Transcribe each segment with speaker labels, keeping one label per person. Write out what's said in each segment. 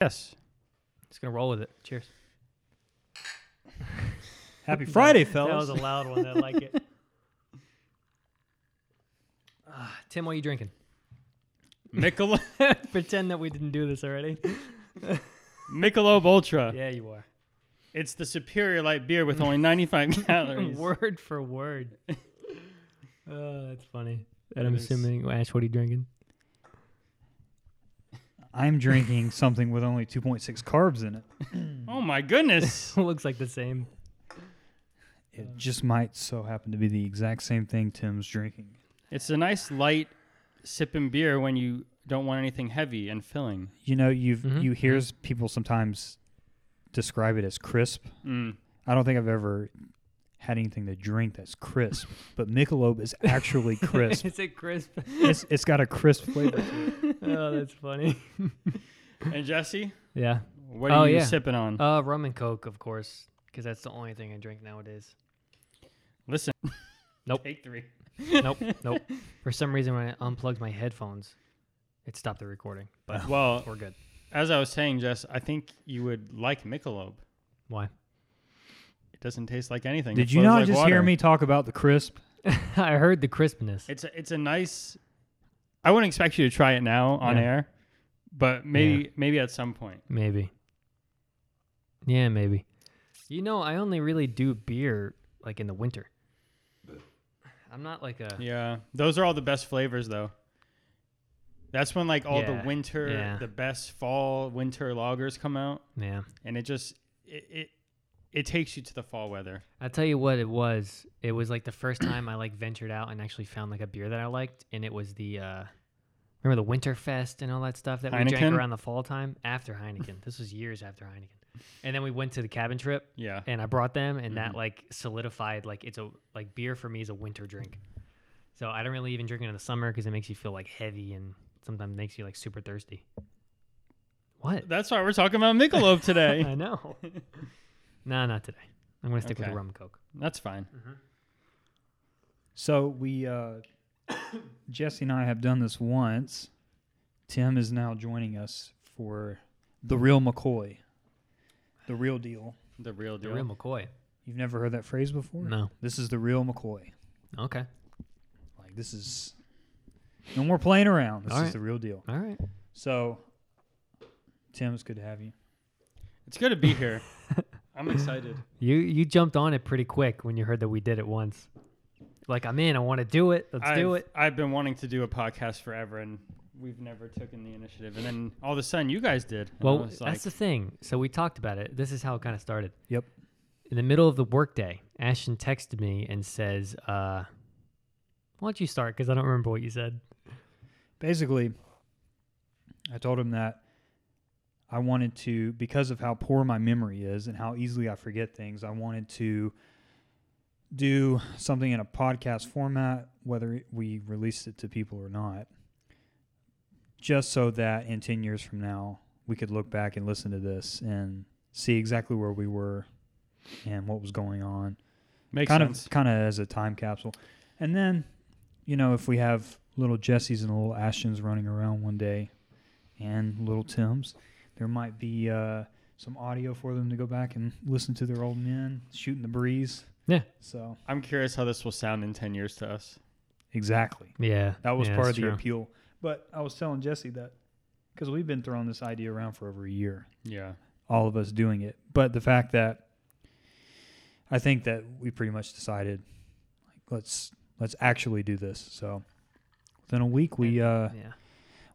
Speaker 1: Yes.
Speaker 2: Just gonna roll with it. Cheers.
Speaker 1: Happy Friday,
Speaker 3: That was
Speaker 1: fellas.
Speaker 3: a loud one. I like it.
Speaker 2: Ah, Tim, what are you drinking?
Speaker 1: Michelob,
Speaker 2: Pretend that we didn't do this already.
Speaker 1: Michelob Ultra.
Speaker 2: Yeah, you are.
Speaker 1: It's the superior light beer with only 95 calories.
Speaker 2: word for word. Oh, that's funny. And
Speaker 1: That
Speaker 2: I'm
Speaker 1: is-
Speaker 2: assuming Ash, what are you drinking?
Speaker 4: I'm drinking something with only 2.6 carbs in it.
Speaker 1: Oh my goodness.
Speaker 2: Looks like the same.
Speaker 1: Uh,
Speaker 4: It just might so happen to be the exact same thing Tim's drinking.
Speaker 1: it's a nice light sipping beer when you don't want anything heavy and filling.
Speaker 4: You know, you've
Speaker 1: Mm-hmm.
Speaker 2: Mhm.
Speaker 4: you hear s- people sometimes describe it as crisp.
Speaker 1: Mm.
Speaker 4: I don't think I've ever had anything to drink that's crisp, but Michelob is actually crisp.
Speaker 2: Is it crisp?
Speaker 4: it's, it's got a crisp flavor. to it.
Speaker 2: oh, that's funny.
Speaker 1: And Jesse,
Speaker 2: Yeah.
Speaker 1: what are
Speaker 2: Oh,
Speaker 1: you
Speaker 2: yeah.
Speaker 1: sipping on?
Speaker 2: Uh, rum and coke, of course, because that's the only thing I drink nowadays.
Speaker 1: Listen.
Speaker 2: Nope.
Speaker 1: Take three.
Speaker 2: Nope, nope. For some reason, when I unplugged my headphones, it stopped the recording. But
Speaker 1: Well,
Speaker 2: we're good.
Speaker 1: as I was saying, Jess, I think you would like Michelob.
Speaker 2: Why?
Speaker 1: It doesn't taste like anything. It
Speaker 4: Did you
Speaker 1: flows
Speaker 4: not
Speaker 1: like
Speaker 4: just
Speaker 1: water.
Speaker 4: hear me talk about the crisp?
Speaker 2: I heard the crispness.
Speaker 1: It's a, it's a nice. I wouldn't expect you to try it now on
Speaker 2: Yeah.
Speaker 1: air, but maybe maybe at some point.
Speaker 2: Maybe. Yeah, maybe. You know, I only really do beer like in the winter. I'm not like a
Speaker 1: Yeah, those are all the best flavors though. That's when like all
Speaker 2: Yeah,
Speaker 1: the winter,
Speaker 2: yeah.
Speaker 1: the best fall winter lagers come out,
Speaker 2: yeah.
Speaker 1: and it just it, it it takes you to the fall weather.
Speaker 2: I'll tell you what it was. It was like the first time I like ventured out and actually found like a beer that I liked, and it was the uh remember the Winterfest and all that stuff that we drank
Speaker 1: Heineken?
Speaker 2: around the fall time after Heineken. this was years after Heineken, and then we went to the cabin trip,
Speaker 1: Yeah,
Speaker 2: and I brought them, and that like solidified like it's a like beer for me is a winter drink. So I don't really even drink it in the summer because it makes you feel like heavy and sometimes makes you like super thirsty. What?
Speaker 1: that's why we're talking about Michelob today.
Speaker 2: I know. no, not today. I'm gonna stick with
Speaker 1: Okay.
Speaker 2: the rum and coke.
Speaker 1: that's fine.
Speaker 4: So we, uh, Jesse and I have done this once. Tim is now joining us for the real McCoy, the real deal.
Speaker 1: The real
Speaker 2: The
Speaker 1: deal.
Speaker 2: real McCoy.
Speaker 4: You've never heard that phrase before?
Speaker 2: No.
Speaker 4: This is the real McCoy.
Speaker 2: Okay.
Speaker 4: Like this is no more playing around. This
Speaker 2: All
Speaker 4: is
Speaker 2: right.
Speaker 4: the real deal.
Speaker 2: All right.
Speaker 4: So, Tim, it's good to have you.
Speaker 1: it's good to be here. I'm excited.
Speaker 2: You you jumped on it pretty quick when you heard that we did it once. Like I'm in. I want to do it. Let's
Speaker 1: I've,
Speaker 2: do it.
Speaker 1: I've been wanting to do a podcast forever, and we've never taken the initiative. And then all of a sudden, you guys did. And I
Speaker 2: Well,
Speaker 1: was
Speaker 2: that's
Speaker 1: like,
Speaker 2: the thing. So we talked about it. This is how it kind of started.
Speaker 4: Yep.
Speaker 2: In the middle of the workday, Ashton texted me and says, uh, "Why don't you start? Because I don't remember what you said."
Speaker 4: Basically, I told him that I wanted to, because of how poor my memory is and how easily I forget things, I wanted to do something in a podcast format, whether it- we released it to people or not, just so that in 10 years from now, we could look back and listen to this and see exactly where we were and what was going on.
Speaker 1: makes
Speaker 4: kind
Speaker 1: sense.
Speaker 4: of kind of as a time capsule. And then, you know, if we have little Jessies and little Ashtons running around one day, and little Tims, there might be uh, some audio for them to go back and listen to their old men shooting the breeze.
Speaker 2: Yeah.
Speaker 4: So
Speaker 1: I'm curious how this will sound in 10 years to us.
Speaker 4: exactly,
Speaker 2: Yeah.
Speaker 4: that was
Speaker 2: yeah,
Speaker 4: part of
Speaker 2: that's
Speaker 4: the
Speaker 2: true.
Speaker 4: appeal. But I was telling Jesse that because we've been throwing this idea around for over a year.
Speaker 1: Yeah.
Speaker 4: all of us doing it. But the fact that I think that we pretty much decided like let's let's actually do this. So within a week we uh
Speaker 2: Yeah.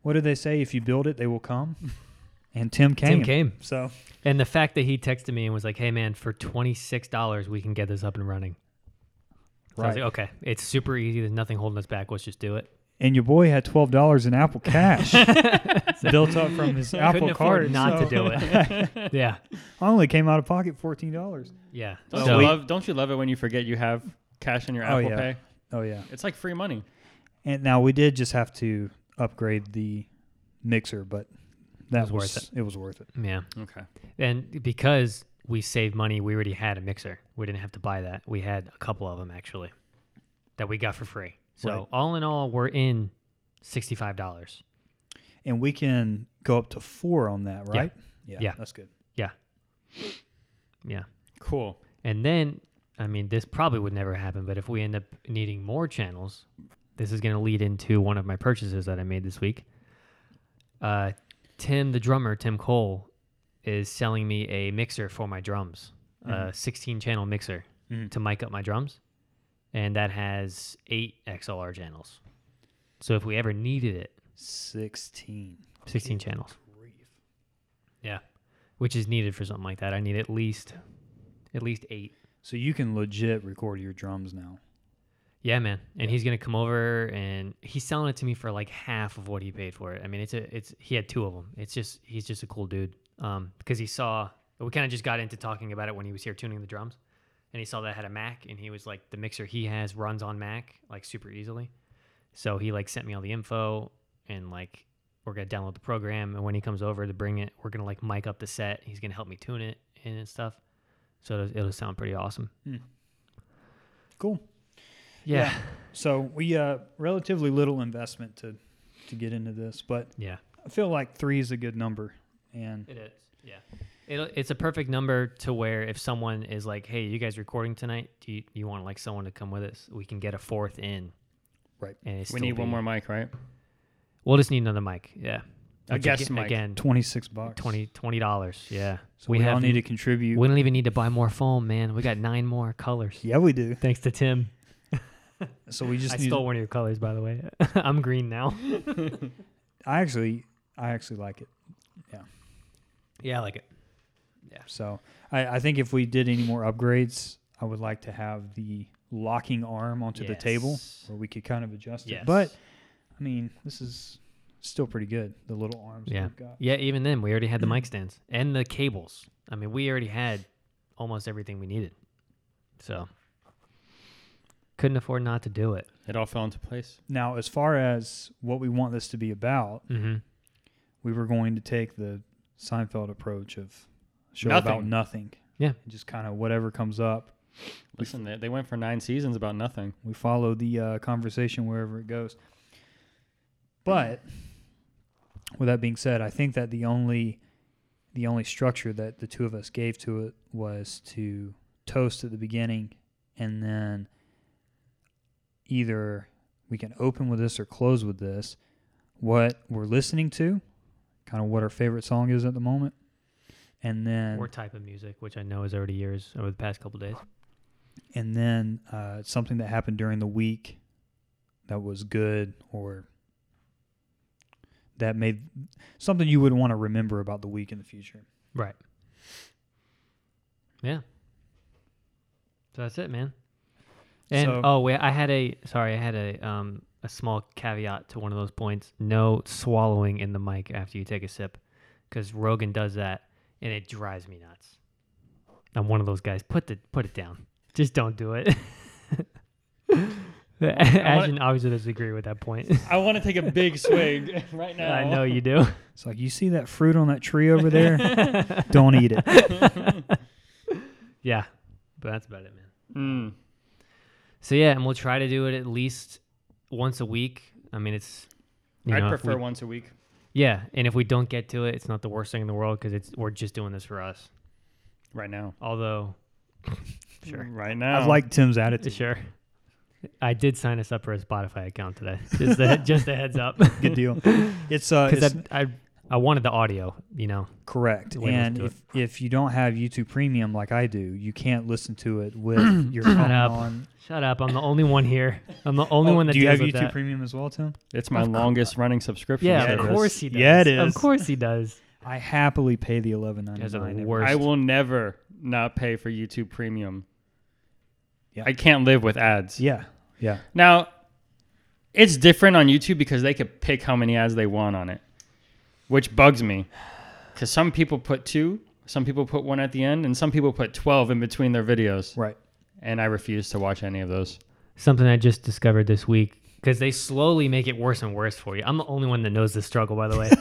Speaker 4: what do they say? If you build it they will come. And Tim came.
Speaker 2: Tim came,
Speaker 4: So
Speaker 2: and the fact that he texted me and was like, "Hey man, for twenty six dollars, we can get this up and running." So I was
Speaker 4: Right.
Speaker 2: like, okay, it's super easy. There's nothing holding us back. Let's just do it.
Speaker 4: and your boy had twelve dollars in Apple Cash built up from his Apple
Speaker 2: Couldn't afford
Speaker 4: card.
Speaker 2: not
Speaker 4: so
Speaker 2: to do it. yeah,
Speaker 4: I only came out of pocket fourteen dollars.
Speaker 2: yeah.
Speaker 1: Don't,
Speaker 2: So-
Speaker 1: you love, don't you love it when you forget you have cash in your
Speaker 4: Oh,
Speaker 1: Apple
Speaker 4: yeah.
Speaker 1: Pay?
Speaker 4: Oh yeah.
Speaker 1: It's like free money.
Speaker 4: And now we did just have to upgrade the mixer, but that
Speaker 2: was worth
Speaker 4: it. It was worth it.
Speaker 2: yeah,
Speaker 1: Okay.
Speaker 2: and because we saved money, we already had a mixer. We didn't have to buy that. We had a couple of them actually that we got for free. So
Speaker 4: Right.
Speaker 2: all in all, we're in sixty five dollars.
Speaker 4: And we can go up to four on that, right? Yeah,
Speaker 2: Yeah.
Speaker 4: that's good.
Speaker 2: Yeah.
Speaker 1: Cool.
Speaker 2: And then, I mean, this probably would never happen, but if we end up needing more channels, this is going to lead into one of my purchases that I made this week. Uh, Tim, the drummer, Tim Cole, is selling me a mixer for my drums, a 16 channel mixer
Speaker 4: Mhm.
Speaker 2: to mic up my drums. And that has eight XLR channels. So if we ever needed it,
Speaker 4: Sixteen.
Speaker 2: 16 channels. Yeah. Which is needed for something like that. I need at least at least eight.
Speaker 4: So you can legit record your drums now.
Speaker 2: Yeah, man. And he's gonna come over and he's selling it to me for like half of what he paid for it. I mean, it's a it's he had two of them. It's just he's just a cool dude. Um, because he saw we kind of just got into talking about it when he was here tuning the drums, and he saw that I had a Mac, and he was like, the mixer he has runs on Mac like super easily. So he like sent me all the info and like we're gonna download the program, and when he comes over to bring it, we're gonna like mic up the set. He's gonna help me tune it and stuff. So it'll, it'll sound pretty awesome.
Speaker 4: Cool.
Speaker 2: Yeah.
Speaker 4: So we uh relatively little investment to to get into this, but
Speaker 2: yeah.
Speaker 4: I feel like three is a good number. And
Speaker 2: It is. Yeah. It, it's a perfect number to where if someone is like, "Hey, you guys recording tonight? Do you, you want like someone to come with us? We can get a fourth in."
Speaker 4: Right.
Speaker 2: And it's
Speaker 1: We need one more mic, right?
Speaker 2: We'll just need another mic. Yeah.
Speaker 1: A
Speaker 2: Which
Speaker 1: guest
Speaker 2: aga-
Speaker 1: mic.
Speaker 2: again.
Speaker 4: twenty six bucks.
Speaker 2: 20 dollars. Yeah.
Speaker 4: So we, all
Speaker 2: have-
Speaker 4: need to contribute.
Speaker 2: We don't even need to buy more foam, man. We got nine more colors.
Speaker 4: yeah, we do.
Speaker 2: Thanks to Tim.
Speaker 4: So we just
Speaker 2: I
Speaker 4: need
Speaker 2: stole one of your colors, by the way. I'm green now.
Speaker 4: I actually I actually like it.
Speaker 2: Yeah, I like it.
Speaker 4: So I, I think if we did any more upgrades, I would like to have the locking arm onto the table
Speaker 2: Yes.
Speaker 4: where we could kind of adjust
Speaker 2: Yes.
Speaker 4: it. But I mean, this is still pretty good. The little arms
Speaker 2: Yeah.
Speaker 4: that we've got.
Speaker 2: Yeah, even then, we already had the mic stands and the cables. I mean, we already had almost everything we needed. So, couldn't afford not to do it.
Speaker 1: It all fell into place.
Speaker 4: Now, as far as what we want this to be about,
Speaker 2: Mm-hmm.
Speaker 4: we were going to take the Seinfeld approach of show about
Speaker 1: Nothing.
Speaker 4: nothing.
Speaker 2: Yeah.
Speaker 4: And just kind of whatever comes up.
Speaker 1: Listen, they, they went for nine seasons about nothing.
Speaker 4: We follow the uh, conversation wherever it goes. But with that being said, I think that the only the only structure that the two of us gave to it was to toast at the beginning and then either we can open with this or close with this what we're listening to kind of what our favorite song is at the moment and then
Speaker 2: Or type of music, which I know is already yours over the past couple days.
Speaker 4: and then uh, something that happened during the week that was good or that made something you would want to remember about the week in the future.
Speaker 2: Right. Yeah. So that's it, man. And
Speaker 4: So-
Speaker 2: oh wait, I had a sorry, I had a um a small caveat to one of those points. No swallowing in the mic after you take a sip, because Rogan does that, and it drives me nuts. I'm one of those guys. Put the put it down. Just don't do it. Ashton obviously doesn't agree with that point.
Speaker 1: I want to take a big swig right now.
Speaker 2: I know you do.
Speaker 4: It's like you see that fruit on that tree over there, don't eat it.
Speaker 2: yeah, but that's about it, man.
Speaker 1: Mm.
Speaker 2: So yeah, and we'll try to do it at least once a week. I mean, it's you
Speaker 1: I'd
Speaker 2: know, if
Speaker 1: prefer
Speaker 2: we,
Speaker 1: once a week.
Speaker 2: yeah, and if we don't get to it, it's not the worst thing in the world because it's we're just doing this for us.
Speaker 1: Right now.
Speaker 2: Although, sure,
Speaker 1: Right now.
Speaker 4: I like Tim's attitude.
Speaker 2: sure, I did sign us up for a Spotify account today. Just a, just a heads up,
Speaker 4: Good deal. It's uh,
Speaker 2: because
Speaker 4: it's
Speaker 2: I, I I wanted the audio, you know.
Speaker 4: correct.
Speaker 2: Way to
Speaker 4: And
Speaker 2: do it.
Speaker 4: if, if you don't have YouTube Premium like I do, you can't listen to it with your phone
Speaker 2: up.
Speaker 4: on.
Speaker 2: Shut up! I'm the only one here. I'm the only
Speaker 4: Oh,
Speaker 2: one that
Speaker 4: do you have
Speaker 2: deals
Speaker 4: YouTube
Speaker 2: with that.
Speaker 4: Premium as well, Tim?
Speaker 1: It's my longest running subscription.
Speaker 2: yeah,
Speaker 1: service.
Speaker 2: of course he does.
Speaker 4: Yeah, it
Speaker 2: Of
Speaker 4: is.
Speaker 2: course he does.
Speaker 4: I happily pay the eleven
Speaker 2: You guys are the
Speaker 4: ninety nine.
Speaker 2: worst.
Speaker 1: I will never not pay for YouTube Premium.
Speaker 4: Yeah.
Speaker 1: I can't live with ads.
Speaker 4: Yeah, yeah.
Speaker 1: Now, it's different on YouTube because they could pick how many ads they want on it, which bugs me. Because some people put two, some people put one at the end, and some people put 12 in between their videos.
Speaker 4: Right.
Speaker 1: And I refuse to watch any of those.
Speaker 2: something I just discovered this week because they slowly make it worse and worse for you. I'm the only one that knows this struggle, by the way.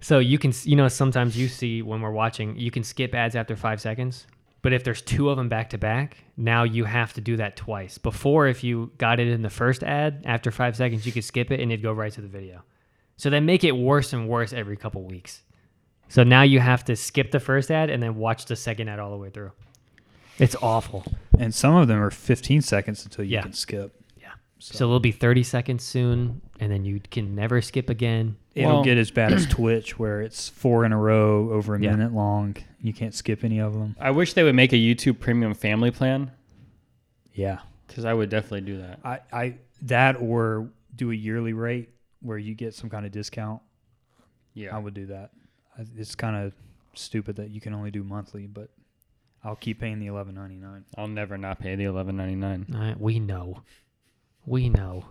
Speaker 2: so you can, s- you know, sometimes you see when we're watching, you can skip ads after five seconds. But if there's two of them back to back, now you have to do that twice. Before, if you got it in the first ad, after five seconds, you could skip it and it'd go right to the video. So they make it worse and worse every couple weeks. So now you have to skip the first ad and then watch the second ad all the way through. It's awful.
Speaker 4: And some of them are 15 seconds until you
Speaker 2: Yeah.
Speaker 4: can skip.
Speaker 2: Yeah.
Speaker 4: So,
Speaker 2: So, it'll be 30 seconds soon, and then you can never skip again.
Speaker 4: it'll
Speaker 1: Well-
Speaker 4: get as bad as Twitch, where it's four in a row over a
Speaker 2: Yeah.
Speaker 4: minute long. You can't skip any of them.
Speaker 1: I wish they would make a YouTube Premium family plan
Speaker 4: Yeah.
Speaker 1: because I would definitely do that.
Speaker 4: I, I that or do a yearly rate where you get some kind of discount. I
Speaker 1: Yeah,
Speaker 4: would do that. I- It's kind of stupid that you can only do monthly, but I'll keep paying the 11.99.
Speaker 1: I'll never not pay the eleven ninety nine.
Speaker 2: All right, we know. We know.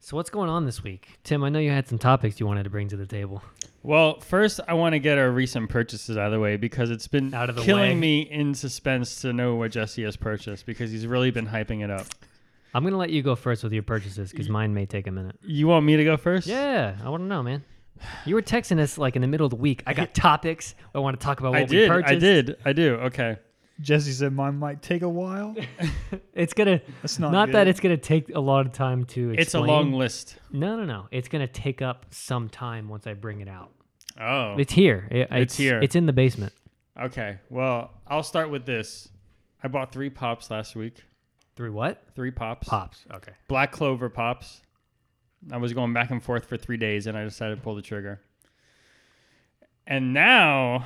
Speaker 2: So what's going on this week? Tim, I know you had some topics you wanted to bring to the table.
Speaker 1: Well, first I want to get our recent purchases out of the way because it's been
Speaker 2: Out of the
Speaker 1: killing
Speaker 2: way.
Speaker 1: me in suspense to know what Jesse has purchased because he's really been hyping it up.
Speaker 2: I'm going to let you go first with your purchases because mine may take a minute.
Speaker 1: You want me to go first?
Speaker 2: Yeah, I want to know, man. You were texting us like in the middle of the week. I got topics. I want to talk about what
Speaker 1: I
Speaker 2: we
Speaker 1: did.
Speaker 2: purchased.
Speaker 1: I did. I do. Okay.
Speaker 4: Jesse said mine might take a while.
Speaker 2: It's gonna.
Speaker 4: That's
Speaker 2: Not,
Speaker 4: not
Speaker 2: that
Speaker 4: good.
Speaker 2: it's gonna take a lot of time to. Explain.
Speaker 1: It's a long list.
Speaker 2: No, no, no. It's gonna take up some time once I bring it out.
Speaker 1: Oh.
Speaker 2: It's here. It- it's,
Speaker 1: here.
Speaker 2: It's in the basement.
Speaker 1: Okay. Well, I'll start with this. I bought three pops last week.
Speaker 2: Through what?
Speaker 1: Three pops.
Speaker 2: Pops. Okay.
Speaker 1: Black Clover pops. I was going back and forth for three days, and I decided to pull the trigger. And now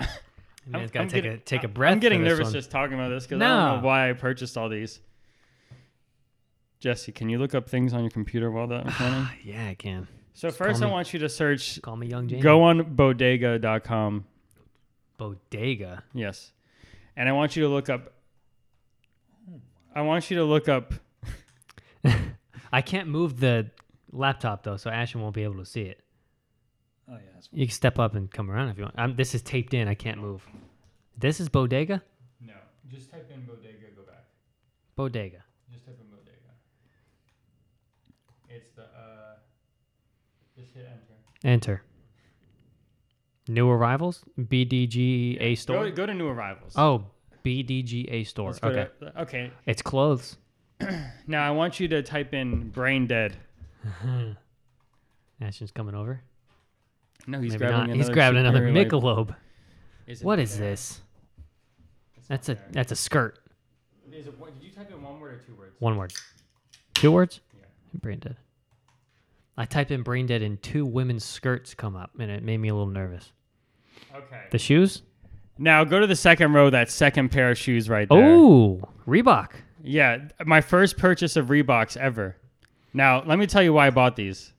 Speaker 2: I mean,
Speaker 1: I'm-
Speaker 2: it's gotta
Speaker 1: I'm
Speaker 2: take
Speaker 1: getting-
Speaker 2: a take a
Speaker 1: I'm-
Speaker 2: breath.
Speaker 1: I'm getting
Speaker 2: for this
Speaker 1: nervous
Speaker 2: one.
Speaker 1: just talking about this because I
Speaker 2: No.
Speaker 1: don't know why I purchased all these. Jesse, can you look up things on your computer while that was running?
Speaker 2: yeah, I can.
Speaker 1: So first,
Speaker 2: call
Speaker 1: I
Speaker 2: me.
Speaker 1: want you to search.
Speaker 2: Call me Young James.
Speaker 1: Go on bodega.com.
Speaker 2: bodega.
Speaker 1: Yes, and I want you to look up. I want you to look up.
Speaker 2: I can't move the laptop though, so Ashton won't be able to see it.
Speaker 4: Oh, yeah. That's
Speaker 2: You can step up and come around if you want. I'm, this is taped in. I can't move. This is bodega.
Speaker 1: No, just type in bodega. Go back.
Speaker 2: Bodega.
Speaker 1: Just type in bodega. It's the. uh Just hit enter.
Speaker 2: Enter. New arrivals. BDGA store.
Speaker 1: Go, go to new arrivals.
Speaker 2: Oh, BDGA store.
Speaker 1: Let's go
Speaker 2: Okay.
Speaker 1: to- okay.
Speaker 2: It's clothes.
Speaker 1: Now I want you to type in brain dead.
Speaker 2: Ashton's coming over.
Speaker 1: No, he's
Speaker 2: Maybe
Speaker 1: grabbing
Speaker 2: not.
Speaker 1: another.
Speaker 2: He's grabbing another
Speaker 1: Superior Light.
Speaker 2: Michelob.
Speaker 1: Is it
Speaker 2: What
Speaker 1: not
Speaker 2: is
Speaker 1: there?
Speaker 2: this?
Speaker 1: It's
Speaker 2: That's
Speaker 1: not
Speaker 2: a
Speaker 1: there.
Speaker 2: that's a skirt.
Speaker 1: Is it, what, did you type in one word or two words?
Speaker 2: One word. Two words?
Speaker 1: Yeah.
Speaker 2: Brain dead. I typed in brain dead and two women's skirts come up and it made me a little nervous.
Speaker 1: Okay.
Speaker 2: The shoes?
Speaker 1: Now go to the second row. That second pair of shoes right there.
Speaker 2: Oh, Reebok.
Speaker 1: Yeah, my first purchase of Reeboks ever. Now, let me tell you why I bought these.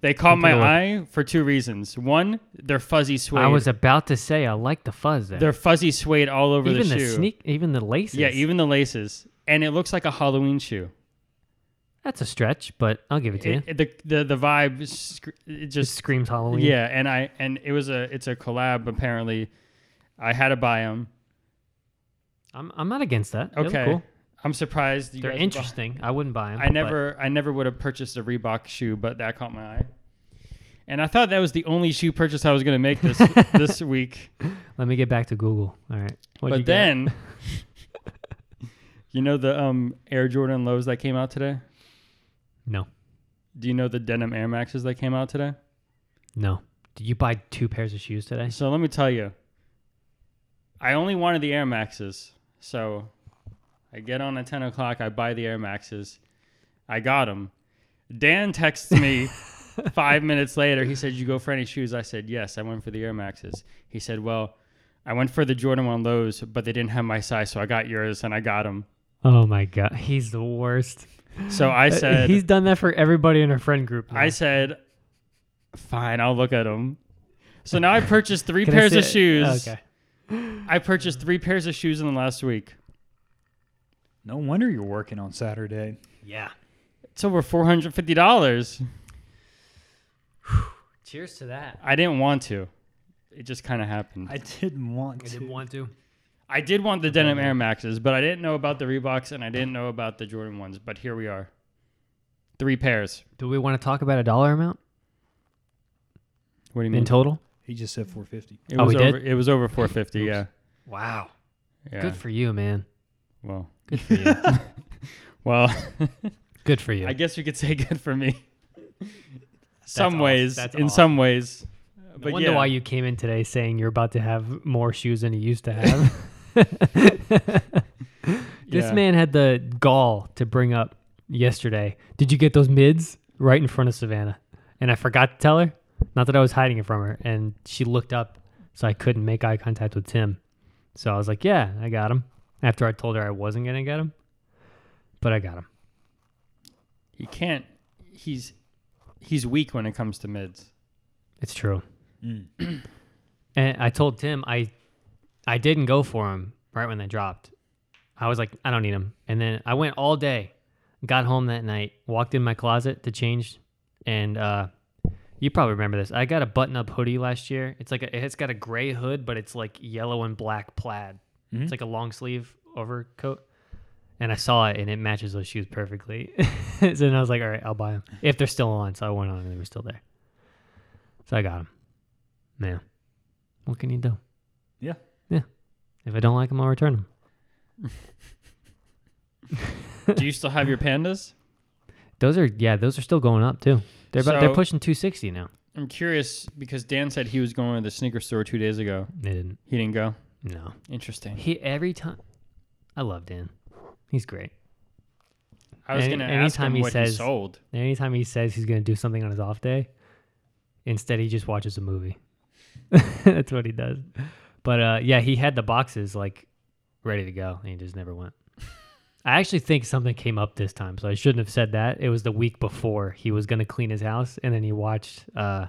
Speaker 1: They caught my
Speaker 2: Take a look.
Speaker 1: eye for two reasons. One, they're fuzzy suede.
Speaker 2: I was about to say I like the fuzz there.
Speaker 1: they're fuzzy suede all over
Speaker 2: even
Speaker 1: the
Speaker 2: the,
Speaker 1: shoe.
Speaker 2: sneak, even the laces.
Speaker 1: yeah, even the laces, and it looks like a Halloween shoe.
Speaker 2: that's a stretch, but I'll give it to you.
Speaker 1: It- it- the the the vibe, is sc- it
Speaker 2: It
Speaker 1: just
Speaker 2: screams Halloween.
Speaker 1: yeah. And I and it was a it's a collab apparently. I had to buy them.
Speaker 2: I'm, I'm not against that. They look
Speaker 1: Okay,
Speaker 2: cool.
Speaker 1: I'm surprised you
Speaker 2: They're
Speaker 1: guys bought-
Speaker 2: interesting. I wouldn't buy them.
Speaker 1: I never I never would have purchased a Reebok shoe, but that caught my eye. And I thought that was the only shoe purchase I was going to make this this week.
Speaker 2: Let me get back to Google. All right. What'd you get?
Speaker 1: but then you know the um Air Jordan lows that came out today?
Speaker 2: no,
Speaker 1: Do you know the denim Air Maxes that came out today?
Speaker 2: no. Did you buy two pairs of shoes today?
Speaker 1: So let me tell you. I only wanted the Air Maxes. So I get on at 10 o'clock. I buy the Air Maxes. I got them. Dan texts me five minutes later. He said, You go for any shoes? I said, Yes, I went for the Air Maxes. He said, Well, I went for the Jordan 1 Lows, but they didn't have my size. So I got yours and I got them.
Speaker 2: Oh my god, he's the worst.
Speaker 1: So I
Speaker 2: Uh,
Speaker 1: said,
Speaker 2: he's done that for everybody in our friend group. now.
Speaker 1: I said, Fine, I'll look at them. So now I purchased three
Speaker 2: Can I
Speaker 1: pairs
Speaker 2: see
Speaker 1: of
Speaker 2: it?
Speaker 1: shoes.
Speaker 2: Okay.
Speaker 1: I purchased three pairs of shoes in the last week.
Speaker 4: No wonder you're working on Saturday.
Speaker 2: Yeah.
Speaker 1: It's over four hundred fifty dollars.
Speaker 2: Cheers to that.
Speaker 1: I didn't want to. It just kind of happened.
Speaker 4: I didn't want
Speaker 2: Mm. I
Speaker 4: to.
Speaker 2: didn't want to.
Speaker 1: I did want the denim Air Maxes, but I didn't know about the Reeboks and I didn't know about the Jordan ones. But here we are, three pairs.
Speaker 2: Do we want to talk about a dollar amount
Speaker 1: What do you
Speaker 2: in
Speaker 1: mean?
Speaker 2: total?
Speaker 4: He just said 450.
Speaker 1: It
Speaker 2: Oh,
Speaker 1: was
Speaker 2: we did?
Speaker 1: over, It was over four fifty.
Speaker 2: Oops.
Speaker 1: Yeah.
Speaker 2: Wow.
Speaker 1: Yeah.
Speaker 2: Good for you, man.
Speaker 1: well.
Speaker 2: Good for you.
Speaker 1: Well,
Speaker 2: Good for you.
Speaker 1: I guess you could say good for me. some
Speaker 2: awes-
Speaker 1: ways,
Speaker 2: that's
Speaker 1: in
Speaker 2: awesome.
Speaker 1: some ways.
Speaker 2: No
Speaker 1: But
Speaker 2: wonder
Speaker 1: yeah.
Speaker 2: why you came in today saying you're about to have more shoes than you used to have. this
Speaker 1: Yeah.
Speaker 2: man had the gall to bring up yesterday. Did you get those mids right in front of Savannah? And I forgot to tell her. Not that I was hiding it from her, and she looked up, so I couldn't make eye contact with Tim. So I was like, "Yeah, I got him." After I told her I wasn't gonna get him, but I got him.
Speaker 1: he can't. He's he's weak when it comes to mids.
Speaker 2: It's true.
Speaker 4: Mm.
Speaker 2: And I told Tim I I didn't go for him right when they dropped. I was like, I don't need him. And then I went all day, got home that night, walked in my closet to change, and uh, you probably remember this. I got a button-up hoodie last year. It's like a, it's got a gray hood, but it's like yellow and black plaid.
Speaker 4: Mhm.
Speaker 2: It's like a long sleeve overcoat. And I saw it, and it matches those shoes perfectly. so then I was like, all right, I'll buy them if they're still on. So I went on, and they were still there. So I got them. Man, what can you do?
Speaker 4: Yeah.
Speaker 2: Yeah. If I don't like them, I'll return them.
Speaker 1: Do you still have your pandas?
Speaker 2: Those are yeah, those are still going up too. They're about,
Speaker 1: So-
Speaker 2: they're pushing 260 now.
Speaker 1: I'm curious because Dan said he was going to the sneaker store two days ago.
Speaker 2: They didn't.
Speaker 1: He didn't go.
Speaker 2: No.
Speaker 1: Interesting.
Speaker 2: He every time I love Dan. He's great.
Speaker 1: I was
Speaker 2: Any-
Speaker 1: going to ask
Speaker 2: anytime
Speaker 1: him
Speaker 2: he
Speaker 1: what he
Speaker 2: says-
Speaker 1: sold.
Speaker 2: And anytime he says he's going to do something on his off day, instead he just watches a movie. That's what he does. But uh, yeah, he had the boxes like ready to go, and he just never went. I actually think something came up this time, so I shouldn't have said that. It was the week before he was going to clean his house, and then he watched. Uh,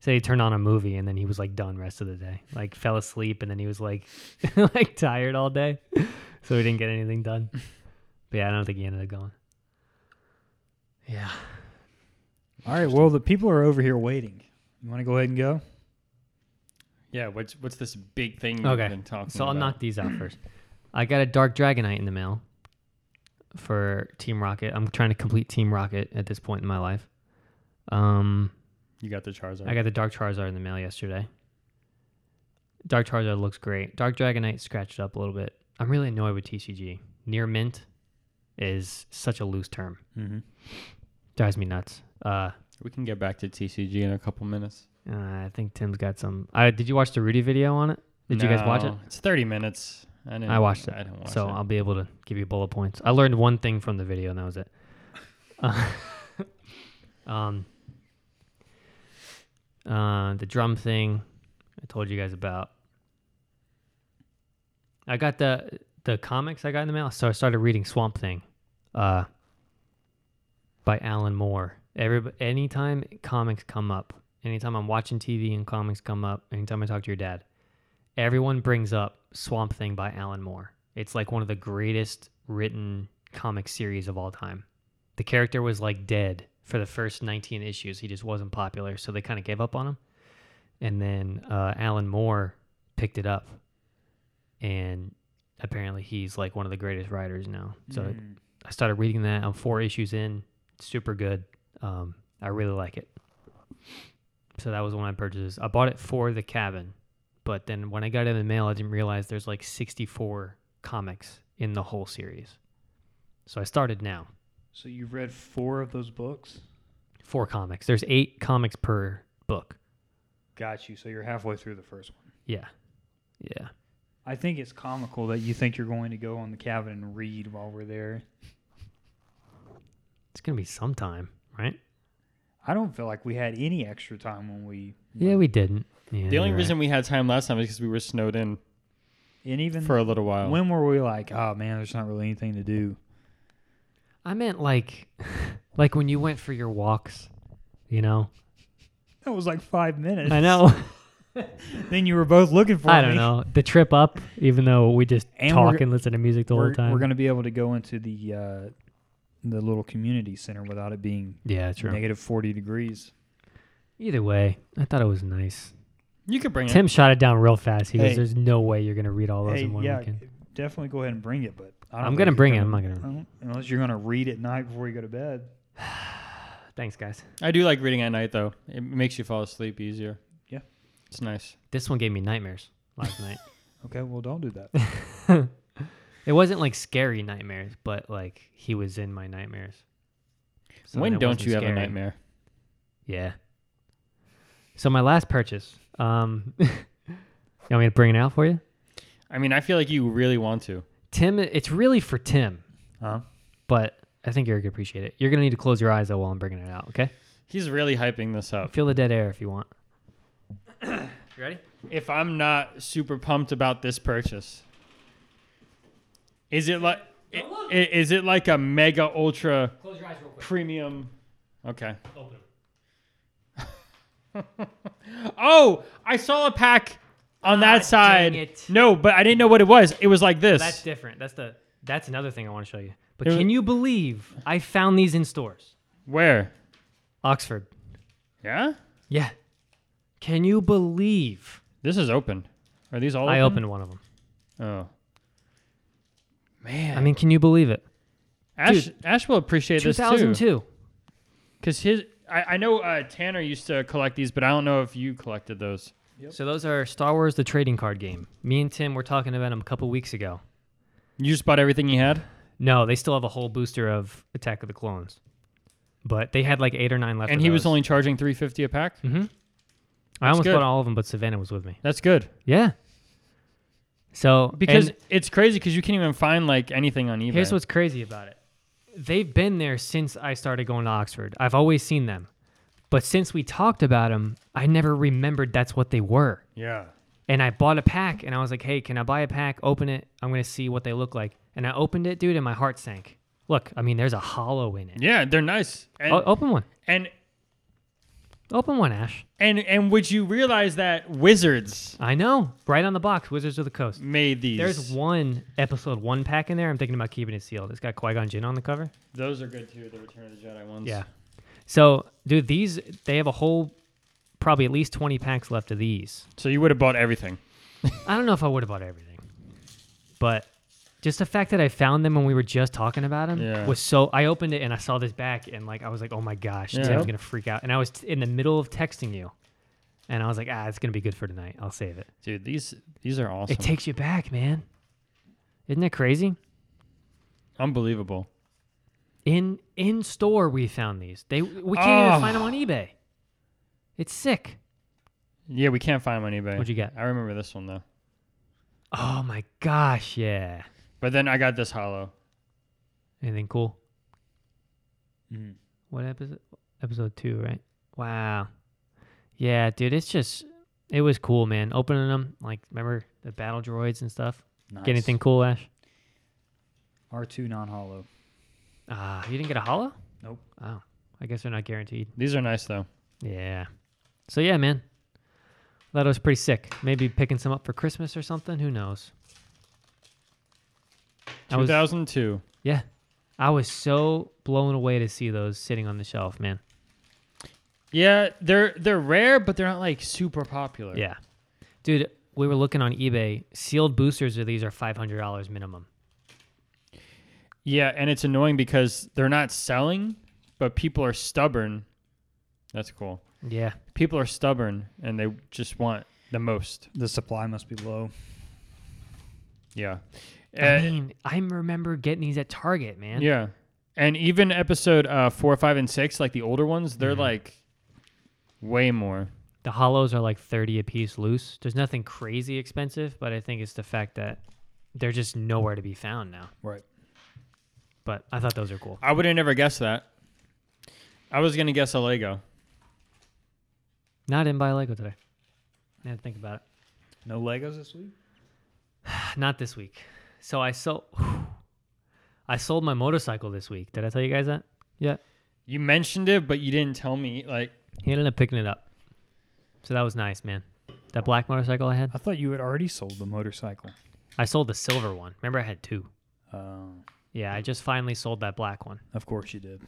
Speaker 2: say he turned on a movie, and then he was like done rest of the day. Like fell asleep, and then he was like like tired all day, so he didn't get anything done. But yeah, I don't think he ended up going. Yeah.
Speaker 4: All right. Well, the people are over here waiting. You want to go ahead and go?
Speaker 1: Yeah, what's what's this big thing you've
Speaker 2: Okay,
Speaker 1: been talking
Speaker 2: So I'll
Speaker 1: about?
Speaker 2: knock these out first. I got a Dark Dragonite in the mail for Team Rocket. I'm trying to complete Team Rocket at this point in my life. Um,
Speaker 1: you got the Charizard.
Speaker 2: I got the Dark Charizard in the mail yesterday. Dark Charizard looks great. Dark Dragonite scratched up a little bit. I'm really annoyed with TCG. Near mint is such a loose term.
Speaker 4: Mm-hmm.
Speaker 2: Drives me nuts. Uh,
Speaker 1: we can get back to TCG in a couple minutes.
Speaker 2: uh, I think Tim's got some. Uh, did you watch the Rudy video on it? Did you guys watch it?
Speaker 1: No, It's 30 minutes. I, didn't,
Speaker 2: I watched it.
Speaker 1: I didn't watch
Speaker 2: so
Speaker 1: it.
Speaker 2: I'll be able to give you bullet points. I learned one thing from the video, and that was it. Uh, um, uh, the drum thing I told you guys about. I got the the comics I got in the mail, so I started reading Swamp Thing, uh, by Alan Moore. Every anytime comics come up, anytime I'm watching TV and comics come up, anytime I talk to your dad, everyone brings up Swamp Thing by Alan Moore. It's like one of the greatest written comic series of all time. The character was like dead for the first 19 issues. He just wasn't popular, so they kind of gave up on him. And then uh, Alan Moore picked it up, and apparently he's like one of the greatest writers now. So
Speaker 4: Mm.
Speaker 2: I started reading that. I'm four issues in. Super good. Um, I really like it. So that was one of my purchases. I bought it for the cabin, but then when I got it in the mail, I didn't realize there's like 64 comics in the whole series. So I started now.
Speaker 4: So you've read four of those books.
Speaker 2: Four comics. There's eight comics per book.
Speaker 4: Got you. So you're halfway through the first one.
Speaker 2: Yeah. Yeah.
Speaker 4: I think it's comical that you think you're going to go on the cabin and read while we're there.
Speaker 2: It's going to be sometime, right?
Speaker 4: I don't feel like we had any extra time when we
Speaker 2: Yeah, we didn't. Yeah,
Speaker 1: the only
Speaker 2: you're right.
Speaker 1: reason we had time last time is because we were snowed in
Speaker 4: and even
Speaker 1: for a little while.
Speaker 4: when were we like, oh man, there's not really anything to do.
Speaker 2: I meant like, like when you went for your walks, you know?
Speaker 4: That was like five minutes.
Speaker 2: I know.
Speaker 4: Then you were both looking for.
Speaker 2: I don't
Speaker 4: me.
Speaker 2: know the trip up, even though we just
Speaker 4: And
Speaker 2: talk
Speaker 4: we're-
Speaker 2: and listen to music the
Speaker 4: We're,
Speaker 2: whole time.
Speaker 4: we're going to be able to go into the uh, the little community center without it being
Speaker 2: yeah, true.
Speaker 4: negative forty degrees.
Speaker 2: Either way, I thought it was nice.
Speaker 1: you could bring
Speaker 2: Tim shot it down real fast. He
Speaker 4: Hey.
Speaker 2: goes, "There's no way you're gonna read all those
Speaker 4: Hey,
Speaker 2: in one
Speaker 4: yeah,
Speaker 2: weekend."
Speaker 4: definitely go ahead and bring it. But I don't
Speaker 2: I'm
Speaker 4: think
Speaker 2: gonna
Speaker 4: you're
Speaker 2: bring it.
Speaker 4: gonna-
Speaker 2: I'm not gonna.
Speaker 4: I don't- Unless you're going to read at night before you go to bed.
Speaker 2: Thanks, guys.
Speaker 1: it. I do like reading at night, though. It makes you fall asleep easier.
Speaker 4: Yeah.
Speaker 1: It's nice.
Speaker 2: This one gave me nightmares last night.
Speaker 4: Okay, well, don't do that.
Speaker 2: It wasn't like scary nightmares, but like he was in my nightmares. So
Speaker 1: when
Speaker 2: then it
Speaker 1: don't
Speaker 2: wasn't
Speaker 1: you have
Speaker 2: scary.
Speaker 1: a nightmare?
Speaker 2: Yeah. So my last purchase. Um, you want me to bring it out for you,
Speaker 1: I mean, I feel like you really want to.
Speaker 2: Tim? It's really for Tim,
Speaker 4: Huh?
Speaker 2: but I think you're gonna appreciate it. You're gonna need to close your eyes though while I'm bringing it out. Okay.
Speaker 1: He's really hyping this up.
Speaker 2: Feel the dead air if you want. you ready?
Speaker 1: If I'm not super pumped about this purchase, is it like i- i- is it like a mega ultra
Speaker 2: Close your eyes real quick.
Speaker 1: premium? Okay.
Speaker 2: Open them.
Speaker 1: Oh, I saw a pack on
Speaker 2: Ah,
Speaker 1: that
Speaker 2: dang
Speaker 1: side.
Speaker 2: it.
Speaker 1: No, but I didn't know what it was. It was like this.
Speaker 2: That's different. That's the. That's another thing I want to show you. But
Speaker 1: It wa-
Speaker 2: can you believe I found these in stores?
Speaker 1: Where?
Speaker 2: Oxford.
Speaker 1: Yeah.
Speaker 2: Yeah. Can you believe
Speaker 1: This is open. Are these all?
Speaker 2: I opened one of them?
Speaker 1: Oh. Man.
Speaker 2: I mean, can you believe it?
Speaker 1: Ash,
Speaker 2: dude,
Speaker 1: Ash will appreciate this too.
Speaker 2: 2002.
Speaker 1: Because his, I, I know uh, Tanner used to collect these, but I don't know if you collected those.
Speaker 2: So those are Star Wars: The Trading Card Game. Me and Tim were talking about them a couple weeks ago.
Speaker 1: You just bought everything you had.
Speaker 2: No, they still have a whole booster of Attack of the Clones, but they had like eight or nine left.
Speaker 1: and
Speaker 2: of
Speaker 1: he was
Speaker 2: those.
Speaker 1: only charging 350 a pack
Speaker 2: I almost
Speaker 1: good.
Speaker 2: bought all of them, but Savannah was with me.
Speaker 1: that's good
Speaker 2: Yeah. So
Speaker 1: because
Speaker 2: and
Speaker 1: it's crazy because you can't even find like anything on ebay
Speaker 2: here's what's crazy about it: they've been there since I started going to Oxford. I've always seen them, but since we talked about them, I never remembered that's what they were.
Speaker 1: yeah
Speaker 2: and I bought a pack and I was like, hey, can I buy a pack? Open it. I'm going to see what they look like. And I opened it, dude, and my heart sank. Look, I mean, there's a hollow in it.
Speaker 1: yeah they're nice and
Speaker 2: O- open one.
Speaker 1: and
Speaker 2: Open one, Ash.
Speaker 1: and and would you realize that wizards
Speaker 2: I know. Right on the box, Wizards of the Coast.
Speaker 1: made these
Speaker 2: There's one episode one pack in there. I'm thinking about keeping it sealed. It's got Qui Gon Jinn on the cover.
Speaker 1: those are good too the return of the jedi ones
Speaker 2: Yeah. So, dude, these, they have a whole, probably at least 20 packs left of these.
Speaker 1: so you would have bought everything
Speaker 2: I don't know if I would have bought everything, but just the fact that I found them when we were just talking about them
Speaker 1: Yeah.
Speaker 2: was so. I opened it and I saw this back, and like I was like, "Oh my gosh,
Speaker 1: Yeah.
Speaker 2: Tim's gonna freak out!" And I was t- in the middle of texting you, and I was like, "Ah, it's gonna be good for tonight. I'll save it."
Speaker 1: dude these these are awesome
Speaker 2: It takes you back, man. Isn't that crazy?
Speaker 1: unbelievable
Speaker 2: In in store, we found these. They we can't
Speaker 1: Oh.
Speaker 2: even find them on eBay. It's sick.
Speaker 1: yeah we can't find them on ebay
Speaker 2: What'd you get?
Speaker 1: i remember this one though
Speaker 2: Oh my gosh, yeah.
Speaker 1: but then i got this hollow
Speaker 2: Anything cool?
Speaker 4: Mm.
Speaker 2: What episode? Episode two, right? Wow. Yeah, dude, it's just it was cool, man. Opening them, like remember the battle droids and stuff.
Speaker 4: Nice.
Speaker 2: Get anything cool, Ash?
Speaker 4: R2 non hollow.
Speaker 2: Ah, you didn't get a hollow?
Speaker 4: Nope.
Speaker 2: Oh, I guess they're not guaranteed.
Speaker 1: these are nice though
Speaker 2: Yeah. So yeah, man. That was pretty sick. Maybe picking some up for Christmas or something. Who knows? I was
Speaker 1: 2002
Speaker 2: yeah. I was so blown away to see those sitting on the shelf, man.
Speaker 1: Yeah, they're they're rare, but they're not like super popular.
Speaker 2: Yeah. Dude, we were looking on eBay. Sealed boosters of these are $500 minimum.
Speaker 1: yeah, and it's annoying because they're not selling, but people are stubborn. That's cool.
Speaker 2: Yeah.
Speaker 1: People are stubborn and they just want the most.
Speaker 4: The supply must be low.
Speaker 1: Yeah,
Speaker 2: I
Speaker 1: Uh,
Speaker 2: mean, I remember getting these at Target, man.
Speaker 1: yeah, and even episode uh, four, five, and six, like the older ones, they're like way more.
Speaker 2: The hollows are like 30 a piece loose. There's nothing crazy expensive, but I think it's the fact that they're just nowhere to be found now.
Speaker 4: Right.
Speaker 2: But I thought those are cool.
Speaker 1: I would have never guessed that. I was gonna guess a Lego.
Speaker 2: Not in by Lego today. I had to think about it.
Speaker 4: No Legos this week?
Speaker 2: Not this week. So I sold I sold my motorcycle this week. Did I tell you guys that? Yeah.
Speaker 1: You mentioned it, but you didn't tell me. Like,
Speaker 2: He ended up picking it up. So that was nice, man. That black motorcycle I had.
Speaker 4: I thought you had already sold the motorcycle.
Speaker 2: I sold the silver one. Remember, I had two.
Speaker 4: Oh,
Speaker 2: Yeah, I just finally sold that black one.
Speaker 4: of course you did.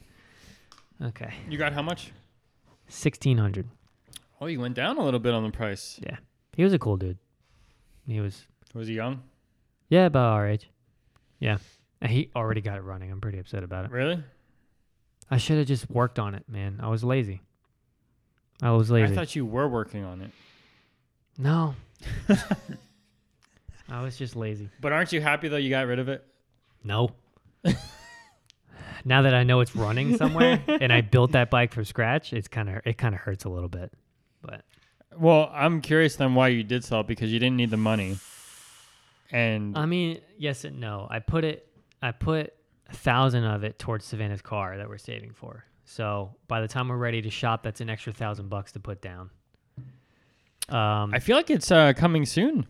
Speaker 2: Okay,
Speaker 1: you got how much?
Speaker 2: sixteen hundred.
Speaker 1: Oh, you went down a little bit on the price.
Speaker 2: Yeah, he was a cool dude. He was
Speaker 1: Was he young?
Speaker 2: yeah about our age. Yeah, And he already got it running. I'm pretty upset about it.
Speaker 1: Really?
Speaker 2: I should have just worked on it, man. I was lazy. I was lazy.
Speaker 1: I thought you were working on it.
Speaker 2: no. I was just lazy.
Speaker 1: But aren't you happy though you got rid of it?
Speaker 2: No. now that I know it's running somewhere and I built that bike from scratch, it's kind of it kind of hurts a little bit. But
Speaker 1: Well, I'm curious then why you did sell it because you didn't need the money. And
Speaker 2: I mean, yes and no. I put it, I put a thousand of it towards Savannah's car that we're saving for. So by the time we're ready to shop, that's an extra thousand bucks to put down. Um,
Speaker 1: I feel like it's uh, coming soon.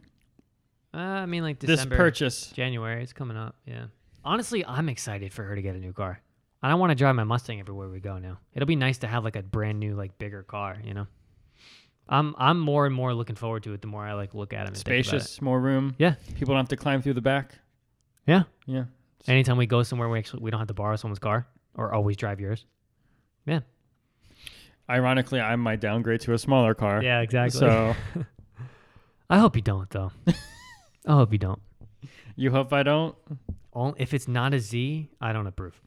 Speaker 2: uh, I mean, like
Speaker 1: This
Speaker 2: December,
Speaker 1: purchase.
Speaker 2: January, it's coming up. Yeah. Honestly, I'm excited for her to get a new car. I don't want to drive my Mustang everywhere we go now. It'll be nice to have like a brand new, like bigger car. You know, I'm I'm more and more looking forward to it. The more I like look at it, and think about it.
Speaker 1: Spacious, more room.
Speaker 2: Yeah.
Speaker 1: People don't have to climb through the back.
Speaker 2: Yeah.
Speaker 1: Yeah.
Speaker 2: Anytime we go somewhere, we actually we don't have to borrow someone's car or always drive yours.
Speaker 1: Ironically, I might downgrade to a smaller car.
Speaker 2: Yeah, exactly.
Speaker 1: So
Speaker 2: I hope you don't though. I hope you don't.
Speaker 1: you hope I don't?
Speaker 2: All, if it's not a Z, I don't approve.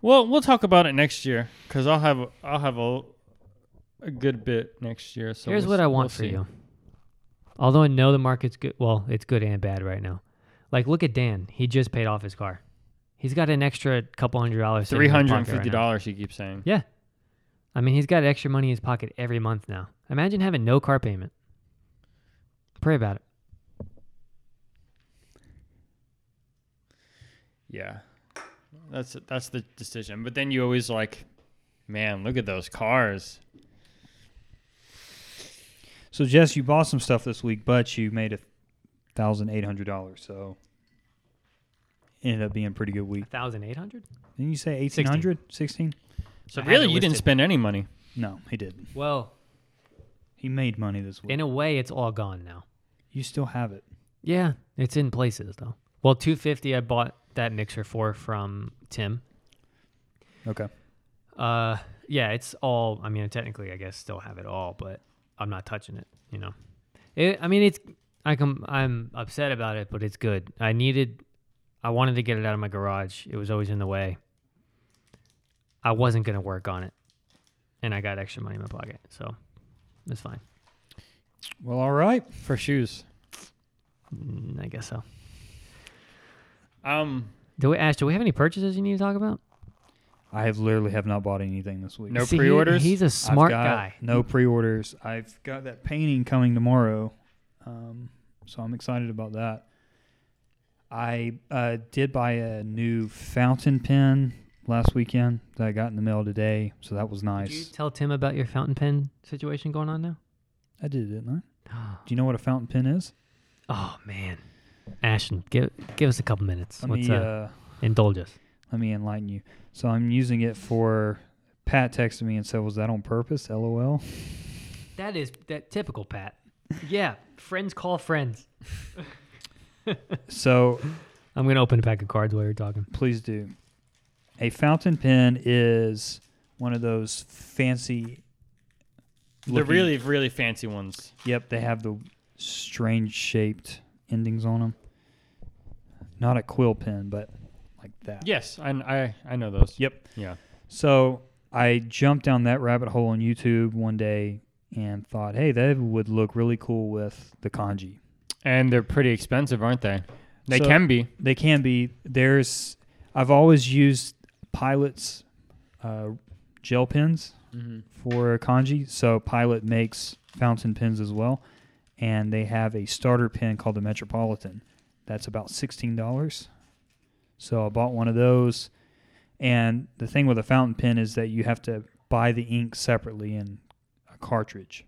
Speaker 1: Well, we'll talk about it next year because I'll have I'll have a, a good bit next year. So
Speaker 2: Here's
Speaker 1: we'll
Speaker 2: what I
Speaker 1: s-
Speaker 2: want
Speaker 1: we'll
Speaker 2: for
Speaker 1: see.
Speaker 2: you. Although I know the market's good, well, it's good and bad right now. Like, look at Dan. He just paid off his car. He's got an extra couple hundred dollars. sitting
Speaker 1: Three
Speaker 2: in his
Speaker 1: hundred and
Speaker 2: pocket right
Speaker 1: fifty
Speaker 2: now.
Speaker 1: dollars. You keep saying.
Speaker 2: Yeah. I mean, he's got extra money in his pocket every month now. Imagine having no car payment. Pray about it.
Speaker 1: Yeah, that's that's the decision. But then you always like, man, look at those cars.
Speaker 4: So Jess, you bought some stuff this week, but you made a thousand eight hundred dollars. So ended up being a pretty good week.
Speaker 2: thousand eight hundred.
Speaker 4: Didn't you say eighteen hundred? Sixteen?
Speaker 1: So
Speaker 2: I had
Speaker 1: really,
Speaker 2: it
Speaker 1: you didn't
Speaker 2: listed.
Speaker 1: spend any money.
Speaker 4: No, he didn't.
Speaker 2: Well,
Speaker 4: He made money this week.
Speaker 2: in a way, it's all gone now.
Speaker 4: you still have it.
Speaker 2: Yeah, it's in places though. Well, 250 I bought that mixer for from Tim.
Speaker 4: Okay.
Speaker 2: Uh yeah, it's all I mean, technically I guess still have it all, but I'm not touching it, you know. It, I mean, it's I com- I'm upset about it, but it's good. I needed I wanted to get it out of my garage. It was always in the way. I wasn't going to work on it. And I got extra money in my pocket, so it's fine.
Speaker 4: Well, all right.
Speaker 1: for shoes.
Speaker 2: Mm, I guess so.
Speaker 1: Um,
Speaker 2: Do we Ash, do we have any purchases you need to talk about?
Speaker 4: I have literally have not bought anything this week.
Speaker 1: No
Speaker 2: See, he-
Speaker 1: pre-orders?
Speaker 2: he's a
Speaker 4: I've
Speaker 2: smart
Speaker 4: got
Speaker 2: guy.
Speaker 4: No pre-orders. I've got that painting coming tomorrow, um, so I'm excited about that. I uh, did buy a new fountain pen last weekend that I got in the mail today, so that was
Speaker 2: Did you
Speaker 4: nice.
Speaker 2: tell Tim about your fountain pen situation going on now?
Speaker 4: I did, didn't I? Do you know what a fountain pen is?
Speaker 2: Oh man, Ashton, give give us a couple minutes.
Speaker 4: Let
Speaker 2: Let's
Speaker 4: me
Speaker 2: uh,
Speaker 4: uh,
Speaker 2: indulge us.
Speaker 4: let me enlighten you. So I'm using it for. Pat texted me and said, "Was that on purpose?" LOL.
Speaker 2: That is that typical Pat. Yeah, friends call friends.
Speaker 4: So
Speaker 2: I'm gonna open a pack of cards while you're talking.
Speaker 4: Please do. A fountain pen is one of those fancy.
Speaker 1: the
Speaker 4: looking-
Speaker 1: really really fancy ones.
Speaker 4: Yep, they have the strange shaped endings on them. Not a quill pen, but like that.
Speaker 1: Yes, I I, I know those.
Speaker 4: Yep.
Speaker 1: Yeah.
Speaker 4: So I jumped down that rabbit hole on YouTube one day and thought, hey, that would look really cool with the kanji.
Speaker 1: And they're pretty expensive, aren't they? They
Speaker 4: So-
Speaker 1: can be.
Speaker 4: They can be. There's. I've always used Pilot's uh, gel pens.
Speaker 1: Mm-hmm.
Speaker 4: for kanji. So Pilot makes fountain pens as well, and they have a starter pen called the Metropolitan. That's about sixteen dollars. So I bought one of those, and the thing with a fountain pen is that you have to buy the ink separately in a cartridge,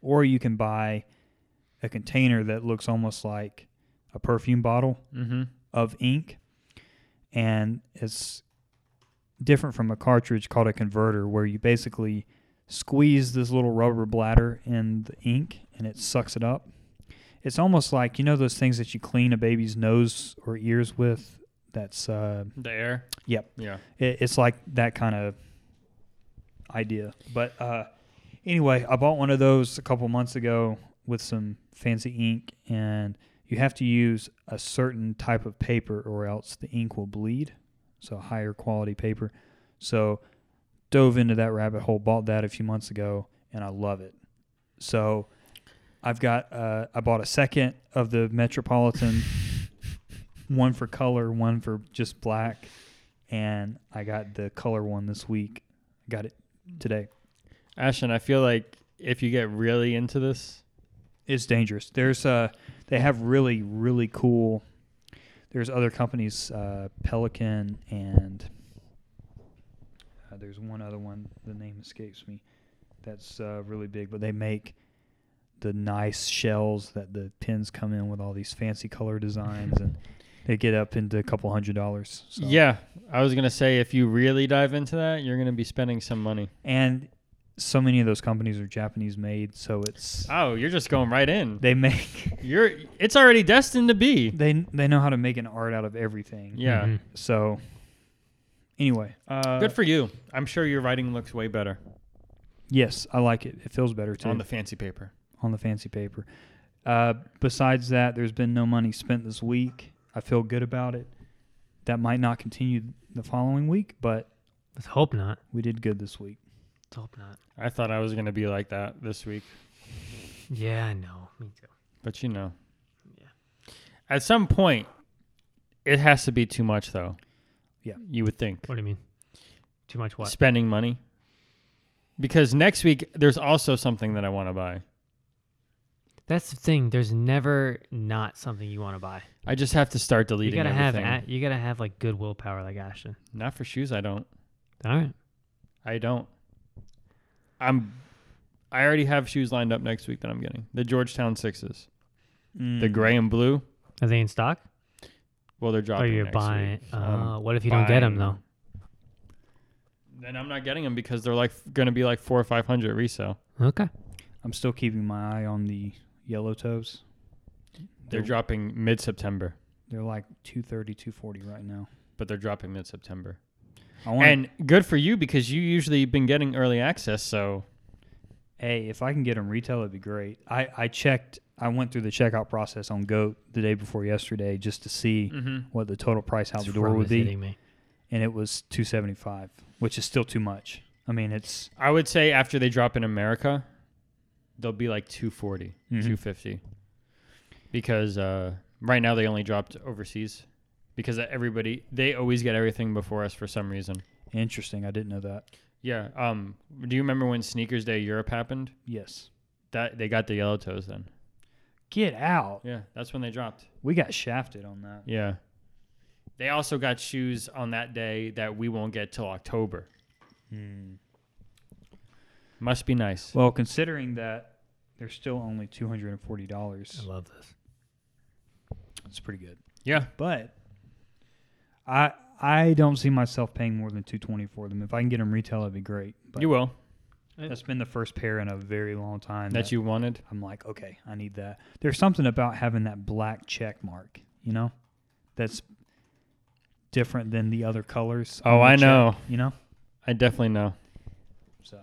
Speaker 4: or you can buy a container that looks almost like a perfume bottle
Speaker 1: Mm-hmm.
Speaker 4: of ink, and it's different from a cartridge called a converter, where you basically squeeze this little rubber bladder in the ink and it sucks it up. It's almost like you know those things that you clean a baby's nose or ears with. That's uh,
Speaker 1: The air.
Speaker 4: Yep.
Speaker 1: Yeah.
Speaker 4: it, it's like that kind of idea. But uh, anyway, I bought one of those a couple months ago with some fancy ink, and you have to use a certain type of paper or else the ink will bleed. So, higher quality paper. So, dove into that rabbit hole, bought that a few months ago, and I love it. So, I've got, uh, I bought a second of the Metropolitan, one for color, one for just black and I got the color one this week. I got it today.
Speaker 1: Ashton, I feel like if you get really into this,
Speaker 4: It's dangerous. There's uh they have really really cool. There's other companies, uh, Pelican and uh, there's one other one. The name escapes me. That's uh, really big, but they make the nice shells that the pins come in with all these fancy color designs, and they get up into a couple hundred dollars. So.
Speaker 1: yeah, I was gonna say if you really dive into that, you're gonna be spending some money.
Speaker 4: and so many of those companies are Japanese made, so it's
Speaker 1: Oh, you're just going right in.
Speaker 4: they make
Speaker 1: You're it's already destined to be.
Speaker 4: they they know how to make an art out of everything.
Speaker 1: Yeah,
Speaker 2: Mhm.
Speaker 4: So anyway, uh,
Speaker 1: good for you. I'm sure your writing looks way better
Speaker 4: yes, I like it. It feels better too
Speaker 1: on the fancy paper.
Speaker 4: on the fancy paper. Uh, besides that, there's been no money spent this week. I feel good about it. That might not continue the following week, but
Speaker 2: Let's hope not.
Speaker 4: we did good this week.
Speaker 2: Let's hope not.
Speaker 1: I thought I was gonna be like that this week,
Speaker 2: Yeah, I know. Me too.
Speaker 1: but you know,
Speaker 2: Yeah.
Speaker 1: at some point, it has to be too much though.
Speaker 4: Yeah.
Speaker 1: you would think.
Speaker 2: What do you mean? Too much what?
Speaker 1: spending money because next week there's also something that I want to buy.
Speaker 2: That's the thing. There's never not something you want to buy.
Speaker 1: I just have to start
Speaker 2: You
Speaker 1: deleting
Speaker 2: gotta have
Speaker 1: everything.
Speaker 2: a, you gotta have like good willpower, like Ashton.
Speaker 1: Not for shoes. I don't.
Speaker 2: All right.
Speaker 1: I don't. I'm. I already have shoes lined up next week that I'm getting. The Georgetown Sixes, the
Speaker 4: Mm.
Speaker 1: gray and blue.
Speaker 2: Are they in stock?
Speaker 1: Well, they're
Speaker 2: or
Speaker 1: dropping.
Speaker 2: Oh, you're
Speaker 1: next
Speaker 2: buying?
Speaker 1: Week, Um, so I'm
Speaker 2: Uh, what if you don't get them though?
Speaker 1: buying- Then I'm not getting them because they're like going to be like four or five hundred resale.
Speaker 2: Okay.
Speaker 4: I'm still keeping my eye on the yellow toes.
Speaker 1: They're
Speaker 4: They're-
Speaker 1: dropping mid September,
Speaker 4: They're like 230, 240 right now.
Speaker 1: but they're dropping mid September.
Speaker 4: I want
Speaker 1: And good for you because you usually been getting early access. So
Speaker 4: hey, if I can get them retail, it'd be great. I, I checked, I went through the checkout process on Goat the day before yesterday just to see
Speaker 1: Mm-hmm.
Speaker 2: Mm-hmm.
Speaker 4: what the total price out
Speaker 2: This
Speaker 4: the door
Speaker 2: rum
Speaker 4: would
Speaker 2: is
Speaker 4: be,
Speaker 2: hitting me.
Speaker 4: and it was two seventy five, which is still too much. I mean, it's
Speaker 1: I would say after they drop in America, they'll be like 240,
Speaker 4: Mhm.
Speaker 2: Mm-hmm.
Speaker 1: 250. Because uh, right now they only dropped overseas because everybody, they always get everything before us for some reason.
Speaker 4: interesting. I didn't know that.
Speaker 1: Yeah. Um, do you remember when Sneakers Day Europe happened?
Speaker 4: Yes,
Speaker 1: That They got the yellow toes then.
Speaker 4: get out.
Speaker 1: Yeah. That's when they dropped.
Speaker 4: We got shafted on that.
Speaker 1: Yeah. They also got shoes on that day that we won't get till October. Must be nice.
Speaker 4: Well, considering that they're still only two hundred and forty dollars,
Speaker 2: I love this.
Speaker 4: it's pretty good.
Speaker 1: yeah.
Speaker 4: But I I don't see myself paying more than two twenty for them. If I can get them retail, it'd be great. But
Speaker 1: You will.
Speaker 4: That's been the first pair in a very long time.
Speaker 1: That you wanted.
Speaker 4: I'm like, okay, I need that. There's something about having that black check mark, you know, that's different than the other colors. on
Speaker 1: Oh,
Speaker 4: the
Speaker 1: I know.
Speaker 4: check, you know,
Speaker 1: I definitely know.
Speaker 4: so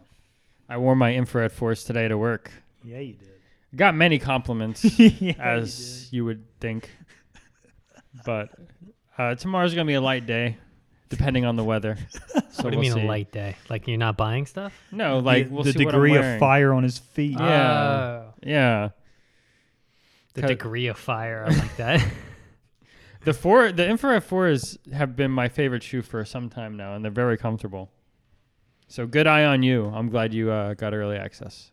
Speaker 1: I wore my infrared force today to work.
Speaker 4: yeah, you did.
Speaker 1: Got many compliments,
Speaker 4: yeah,
Speaker 1: as you, would think. But uh, tomorrow's gonna be a light day, depending on the weather. So
Speaker 2: what do you mean
Speaker 1: we'll
Speaker 2: a
Speaker 1: see.
Speaker 2: light day? Like you're not buying stuff?
Speaker 1: No, like
Speaker 4: the,
Speaker 1: we'll
Speaker 4: the
Speaker 1: see
Speaker 4: degree
Speaker 1: what I'm
Speaker 4: of
Speaker 1: wearing.
Speaker 4: fire on his feet.
Speaker 1: Yeah.
Speaker 2: Oh.
Speaker 1: Yeah,
Speaker 2: the
Speaker 1: Cut-
Speaker 2: degree of fire. I like that.
Speaker 1: the four, the infrared fours have been my favorite shoe for some time now, and they're very comfortable. So good eye on you. I'm glad you uh, got early access.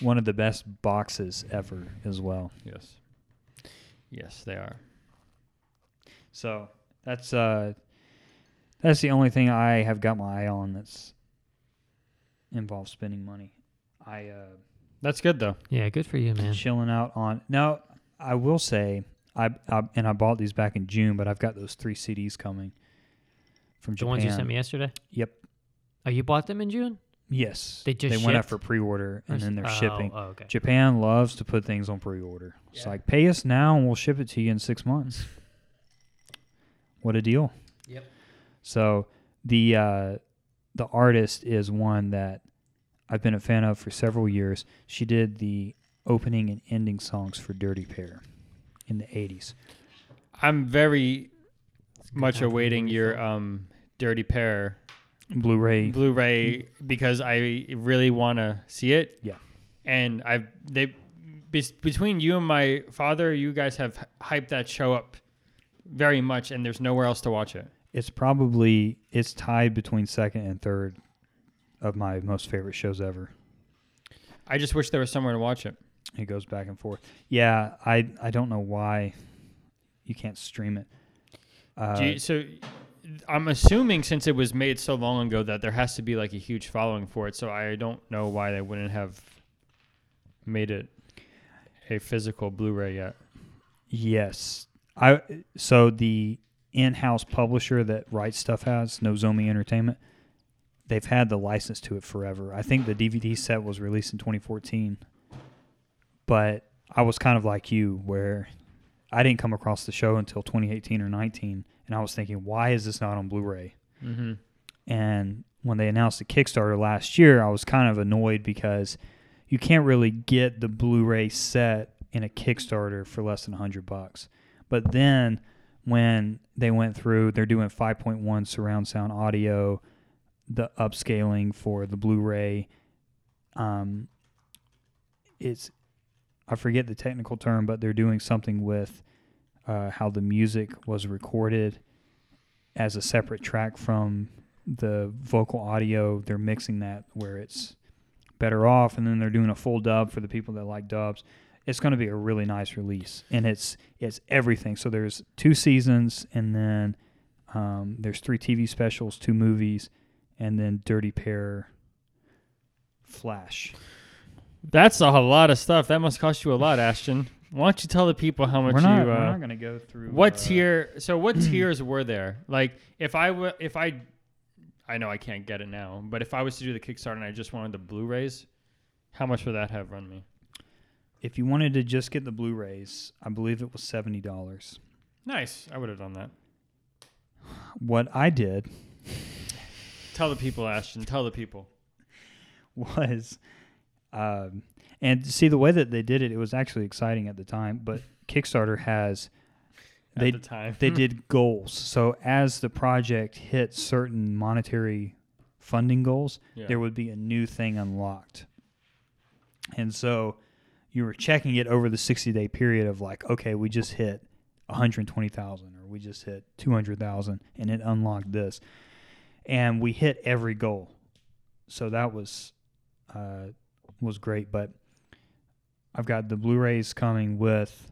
Speaker 4: One of the best boxes ever, as well.
Speaker 1: Yes. Yes, they are.
Speaker 4: So that's uh, that's the only thing I have got my eye on that's involves spending money. I uh.
Speaker 1: That's good though.
Speaker 2: yeah, good for you, man.
Speaker 4: chilling out on now i will say I, I and i bought these back in june but i've got those three cds coming from
Speaker 2: The
Speaker 4: japan
Speaker 2: ones you sent me yesterday?
Speaker 4: yep
Speaker 2: Oh, you bought them in June?
Speaker 4: yes
Speaker 2: They just
Speaker 4: they went out
Speaker 2: shipped?
Speaker 4: for pre-order and then they're
Speaker 2: Oh,
Speaker 4: shipping
Speaker 2: Oh, okay.
Speaker 4: japan loves to put things on pre-order it's
Speaker 1: Yeah.
Speaker 4: like pay us now and we'll ship it to you in six months what a deal
Speaker 2: Yep.
Speaker 4: so the uh the artist is one that i've been a fan of for several years she did the opening and ending songs for dirty pair in the 80s
Speaker 1: I'm very much
Speaker 2: time for the
Speaker 1: awaiting
Speaker 2: Dirty
Speaker 1: your
Speaker 2: Pair.
Speaker 1: um, Dirty Pair
Speaker 4: Blu-ray.
Speaker 1: Blu-ray because I really want to see it.
Speaker 4: Yeah.
Speaker 1: and I've they bes- between you and my father, you guys have h- hyped that show up very much, and there's nowhere else to watch it.
Speaker 4: it's probably it's tied between second and third of my most favorite shows ever.
Speaker 1: I just wish there was somewhere to watch it.
Speaker 4: It goes back and forth. Yeah, I I don't know why you can't stream it. Uh,
Speaker 1: Do you, so I'm assuming since it was made so long ago that there has to be like a huge following for it. So I don't know why they wouldn't have made it a physical Blu-ray yet.
Speaker 4: yes, I so the in-house publisher that writes stuff has Nozomi Entertainment. They've had the license to it forever. I think the DVD set was released in 2014, but I was kind of like you, where I didn't come across the show until 2018 or 19, and I was thinking, why is this not on Blu-ray?
Speaker 1: Mm-hmm.
Speaker 4: And when they announced the Kickstarter last year, I was kind of annoyed because you can't really get the Blu-ray set in a Kickstarter for less than 100 bucks. But then when they went through, they're doing 5.1 surround sound audio, the upscaling for the Blu-ray. Um, it's I forget the technical term, but they're doing something with uh, how the music was recorded as a separate track from the vocal audio. They're mixing that where it's better off, and then they're doing a full dub for the people that like dubs. It's going to be a really nice release, and it's it's everything. So there's two seasons, and then um, there's three TV specials, two movies, and then Dirty Pair Flash.
Speaker 1: That's a lot of stuff. That must cost you a lot, Ashton. Why don't you tell the people how much
Speaker 4: we're not,
Speaker 1: you?
Speaker 4: we're
Speaker 1: Uh,
Speaker 4: not going to go through
Speaker 1: what
Speaker 4: uh,
Speaker 1: tier? So what tiers were there? Like if I w- if I, I know I can't get it now, but if I was to do the Kickstarter and I just wanted the Blu-rays, how much would that have run me?
Speaker 4: If you wanted to just get the Blu-rays, I believe it was seventy dollars.
Speaker 1: Nice. I would have done that.
Speaker 4: What I did
Speaker 1: Tell the people, Ashton. Tell the people.
Speaker 4: was um, and see the way that they did it it was actually exciting at the time but kickstarter has
Speaker 1: At
Speaker 4: they
Speaker 1: the hmm. time,
Speaker 4: they did goals so as the project hit certain monetary funding goals
Speaker 1: Yeah.
Speaker 4: there would be a new thing unlocked and so you were checking it over the 60 day period of like okay we just hit 120,000 or we just hit 200,000 and it unlocked this and we hit every goal so that was uh, was great. But I've got the Blu-rays coming with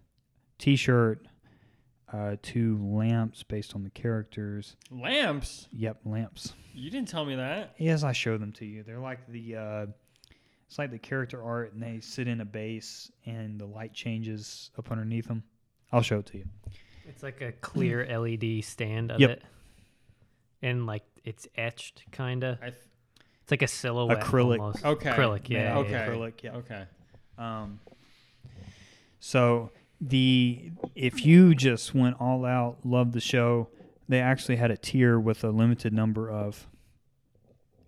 Speaker 4: T-shirt, uh, two lamps based on the characters.
Speaker 1: lamps.
Speaker 4: Yep, lamps.
Speaker 1: You didn't tell me that.
Speaker 4: Yes, I show them to you. They're like the uh, it's like the character art, and they sit in a base, and the light changes up underneath them. I'll show it to you.
Speaker 2: It's like a clear LED stand of
Speaker 4: Yep.
Speaker 2: it, and like it's etched, kind of.
Speaker 1: I th-
Speaker 2: It's like a silhouette.
Speaker 4: Acrylic.
Speaker 2: almost.
Speaker 1: Okay.
Speaker 2: Acrylic.
Speaker 4: Made
Speaker 2: Yeah.
Speaker 4: out of
Speaker 2: Okay.
Speaker 1: yeah.
Speaker 4: acrylic, yeah.
Speaker 1: okay.
Speaker 4: Um, so the if you just went all out, loved the show, they actually had a tier with a limited number of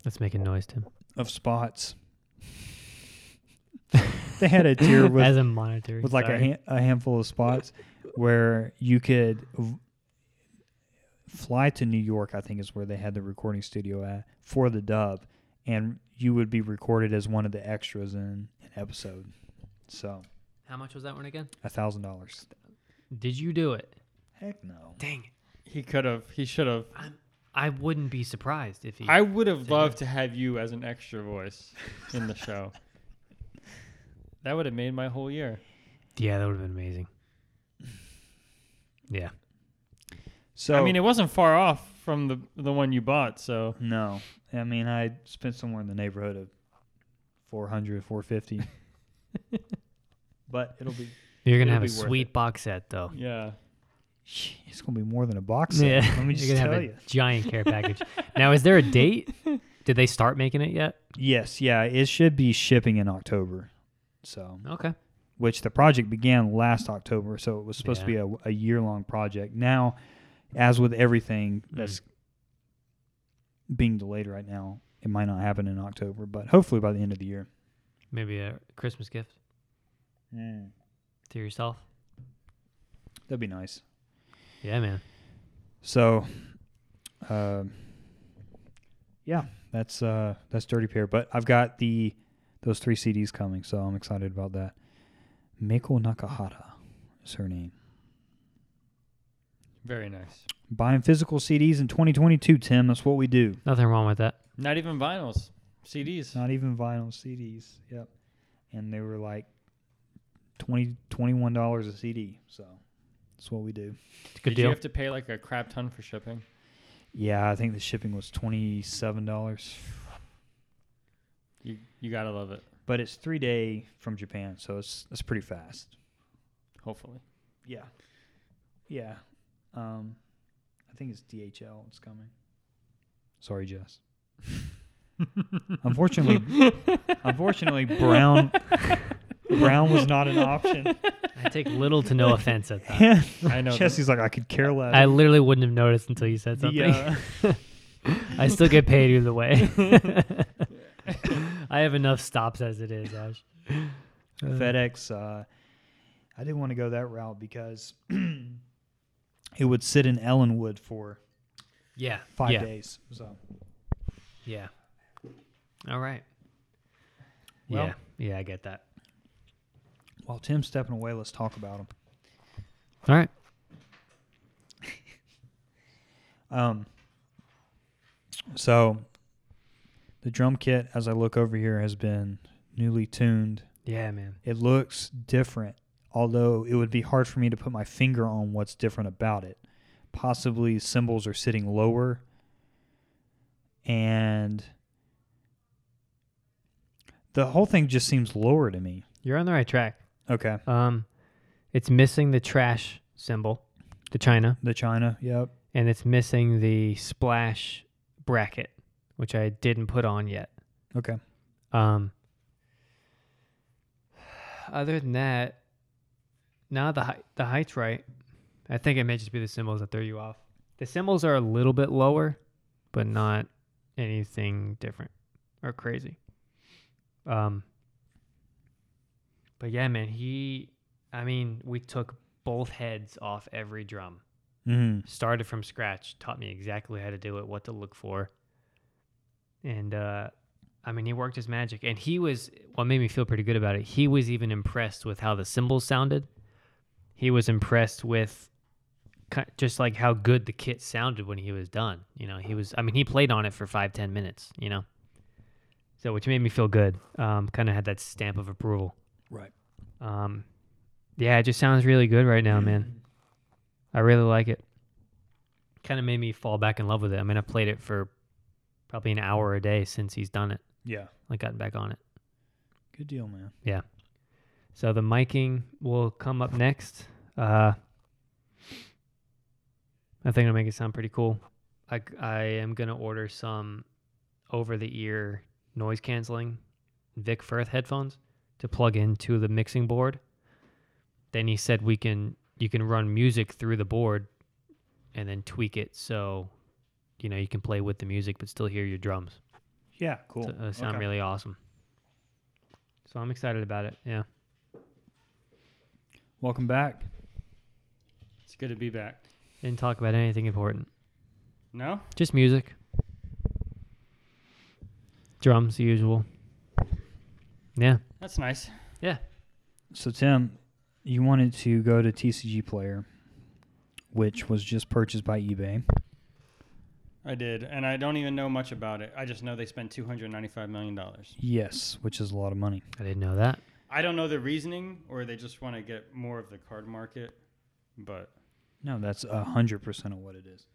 Speaker 2: That's making noise, Tim.
Speaker 4: of spots. they had a tier with
Speaker 2: As a monitor.
Speaker 4: with like a,
Speaker 2: sorry.
Speaker 4: han- a handful of spots where you could v- fly to New York, I think is where they had the recording studio at for the dub, and you would be recorded as one of the extras in an episode. So
Speaker 2: How much was that one again?
Speaker 4: a thousand dollars.
Speaker 2: Did you do it?
Speaker 4: Heck no.
Speaker 2: Dang. it.
Speaker 1: He could have. He should have.
Speaker 2: I wouldn't be surprised if he.
Speaker 1: I would have loved to have you as an extra voice in the show. that would have made my whole year.
Speaker 2: yeah, that would have been amazing. Yeah.
Speaker 4: So
Speaker 1: I mean, it wasn't far off from the the one you bought. So
Speaker 4: no. I mean, I spent somewhere in the neighborhood of 400, 450. but it'll be
Speaker 2: You're gonna have
Speaker 1: It'll
Speaker 2: a
Speaker 1: be worth
Speaker 2: sweet box set though.
Speaker 1: yeah,
Speaker 4: it's gonna be more than a box. set.
Speaker 2: Yeah.
Speaker 4: Let me just
Speaker 2: You're gonna
Speaker 4: tell
Speaker 2: have
Speaker 4: you.
Speaker 2: a giant care package. now, is there a date? Did they start making it yet?
Speaker 4: Yes, yeah, it should be shipping in October. So,
Speaker 2: Okay.
Speaker 4: which the project began last October, so it was supposed
Speaker 2: Yeah.
Speaker 4: to be a, a year long project. Now, as with everything that's being delayed right now, it might not happen in October, but hopefully by the end of the year.
Speaker 2: Maybe a Christmas gift to yourself.
Speaker 4: That'd be nice.
Speaker 2: Yeah, man.
Speaker 4: So, um, yeah, that's uh, that's Dirty Pair. But I've got the those three CDs coming, so I'm excited about that. Miko Nakahara is her name.
Speaker 1: Very nice.
Speaker 4: Buying physical CDs in 2022, Tim. That's what we do.
Speaker 2: Nothing wrong with that.
Speaker 1: Not even vinyls, CDs.
Speaker 4: Not even vinyl CDs. Yep. And they were like 20 $21 a CD. So that's what we do.
Speaker 2: It's a good
Speaker 1: Did you
Speaker 2: deal.
Speaker 1: have to pay like a crap ton for shipping?
Speaker 4: Yeah, I think the shipping was $27.
Speaker 1: You you gotta love it.
Speaker 4: But it's 3 day from Japan, so it's it's pretty fast.
Speaker 1: Hopefully,
Speaker 4: Yeah. Yeah. Um I think it's DHL it's coming. Sorry, Jess. unfortunately unfortunately Brown Brown was not an option.
Speaker 2: I take little to no offense at that.
Speaker 1: I know. that-
Speaker 4: Jesse's like I could care less.
Speaker 2: I literally wouldn't have noticed until you said
Speaker 4: The,
Speaker 2: something.
Speaker 4: uh,
Speaker 2: I still get paid either way. I have enough stops as it is, Ash.
Speaker 4: FedEx. Uh, I didn't want to go that route because it would sit in Ellenwood for
Speaker 2: Yeah.
Speaker 4: five
Speaker 2: yeah,
Speaker 4: days. So
Speaker 2: Yeah. All right.
Speaker 4: Well-
Speaker 2: yeah. Yeah, I get that.
Speaker 4: while Tim's stepping away, let's talk about him.
Speaker 2: All right.
Speaker 4: Um, so the drum kit, as I look over here, has been newly tuned.
Speaker 2: Yeah, man.
Speaker 4: It looks different, although it would be hard for me to put my finger on what's different about it. Possibly cymbals are sitting lower, and the whole thing just seems lower to me.
Speaker 2: You're on the right track.
Speaker 4: Okay,
Speaker 2: Um, it's missing the trash symbol, the China,
Speaker 4: the China, yep,
Speaker 2: and it's missing the splash bracket, which I didn't put on yet.
Speaker 4: okay,
Speaker 2: Um, other than that, now the height, the height's right. I think it may just be the symbols that throw you off. The symbols are a little bit lower, but not anything different or crazy. Um, but yeah, man, he. I mean, we took both heads off every drum
Speaker 4: mm,
Speaker 2: started from scratch, taught me exactly how to do it, what to look for. And uh, I mean, he worked his magic. And he was, what made me feel pretty good about it, he was even impressed with how the cymbals sounded. He was impressed with ki- just like how good the kit sounded when he was done. You know, he was, I mean, he played on it for five, ten minutes, you know? So, which made me feel good. Um, kind of had that stamp of approval.
Speaker 4: right.
Speaker 2: Um, yeah, it just sounds really good right now, man. I really like it. Kind of made me fall back in love with it. I mean, I played it for probably an hour a day since he's done it,
Speaker 4: Yeah,
Speaker 2: like gotten back on it.
Speaker 4: good deal, man.
Speaker 2: So the miking will come up next. Uh, I think it'll make it sound pretty cool. I, I am going to order some over the ear noise canceling Vic Firth headphones to plug into the mixing board. Then he said we can you can run music through the board and then tweak it so you know you can play with the music but still hear your drums.
Speaker 4: Yeah, cool.
Speaker 2: So it'll uh, sound
Speaker 4: Okay.
Speaker 2: really awesome. So I'm excited about it. Yeah.
Speaker 4: Welcome back.
Speaker 1: it's good to be back.
Speaker 2: Didn't talk about anything important.
Speaker 1: No,
Speaker 2: Just music. Drums, the usual. Yeah.
Speaker 1: that's nice.
Speaker 4: So Tim, you wanted to go to TCG Player, which was just purchased by eBay.
Speaker 1: I did, and I don't even know much about it. I just know they spent two hundred ninety-five million dollars.
Speaker 4: Yes, which is a lot of money.
Speaker 2: I didn't know that.
Speaker 1: I don't know the reasoning, or they just want to get more of the card market. But
Speaker 4: No, that's a hundred percent of what it is.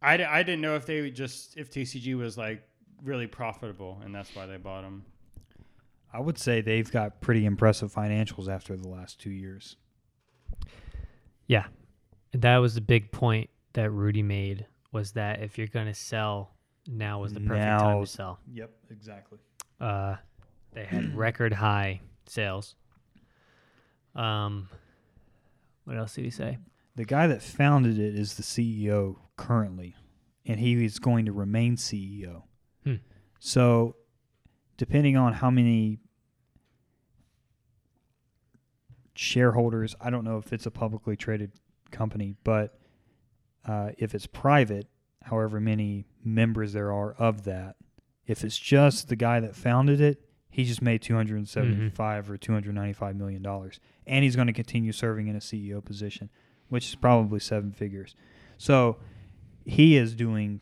Speaker 1: I, d- I didn't know if they just if TCG was like really profitable, and that's why they bought them.
Speaker 4: I would say they've got pretty impressive financials after the last two years.
Speaker 2: That was the big point that Rudy made was that if you're gonna sell, now was the perfect time
Speaker 4: Now-
Speaker 2: to sell.
Speaker 4: Yep, exactly.
Speaker 2: Uh, they had record high sales. Um, what else did he say?
Speaker 4: The guy that founded it is the CEO currently, and he is going to remain CEO.
Speaker 2: Hmm.
Speaker 4: So, depending on how many shareholders, I don't know if it's a publicly traded company, but uh, if it's private, however many members there are of that, if it's just the guy that founded it, he just made 275 or 295 million dollars and he's going to continue serving in a CEO E position which is probably seven figures. So he is doing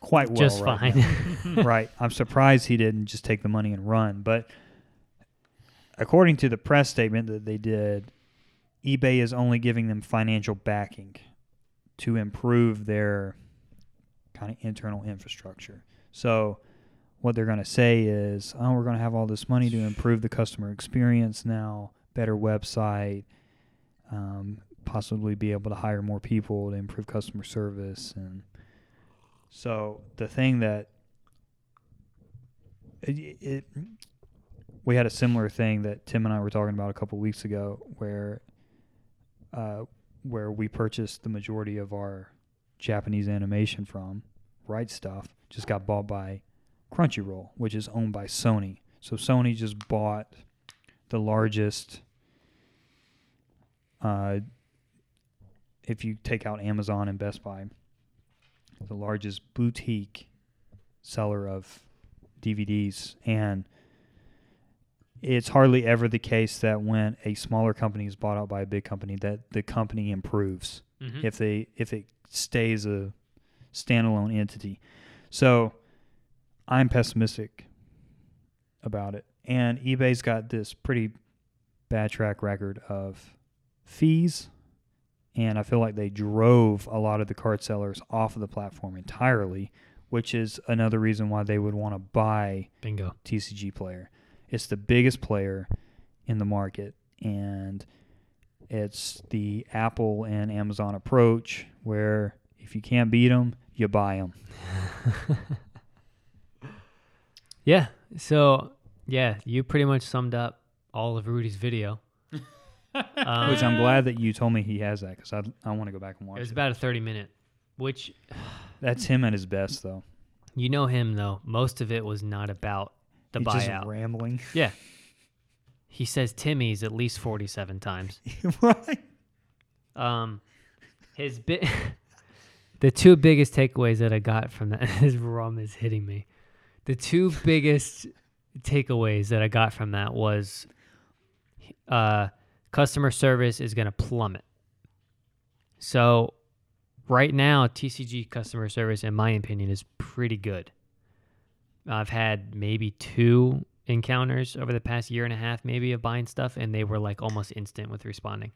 Speaker 4: quite well.
Speaker 2: Just
Speaker 4: right
Speaker 2: fine.
Speaker 4: now. right. I'm surprised he didn't just take the money and run. But according to the press statement that they did, eBay is only giving them financial backing to improve their kind of internal infrastructure. So what they're going to say is, oh, we're going to have all this money to improve the customer experience now, better website, um, possibly be able to hire more people to improve customer service. And so the thing that it, it we had a similar thing that Tim and I were talking about a couple weeks ago, where uh, where we purchased the majority of our Japanese animation from Right Stuff, just got bought by Crunchyroll, which is owned by Sony. So Sony just bought the largest. Uh, if you take out Amazon and Best Buy, the largest boutique seller of DVDs and it's hardly ever the case that when a smaller company is bought out by a big company that the company improves
Speaker 2: Mhm.
Speaker 4: if they if it stays a standalone entity. So I'm pessimistic about it. And eBay's got this pretty bad track record of fees and I feel like they drove a lot of the card sellers off of the platform entirely, which is another reason why they would want to buy
Speaker 2: Bingo.
Speaker 4: TCG player. It's the biggest player in the market, and it's the Apple and Amazon approach where if you can't beat them, you buy them.
Speaker 2: Yeah. So yeah, you pretty much summed up all of Rudy's video. Um,
Speaker 4: Which I'm glad that you told me he has that because I, I want to go back and
Speaker 2: It
Speaker 4: watch
Speaker 2: was
Speaker 4: it.
Speaker 2: about a thirty minute, which
Speaker 4: That's him at his best, though.
Speaker 2: you know him though. Most of it was not about the
Speaker 4: He's just
Speaker 2: buyout.
Speaker 4: rambling.
Speaker 2: yeah. He says Timmy's at least forty seven times.
Speaker 4: right.
Speaker 2: Um, his bit. the two biggest takeaways that I got from that. His rum is hitting me. The two biggest takeaways that I got from that was, uh, customer service is going to plummet. So, right now, TCG customer service, in my opinion, is pretty good. I've had maybe two encounters over the past year and a half, maybe of buying stuff, and they were like almost instant with responding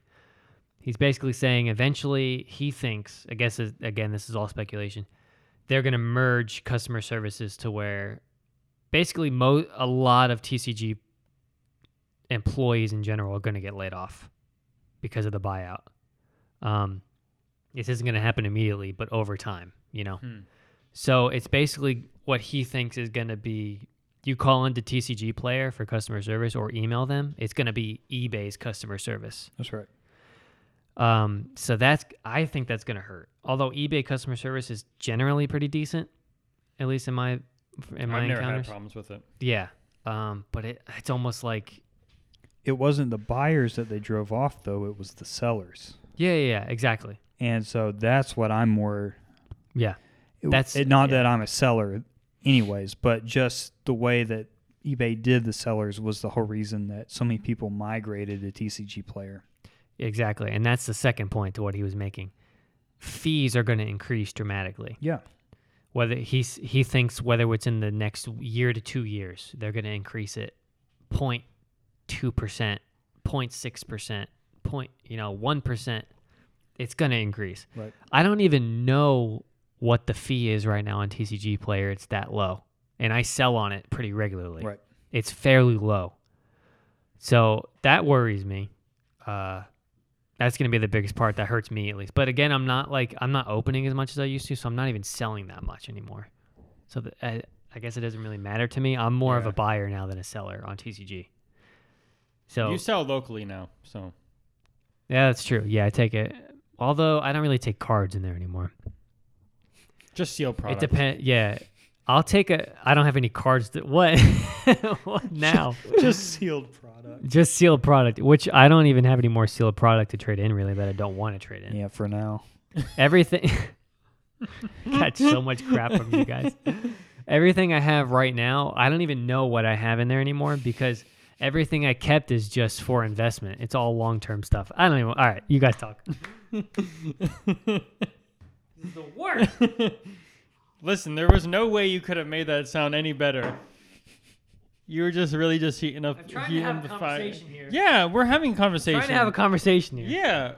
Speaker 2: he's basically saying eventually he thinks i guess is- again this is all speculation they're going to merge customer services to where basically mo- a lot of tcg employees in general are going to get laid off because of the buyout um, this isn't going to happen immediately but over time you know
Speaker 4: Hmm.
Speaker 2: so it's basically what he thinks is going to be you call into tcg player for customer service or email them it's going to be ebay's customer service
Speaker 4: That's right.
Speaker 2: um, so that's I think that's gonna hurt. Although eBay customer service is generally pretty decent, at least in my in my
Speaker 1: I've never had
Speaker 2: encounters.
Speaker 1: problems with it.
Speaker 2: yeah. Um, but it it's almost like
Speaker 4: It wasn't the buyers that they drove off, though, it was the sellers.
Speaker 2: yeah yeah, yeah exactly
Speaker 4: And so that's what I'm more
Speaker 2: yeah
Speaker 4: It-
Speaker 2: That's-
Speaker 4: it, not
Speaker 2: yeah.
Speaker 4: that I'm a seller, anyways, but just the way that eBay did the sellers was the whole reason that so many people migrated to TCG Player.
Speaker 2: exactly. And that's the second point to what he was making. Fees are gonna increase dramatically.
Speaker 4: Yeah,
Speaker 2: whether he's he thinks whether it's in the next year to two years they're going to increase it 0.2 percent 0.6 percent point you know 1 percent it's going to increase
Speaker 4: Right.
Speaker 2: i don't even know what the fee is right now on tcg player it's that low and i sell on it pretty regularly
Speaker 4: Right.
Speaker 2: it's fairly low so that worries me uh that's going to be the biggest part that hurts me at least. But again, I'm not like I'm not opening as much as I used to, so I'm not even selling that much anymore. So th I, I guess it doesn't really matter to me. I'm more of
Speaker 1: Yeah.
Speaker 2: a buyer now than a seller on TCG. So
Speaker 1: You sell locally now, so
Speaker 2: yeah, that's true. Yeah, I take it. Although I don't really take cards in there anymore.
Speaker 1: just seal products.
Speaker 2: It depends. Yeah, I'll take a. I don't have any cards. That what? what now?
Speaker 4: just sealed product.
Speaker 2: Just sealed product, which I don't even have any more sealed product to trade in. Really, that I don't want to trade in.
Speaker 4: Yeah, for now.
Speaker 2: Everything. Got so much crap from you guys. Everything I have right now, I don't even know what I have in there anymore because everything I kept is just for investment. It's all long term stuff. I don't even. All right, you guys talk. the worst.
Speaker 1: Listen, there was no way you could have made that sound any better. You were just really just heating up.
Speaker 2: I'm trying to
Speaker 1: heating
Speaker 2: have a
Speaker 1: the fire.
Speaker 2: conversation here.
Speaker 1: Yeah, we're having conversation.
Speaker 2: Trying to have a conversation here.
Speaker 1: yeah.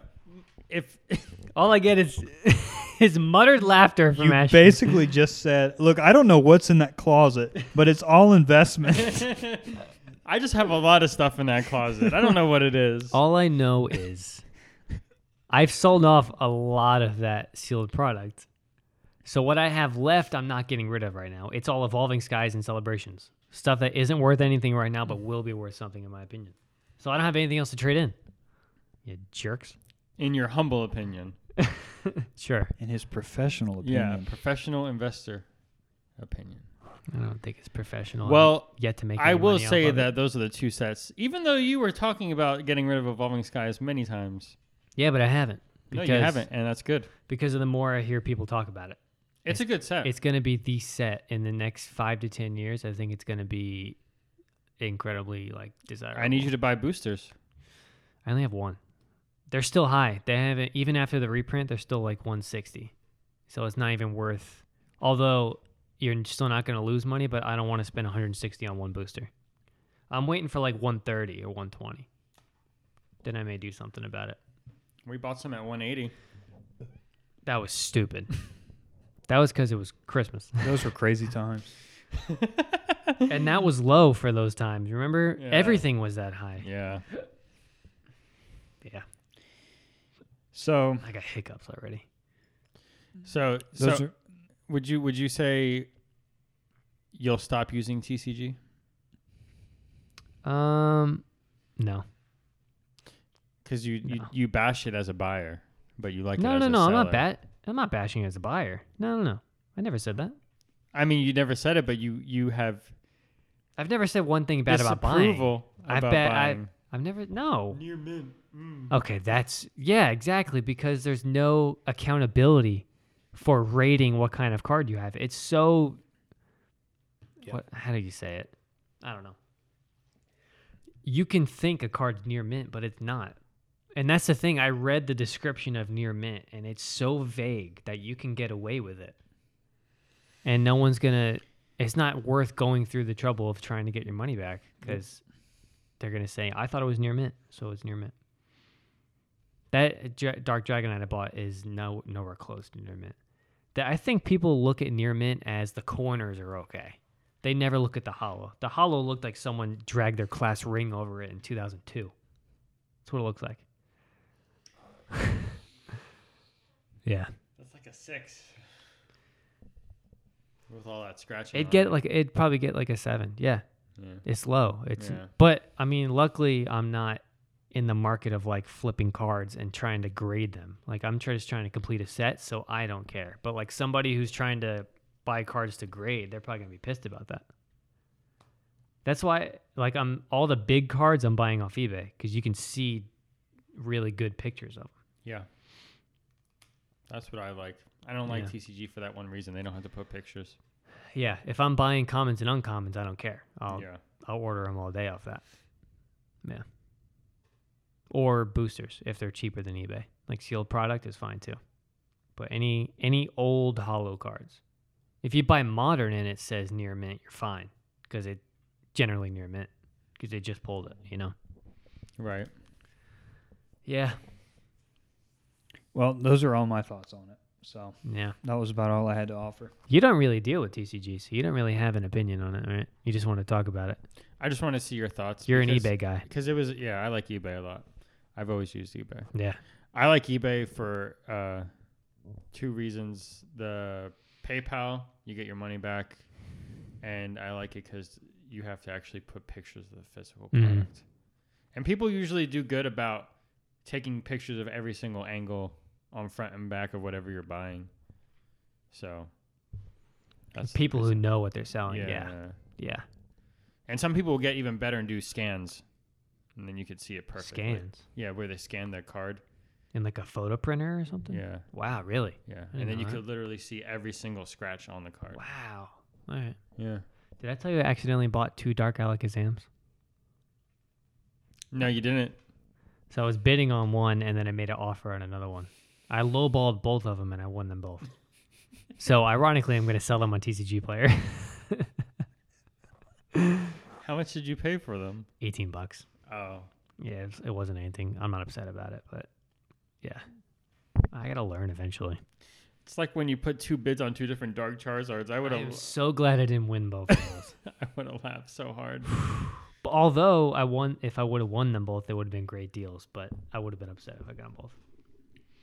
Speaker 1: If
Speaker 2: All I get is is muttered laughter from
Speaker 4: You
Speaker 2: Ashton.
Speaker 4: basically just said, "Look, I don't know what's in that closet, but it's all investment."
Speaker 1: I just have a lot of stuff in that closet. I don't know what it is.
Speaker 2: All I know is I've sold off a lot of that sealed product. So what I have left, I'm not getting rid of right now. It's all evolving skies and celebrations. Stuff that isn't worth anything right now, but will be worth something in my opinion. So I don't have anything else to trade in. You jerks.
Speaker 1: In your humble opinion.
Speaker 2: Sure.
Speaker 4: in his professional
Speaker 1: Yeah,
Speaker 4: opinion,
Speaker 1: professional investor opinion.
Speaker 2: I don't think it's professional. I'm
Speaker 1: Well,
Speaker 2: yet to make.
Speaker 1: I
Speaker 2: any
Speaker 1: will
Speaker 2: money off
Speaker 1: say
Speaker 2: of it.
Speaker 1: that those are the two sets. Even though you were talking about getting rid of Evolving Skies many times,
Speaker 2: Yeah, but I haven't.
Speaker 1: no, you haven't, and that's good.
Speaker 2: Because of the more I hear people talk about it,
Speaker 1: It's a good set.
Speaker 2: it's going to be the set in the next five to ten years. I think it's going to be incredibly like desirable.
Speaker 1: I need you to buy boosters.
Speaker 2: I only have one. They're still high. They haven't even after the reprint. They're still like 160. So it's not even worth. Although you're still not going to lose money, but I don't want to spend 160 on one booster. I'm waiting for like 130 or 120. Then I may do something about it.
Speaker 1: We bought some at 180.
Speaker 2: That was stupid. that was because it was Christmas.
Speaker 4: those were crazy times.
Speaker 2: and that was low for those times. Remember?
Speaker 1: Yeah.
Speaker 2: Everything was that high.
Speaker 1: Yeah.
Speaker 2: Yeah.
Speaker 4: So
Speaker 2: I got hiccups already.
Speaker 1: So,
Speaker 4: those
Speaker 1: so
Speaker 4: are
Speaker 1: would you would you say you'll stop using TCG?
Speaker 2: Um, no.
Speaker 1: Because you, you
Speaker 2: No.
Speaker 1: you bash it as a buyer, but you like it
Speaker 2: no,
Speaker 1: as
Speaker 2: no,
Speaker 1: a
Speaker 2: no. I'm
Speaker 1: seller.
Speaker 2: not bat. I'm not bashing as a buyer. No, no, no. I never said that.
Speaker 1: I mean, you never said it, but you you have
Speaker 2: I've never said one thing bad about buying.
Speaker 1: disapproval
Speaker 2: I
Speaker 1: about
Speaker 2: bet I-
Speaker 1: buying.
Speaker 2: I've never no.
Speaker 1: Near min.
Speaker 2: Okay, that's yeah, exactly because there's no accountability for rating what kind of card you have. It's so what how do you say it? I don't know. You can think a card's near mint, but it's not. And that's the thing. I read the description of near mint and it's so vague that you can get away with it. And no one's going to it's not worth going through the trouble of trying to get your money back cuz they're going to say, "I thought it was near mint, so it's near mint." That Dra- Dark Dragonite I bought is no nowhere close to near mint. That I think people look at near mint as the corners are okay. They never look at the hollow. The hollow looked like someone dragged their class ring over it in 2002. That's what it looks like. yeah,
Speaker 1: That's like a six. With all that scratching.
Speaker 2: it'd get like it'd probably get like a seven. Yeah,
Speaker 1: Yeah.
Speaker 2: it's low. It's
Speaker 1: Yeah.
Speaker 2: but I mean, luckily I'm not in the market of like flipping cards and trying to grade them. Like I'm try- just trying to complete a set, so I don't care. But like somebody who's trying to buy cards to grade, they're probably gonna be pissed about that. That's why like I'm all the big cards I'm buying off eBay because you can see really good pictures of them.
Speaker 1: Yeah. That's what I like. I don't like
Speaker 2: Yeah.
Speaker 1: TCG for that one reason. They don't have to put pictures.
Speaker 2: Yeah, if I'm buying commons and uncommons, I don't care. I'll
Speaker 1: Yeah.
Speaker 2: I'll order them all day off that. Yeah. Or boosters if they're cheaper than eBay. Like sealed product is fine too. But any any old hollow cards. If you buy modern and it says near mint, you're fine because it generally near mint because they just pulled it, you know.
Speaker 1: Right.
Speaker 2: Yeah.
Speaker 4: well, those are all my thoughts on it. So
Speaker 2: Yeah.
Speaker 4: that was about all I had to offer.
Speaker 2: You don't really deal with TCG, so you don't really have an opinion on it, right? You just want to talk about it.
Speaker 1: I just want to see your thoughts.
Speaker 2: You're
Speaker 1: because,
Speaker 2: an eBay guy.
Speaker 1: Because it was, yeah, I like eBay a lot. I've always used eBay.
Speaker 2: Yeah.
Speaker 1: I like eBay for uh, two reasons. The PayPal, you get your money back, and I like it because you have to actually put pictures of the physical
Speaker 2: Mhm.
Speaker 1: product. And people usually do good about taking pictures of every single angle on front and back of whatever you're buying. So, that's the
Speaker 2: People who
Speaker 1: reason.
Speaker 2: know what they're selling. Yeah. Yeah.
Speaker 1: And some people will get even better and do scans, and then you could see it perfectly.
Speaker 2: Scans.
Speaker 1: Yeah, where they scan their card.
Speaker 2: In like a photo printer or something?
Speaker 1: Yeah.
Speaker 2: Wow, really? I
Speaker 1: Yeah, and
Speaker 2: know
Speaker 1: then you
Speaker 2: that.
Speaker 1: could literally see every single scratch on the card.
Speaker 2: Wow. All right.
Speaker 1: Yeah.
Speaker 2: Did I tell you I accidentally bought two Dark Alakazams?
Speaker 1: No, you didn't.
Speaker 2: So I was bidding on one, and then I made an offer on another one. I lowballed both of them, and I won them both. so ironically, I'm going to sell them on TCG Player,
Speaker 1: How much did you pay for them?
Speaker 2: 18 bucks.
Speaker 1: Oh,
Speaker 2: Yeah, it, it wasn't anything. I'm not upset about it, but yeah, I got to learn eventually.
Speaker 1: it's like when you put two bids on two different dark Charizards. I would
Speaker 2: I'm
Speaker 1: have,
Speaker 2: so glad I didn't win both of those.
Speaker 1: I would have laughed so hard.
Speaker 2: But although I won, if I would have won them both, they would have been great deals. But I would have been upset if I got them both.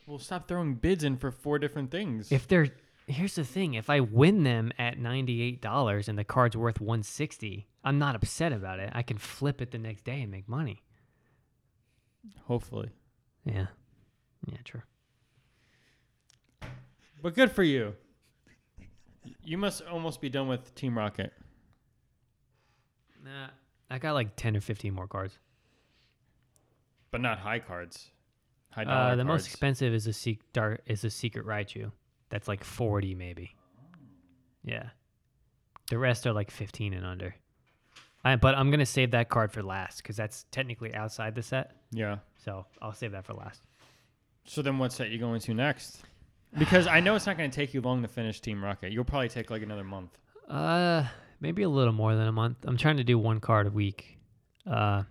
Speaker 1: Well, stop throwing bids in for four different things.
Speaker 2: If they're here's the thing, if I win them at ninety eight dollars and the card's worth one sixty, I'm not upset about it. I can flip it the next day and make money.
Speaker 1: Hopefully,
Speaker 2: Yeah, yeah, true.
Speaker 1: but good for you. You must almost be done with Team Rocket.
Speaker 2: Nah, I got like ten or fifteen more cards.
Speaker 1: but not high cards. High dollar
Speaker 2: Uh, the
Speaker 1: cards.
Speaker 2: most expensive is a sec- dark is a secret Raichu. That's like forty maybe. Yeah, the rest are like fifteen and under. I, but I'm gonna save that card for last because that's technically outside the set.
Speaker 1: yeah.
Speaker 2: So I'll save that for last.
Speaker 1: So then, what set you going to next? Because I know it's not going to take you long to finish Team Rocket. You'll probably take like another month.
Speaker 2: Uh, maybe a little more than a month. I'm trying to do one card a week. Uh,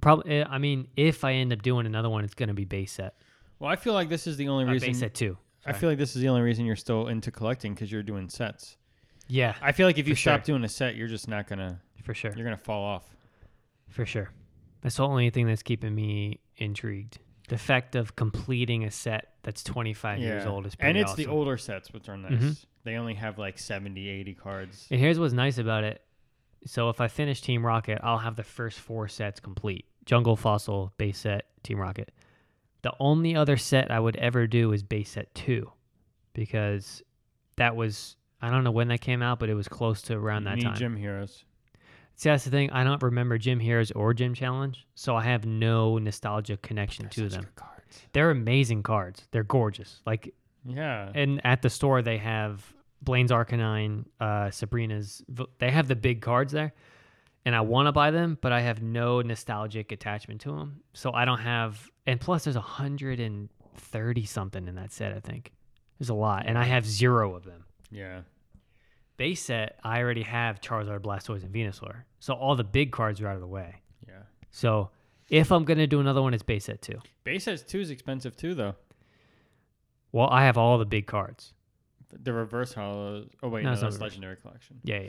Speaker 2: probably. I mean, if I end up doing another one, it's gonna be base set.
Speaker 1: Well, I feel like this is the only
Speaker 2: Or base
Speaker 1: reason.
Speaker 2: set two.
Speaker 1: I
Speaker 2: sorry.
Speaker 1: feel like this is the only reason you're still into collecting because you're doing sets.
Speaker 2: Yeah,
Speaker 1: I feel like if you
Speaker 2: For
Speaker 1: stop doing a set, you're just not gonna.
Speaker 2: for sure,
Speaker 1: You're gonna fall off.
Speaker 2: for sure. That's the only thing that's keeping me intrigued. The fact of completing a set that's 25 years old is pretty
Speaker 1: and it's the
Speaker 2: awesome.
Speaker 1: older sets which are nice.
Speaker 2: Mhm.
Speaker 1: They only have like 70, 80 cards.
Speaker 2: And here's what's nice about it. So if I finish Team Rocket, I'll have the first four sets complete. Jungle Fossil, base set, Team Rocket. The only other set I would ever do is base set 2 because that was I don't know when that came out, but it was close to around
Speaker 1: You
Speaker 2: that
Speaker 1: need
Speaker 2: time.
Speaker 1: gym heroes.
Speaker 2: See, that's the thing. I don't remember Gym Heroes or Gym Challenge, so I have no nostalgia connection to them.
Speaker 1: cards.
Speaker 2: They're amazing cards. They're gorgeous. Like
Speaker 1: Yeah.
Speaker 2: and at the store they have Blaine's Arcanine, uh, Sabrina's. V- They have the big cards there, and I want to buy them, but I have no nostalgic attachment to them, so I don't have. And plus, there's a hundred and thirty something in that set. I think there's a lot, and I have zero of them.
Speaker 1: yeah.
Speaker 2: Base set, I already have Charizard, Blastoise, and Venusaur, so all the big cards are out of the way.
Speaker 1: Yeah.
Speaker 2: So if I'm gonna do another one, it's base set too.
Speaker 1: Base sets two is expensive too, though.
Speaker 2: Well, I have all the big cards.
Speaker 1: The reverse hollows. Oh wait,
Speaker 2: No,
Speaker 1: no,
Speaker 2: it's not
Speaker 1: that's
Speaker 2: reverse.
Speaker 1: legendary collection.
Speaker 2: Yeah,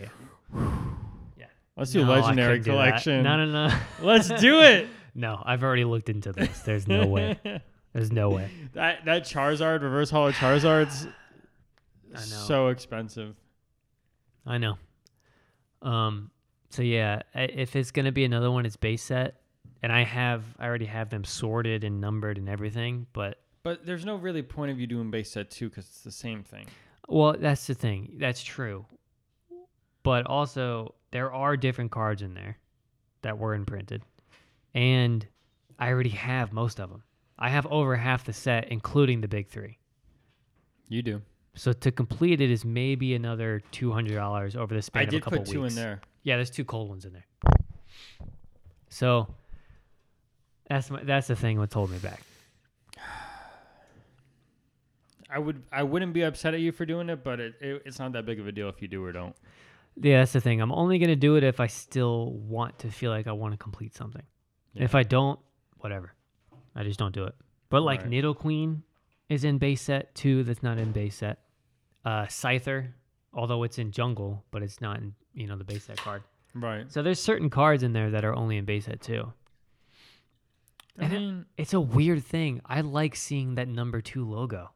Speaker 2: yeah.
Speaker 1: Let's do
Speaker 2: No, I
Speaker 1: legendary
Speaker 2: couldn't do that.
Speaker 1: collection.
Speaker 2: No, no, no.
Speaker 1: Let's do it.
Speaker 2: No, I've already looked into this. There's no way. There's no way.
Speaker 1: that that Charizard reverse hollow Charizard's
Speaker 2: I know.
Speaker 1: so expensive.
Speaker 2: I know. Um. So yeah, i- if it's gonna be another one, it's base set, and I have I already have them sorted and numbered and everything. But
Speaker 1: But there's no really point of you doing base set two because it's the same thing.
Speaker 2: well, that's the thing. That's true. But also, there are different cards in there that were imprinted, and I already have most of them. I have over half the set, including the big three.
Speaker 1: You do.
Speaker 2: So to complete it is maybe another two hundred dollars over the span
Speaker 1: I
Speaker 2: of a
Speaker 1: did
Speaker 2: couple
Speaker 1: put two
Speaker 2: weeks.
Speaker 1: in there.
Speaker 2: Yeah, there's two cold ones in there. So that's my, that's the thing what's holding me back.
Speaker 1: I would I wouldn't be upset at you for doing it, but it, it it's not that big of a deal if you do or don't.
Speaker 2: Yeah, that's the thing. I'm only gonna do it if I still want to feel like I want to complete something. And If I don't, whatever. I just don't do it. But like
Speaker 1: Right.
Speaker 2: Nidoqueen is in base set too. That's not in base set. Uh, Scyther, although it's in jungle, but it's not in you know the base set card.
Speaker 1: Right.
Speaker 2: So there's certain cards in there that are only in base set too.
Speaker 1: I
Speaker 2: And it-
Speaker 1: mean,
Speaker 2: It's a weird thing. I like seeing that number two logo.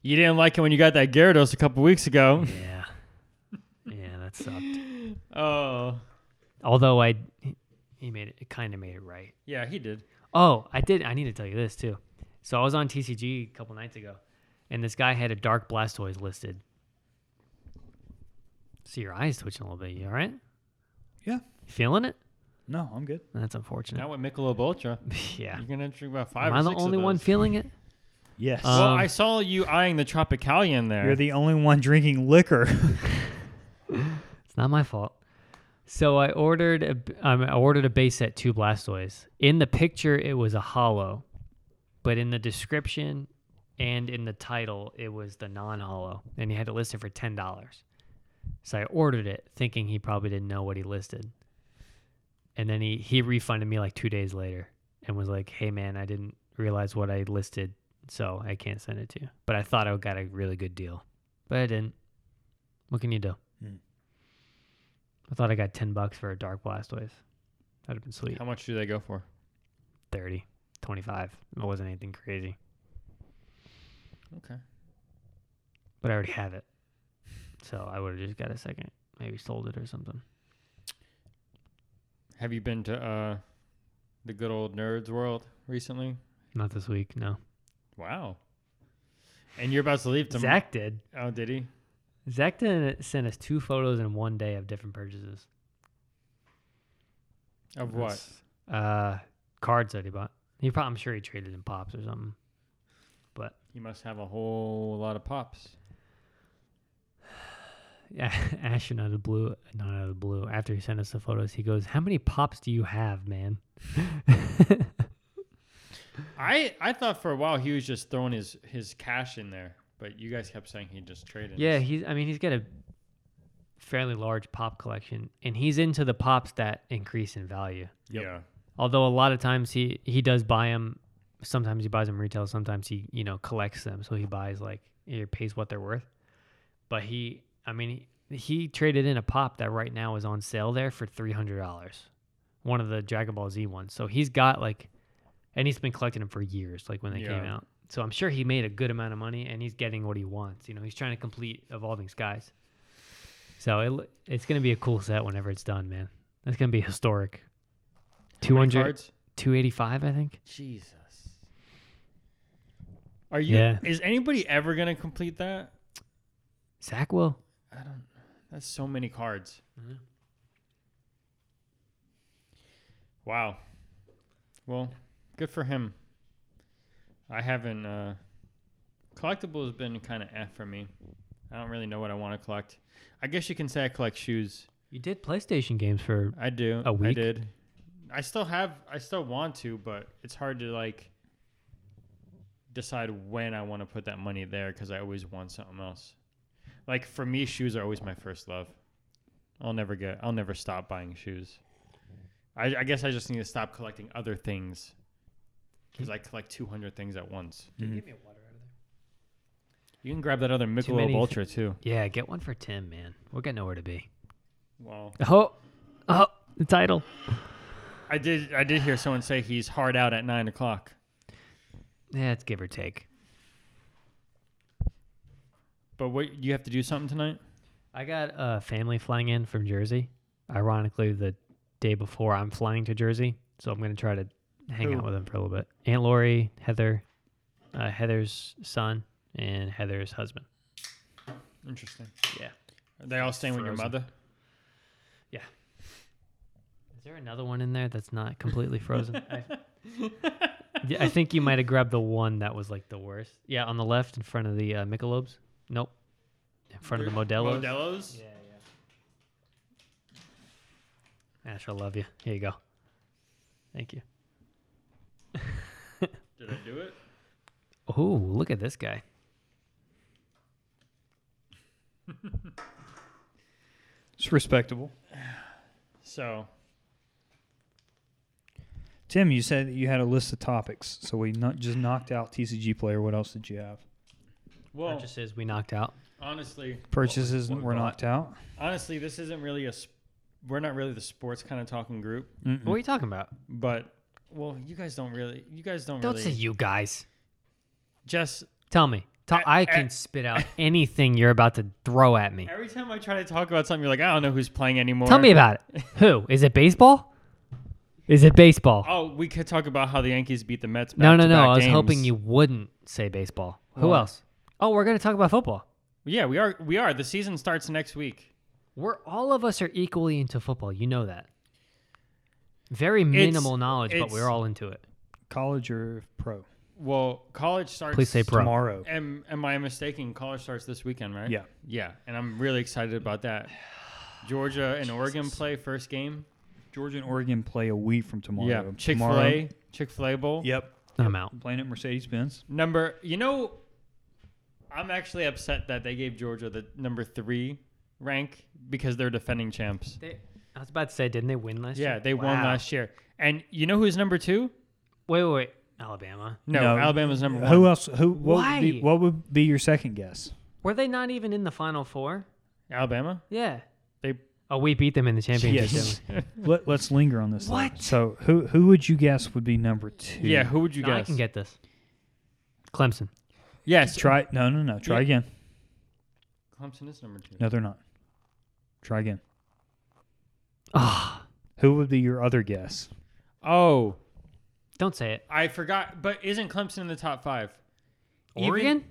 Speaker 1: you didn't like it when you got that Gyarados a couple weeks ago.
Speaker 2: Yeah. Yeah, that sucked.
Speaker 1: Oh,
Speaker 2: Although I he made it, it kind of made it right.
Speaker 1: yeah, he did.
Speaker 2: Oh, I did I need to tell you this too. So I was on TCG a couple nights ago and this guy had a dark blastoise listed. See your eyes twitching a little bit, you all right?
Speaker 4: Yeah.
Speaker 2: Feeling it?
Speaker 4: No, I'm good.
Speaker 2: That's unfortunate.
Speaker 1: Now with Michelob Ultra,
Speaker 2: yeah.
Speaker 1: you're gonna drink about five.
Speaker 2: Am
Speaker 1: or
Speaker 2: I the
Speaker 1: six of
Speaker 2: only one
Speaker 1: those.
Speaker 2: feeling it?
Speaker 4: Yes.
Speaker 2: Uh,
Speaker 1: well,
Speaker 2: Um,
Speaker 1: I saw you eyeing the Uh, Tropicalia in there.
Speaker 4: You're the only one drinking liquor.
Speaker 2: It's not my fault. So I ordered a b- um, I ordered a base set two Blastoise. In the picture, it was a hollow, but in the description and in the title, it was the non hollow, and he had it listed for ten dollars. So I ordered it thinking he probably didn't know what he listed, and then he he refunded me like two days later and was like, "Hey man, I didn't realize what I listed, so I can't send it to you." But I thought I got a really good deal, but I didn't. What can you do?
Speaker 4: Hmm.
Speaker 2: I thought I got ten bucks for a dark blastoise. That'd have been sweet.
Speaker 1: How much do they go for?
Speaker 2: 30, 25. It wasn't anything crazy.
Speaker 1: Okay.
Speaker 2: But I already have it. So I would have just got a second, maybe sold it or something.
Speaker 1: Have you been to uh, the good old nerds world recently?
Speaker 2: Not this week, no.
Speaker 1: Wow. And you're about to leave tomorrow.
Speaker 2: Zach did.
Speaker 1: Oh, did he?
Speaker 2: Zach did sent us two photos in one day of different purchases.
Speaker 1: Of what?
Speaker 2: That's, Uh, cards that he bought. He probably, I'm sure he traded in pops or something.
Speaker 1: He must have a whole lot of pops.
Speaker 2: Yeah, Ashton out of the blue, not out of the blue. After he sent us the photos, he goes, "How many pops do you have, man?"
Speaker 1: I I thought for a while he was just throwing his his cash in there, but you guys kept saying he just traded.
Speaker 2: Yeah, he's. I mean, he's got a fairly large pop collection, and he's into the pops that increase in value.
Speaker 1: yeah.
Speaker 2: Although a lot of times he he does buy them. Sometimes he buys them retail. Sometimes he you know collects them. So he buys like he pays what they're worth. But he, I mean, he, he traded in a pop that right now is on sale there for three hundred dollars. One of the Dragon Ball Z ones. So he's got like, and he's been collecting them for years, like when they came
Speaker 1: Yeah.
Speaker 2: out. So I'm sure he made a good amount of money, and he's getting what he wants. You know, he's trying to complete Evolving Skies. So it, l- it's gonna be a cool set whenever it's done, man. That's gonna be historic.
Speaker 1: How
Speaker 2: Two
Speaker 1: many
Speaker 2: hundred
Speaker 1: cards?
Speaker 2: 285 i think
Speaker 1: Jesus. Are you?
Speaker 2: Yeah.
Speaker 1: Is anybody ever gonna complete that?
Speaker 2: zach will
Speaker 1: I don't. That's so many cards.
Speaker 2: Mhm.
Speaker 1: Wow. Well, good for him. I haven't. Uh, collectible has been kind of eh for me. I don't really know what I want to collect. I guess you can say I collect shoes.
Speaker 2: you did playstation games for
Speaker 1: I do.
Speaker 2: A
Speaker 1: I
Speaker 2: week?
Speaker 1: did. I still have. I still want to, but it's hard to like decide when I want to put that money there because I always want something else. Like for me, shoes are always my first love. I'll never get. I'll never stop buying shoes. I, I guess I just need to stop collecting other things because I collect 200 things at once.
Speaker 2: me a water out of there
Speaker 1: You can grab that other Michelob
Speaker 2: many thi-
Speaker 1: Ultra too.
Speaker 2: yeah get one for tim man we'll get nowhere to be
Speaker 1: Well,
Speaker 2: oh oh the title
Speaker 1: I did. I did hear someone say he's hard out at nine o'clock.
Speaker 2: yeah it's give or take
Speaker 1: But what you have to do something tonight?
Speaker 2: i got a family flying in from jersey ironically the day before i'm flying to jersey so i'm going to try to hang
Speaker 1: Who?
Speaker 2: out with them for a little bit aunt lori heather uh, heather's son and heather's husband
Speaker 1: Interesting.
Speaker 2: yeah
Speaker 1: Are they all staying with your
Speaker 2: Frozen.
Speaker 1: mother?
Speaker 2: Is there another one in there that's not completely frozen? I, Yeah, I think you might have grabbed the one that was like the worst. Yeah, on the left in front of the uh, Michelobes. Nope. In front of the Modelo's.
Speaker 1: Modelo's?
Speaker 2: Ash, I love you. Here you go. Thank you.
Speaker 1: Did I do it?
Speaker 2: Oh, look at this guy.
Speaker 4: It's respectable.
Speaker 1: So
Speaker 4: Tim, you said that you had a list of topics, so we not, just knocked out TCG player. What else did you have?
Speaker 1: well,
Speaker 2: Purchases we knocked out.
Speaker 1: honestly,
Speaker 4: Purchases
Speaker 1: what we
Speaker 4: were
Speaker 1: bought.
Speaker 4: knocked out.
Speaker 1: honestly, this isn't really a. Sp- we're not really the sports kind of talking group,
Speaker 2: What are you talking about?
Speaker 1: but well, you guys don't really. You guys don't,
Speaker 2: Don't say
Speaker 1: really.
Speaker 2: you guys.
Speaker 1: just
Speaker 2: Tell me. Tell,
Speaker 1: I-
Speaker 2: I can spit out anything you're about to throw at me.
Speaker 1: every time I try to talk about something, you're like, I don't know who's playing anymore.
Speaker 2: Tell me about it. Who? Is it baseball? Is it baseball?
Speaker 1: Oh, we could talk about how the Yankees beat the Mets.
Speaker 2: No, no, no.
Speaker 1: back-to-back
Speaker 2: I was
Speaker 1: games.
Speaker 2: hoping you wouldn't say baseball. Who
Speaker 1: Why?
Speaker 2: else? Oh, we're going to talk about football.
Speaker 1: Yeah, we are. We are. The season starts next week.
Speaker 2: We're all of us are equally into football. You know that. Very minimal knowledge, but we're
Speaker 1: it's-
Speaker 2: all into it.
Speaker 4: College or pro?
Speaker 1: Well, college starts.
Speaker 2: Please say pro.
Speaker 4: Tomorrow.
Speaker 1: Am Am I mistaken? College starts this weekend, right?
Speaker 4: Yeah.
Speaker 1: Yeah, and I'm really excited about that. Georgia and Oregon play first game.
Speaker 4: Georgia and Oregon play a week from tomorrow.
Speaker 1: Yeah, Chick Fil
Speaker 4: Tomorrow-
Speaker 1: A, Chick Fil A Bowl.
Speaker 4: Yep.
Speaker 2: I'm out.
Speaker 4: Playing at Mercedes Benz.
Speaker 1: Number, you know, I'm actually upset that they gave Georgia the number three rank because they're defending champs.
Speaker 2: They, I was about to say, didn't they win last year?
Speaker 1: Yeah, they won
Speaker 2: Wow.
Speaker 1: last year. And you know who's number two?
Speaker 2: Wait, wait, wait. Alabama.
Speaker 1: No,
Speaker 4: No.
Speaker 1: Alabama's number one.
Speaker 4: Who else? Who? What would,
Speaker 2: Why?
Speaker 4: be, what would be your second guess?
Speaker 2: Were they not even in the Final Four?
Speaker 1: Alabama.
Speaker 2: Yeah.
Speaker 1: They-
Speaker 2: Oh, we beat them in the championship. didn't
Speaker 4: Let, let's linger on this. though.
Speaker 2: What?
Speaker 4: So who who would you guess would be number two?
Speaker 1: yeah. Who would you
Speaker 2: we? No, I
Speaker 1: guess?
Speaker 2: can get this. Clemson.
Speaker 1: yes,
Speaker 4: Try no no no. Try again.
Speaker 1: Clemson is number two.
Speaker 4: No, they're not. Try again.
Speaker 2: Ah,
Speaker 4: Who would be your other guess?
Speaker 1: Oh,
Speaker 2: don't say it.
Speaker 1: I forgot. But isn't Clemson in the top five? Even-
Speaker 2: Oregon?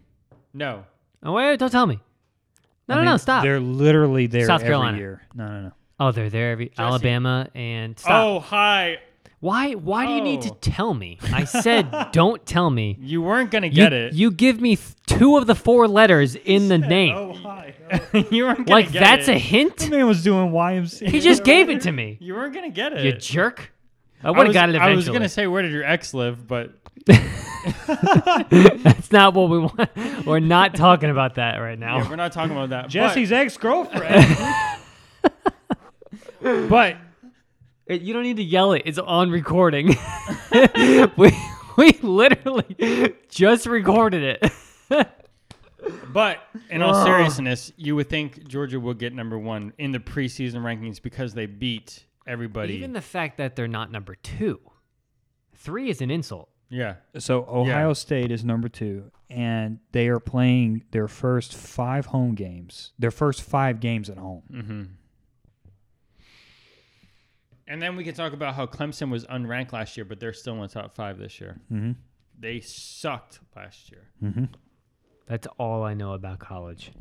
Speaker 1: No.
Speaker 2: Oh wait, wait, don't tell me. No,
Speaker 4: I
Speaker 2: no,
Speaker 4: mean,
Speaker 2: no, stop.
Speaker 4: They're literally there
Speaker 2: South
Speaker 4: every
Speaker 2: Carolina.
Speaker 4: year. No no no.
Speaker 2: Oh, they're there every Alabama and stop.
Speaker 1: Oh, hi.
Speaker 2: Why? Why do you need to
Speaker 1: Oh.
Speaker 2: tell me? I said, don't tell me.
Speaker 1: You weren't gonna
Speaker 2: You-
Speaker 1: get it.
Speaker 2: You give me th- two of the four letters in the name.
Speaker 4: Oh, hi.
Speaker 1: Oh, you weren't gonna
Speaker 2: like
Speaker 1: get
Speaker 2: that's a
Speaker 1: it.
Speaker 2: hint.
Speaker 4: man was doing YMCA.
Speaker 2: He just gave it to me.
Speaker 1: You weren't gonna get it.
Speaker 2: You jerk. I would have
Speaker 1: was-
Speaker 2: got it eventually.
Speaker 1: I was gonna say, where did your ex live? But
Speaker 2: That's not what we want. We're not talking about that right now.
Speaker 1: yeah, we're not talking about that.
Speaker 4: Jesse's ex girlfriend.
Speaker 1: but, but
Speaker 2: It- you don't need to yell it. It's on recording. we we literally just recorded it.
Speaker 1: but in all seriousness, you would think Georgia would get number one in the preseason rankings because they beat everybody.
Speaker 2: Even the fact that they're not number two, three is an insult.
Speaker 1: yeah,
Speaker 4: so Ohio State is number two, and they are playing their first five home games. Their first five games at home.
Speaker 1: and then we can talk about how Clemson was unranked last year, but they're still in the top five this year. They sucked last year.
Speaker 2: That's all I know about college.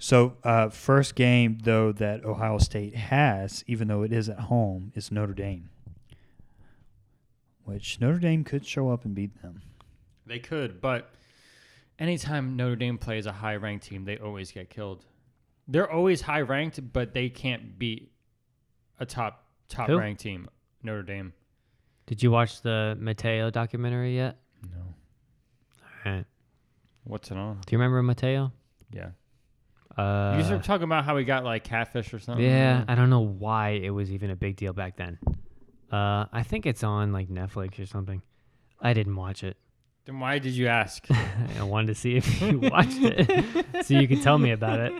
Speaker 4: So uh, first game though that Ohio State has, even though it is at home, is Notre Dame. Which Notre Dame could show up and beat them.
Speaker 1: They could, but anytime Notre Dame plays a high ranked team, they always get killed. They're always high ranked, but they can't beat a top top
Speaker 2: Who?
Speaker 1: ranked team. Notre Dame.
Speaker 2: Did you watch the Mateo documentary yet?
Speaker 1: No.
Speaker 2: All right.
Speaker 1: What's it on?
Speaker 2: Do you remember Mateo?
Speaker 1: Yeah.
Speaker 2: Uh,
Speaker 1: you were talking about how he got like catfish or something.
Speaker 2: yeah, I don't know why it was even a big deal back then. Uh, I think it's on like Netflix or something. I didn't watch it.
Speaker 1: Then why did you ask?
Speaker 2: I wanted to see if you watched it so you could tell me about it.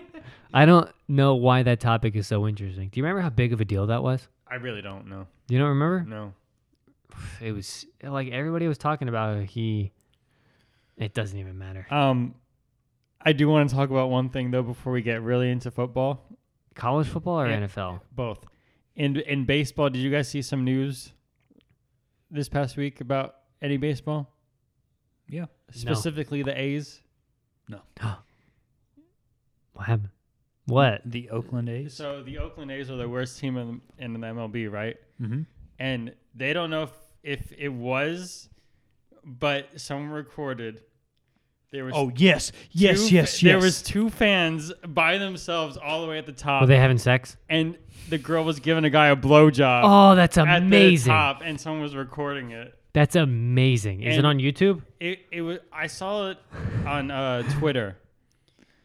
Speaker 2: I don't know why that topic is so interesting. Do you remember how big of a deal that was?
Speaker 1: I really don't know.
Speaker 2: You don't remember?
Speaker 1: No.
Speaker 2: It was like everybody was talking about how he. It doesn't even matter.
Speaker 1: Um I do want to talk about one thing though before we get really into football.
Speaker 2: College football or
Speaker 1: Yeah.
Speaker 2: NFL?
Speaker 1: Both. In in baseball, did you guys see some news this past week about any baseball?
Speaker 4: Yeah.
Speaker 1: Specifically the A's.
Speaker 2: What happened? What?
Speaker 4: The Oakland A's.
Speaker 1: So the Oakland A's are the worst team in, in the MLB, right?
Speaker 4: Mm-hmm.
Speaker 1: And they don't know if, if it was, but someone recorded there was
Speaker 4: Oh yes, yes,
Speaker 1: two-
Speaker 4: yes, yes.
Speaker 1: There was two fans by themselves all the way at the top,
Speaker 2: Were they having sex?
Speaker 1: and the girl was giving a guy a blowjob
Speaker 2: Oh, that's
Speaker 1: at
Speaker 2: amazing.
Speaker 1: the top, and someone was recording it.
Speaker 2: That's amazing. Is it
Speaker 1: And-
Speaker 2: on YouTube?
Speaker 1: It it was I saw it on uh, Twitter,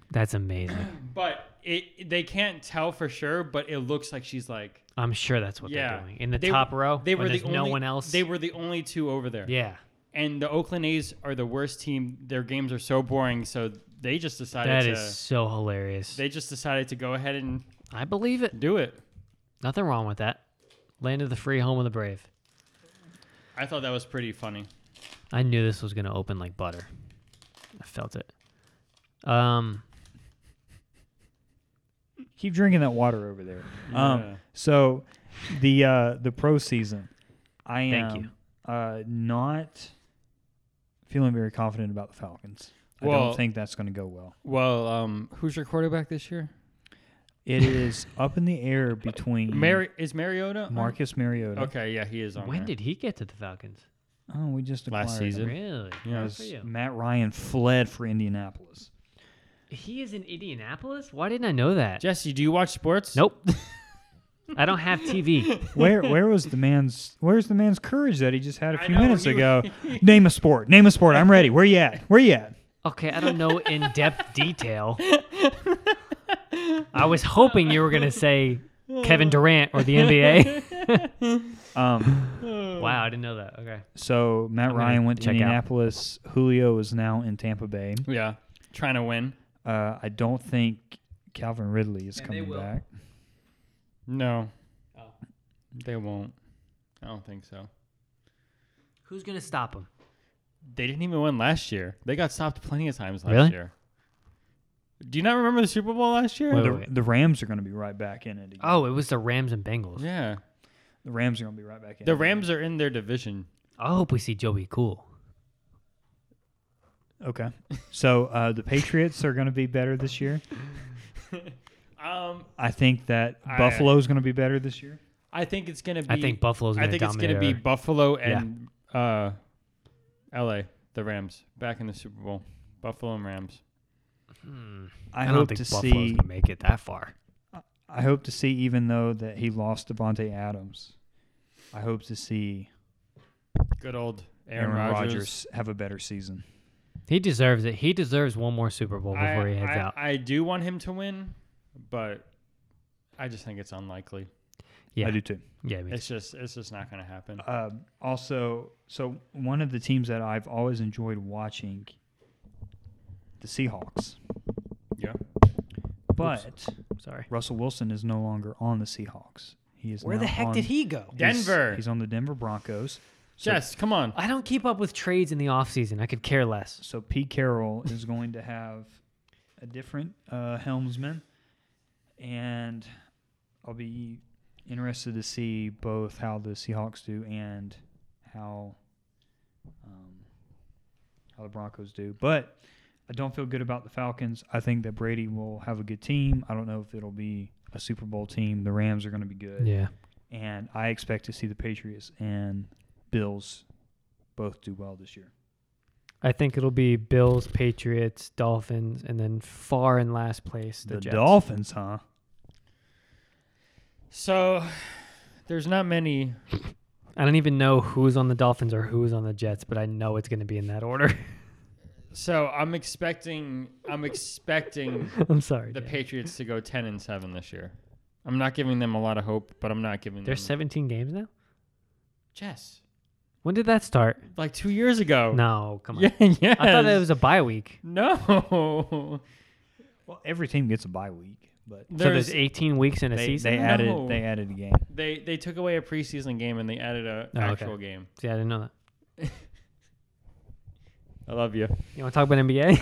Speaker 2: That's amazing.
Speaker 1: but it they can't tell for sure, but it looks like she's like
Speaker 2: I'm sure that's what
Speaker 1: yeah
Speaker 2: they're doing. In the
Speaker 1: They-
Speaker 2: top row,
Speaker 1: They
Speaker 2: when
Speaker 1: were the
Speaker 2: there's
Speaker 1: only,
Speaker 2: no one else.
Speaker 1: They were the only two over there.
Speaker 2: yeah.
Speaker 1: and the Oakland A's are the worst team. Their games are so boring, so they just decided
Speaker 2: That
Speaker 1: to
Speaker 2: is so hilarious.
Speaker 1: they just decided to go ahead and
Speaker 2: I believe it.
Speaker 1: do it.
Speaker 2: Nothing wrong with that. Land of the free, home of the brave.
Speaker 1: I thought that was pretty funny.
Speaker 2: I knew this was gonna open like butter. I felt it. Um,
Speaker 4: Keep drinking that water over there. Um, so the uh, the pro season, I am
Speaker 2: Thank you.
Speaker 4: Uh, not feeling very confident about the Falcons. I
Speaker 1: Well-
Speaker 4: don't think that's going to go well.
Speaker 1: Well, um, who's your quarterback this year?
Speaker 4: It is up in the air between
Speaker 1: Mary is Mariota on?
Speaker 4: Marcus Mariota.
Speaker 1: Okay, yeah, he is on.
Speaker 2: when
Speaker 1: there.
Speaker 2: did he get to the Falcons?
Speaker 4: Oh, we just
Speaker 1: Last
Speaker 4: acquired him.
Speaker 1: season. Did-
Speaker 2: Really? Good
Speaker 1: Yeah,
Speaker 2: for
Speaker 4: Yes,
Speaker 2: you.
Speaker 4: Matt Ryan fled for Indianapolis.
Speaker 2: He is in Indianapolis. Why didn't I know that?
Speaker 1: Jesse, do you watch sports?
Speaker 2: Nope. I don't have TV.
Speaker 4: Where where was the man's where's the man's courage that he just had a
Speaker 1: I
Speaker 4: few
Speaker 1: know,
Speaker 4: minutes
Speaker 1: you-
Speaker 4: ago? Name a sport. Name a sport. I'm ready. Where you at? Where you at?
Speaker 2: Okay, I don't know in depth detail. I was hoping you were gonna say Kevin Durant or the NBA.
Speaker 4: Um,
Speaker 2: wow, I didn't know that. Okay.
Speaker 4: so Matt
Speaker 2: I'm gonna
Speaker 4: Ryan went to
Speaker 2: check out.
Speaker 4: Indianapolis. Julio is now in Tampa Bay.
Speaker 1: Yeah. Trying to win.
Speaker 4: Uh, I don't think Calvin Ridley is
Speaker 2: And they
Speaker 4: coming
Speaker 2: will.
Speaker 4: back.
Speaker 1: No,
Speaker 2: Oh.
Speaker 1: they won't. I don't think so.
Speaker 2: Who's gonna stop him?
Speaker 1: They didn't even win last year. They got stopped plenty of times last
Speaker 2: Really?
Speaker 1: year. Do you not remember the Super Bowl last year?
Speaker 2: Wait,
Speaker 4: The,
Speaker 2: wait, wait.
Speaker 4: the Rams are going to be right back in it. Again.
Speaker 2: Oh, it was the Rams and Bengals.
Speaker 1: Yeah.
Speaker 4: The Rams are going to be right back in.
Speaker 1: The
Speaker 4: it.
Speaker 1: Rams are in their division.
Speaker 2: I hope we see Joey Cool.
Speaker 4: Okay. So uh, the Patriots are going to be better this year.
Speaker 1: Um,
Speaker 4: I think that
Speaker 1: I-
Speaker 4: Buffalo is going to be better this year.
Speaker 1: I think it's gonna be.
Speaker 2: I think Buffalo's
Speaker 1: I
Speaker 2: gonna
Speaker 1: think it's
Speaker 2: dominate.
Speaker 1: gonna be
Speaker 2: our-
Speaker 1: Buffalo and uh, L.A. The Rams back in the Super Bowl. Buffalo and Rams.
Speaker 2: Hmm.
Speaker 4: I,
Speaker 2: I,
Speaker 4: hope
Speaker 2: don't think
Speaker 4: to
Speaker 2: Buffalo's
Speaker 4: see.
Speaker 2: gonna make it that far.
Speaker 4: I hope to see, even though that he lost Devonte Adams, I hope to see
Speaker 1: Good old Aaron,
Speaker 4: Aaron,
Speaker 1: Rodgers.
Speaker 4: Rodgers have a better season.
Speaker 2: He deserves it. He deserves one more Super Bowl before
Speaker 1: I,
Speaker 2: he heads
Speaker 1: I-
Speaker 2: out.
Speaker 1: I do want him to win, but I just think it's unlikely.
Speaker 2: Yeah,
Speaker 4: I do too.
Speaker 2: yeah. Me too.
Speaker 1: It's just it's just not gonna happen.
Speaker 4: Uh, also, so one of the teams that I've always enjoyed watching, the Seahawks,
Speaker 1: Yeah.
Speaker 4: but
Speaker 2: Sorry.
Speaker 4: Russell Wilson is no longer on the Seahawks. He is
Speaker 2: Where the
Speaker 4: now
Speaker 2: heck
Speaker 4: on-
Speaker 2: did he go?
Speaker 4: he's-
Speaker 1: Denver.
Speaker 4: He's, on the Denver Broncos. So-
Speaker 1: Jess, come on.
Speaker 2: I don't keep up with trades in the offseason. I could care less.
Speaker 4: So Pete Carroll is going to have a different uh, helmsman, and I'll be interested to see both how the Seahawks do and how um, how the Broncos do. But I don't feel good about the Falcons. I think that Brady will have a good team. I don't know if it'll be a Super Bowl team. The Rams are going to be good,
Speaker 2: Yeah.
Speaker 4: and I expect to see the Patriots and Bills both do well this year.
Speaker 2: I think it'll be Bills, Patriots, Dolphins, and then far in last place the,
Speaker 4: The
Speaker 2: Jets.
Speaker 4: Dolphins, huh?
Speaker 1: So there's not many.
Speaker 2: I don't even know who's on the Dolphins or who's on the Jets, but I know it's going to be in that order.
Speaker 1: So I'm expecting I'm expecting
Speaker 2: I'm sorry.
Speaker 1: the
Speaker 2: Dan.
Speaker 1: Patriots to go 10 and 7 this year. I'm not giving them a lot of hope, but I'm not giving
Speaker 2: There's
Speaker 1: them
Speaker 2: 17 games now.
Speaker 1: Jess.
Speaker 2: When did that start?
Speaker 1: Like 2 years ago.
Speaker 2: No, come on.
Speaker 1: Oh. Yeah, yes.
Speaker 2: I thought that was a bye week.
Speaker 1: No.
Speaker 4: Well, every team gets a bye week, but
Speaker 2: so
Speaker 1: There's,
Speaker 2: there's 18 weeks in a
Speaker 4: they,
Speaker 2: season.
Speaker 4: they
Speaker 1: No.
Speaker 4: added they added a game.
Speaker 1: they they took away a preseason game and they added a
Speaker 2: Oh, okay.
Speaker 1: actual game.
Speaker 2: See, I didn't know that.
Speaker 1: I love you.
Speaker 2: You want to talk about NBA?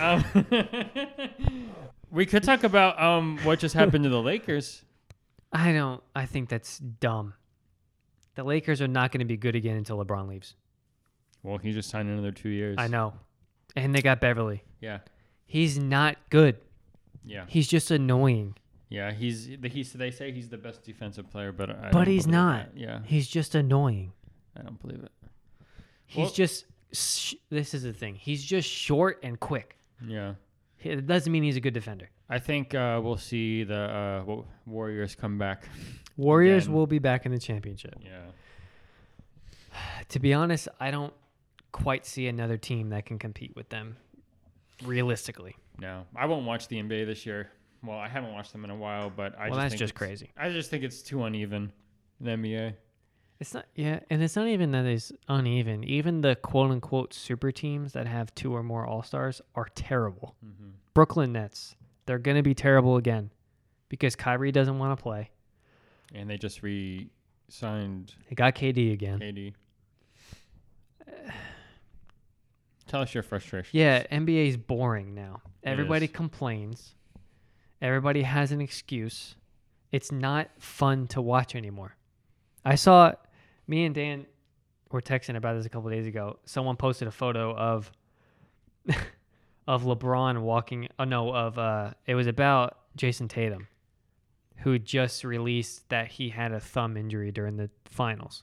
Speaker 1: Um, we could talk about um what just happened to the Lakers.
Speaker 2: I don't. I think that's dumb. The Lakers are not going to be good again until LeBron leaves.
Speaker 1: Well, he just signed another 2 years.
Speaker 2: I know. And they got Beverly.
Speaker 1: Yeah.
Speaker 2: He's not good.
Speaker 1: Yeah.
Speaker 2: He's just annoying.
Speaker 1: Yeah, he's the he's they say he's the best defensive player, but I
Speaker 2: But
Speaker 1: don't
Speaker 2: he's
Speaker 1: believe
Speaker 2: not.
Speaker 1: that. Yeah,
Speaker 2: He's just annoying.
Speaker 1: I don't believe it.
Speaker 2: He's
Speaker 1: Well-
Speaker 2: just. Sh- this is the thing. He's just short and quick.
Speaker 1: Yeah,
Speaker 2: It doesn't mean he's a good defender.
Speaker 1: I think uh, we'll see the uh, Wa- Warriors come back.
Speaker 2: Warriors
Speaker 1: Again.
Speaker 2: will be back in the championship.
Speaker 1: Yeah,
Speaker 2: To be honest, I don't quite see another team that can compete with them realistically.
Speaker 1: no, I won't watch the NBA this year. Well, I haven't watched them in a while, but I
Speaker 2: well,
Speaker 1: just
Speaker 2: that's
Speaker 1: think
Speaker 2: just
Speaker 1: it's-
Speaker 2: crazy.
Speaker 1: I just think it's too uneven. in The NBA.
Speaker 2: It's not, yeah, and it's not even that it's uneven. Even the quote unquote super teams that have two or more All Stars are terrible.
Speaker 1: Mhm.
Speaker 2: Brooklyn Nets, they're going to be terrible again because Kyrie doesn't want to play.
Speaker 1: and they just re-signed
Speaker 2: They got KD again.
Speaker 1: KD. Tell us your frustration.
Speaker 2: Yeah, NBA is boring now.
Speaker 1: It
Speaker 2: Everybody
Speaker 1: is.
Speaker 2: complains. Everybody has an excuse. It's not fun to watch anymore. I saw me and Dan were texting about this a couple days ago. Someone posted a photo of of LeBron walking. Oh no, of uh, it was about Jason Tatum, who just released that he had a thumb injury during the finals.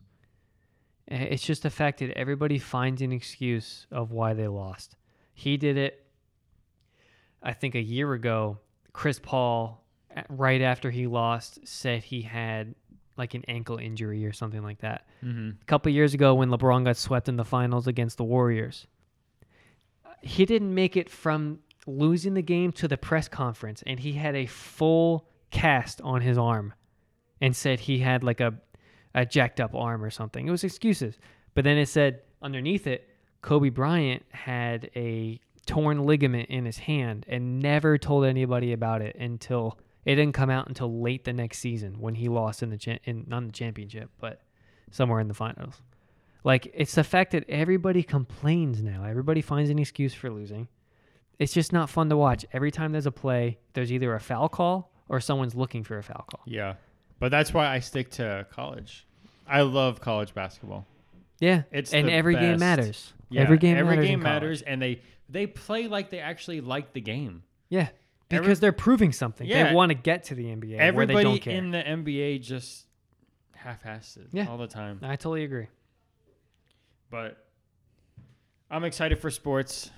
Speaker 2: Eh, It's just the fact that everybody finds an excuse of why they lost. He did it. I think a year ago, Chris Paul, a- right after he lost, said he had like an ankle injury or something like that.
Speaker 4: Mm-hmm.
Speaker 2: A couple years ago, when LeBron got swept in the finals against the Warriors, he didn't make it from losing the game to the press conference, and he had a full cast on his arm, and said he had like a a jacked up arm or something. It was excuses, but then it said underneath it, Kobe Bryant had a torn ligament in his hand and never told anybody about it until it didn't come out until late the next season when he lost in the cha- in not in the championship, but somewhere in the finals. Like it's the fact that everybody complains now. Everybody finds an excuse for losing. It's just not fun to watch. Every time there's a play, there's either a foul call or someone's looking for a foul call.
Speaker 1: Yeah. But that's why I stick to college. I love college basketball.
Speaker 2: Yeah,
Speaker 1: It's
Speaker 2: and
Speaker 1: the
Speaker 2: every game
Speaker 1: best.
Speaker 2: matters.
Speaker 1: Yeah,
Speaker 2: every game
Speaker 1: every
Speaker 2: matters in
Speaker 1: game
Speaker 2: college.
Speaker 1: matters and they they play like they actually like the game.
Speaker 2: Yeah,
Speaker 1: Every-
Speaker 2: because they're proving something.
Speaker 1: Yeah.
Speaker 2: They want to get to the NBA where they
Speaker 1: Everybody
Speaker 2: don't care.
Speaker 1: in the NBA just half-assed it
Speaker 2: Yeah.
Speaker 1: all the time.
Speaker 2: I totally agree.
Speaker 1: But I'm excited for sports.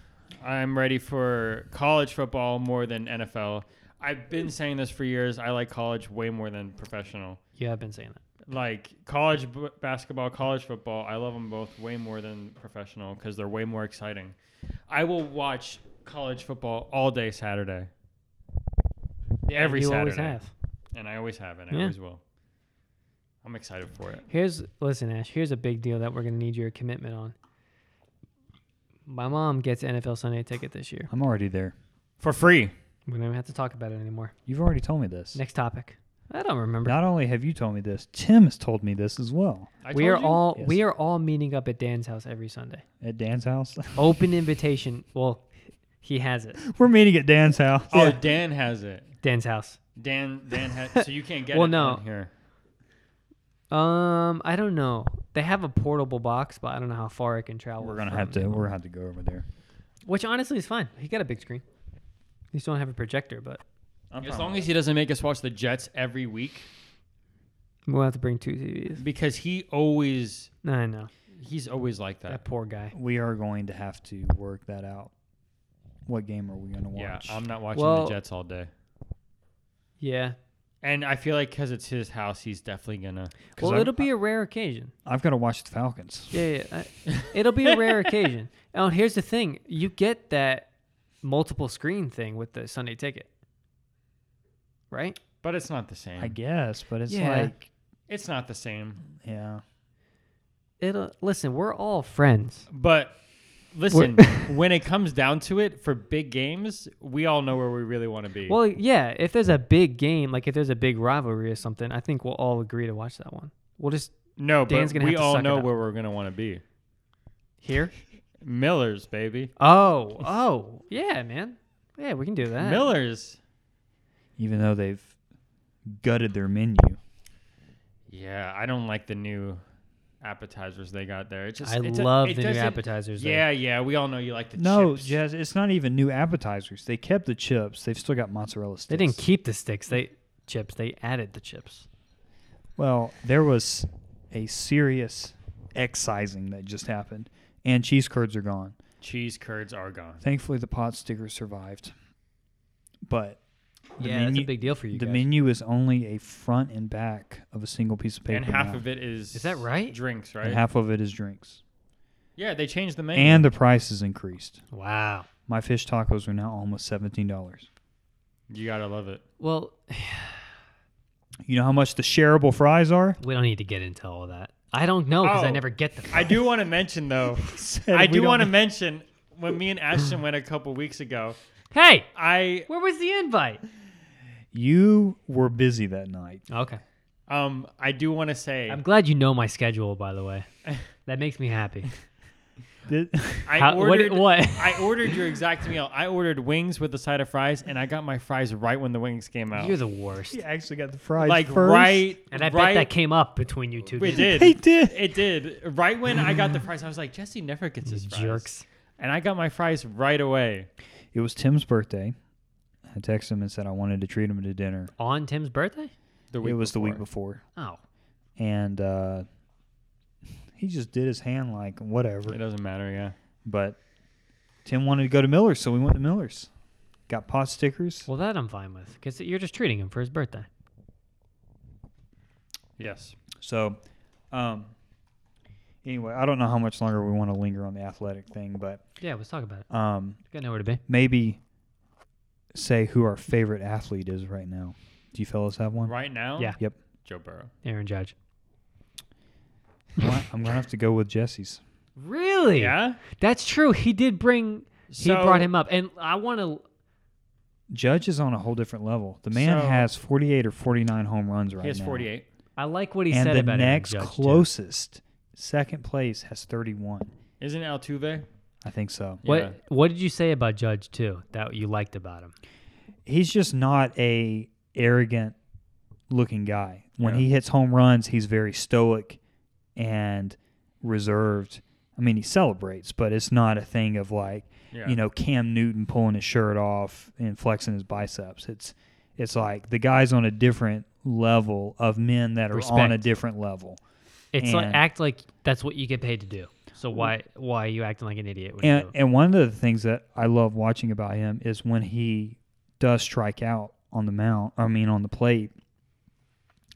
Speaker 1: I'm ready for college football more than NFL. I've been saying this for years. I like college way more than professional.
Speaker 2: You have been saying that.
Speaker 1: Like college b- basketball, college football, I love them both way more than professional because they're way more exciting. I will watch college football all day Saturday, Yeah, Every
Speaker 2: you always
Speaker 1: Saturday.
Speaker 2: have.
Speaker 1: and I always have, and I
Speaker 2: Yeah.
Speaker 1: always will. I'm excited for it.
Speaker 2: Here's listen, Ash. Here's a big deal that we're gonna need your commitment on. My mom gets NFL Sunday ticket this year.
Speaker 4: I'm already there.
Speaker 1: For free.
Speaker 2: We don't even have to talk about it anymore.
Speaker 4: You've already told me this.
Speaker 2: Next topic. I don't remember.
Speaker 4: Not only have you told me this, Tim has told me this as well
Speaker 1: I
Speaker 2: we
Speaker 1: told
Speaker 2: are
Speaker 1: you.
Speaker 2: all
Speaker 4: Yes.
Speaker 2: we are all meeting up at Dan's house every Sunday.
Speaker 4: at Dan's house.
Speaker 2: Open invitation. Well, he has it.
Speaker 4: We're meeting at Dan's house.
Speaker 1: Oh,
Speaker 2: Yeah.
Speaker 1: Dan has it.
Speaker 2: Dan's house.
Speaker 1: Dan, Dan, ha- so you can't get
Speaker 2: Well,
Speaker 1: it
Speaker 2: no.
Speaker 1: on here.
Speaker 2: Um, I don't know. They have a portable box, but I don't know how far it can travel.
Speaker 4: We're gonna
Speaker 2: from-
Speaker 4: have to. We're gonna have to go over there.
Speaker 2: Which honestly is fine. He got a big screen. He still don't have a projector, but
Speaker 1: As long as he doesn't make us watch the Jets every week,
Speaker 2: we'll have to bring two TVs.
Speaker 1: because he always
Speaker 2: I know
Speaker 1: he's always like that.
Speaker 2: that poor guy.
Speaker 4: we are going to have to work that out. What game are we gonna
Speaker 1: Yeah,
Speaker 4: watch?
Speaker 1: I'm not watching
Speaker 2: Well-
Speaker 1: the Jets all day.
Speaker 2: Yeah.
Speaker 1: And I feel like because it's his house, he's definitely gonna.
Speaker 4: 'Cause
Speaker 2: Well,
Speaker 4: I'm-
Speaker 2: it'll be a rare occasion.
Speaker 4: I've got to watch the Falcons.
Speaker 2: Yeah, yeah. I- it'll be a rare occasion. Oh, here's the thing: you get that multiple screen thing with the Sunday ticket, right?
Speaker 1: But it's not the same.
Speaker 4: I guess, but it's
Speaker 2: Yeah.
Speaker 4: like,
Speaker 1: it's not the same.
Speaker 4: yeah,
Speaker 2: It'll listen. We're all friends.
Speaker 1: But listen, when it comes down to it, for big games, we all know where we really want to be.
Speaker 2: Well, yeah. If there's a big game, like if there's a big rivalry or something, I think we'll all agree to watch that one. We'll just
Speaker 1: no,
Speaker 2: Dan's
Speaker 1: but
Speaker 2: gonna
Speaker 1: we
Speaker 2: have to
Speaker 1: all
Speaker 2: suck it
Speaker 1: know
Speaker 2: up.
Speaker 1: where we're gonna want to be.
Speaker 2: here.
Speaker 1: Miller's baby,
Speaker 2: Oh, oh, yeah, man. Yeah, we can do that.
Speaker 1: Miller's.
Speaker 4: even though they've gutted their menu.
Speaker 1: Yeah, I don't like the new appetizers they got there. It just
Speaker 2: I
Speaker 1: it do-
Speaker 2: love
Speaker 1: it
Speaker 2: the new
Speaker 1: doesn't-
Speaker 2: appetizers. though.
Speaker 1: Yeah, yeah, we all know you like the
Speaker 4: No,
Speaker 1: chips.
Speaker 4: Jazz, it's not even new appetizers. They kept the chips. They've still got mozzarella sticks.
Speaker 2: they didn't keep the sticks. They chips. They added the chips.
Speaker 4: Well, there was a serious excising that just happened, and cheese curds are gone.
Speaker 1: cheese curds are gone.
Speaker 4: Thankfully, the pot sticker survived. But the
Speaker 2: yeah, that's
Speaker 4: menu,
Speaker 2: a big deal for you
Speaker 4: the
Speaker 2: guys.
Speaker 4: menu is only a front and back of a single piece of paper.
Speaker 1: and half
Speaker 4: now,
Speaker 1: of it is
Speaker 2: Is that right?
Speaker 1: Drinks, right?
Speaker 4: and half of it is drinks,
Speaker 1: yeah, they changed the menu.
Speaker 4: and the price is increased.
Speaker 2: Wow.
Speaker 4: My fish tacos are now almost seventeen dollars.
Speaker 1: you gotta love it.
Speaker 2: Well,
Speaker 4: You know how much the shareable fries are?
Speaker 2: we don't need to get into all that. I don't know because I
Speaker 1: Oh.
Speaker 2: never get the.
Speaker 1: I do want to mention though.
Speaker 4: Said
Speaker 1: I
Speaker 4: we
Speaker 1: do
Speaker 4: don't
Speaker 1: want to
Speaker 4: need-
Speaker 1: mention when me and Ashton went a couple weeks ago.
Speaker 2: hey,
Speaker 1: I
Speaker 2: where was the invite?
Speaker 4: You were busy that night.
Speaker 2: Okay.
Speaker 1: um I do want to say
Speaker 2: I'm glad you know my schedule, by the way. That makes me happy.
Speaker 4: Did-
Speaker 1: I
Speaker 2: How- what-
Speaker 1: ordered
Speaker 2: what?
Speaker 1: I ordered your exact meal. I ordered wings with a side of fries, and I got my fries right when the wings came out.
Speaker 2: You're the worst.
Speaker 4: he actually got the fries
Speaker 1: like
Speaker 4: first.
Speaker 1: right,
Speaker 2: And I
Speaker 1: right,
Speaker 2: bet that came up between you two.
Speaker 1: It
Speaker 2: didn't
Speaker 1: did.
Speaker 4: It did.
Speaker 1: It did. Right when I got the fries, I was like, Jesse never gets his
Speaker 2: it?
Speaker 1: fries.
Speaker 2: Jerks.
Speaker 1: And I got my fries right away.
Speaker 4: It was Tim's birthday. I texted him and said I wanted to treat him to dinner.
Speaker 2: On Tim's birthday?
Speaker 1: The
Speaker 4: it was the week before,
Speaker 2: Oh.
Speaker 4: and uh, he just did his hand like whatever.
Speaker 1: It doesn't matter, yeah.
Speaker 4: But Tim wanted to go to Miller's, so we went to Miller's. Got pot stickers.
Speaker 2: Well, that I'm fine with because you're just treating him for his birthday.
Speaker 1: Yes.
Speaker 4: So, um, anyway, I don't know how much longer we want to linger on the athletic thing, but
Speaker 2: Yeah, let's talk about it.
Speaker 4: um,
Speaker 2: Got nowhere to be.
Speaker 4: maybe say who our favorite athlete is right now. Do you fellas have one?
Speaker 1: Right now.
Speaker 2: Yeah.
Speaker 4: Yep.
Speaker 1: Joe Burrow.
Speaker 2: Aaron Judge.
Speaker 4: Well, I'm gonna have to go with Jesse's.
Speaker 2: Really?
Speaker 1: Yeah.
Speaker 2: That's true. He did bring.
Speaker 1: So,
Speaker 2: he brought him up, and I want to.
Speaker 4: Judge is on a whole different level. The man
Speaker 1: So-
Speaker 4: has 48 or 49 home runs right now.
Speaker 1: He has 48.
Speaker 2: I like what he
Speaker 4: and
Speaker 2: said
Speaker 4: the
Speaker 2: about Aaron
Speaker 4: next
Speaker 2: Judge, too.
Speaker 4: closest, second place, has 31.
Speaker 1: Isn't Altuve?
Speaker 4: I think so.
Speaker 2: What
Speaker 1: Yeah.
Speaker 2: What did you say about Judge too? That you liked about him?
Speaker 4: he's just not a arrogant looking guy. When
Speaker 1: Yeah.
Speaker 4: he hits home runs, he's very stoic and reserved. I mean, he celebrates, but it's not a thing of like,
Speaker 1: Yeah.
Speaker 4: you know, Cam Newton pulling his shirt off and flexing his biceps. It's it's like the guy's on a different level of men that are on a
Speaker 2: Respect.
Speaker 4: different level.
Speaker 2: It's like
Speaker 4: And-
Speaker 2: act like that's what you get paid to do. So why why are you acting like an idiot? When
Speaker 4: And
Speaker 2: you
Speaker 4: and one of the things that I love watching about him is when he does strike out on the mound, I mean on the plate,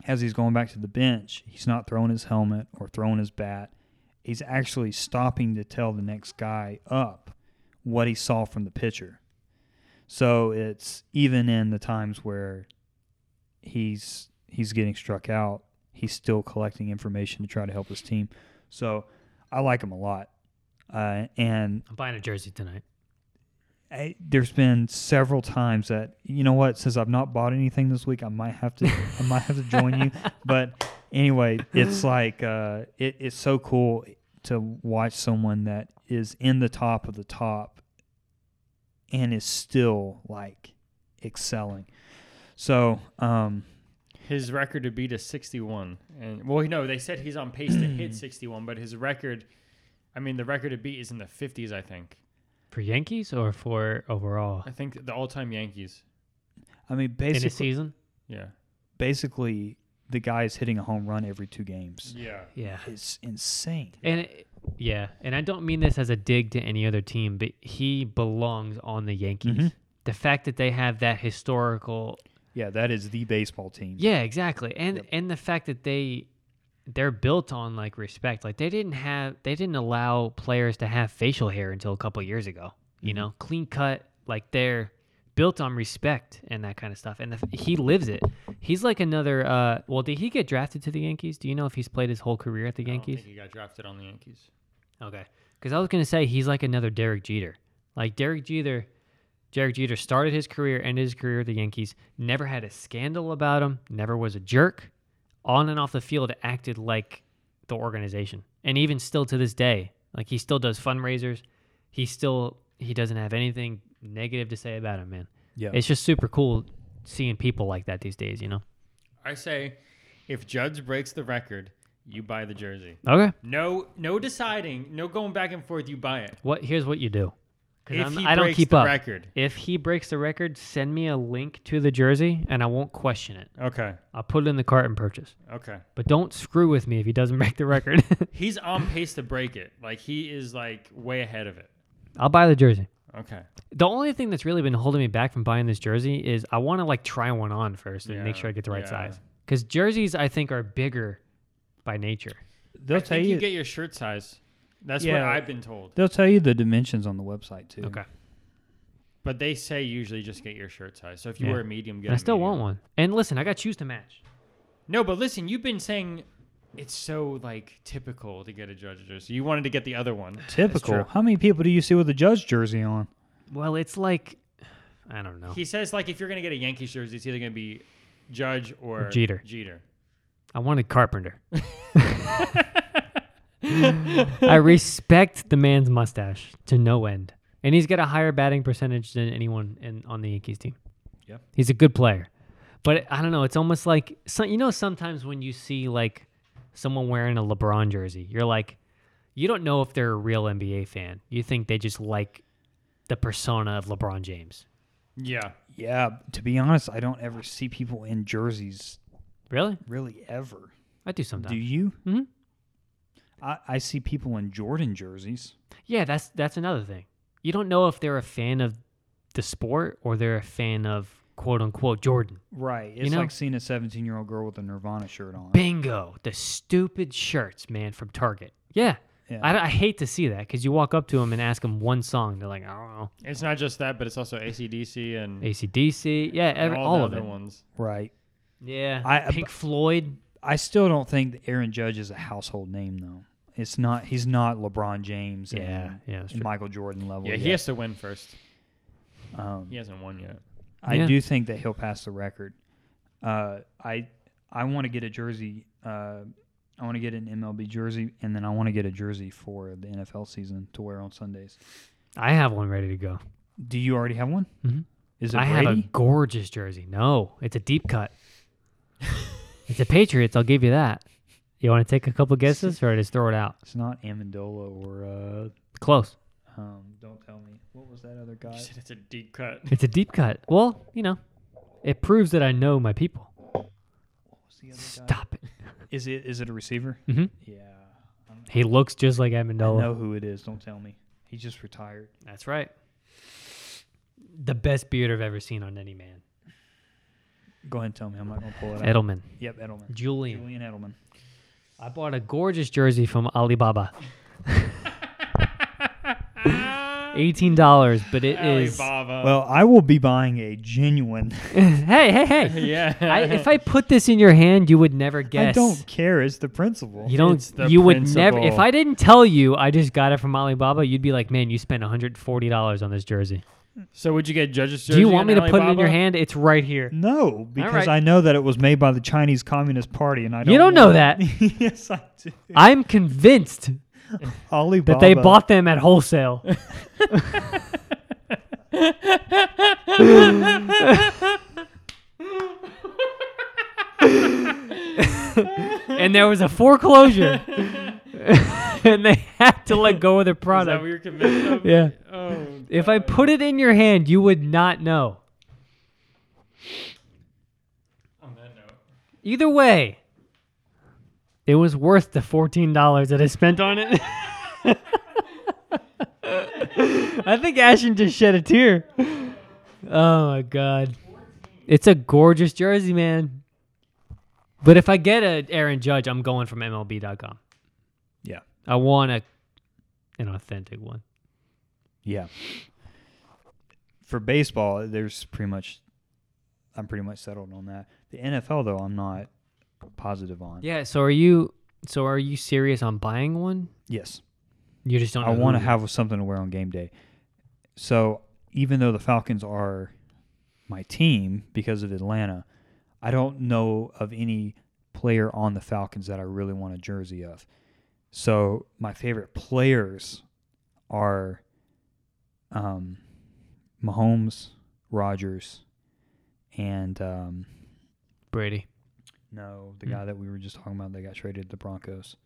Speaker 4: as he's going back to the bench, he's not throwing his helmet or throwing his bat. He's actually stopping to tell the next guy up what he saw from the pitcher. So it's even in the times where he's he's getting struck out, he's still collecting information to try to help his team. So I like him a lot. Uh, and
Speaker 2: I'm buying a jersey tonight.
Speaker 4: I, there's been several times that you know what since I've not bought anything this week I might have to I might have to join you but anyway it's like uh, it, it's so cool to watch someone that is in the top of the top and is still like excelling so um,
Speaker 1: His record to beat is 61. And well, you know, they said he's on pace to hit 61, but his record, I mean, the record to beat is in the 50s, I think.
Speaker 2: For Yankees or for overall
Speaker 1: I think the all-time Yankees.
Speaker 4: I mean
Speaker 2: in a
Speaker 4: basically
Speaker 2: season?
Speaker 1: Yeah.
Speaker 4: basically the guy is hitting a home run every two games
Speaker 1: Yeah.
Speaker 2: Yeah.
Speaker 4: it's insane
Speaker 2: And it, yeah, and I don't mean this as a dig to any other team, but he belongs on the Yankees.
Speaker 4: Mhm.
Speaker 2: The fact that they have that historical,
Speaker 4: yeah that is the baseball team
Speaker 2: yeah, exactly, and
Speaker 4: Yep.
Speaker 2: and the fact that they they're built on like respect. Like they didn't have they didn't allow players to have facial hair until a couple years ago.
Speaker 1: Mm-hmm.
Speaker 2: You know, clean cut. Like they're built on respect and that kind of stuff. And the, f- he lives it. He's like another. uh Well, did he get drafted to the Yankees? Do you know if he's played his whole career at the
Speaker 1: I
Speaker 2: Yankees?
Speaker 1: don't think he got drafted on the Yankees.
Speaker 2: Okay. Because I was going to say he's like another Derek Jeter. Like Derek Jeter, Derek Jeter started his career, ended his career with the Yankees, never had a scandal about him, never was a jerk. On and off the field, acted like the organization. And even still to this day, like he still does fundraisers. He still, he doesn't have anything negative to say about him, man.
Speaker 4: yeah
Speaker 2: It's just super cool seeing people like that these days, you know?
Speaker 1: I say if Judge breaks the record, you buy the jersey.
Speaker 2: Okay.
Speaker 1: No no deciding, no going back and forth, you buy it.
Speaker 2: What, here's what you do.
Speaker 1: If
Speaker 2: Because
Speaker 1: he
Speaker 2: I don't
Speaker 1: breaks
Speaker 2: keep
Speaker 1: the
Speaker 2: up.
Speaker 1: record.
Speaker 2: If he breaks the record, send me a link to the jersey and I won't question it.
Speaker 1: Okay.
Speaker 2: I'll put it in the cart and purchase.
Speaker 1: Okay.
Speaker 2: But don't screw with me if he doesn't break the record.
Speaker 1: He's on pace to break it. Like he is like way ahead of it.
Speaker 2: I'll buy the jersey.
Speaker 1: Okay.
Speaker 2: The only thing that's really been holding me back from buying this jersey is I want to like try one on first and make
Speaker 1: Yeah,
Speaker 2: sure I get the right
Speaker 1: yeah.
Speaker 2: size. Because jerseys, I think, are bigger by nature.
Speaker 4: they'll
Speaker 1: I
Speaker 4: tell
Speaker 1: think you
Speaker 4: you
Speaker 1: get your shirt size. That's what
Speaker 4: Yeah.
Speaker 1: I've been told.
Speaker 4: They'll tell you the dimensions on the website too.
Speaker 2: Okay.
Speaker 1: But they say usually just get your shirt size. So if you
Speaker 2: Yeah.
Speaker 1: wear a medium, get.
Speaker 2: And I
Speaker 1: a
Speaker 2: still
Speaker 1: medium.
Speaker 2: want one. And listen, I got shoes to match.
Speaker 1: No, but listen, you've been saying it's so like typical to get a judge jersey. You wanted to get the other one.
Speaker 4: Typical.
Speaker 2: true.
Speaker 4: How many people do you see with a judge jersey on?
Speaker 2: Well, it's like, I don't know.
Speaker 1: He says like if you're gonna get a Yankees jersey, it's either gonna be Judge or
Speaker 2: Jeter.
Speaker 1: Jeter.
Speaker 2: I wanted Carpenter. I respect the man's mustache to no end, and he's got a higher batting percentage than anyone in, on the Yankees team.
Speaker 4: Yep.
Speaker 2: he's a good player, but I don't know. It's almost like some, you know sometimes when you see like someone wearing a LeBron jersey, you're like, you don't know if they're a real NBA fan. You think they just like the persona of LeBron James.
Speaker 1: Yeah.
Speaker 4: Yeah, to be honest, I don't ever see people in jerseys
Speaker 2: Really?
Speaker 4: really ever.
Speaker 2: I do sometimes.
Speaker 4: Do you?
Speaker 2: Mhm.
Speaker 4: I, I see people in Jordan jerseys.
Speaker 2: Yeah, that's that's another thing. You don't know if they're a fan of the sport or they're a fan of quote unquote Jordan.
Speaker 4: Right. It's
Speaker 2: know?
Speaker 4: like seeing a 17 year old girl with a Nirvana shirt on.
Speaker 2: Bingo, the stupid shirts, man, from Target. Yeah.
Speaker 4: Yeah.
Speaker 2: I, I hate to see that because you walk up to them and ask them one song. They're like, I don't know.
Speaker 1: It's not just that, but it's also ACDC and, and
Speaker 2: ACDC. Yeah, every, all,
Speaker 1: all, the
Speaker 2: of
Speaker 1: other
Speaker 2: it.
Speaker 1: ones.
Speaker 4: Right.
Speaker 2: Yeah.
Speaker 4: I- uh,
Speaker 2: Pink Floyd.
Speaker 4: I still don't think that Aaron Judge is a household name though. It's not. He's not LeBron James
Speaker 2: Yeah.
Speaker 4: and,
Speaker 2: Yeah. that's
Speaker 4: and
Speaker 2: true.
Speaker 4: Michael Jordan level.
Speaker 1: Yeah,
Speaker 4: yet.
Speaker 1: he has to win first.
Speaker 4: Um,
Speaker 1: He hasn't won yet.
Speaker 4: I
Speaker 2: Yeah.
Speaker 4: do think that he'll pass the record. Uh, I I want to get a jersey. Uh, I want to get an MLB jersey, and then I want to get a jersey for the NFL season to wear on Sundays.
Speaker 2: I have one ready to go.
Speaker 4: Do you already have one?
Speaker 2: Mhm.
Speaker 4: Is it
Speaker 2: I have a
Speaker 4: Brady?
Speaker 2: gorgeous jersey. No, it's a deep cut. it's a Patriots. I'll give you that. You want to take a couple guesses or just throw it out?
Speaker 4: It's not Amendola or uh,
Speaker 2: Close.
Speaker 4: um, don't tell me what was that other
Speaker 1: You
Speaker 4: guy?
Speaker 1: said it's a deep cut.
Speaker 2: It's a deep cut. Well, you know, it proves that I know my people.
Speaker 4: What was the other guy?
Speaker 2: Stop it.
Speaker 4: Is it is it a receiver?
Speaker 2: hmm
Speaker 4: Yeah, I don't-
Speaker 2: He looks just like
Speaker 4: I
Speaker 2: Amendola.
Speaker 4: know who it is. Don't tell me. He just retired.
Speaker 2: That's right. The best beard I've ever seen on any man.
Speaker 4: Go ahead and tell me. I'm not gonna pull it out.
Speaker 2: Edelman.
Speaker 4: Yep, Edelman.
Speaker 2: Julian.
Speaker 4: Julian Edelman.
Speaker 2: I bought a gorgeous jersey from Alibaba. $18, but it is.
Speaker 1: Alibaba.
Speaker 4: Well, I will be buying a genuine.
Speaker 2: hey, hey, hey.
Speaker 1: yeah.
Speaker 2: I, if I put this in your hand, you would never guess.
Speaker 4: I don't care. It's the principle.
Speaker 2: You don't.
Speaker 1: It's the
Speaker 2: you would never. If
Speaker 1: principle.
Speaker 2: I didn't tell you, I just got it from Alibaba. You'd be like, "Man, you spent 140 dollars on this jersey.
Speaker 1: so would you get judges?
Speaker 2: Do you want me to put it in your hand? It's right
Speaker 4: Mm-hmm.
Speaker 2: here.
Speaker 4: No, because
Speaker 2: right.
Speaker 4: I know that it was made by the Chinese Communist Party, and I don't.
Speaker 2: You don't know
Speaker 4: want-
Speaker 2: that.
Speaker 4: yes, I do.
Speaker 2: I'm convinced
Speaker 4: Alibaba.
Speaker 2: that they bought them at wholesale. and there was a foreclosure, and they had to let go of their
Speaker 1: Is that what
Speaker 2: product.
Speaker 1: you're convinced of?
Speaker 2: Yeah.
Speaker 1: Oh,
Speaker 2: If I put it in your hand, you would not know.
Speaker 1: on that note,
Speaker 2: Either way, it was worth the fourteen dollars that I spent on it. I think Ashton just shed a tear. Oh my god, it's a gorgeous jersey, man. But if I get a Aaron Judge, I'm going from MLB.com.
Speaker 4: Yeah,
Speaker 2: I want a an authentic one.
Speaker 4: yeah. For baseball, there's pretty much. I'm pretty much settled on that. The NFL, though, I'm not positive on.
Speaker 2: Yeah. So are you? So are you serious on buying one?
Speaker 4: Yes,
Speaker 2: You just don't.
Speaker 4: I
Speaker 2: know
Speaker 4: want to
Speaker 2: who.
Speaker 4: have something to wear on game day. So even though the Falcons are my team because of Atlanta, I don't know of any player on the Falcons that I really want a jersey of. So my favorite players are um, Mahomes, Rogers, and um,
Speaker 2: Brady.
Speaker 4: no, the
Speaker 2: Hmm.
Speaker 4: guy that we were just talking about that got traded to the Broncos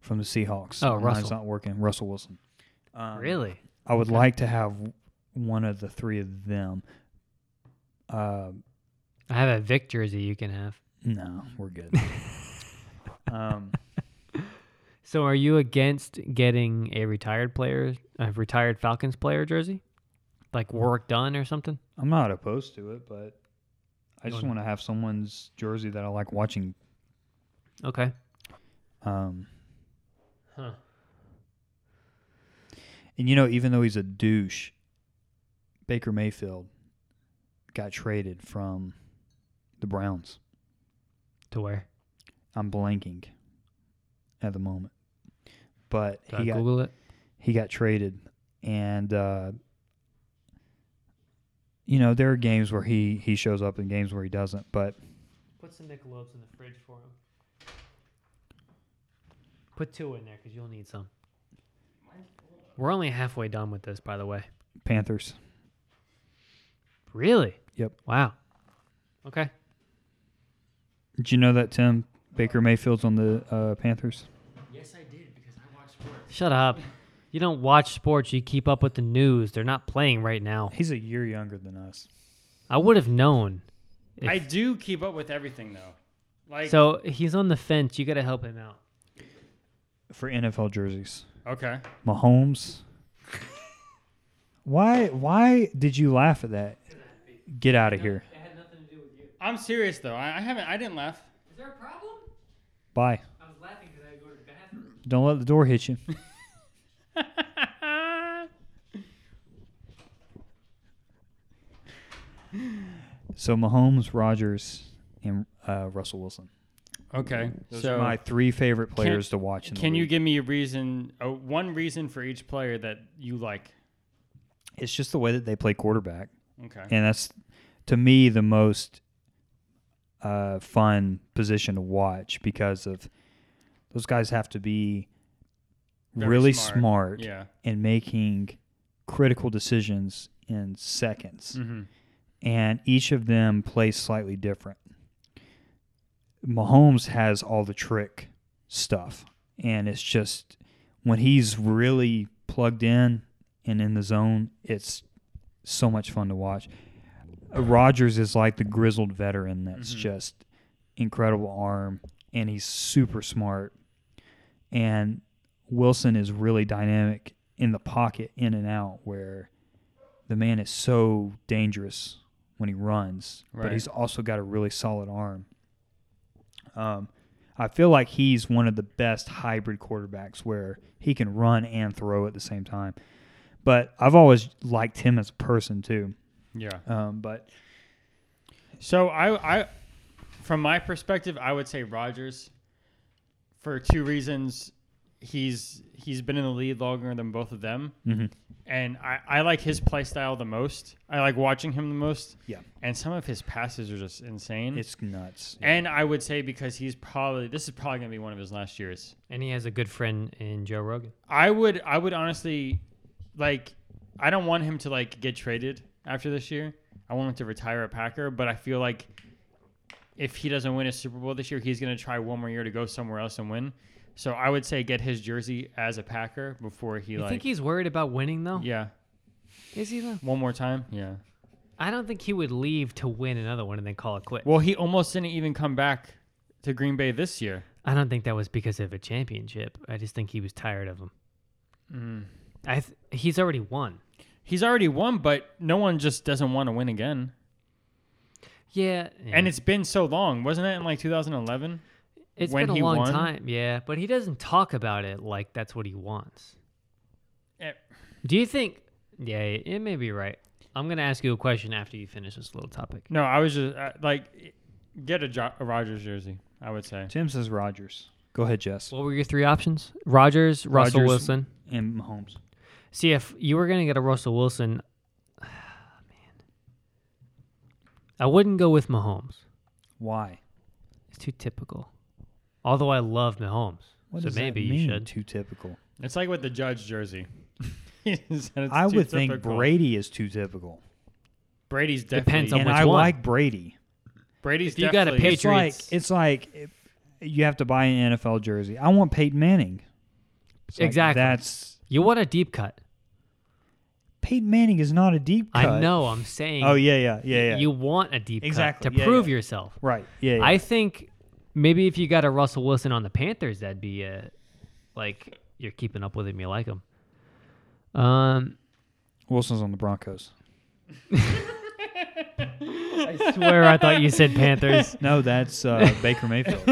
Speaker 4: from the Seahawks.
Speaker 2: Oh,
Speaker 4: Mine's
Speaker 2: Russell.
Speaker 4: not working. Russell Wilson. Um,
Speaker 2: Really?
Speaker 4: I would
Speaker 2: Okay.
Speaker 4: like to have one of the three of them. Uh,
Speaker 2: I have a Vic jersey. You can have.
Speaker 4: no, we're good. um,
Speaker 2: So are you against getting a retired player, a retired Falcons player jersey? Like work done or something?
Speaker 4: I'm not opposed to it, but I
Speaker 2: You
Speaker 4: just
Speaker 2: wanna-
Speaker 4: want to have someone's jersey that I like watching.
Speaker 2: Okay.
Speaker 4: Um,
Speaker 2: Huh.
Speaker 4: and you know, even though he's a douche, Baker Mayfield got traded from the Browns.
Speaker 2: To where?
Speaker 4: I'm blanking at the moment, but
Speaker 2: Do
Speaker 4: he
Speaker 2: I
Speaker 4: got
Speaker 2: Google it?
Speaker 4: he got traded, and uh, you know there are games where he he shows up and games where he doesn't. But
Speaker 2: Put some Michelobes in the fridge for him. Put two in there because you'll need some. We're only halfway done with this, by the way.
Speaker 4: Panthers,
Speaker 2: Really?
Speaker 4: Yep.
Speaker 2: Wow. Okay.
Speaker 4: did you know that Tim Baker Mayfield's on the uh, Panthers?
Speaker 1: yes, I did because I watched sports.
Speaker 2: Shut up. You don't watch sports. You keep up with the news. They're not playing right now.
Speaker 4: He's a year younger than us.
Speaker 2: I would have known. If-
Speaker 1: I do keep up with everything though. Like
Speaker 2: So he's on the fence. You got to help him out.
Speaker 4: For NFL jerseys,
Speaker 1: okay,
Speaker 4: Mahomes, Why? Why did you laugh at that? Get out of here.
Speaker 2: had nothing to do with you.
Speaker 1: I'm serious though. I, I haven't. I didn't laugh.
Speaker 2: Is there a problem?
Speaker 4: Bye.
Speaker 2: I was laughing because I had to go to the bathroom.
Speaker 4: Don't let the door hit you.
Speaker 2: Uh,
Speaker 4: So Mahomes, Rogers, and uh, Russell Wilson.
Speaker 1: okay.
Speaker 4: Those
Speaker 1: so
Speaker 4: are my three favorite players to watch. In the
Speaker 1: can you
Speaker 4: league.
Speaker 1: give me a reason? Uh, one reason for each player that you like.
Speaker 4: It's just the way that they play quarterback,
Speaker 1: Okay.
Speaker 4: and that's to me the most uh, fun position to watch because of those guys have to be
Speaker 1: Very
Speaker 4: really
Speaker 1: smart.
Speaker 4: smart,
Speaker 1: Yeah.
Speaker 4: and making critical decisions in seconds.
Speaker 1: hmm
Speaker 4: and each of them plays slightly different. Mahomes has all the trick stuff, and it's just when he's really plugged in and in the zone, it's so much fun to watch. Rogers is like the grizzled veteran that's
Speaker 1: Mhm.
Speaker 4: just incredible arm, and he's super smart. And Wilson is really dynamic in the pocket, in and out, where the man is so dangerous when he runs,
Speaker 1: Right.
Speaker 4: but he's also got a really solid arm. Um, I feel like he's one of the best hybrid quarterbacks where he can run and throw at the same time. But I've always liked him as a person too.
Speaker 1: Yeah.
Speaker 4: Um, but
Speaker 1: So I, I, from my perspective, I would say Rogers, for two reasons. He's he's been in the lead longer than both of them,
Speaker 4: Mhm.
Speaker 2: Mm-hmm.
Speaker 1: and I, I like his play style the most. I like watching him the most.
Speaker 4: Yeah.
Speaker 1: and some of his passes are just insane.
Speaker 4: it's nuts.
Speaker 1: and I would say because he's probably this is probably gonna be one of his last years.
Speaker 2: And he has a good friend in Joe Rogan.
Speaker 1: I would I would honestly like I don't want him to like get traded after this year. I want him to retire a Packer, but I feel like if he doesn't win a Super Bowl this year, he's going to try one more year to go somewhere else and win. So I would say get his jersey as a Packer before he
Speaker 2: You
Speaker 1: like
Speaker 2: think he's worried about winning though?
Speaker 1: yeah,
Speaker 2: Is he though?
Speaker 1: one more time. Yeah.
Speaker 2: I don't think he would leave to win another one and then call it quit.
Speaker 1: Well, he almost didn't even come back to Green Bay this year.
Speaker 2: I don't think that was because of a championship. I just think he was tired of him.
Speaker 1: Mm.
Speaker 2: I th- he's already won.
Speaker 1: He's already won, but no one just doesn't want to win again.
Speaker 2: Yeah,
Speaker 1: And it's been so long. Wasn't that in like 2011?
Speaker 2: it's
Speaker 1: when
Speaker 2: been a
Speaker 1: he
Speaker 2: long
Speaker 1: won-
Speaker 2: time. Yeah, but he doesn't talk about it like that's what he wants.
Speaker 1: Eh,
Speaker 2: Do you think? Yeah, it may be right. I'm gonna ask you a question after you finish this little topic.
Speaker 1: No, I was just uh, like, get a, jo- a Rogers jersey. I would say
Speaker 4: Tim says Rogers. Go ahead, Jess.
Speaker 2: What were your three options? Rogers, Russell
Speaker 4: Rodgers.
Speaker 2: Wilson.
Speaker 4: And Mahomes.
Speaker 2: See if you were gonna get a Russell Wilson. Man, I wouldn't go with Mahomes.
Speaker 4: Why?
Speaker 2: It's too typical. Although I love Mahomes,
Speaker 4: What
Speaker 2: so
Speaker 4: does
Speaker 2: maybe
Speaker 4: that
Speaker 2: you
Speaker 4: mean?
Speaker 2: should.
Speaker 4: Too typical.
Speaker 1: it's like with the Judge jersey. He said it's
Speaker 4: I
Speaker 1: too
Speaker 4: would think
Speaker 1: typical.
Speaker 4: Brady is too typical,
Speaker 1: Brady's definitely
Speaker 2: Depends on
Speaker 4: and
Speaker 2: which
Speaker 4: I
Speaker 2: one?
Speaker 4: like Brady.
Speaker 1: Brady's.
Speaker 2: If you got a
Speaker 1: definitely-
Speaker 2: Patriot- Patriots.
Speaker 4: It's like it's like it- you have to buy an NFL jersey. I want Peyton Manning. It's like,
Speaker 2: Exactly.
Speaker 4: that's
Speaker 2: You want a deep cut?
Speaker 4: Peyton Manning is not a deep cut.
Speaker 2: I know. I'm saying.
Speaker 4: Oh yeah, yeah, yeah, yeah.
Speaker 2: You want a deep
Speaker 4: Exactly,
Speaker 2: cut to
Speaker 4: yeah,
Speaker 2: prove
Speaker 4: yeah.
Speaker 2: yourself.
Speaker 4: right? Yeah, yeah.
Speaker 2: I think maybe if you got a Russell Wilson on the Panthers, that'd be a like you're keeping up with him. You like him. Um,
Speaker 4: Wilson's on the Broncos.
Speaker 2: I swear I thought you said Panthers.
Speaker 4: No, that's uh, Baker Mayfield.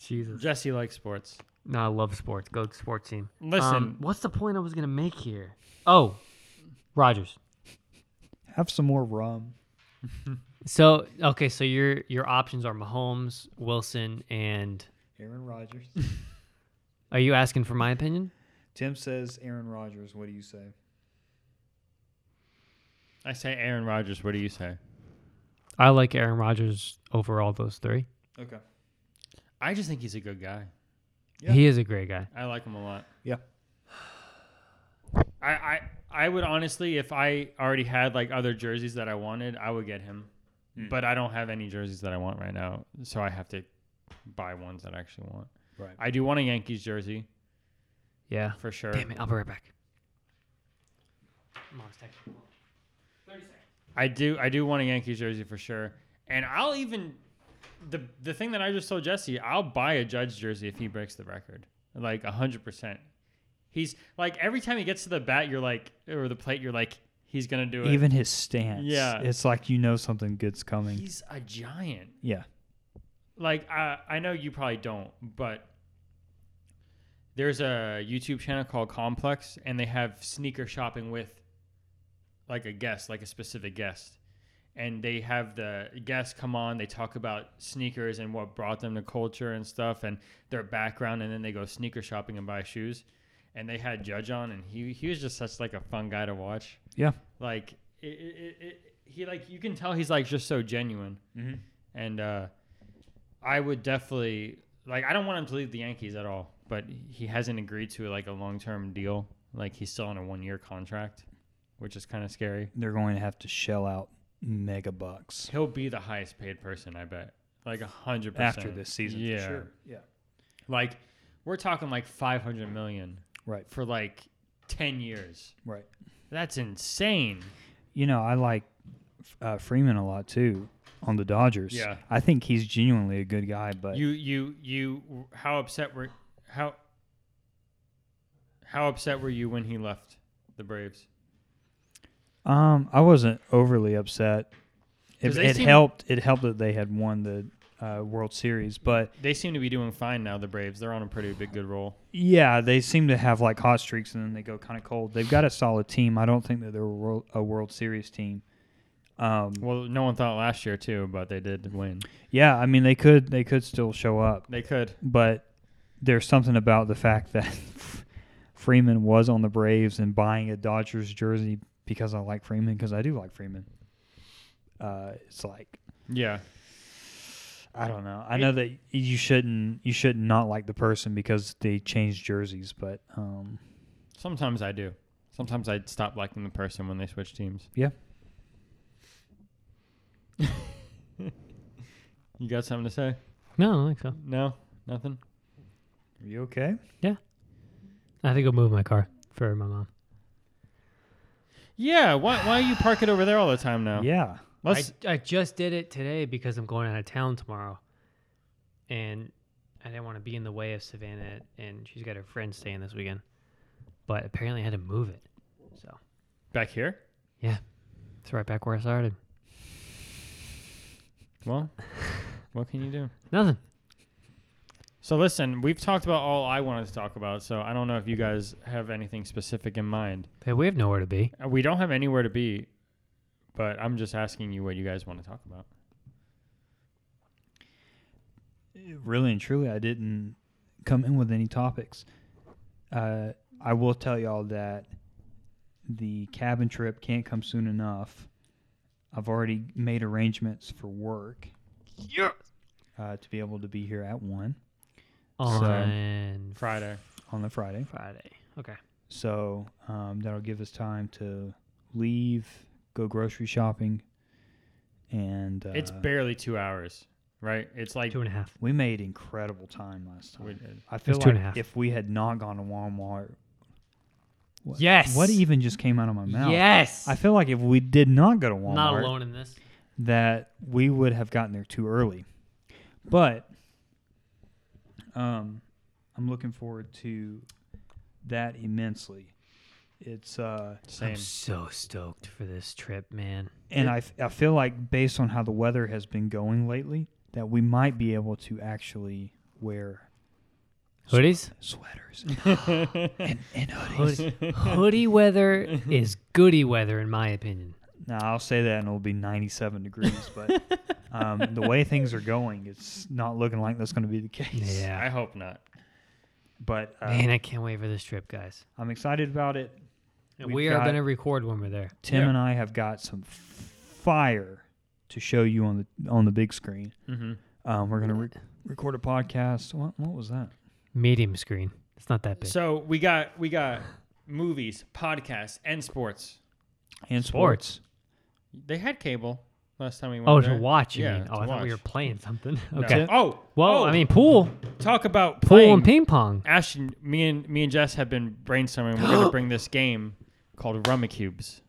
Speaker 2: Jesus.
Speaker 1: Jesse likes sports.
Speaker 2: No, I love sports. Go sports team.
Speaker 1: Listen,
Speaker 2: Um, what's the point I was gonna make here? Oh, Rogers.
Speaker 4: Have some more rum.
Speaker 2: So okay, so your your options are Mahomes, Wilson, and
Speaker 4: Aaron Rodgers.
Speaker 2: are you asking for my opinion?
Speaker 4: Tim says Aaron Rodgers. What do you say?
Speaker 1: I say Aaron Rodgers. What do you say?
Speaker 2: I like Aaron Rodgers over all those three.
Speaker 4: Okay.
Speaker 1: I just think he's a good guy.
Speaker 4: Yeah.
Speaker 2: He is a great guy.
Speaker 1: I like him a lot.
Speaker 4: Yeah.
Speaker 1: I, I I would honestly, if I already had like other jerseys that I wanted, I would get him.
Speaker 2: Hmm.
Speaker 4: Mm.
Speaker 1: But I don't have any jerseys that I want right now, so I have to buy ones that I actually want.
Speaker 4: Right.
Speaker 1: I do want a Yankees jersey
Speaker 2: Yeah.
Speaker 1: for sure.
Speaker 2: Damn it, I'll be right back. Mom's texting.
Speaker 1: I do I do want a Yankees jersey for sure. And I'll even the the thing that I just told Jesse, I'll buy a Judge jersey if he breaks the record. Like 100%. He's like every time he gets to the bat, you're like, or the plate, you're like, he's gonna do it.
Speaker 4: Even his stance.
Speaker 1: Yeah.
Speaker 4: It's like you know something good's coming.
Speaker 1: he's a giant.
Speaker 4: yeah.
Speaker 1: like I I know you probably don't, but there's a YouTube channel called Complex, and they have sneaker shopping with like a guest, like a specific guest, and they have the guests come on. They talk about sneakers and what brought them to culture and stuff, and their background, and then they go sneaker shopping and buy shoes. And they had Judge on, and he he was just such like a fun guy to watch.
Speaker 4: Yeah.
Speaker 1: Like it, it, it, it, he like you can tell he's like just so genuine
Speaker 4: Mm-hmm.
Speaker 1: and uh, I would definitely like. I don't want him to leave the Yankees at all, but he hasn't agreed to like a long term deal. Like he's still on a one year contract, which is kind of scary.
Speaker 4: They're going to have to shell out mega bucks
Speaker 1: He'll be the highest paid person, I bet, like a hundred percent
Speaker 4: after this season.
Speaker 1: Yeah,
Speaker 4: For sure. Yeah.
Speaker 1: like we're talking like five hundred million
Speaker 4: Right.
Speaker 1: for like ten years.
Speaker 4: Right.
Speaker 1: That's insane.
Speaker 4: You know, I like uh, Freeman a lot too on the Dodgers.
Speaker 1: Yeah.
Speaker 4: I think he's genuinely a good guy, but
Speaker 1: You you you. How upset were how how upset were you when he left the Braves?
Speaker 4: um, I wasn't overly upset.
Speaker 1: 'Cause
Speaker 4: It,
Speaker 1: they
Speaker 4: it
Speaker 1: seem-
Speaker 4: helped. It helped that they had won the uh, World Series, but
Speaker 1: They seem to be doing fine now. The Braves, they're on a pretty big good roll.
Speaker 4: yeah, they seem to have like hot streaks and then they go kind of cold. They've got a solid team. I don't think that they're a World, a World Series team. Um,
Speaker 1: Well, no one thought last year too, but they did win.
Speaker 4: yeah, I mean they could they could still show up.
Speaker 1: They could.
Speaker 4: but there's something about the fact that Freeman was on the Braves and buying a Dodgers jersey because I like Freeman because I do like Freeman. Uh, it's like
Speaker 1: Yeah,
Speaker 4: I don't know. I know that you shouldn't you should not like the person because they change jerseys, but um,
Speaker 1: sometimes I do. Sometimes I stop liking the person when they switch teams.
Speaker 4: Yeah.
Speaker 1: you got something to say?
Speaker 2: No, I don't think so.
Speaker 1: No, nothing.
Speaker 4: are you okay?
Speaker 2: I have to go move my car for my mom.
Speaker 1: Yeah. Why? Why you park it over there all the time now?
Speaker 4: Yeah.
Speaker 2: I,
Speaker 1: Let's.
Speaker 2: I just did it today because I'm going out of town tomorrow, and I didn't want to be in the way of Savannah, and she's got her friend staying this weekend, but apparently I had to move it, so
Speaker 1: back here.
Speaker 2: it's right back where I started.
Speaker 1: Well, what can you do?
Speaker 2: Nothing.
Speaker 1: So listen, we've talked about all I wanted to talk about. So I don't know if you guys have anything specific in mind.
Speaker 2: Hey, we have nowhere to be.
Speaker 1: Uh, We don't have anywhere to be, but I'm just asking you what you guys want to talk about.
Speaker 4: Really and truly, I didn't come in with any topics. Uh, I will tell y'all that the cabin trip can't come soon enough. I've already made arrangements for work
Speaker 2: Yes.
Speaker 4: uh, to be able to be here at one
Speaker 2: On
Speaker 1: Friday.
Speaker 4: on the Friday.
Speaker 2: Friday. Okay.
Speaker 4: So um, that'll give us time to leave, go grocery shopping, and uh,
Speaker 1: it's barely two hours, right? It's like
Speaker 2: Two and a half.
Speaker 4: we made incredible time last time.
Speaker 1: we- uh,
Speaker 4: I feel
Speaker 2: two and a
Speaker 4: like
Speaker 2: half.
Speaker 4: if we had not gone to Walmart, what,
Speaker 2: Yes.
Speaker 4: what even just came out of my mouth?
Speaker 2: Yes.
Speaker 4: I feel like if we did not go to Walmart,
Speaker 2: not alone in this.
Speaker 4: that we would have gotten there too early. But um, I'm looking forward to that immensely. It's uh,
Speaker 1: same.
Speaker 2: I'm so stoked for this trip, man.
Speaker 4: and I, f- I feel like based on how the weather has been going lately, that we might be able to actually wear
Speaker 2: Hoodies?
Speaker 4: sweaters and, and hoodies.
Speaker 2: Hoodie, hoodie weather is goody weather, in my opinion.
Speaker 4: Now I'll say that, and it'll be 97 degrees. But um, the way things are going, it's not looking like that's going to be the case.
Speaker 1: I
Speaker 2: Yeah.
Speaker 1: hope not.
Speaker 4: But uh,
Speaker 2: Man, I can't wait for this trip, guys.
Speaker 4: I'm excited about it.
Speaker 2: And
Speaker 4: We've
Speaker 2: we are
Speaker 4: got-
Speaker 2: going to record when we're there.
Speaker 4: Tim
Speaker 1: Yeah.
Speaker 4: and I have got some fire to show you on the on the big screen.
Speaker 1: Mm-hmm.
Speaker 4: Um, we're gonna re- record a podcast. What, what was that?
Speaker 2: Medium screen. It's not that big.
Speaker 1: So we got we got movies, podcasts, and sports.
Speaker 4: And
Speaker 2: Sports.
Speaker 1: They had cable last time we went.
Speaker 2: oh,
Speaker 1: there.
Speaker 2: to watch, you
Speaker 1: Yeah,
Speaker 2: mean? Oh, I
Speaker 1: to
Speaker 2: thought we were
Speaker 1: watch.
Speaker 2: playing something.
Speaker 1: No.
Speaker 2: Okay.
Speaker 1: Oh,
Speaker 2: Well,
Speaker 1: oh,
Speaker 2: I mean, pool.
Speaker 1: talk about
Speaker 2: Pool
Speaker 1: playing.
Speaker 2: and ping pong.
Speaker 1: Ashton, me and me and Jess have been brainstorming. We're gonna bring this game called Rummikubes.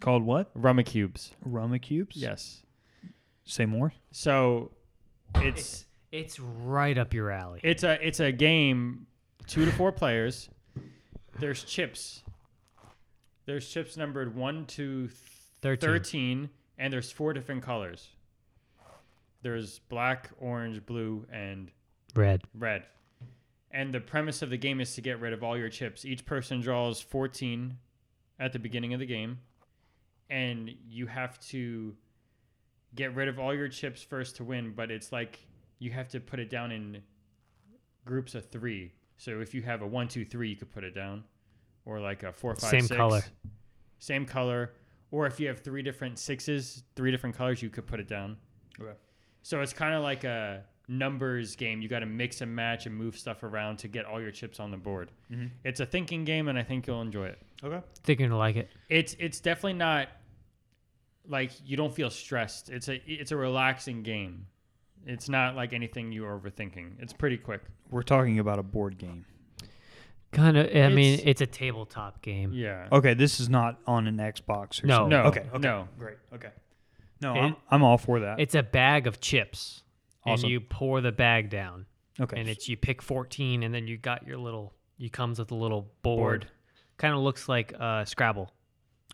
Speaker 4: called what?
Speaker 1: Rummikubes.
Speaker 4: Roma cubes.
Speaker 1: Yes.
Speaker 4: Say more.
Speaker 1: So it's
Speaker 2: It's right up your alley.
Speaker 1: It's a it's a game, two to four players, There's chips. There's chips numbered one to
Speaker 2: 13.
Speaker 1: 13, and there's four different colors. There's black, orange, blue, and
Speaker 2: Red.
Speaker 1: red. And the premise of the game is to get rid of all your chips. Each person draws 14 at the beginning of the game, and you have to get rid of all your chips first to win, but it's like you have to put it down in groups of three. So if you have a one, two, three, you could put it down, or like a four, five,
Speaker 2: Same
Speaker 1: six.
Speaker 2: color.
Speaker 1: Same color. Or if you have three different sixes, three different colors, you could put it down.
Speaker 4: Okay.
Speaker 1: So it's kind of like a numbers game. You got to mix and match and move stuff around to get all your chips on the board.
Speaker 2: Mm-hmm.
Speaker 4: Mhm.
Speaker 1: It's a thinking game, and I think you'll enjoy it.
Speaker 4: Okay.
Speaker 2: Think you're gonna like it.
Speaker 1: It's it's definitely not like you don't feel stressed. It's a it's a relaxing game. It's not like anything you're overthinking. It's pretty quick.
Speaker 4: We're talking about a board game.
Speaker 2: Kind of. I mean,
Speaker 1: It's-
Speaker 2: it's a tabletop game.
Speaker 1: Yeah.
Speaker 4: Okay, this is not on an Xbox or
Speaker 2: No.
Speaker 4: something.
Speaker 1: No.
Speaker 4: Okay. okay.
Speaker 1: No.
Speaker 4: Great. Okay. No,
Speaker 2: It-
Speaker 4: I'm, I'm all for that.
Speaker 2: It's a bag of chips,
Speaker 4: Awesome.
Speaker 2: and you pour the bag down,
Speaker 4: okay.
Speaker 2: and it's you pick 14, and then you got your little. You comes with a little board.
Speaker 1: Board.
Speaker 2: Kind of looks like uh, Scrabble.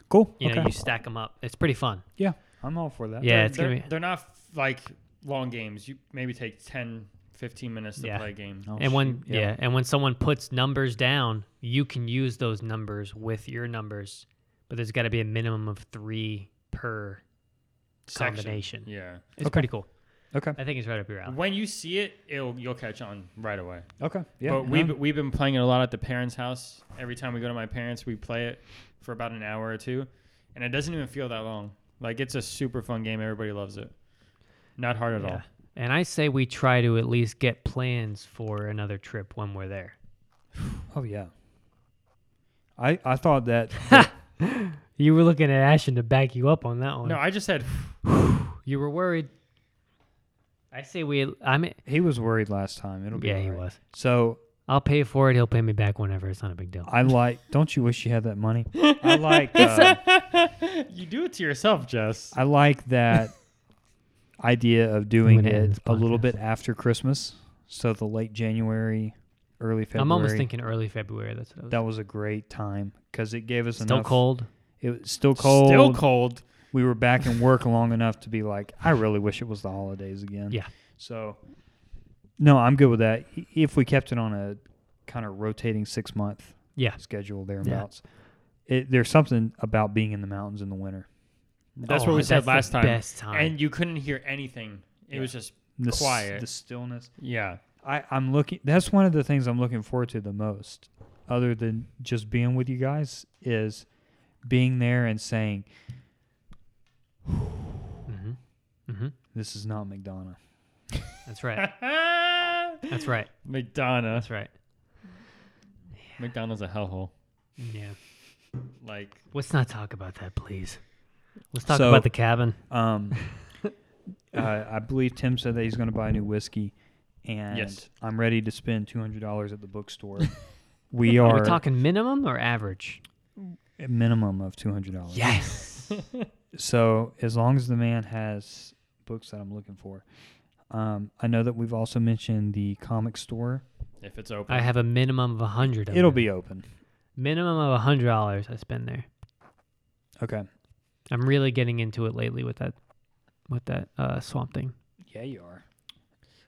Speaker 4: cool.
Speaker 2: You
Speaker 4: okay.
Speaker 2: know, you stack them up. It's pretty fun.
Speaker 4: yeah, I'm all for that.
Speaker 2: Yeah,
Speaker 1: They're-
Speaker 2: it's gonna
Speaker 1: they're-
Speaker 2: be-
Speaker 1: They're not like long games. You maybe take 10, 15 minutes to
Speaker 2: Yeah.
Speaker 1: play a game.
Speaker 4: Oh,
Speaker 2: and when
Speaker 4: shoot.
Speaker 2: yeah. and when someone puts numbers down, you can use those numbers with your numbers, but there's got to be a minimum of three per.
Speaker 1: Section.
Speaker 2: Combination.
Speaker 1: Yeah.
Speaker 2: It's
Speaker 4: Okay.
Speaker 2: pretty cool.
Speaker 4: Okay.
Speaker 2: I think it's right up your alley.
Speaker 1: When you see it, it'll you'll catch on right away.
Speaker 4: Okay. Yeah.
Speaker 1: but we've,
Speaker 4: no.
Speaker 1: we've been playing it a lot at the parents' house. Every time we go to my parents, we play it for about an hour or two, and it doesn't even feel that long. Like it's a super fun game. Everybody loves it. Not hard at all.
Speaker 2: And I say we try to at least get plans for another trip when we're there.
Speaker 4: Oh yeah. I I thought that
Speaker 2: You were looking at Ashton to back you up on that one.
Speaker 1: No, I just said
Speaker 2: you were worried. I say we. I mean,
Speaker 4: he was worried last time. It'll be
Speaker 2: yeah, he
Speaker 4: alright.
Speaker 2: was.
Speaker 4: So
Speaker 2: I'll pay for it. He'll pay me back whenever. It's not a big deal.
Speaker 4: I like. don't you wish you had that money? I like. Uh,
Speaker 1: you do it to yourself, Jess.
Speaker 4: I like that idea of
Speaker 2: I'm
Speaker 4: doing
Speaker 2: gonna end
Speaker 4: it
Speaker 2: this
Speaker 4: a little
Speaker 2: podcast.
Speaker 4: bit after Christmas, so the late January, early February.
Speaker 2: I'm almost thinking early February. That's what I was.
Speaker 4: that was a great time because it gave us
Speaker 2: Still
Speaker 4: enough.
Speaker 2: cold.
Speaker 4: It was still cold.
Speaker 1: Still cold.
Speaker 4: We were back in work long enough to be like, I really wish it was the holidays again.
Speaker 2: Yeah.
Speaker 4: So, no, I'm good with that. I- If we kept it on a kind of rotating six month
Speaker 2: Yeah.
Speaker 4: schedule thereabouts, it, there's something about being in the mountains in the winter.
Speaker 1: That's
Speaker 2: Oh,
Speaker 1: what we said
Speaker 2: the
Speaker 1: last time.
Speaker 2: Best time.
Speaker 1: And you couldn't hear anything. It was just
Speaker 4: The s-
Speaker 1: Quiet.
Speaker 4: the stillness.
Speaker 1: yeah.
Speaker 4: I, I'm looking. That's one of the things I'm looking forward to the most, other than just being with you guys, is being there and saying,
Speaker 2: mm-hmm. Mm-hmm.
Speaker 4: "This is not McDonough."
Speaker 2: That's right. That's right.
Speaker 1: McDonough.
Speaker 2: That's right.
Speaker 1: McDonald's a hellhole.
Speaker 2: Yeah.
Speaker 1: Like
Speaker 2: Let's not talk about that, please. Let's talk
Speaker 4: So-
Speaker 2: about the cabin.
Speaker 4: Um, uh, I believe Tim said that he's going to buy new whiskey, and
Speaker 1: Yes.
Speaker 4: I'm ready to spend two hundred dollars at the bookstore. we
Speaker 2: Are
Speaker 4: are
Speaker 2: we talking minimum or average?
Speaker 4: a minimum of two hundred dollars.
Speaker 2: Yes.
Speaker 4: So as long as the man has books that I'm looking for, um, I know that we've also mentioned the comic store.
Speaker 1: if it's open.
Speaker 2: I have a minimum of a hundred.
Speaker 4: It'll be open.
Speaker 2: minimum of a hundred dollars I spend there.
Speaker 4: Okay.
Speaker 2: I'm really getting into it lately with that, with that uh, swamp thing.
Speaker 4: Yeah, you are.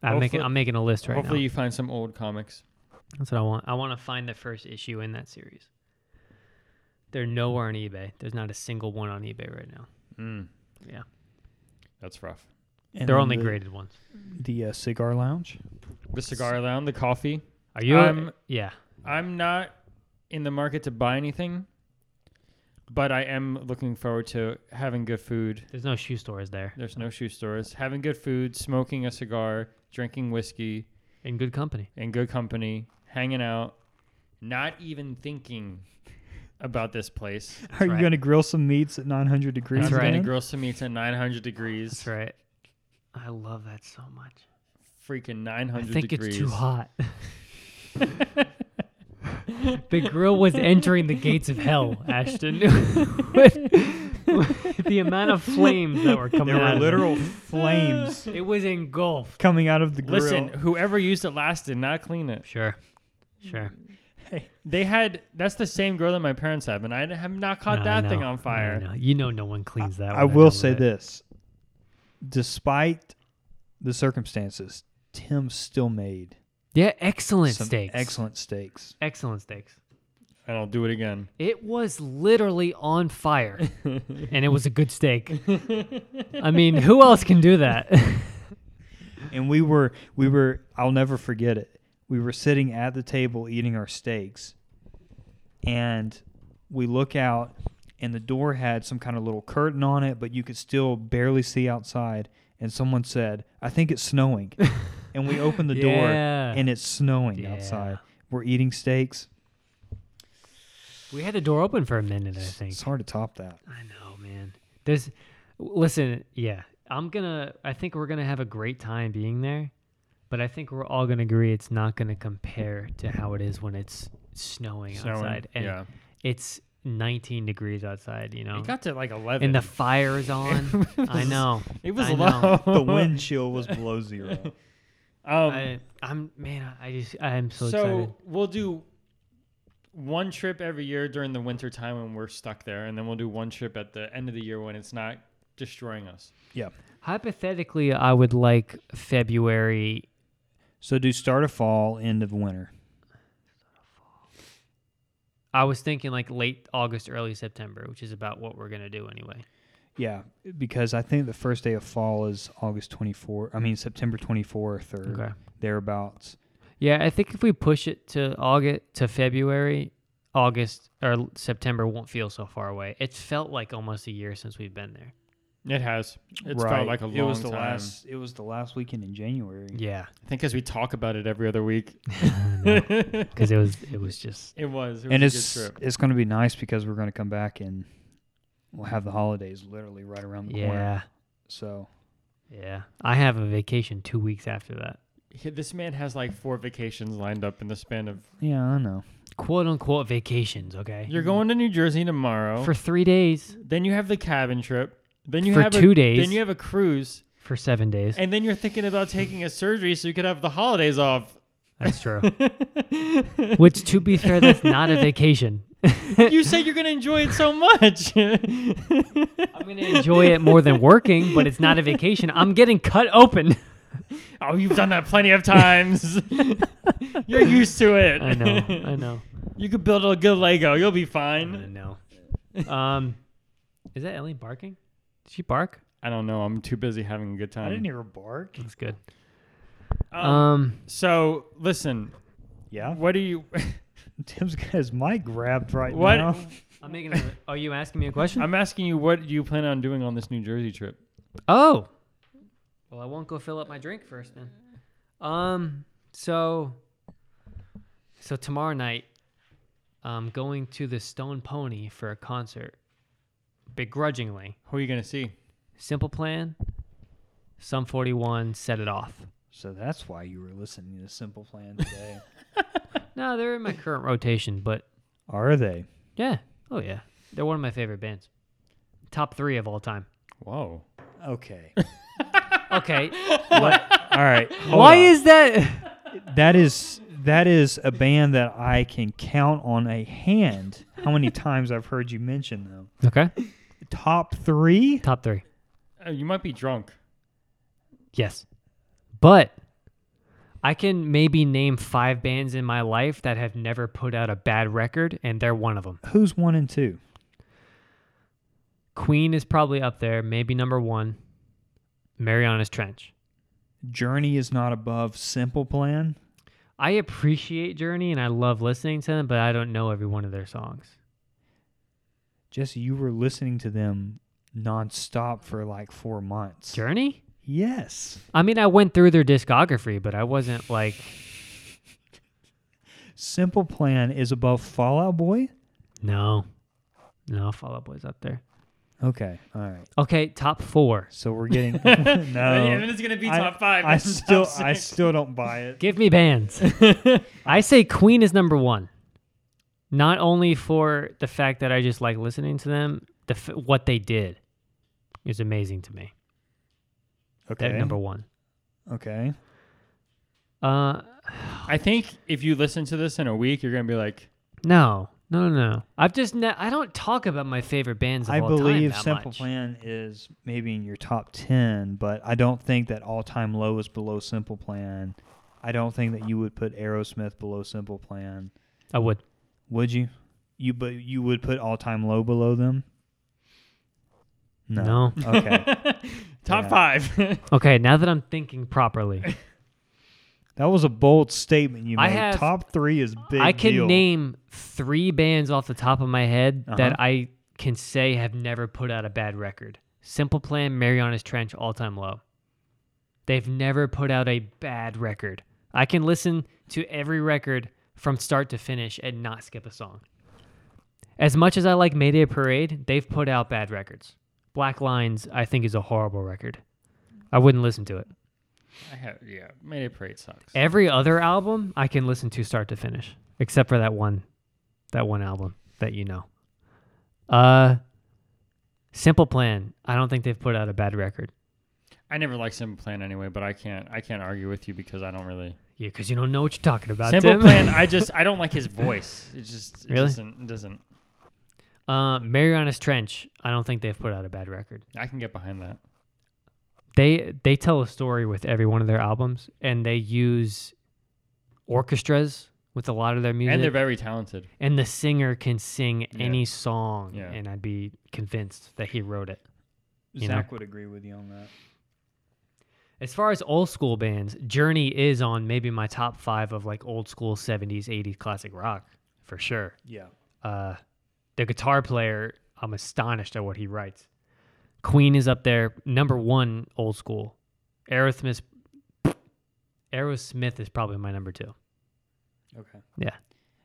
Speaker 2: I'm making
Speaker 1: Hopefully-
Speaker 2: I'm making a list right
Speaker 1: Hopefully
Speaker 2: now.
Speaker 1: you find some old comics.
Speaker 2: That's what I want. I want to find the first issue in that series. They're nowhere on eBay. There's not a single one on eBay right now.
Speaker 1: Mm,
Speaker 2: Yeah,
Speaker 1: that's rough.
Speaker 4: And
Speaker 2: they're
Speaker 4: then
Speaker 2: only
Speaker 4: the,
Speaker 2: graded ones.
Speaker 4: The uh, cigar lounge.
Speaker 1: The cigar lounge, the coffee.
Speaker 2: Are you?
Speaker 1: Um,
Speaker 2: yeah.
Speaker 1: I'm not in the market to buy anything, but I am looking forward to having good food.
Speaker 2: There's no shoe stores there,
Speaker 1: There's no shoe stores. Having good food, smoking a cigar, drinking whiskey,
Speaker 2: in good company.
Speaker 1: in good company, hanging out, not even thinking about this place.
Speaker 4: Are
Speaker 2: right.
Speaker 4: you going to grill some meats at 900 degrees?
Speaker 2: That's
Speaker 1: I'm
Speaker 2: right.
Speaker 1: gonna
Speaker 4: Dan?
Speaker 1: grill some meats at 900 degrees.
Speaker 2: That's right. I love that so much.
Speaker 1: Freaking
Speaker 2: I
Speaker 1: 900
Speaker 2: think
Speaker 1: degrees.
Speaker 2: it's too hot. the grill was entering the gates of hell, Ashton. with, with the amount of flames that were coming
Speaker 4: There were
Speaker 2: out. of it.
Speaker 4: literal flames
Speaker 2: It was engulfed.
Speaker 4: coming out of the grill.
Speaker 1: Listen, whoever used it last did not clean it.
Speaker 2: Sure. Sure.
Speaker 1: They had that's the same grill that my parents have, and I have not caught
Speaker 2: No, I
Speaker 1: that thing
Speaker 2: know.
Speaker 1: on
Speaker 2: I
Speaker 1: fire.
Speaker 2: know. You know, no one cleans that.
Speaker 4: I
Speaker 2: one
Speaker 4: will
Speaker 2: know
Speaker 4: say
Speaker 2: that.
Speaker 4: this: despite the circumstances, Tim still made
Speaker 2: Yeah, excellent
Speaker 4: some
Speaker 2: steaks.
Speaker 4: excellent steaks.
Speaker 2: excellent steaks.
Speaker 1: And I'll do it again.
Speaker 2: It was literally on fire, and it was a good steak. I mean, who else can do that?
Speaker 4: and we were we were I'll never forget it. We were sitting at the table eating our steaks and we look out and the door had some kind of little curtain on it but you could still barely see outside and someone said, "I think it's snowing." and we opened the door
Speaker 2: Yeah.
Speaker 4: and it's snowing
Speaker 2: Yeah.
Speaker 4: outside. We're eating steaks.
Speaker 2: we had the door open for a minute, I think.
Speaker 4: It's hard to top that.
Speaker 2: I know, man. There's, listen, yeah. I'm gonna. I think we're gonna have a great time being there, but I think we're all gonna agree it's not gonna compare to how it is when it's snowing,
Speaker 1: Snowing,
Speaker 2: outside, and
Speaker 1: yeah.
Speaker 2: it's 19 degrees outside. You know,
Speaker 1: It got to like eleven.
Speaker 2: and the fire is on. I know.
Speaker 1: it was
Speaker 2: I
Speaker 1: low.
Speaker 2: know.
Speaker 4: The wind chill was below 0.
Speaker 1: Um,
Speaker 2: I, I'm man. I just I am so,
Speaker 1: so
Speaker 2: excited.
Speaker 1: we'll do one trip every year during the winter time when we're stuck there, and then we'll do one trip at the end of the year when it's not destroying us.
Speaker 4: yeah.
Speaker 2: Hypothetically, I would like February.
Speaker 4: So do start of fall, end of winter.
Speaker 2: I was thinking like late August, early September, which is about what we're gonna do anyway.
Speaker 4: Yeah, because I think the first day of fall is August 24th. I mean, September 24th or
Speaker 2: Okay.
Speaker 4: thereabouts.
Speaker 2: Yeah, I think if we push it to August to February, August or l- September won't feel so far away. It's felt like almost a year since we've been there.
Speaker 1: It has. It's felt like a long
Speaker 4: it was the
Speaker 1: time.
Speaker 4: last. It was the last weekend in January.
Speaker 2: Yeah,
Speaker 1: I think as we talk about it every other week, it
Speaker 2: because it was it was just
Speaker 1: was. It was
Speaker 4: and
Speaker 1: a
Speaker 4: it's
Speaker 1: good trip.
Speaker 4: it's going to be nice because we're going to come back and we'll have the holidays literally right around the corner.
Speaker 2: yeah
Speaker 4: So
Speaker 2: yeah. I have a vacation two weeks after that,
Speaker 1: He- This man has like four vacations lined up in the span of.
Speaker 4: yeah, I know.
Speaker 2: quote unquote vacations. Okay,
Speaker 1: You're going to New Jersey tomorrow.
Speaker 2: for three days,
Speaker 1: then you have the cabin trip. Then you
Speaker 2: For
Speaker 1: have
Speaker 2: two
Speaker 1: a,
Speaker 2: days.
Speaker 1: Then you have a cruise,
Speaker 2: for seven days.
Speaker 1: and then you're thinking about taking a surgery so you could have the holidays off.
Speaker 2: That's true. Which, to be fair, that's not a vacation.
Speaker 1: you said you're gonna enjoy it so much.
Speaker 2: I'm gonna enjoy it more than working, but it's not a vacation. I'm getting cut open.
Speaker 1: oh, you've done that plenty of times. you're used to it.
Speaker 2: I know. I know.
Speaker 1: You could build a good Lego. You'll be
Speaker 2: I
Speaker 1: fine.
Speaker 2: know. Um, is that Ellie barking? Did she bark?
Speaker 1: I don't know. I'm too busy having a good time.
Speaker 4: I didn't hear a bark.
Speaker 2: That's good.
Speaker 1: Um,
Speaker 2: Um,
Speaker 1: so listen,
Speaker 4: Yeah,
Speaker 1: what do you?
Speaker 4: Tim's got his mic grabbed right
Speaker 1: What?
Speaker 4: now.
Speaker 2: I'm making. A, are you asking me a question?
Speaker 1: I'm asking you, what do you plan on doing on this New Jersey trip?
Speaker 2: oh. Well, I won't go fill up my drink first then. Um. So. So tomorrow night, I'm going to the Stone Pony for a concert. Begrudgingly,
Speaker 1: Who are you gonna see?
Speaker 2: simple plan. Sum 41 set it off.
Speaker 4: So that's why you were listening to Simple Plan today.
Speaker 2: No, they're in my current rotation, but
Speaker 4: Are they?
Speaker 2: Yeah. Oh yeah. They're one of my favorite bands. Top three of all time.
Speaker 1: Whoa.
Speaker 4: Okay.
Speaker 2: Okay.
Speaker 4: All right. hold
Speaker 2: Why
Speaker 4: on.
Speaker 2: is that?
Speaker 4: That is that is a band that I can count on a hand how many times I've heard you mention them.
Speaker 2: Okay.
Speaker 4: Top three?
Speaker 2: Top three.
Speaker 1: Uh, you might be drunk.
Speaker 2: Yes. But I can maybe name five bands in my life that have never put out a bad record, and they're one of them.
Speaker 4: Who's one and two?
Speaker 2: Queen is probably up there, maybe number one. Mariana's Trench.
Speaker 4: Journey is not above Simple Plan.
Speaker 2: I appreciate Journey and I love listening to them, but I don't know every one of their songs.
Speaker 4: Jesse, you were listening to them nonstop for like four months.
Speaker 2: Journey?
Speaker 4: Yes.
Speaker 2: I mean, I went through their discography, but I wasn't like,
Speaker 4: Simple Plan is above Fallout Boy?
Speaker 2: no, no, Fall Out Boy's up there.
Speaker 4: Okay. All right.
Speaker 2: Okay, top four.
Speaker 4: So we're getting
Speaker 1: And
Speaker 4: no.
Speaker 1: it's gonna be
Speaker 4: I-
Speaker 1: top five.
Speaker 4: I
Speaker 1: not top
Speaker 4: still
Speaker 1: six.
Speaker 4: I still don't buy it.
Speaker 2: Give me bands. I say Queen is number one, not only for the fact that I just like listening to them, the f- what they did is amazing to me.
Speaker 4: Okay.
Speaker 2: That number one.
Speaker 4: Okay.
Speaker 2: Uh,
Speaker 1: I think if you listen to this in a week, you're gonna be like,
Speaker 2: no, no, no, no. I've just ne- I don't talk about my favorite bands. Of
Speaker 4: I
Speaker 2: all time
Speaker 4: believe
Speaker 2: that
Speaker 4: Simple
Speaker 2: much.
Speaker 4: Plan is maybe in your top 10, but I don't think that All Time Low is below Simple Plan. I don't think that you would put Aerosmith below Simple Plan.
Speaker 2: I would.
Speaker 4: Would you? You but you would put All Time Low below them?
Speaker 2: No.
Speaker 4: Okay.
Speaker 1: top
Speaker 4: Yeah.
Speaker 1: five.
Speaker 2: Okay, now that I'm thinking properly,
Speaker 4: that was a bold statement you made.
Speaker 2: I have-
Speaker 4: top 3 is big
Speaker 2: I can
Speaker 4: deal.
Speaker 2: name three bands off the top of my head
Speaker 4: Uh-huh.
Speaker 2: that I can say have never put out a bad record. Simple Plan, Marianas Trench, All Time Low. They've never put out a bad record. I can listen to every record from start to finish and not skip a song. As much as I like Mayday Parade, they've put out bad records. Black Lines, I think, is a horrible record. I wouldn't listen to it.
Speaker 1: I have, yeah, Mayday Parade sucks.
Speaker 2: Every other album I can listen to start to finish, except for that one, that one album that you know. Uh, Simple Plan. I don't think they've put out a bad record.
Speaker 1: I never liked Simple Plan anyway, but I can't I can't argue with you because I don't really
Speaker 2: Yeah, because you don't know what you're talking about.
Speaker 1: Simple
Speaker 2: Tim.
Speaker 1: Plan. I just I don't like his voice. It just it
Speaker 2: Really?
Speaker 1: doesn't it doesn't.
Speaker 2: uh, Marianas Trench. I don't think they've put out a bad record.
Speaker 1: I can get behind that.
Speaker 2: They they tell a story with every one of their albums, and they use orchestras with a lot of their music.
Speaker 1: And they're very talented.
Speaker 2: and the singer can sing any song,
Speaker 1: Yeah.
Speaker 2: and I'd be convinced that he wrote it. you know.
Speaker 4: Zach would agree with you on that.
Speaker 2: As far as old school bands, Journey is on maybe my top five of like old school 70s, 80s classic rock for sure.
Speaker 4: Yeah.
Speaker 2: Uh, the guitar player, I'm astonished at what he writes. Queen is up there, number one old school. Aerosmith, Aerosmith is probably my number two.
Speaker 4: Okay.
Speaker 2: Yeah.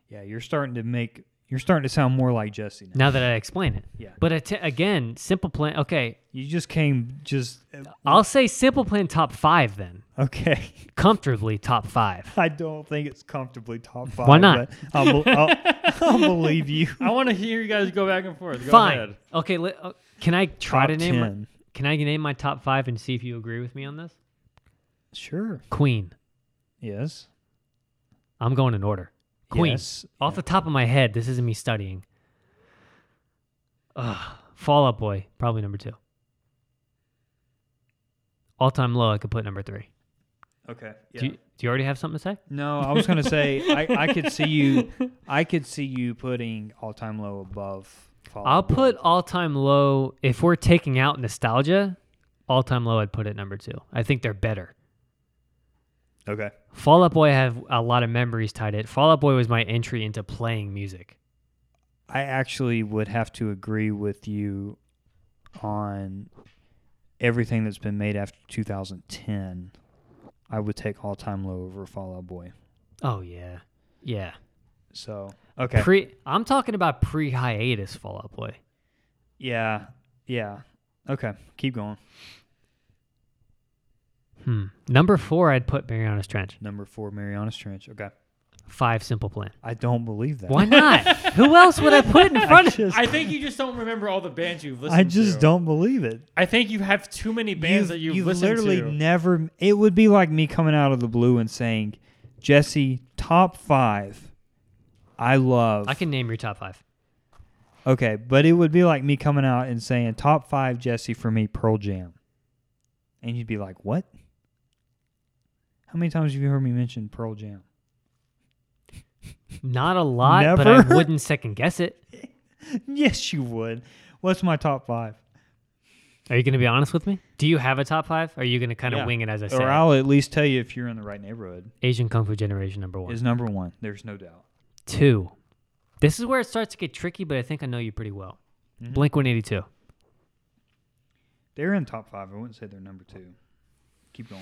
Speaker 4: Yeah, you're starting to make you're starting to sound more like Jesse now.
Speaker 2: Now that I explain it,
Speaker 4: Yeah.
Speaker 2: But att- again, Simple Plan. Okay,
Speaker 4: You just came just uh,
Speaker 2: I'll say Simple Plan top five then,
Speaker 4: okay.
Speaker 2: comfortably top five.
Speaker 4: I don't think it's comfortably top five.
Speaker 2: not?
Speaker 4: but I'll, be- I'll, I'll believe you.
Speaker 1: I want to hear you guys go back and forth. Go
Speaker 2: Fine.
Speaker 1: ahead.
Speaker 2: Okay. Let, uh, can I try
Speaker 4: Top
Speaker 2: to name? my-
Speaker 4: 10.
Speaker 2: Can I name my top five and see if you agree with me on this?
Speaker 4: Sure.
Speaker 2: Queen.
Speaker 4: Yes.
Speaker 2: I'm going in order. Queen.
Speaker 4: Yes.
Speaker 2: Off the top of my head, this isn't me studying. Ugh. Fall Out Boy, probably number two. All time low, I could put number three.
Speaker 4: Okay.
Speaker 2: Do, you, do you already have something to say?
Speaker 4: no, I was gonna say I, I could see you. I could see you putting all time low above. Fall
Speaker 2: I'll
Speaker 4: Out Boy.
Speaker 2: put all time low. If we're taking out nostalgia, all time low, I'd put it number two. I think they're better.
Speaker 4: Okay.
Speaker 2: Fall Out Boy, I have a lot of memories tied to it. Fall Out Boy was my entry into playing music.
Speaker 4: I actually would have to agree with you on everything that's been made after 2010. I would take all time low over Fall Out Boy.
Speaker 2: Oh, yeah. Yeah.
Speaker 4: So okay.
Speaker 2: Pre, I'm talking about pre hiatus Fall Out Boy.
Speaker 4: yeah. Yeah. Okay. Keep going.
Speaker 2: Hmm. Number four, I'd put Marianas Trench.
Speaker 4: Number four, Marianas Trench. Okay.
Speaker 2: Five, Simple Plan.
Speaker 4: I don't believe that.
Speaker 2: Why not? Who else would I put in
Speaker 4: I
Speaker 2: front of?
Speaker 4: just,
Speaker 1: I think you just don't remember all the bands you've listened to.
Speaker 4: I just don't believe it.
Speaker 1: I think you have too many bands that you've,
Speaker 4: you've
Speaker 1: listened
Speaker 4: literally
Speaker 1: to.
Speaker 4: never. It would be like me coming out of the blue and saying, "Jesse, top five, I love."
Speaker 2: I can name your top five.
Speaker 4: Okay, but it would be like me coming out and saying, "Top five, Jesse, for me, Pearl Jam," and you'd be like, "What? How many times have you heard me mention Pearl Jam?"
Speaker 2: Not a lot, but I
Speaker 4: Never.
Speaker 2: wouldn't second guess it.
Speaker 4: yes, you would. What's my top five?
Speaker 2: Are you going to be honest with me? Do you have a top five? Are you going to kind of
Speaker 4: Yeah.
Speaker 2: wing it as I say?
Speaker 4: Or
Speaker 2: it?
Speaker 4: I'll at least tell you if you're in the right neighborhood.
Speaker 2: Asian Kung Fu Generation number one.
Speaker 4: Is number one. There's no doubt.
Speaker 2: Two. This is where it starts to get tricky, but I think I know you pretty well. Blink 182.
Speaker 4: They're in top five. I wouldn't say they're number two. Keep going.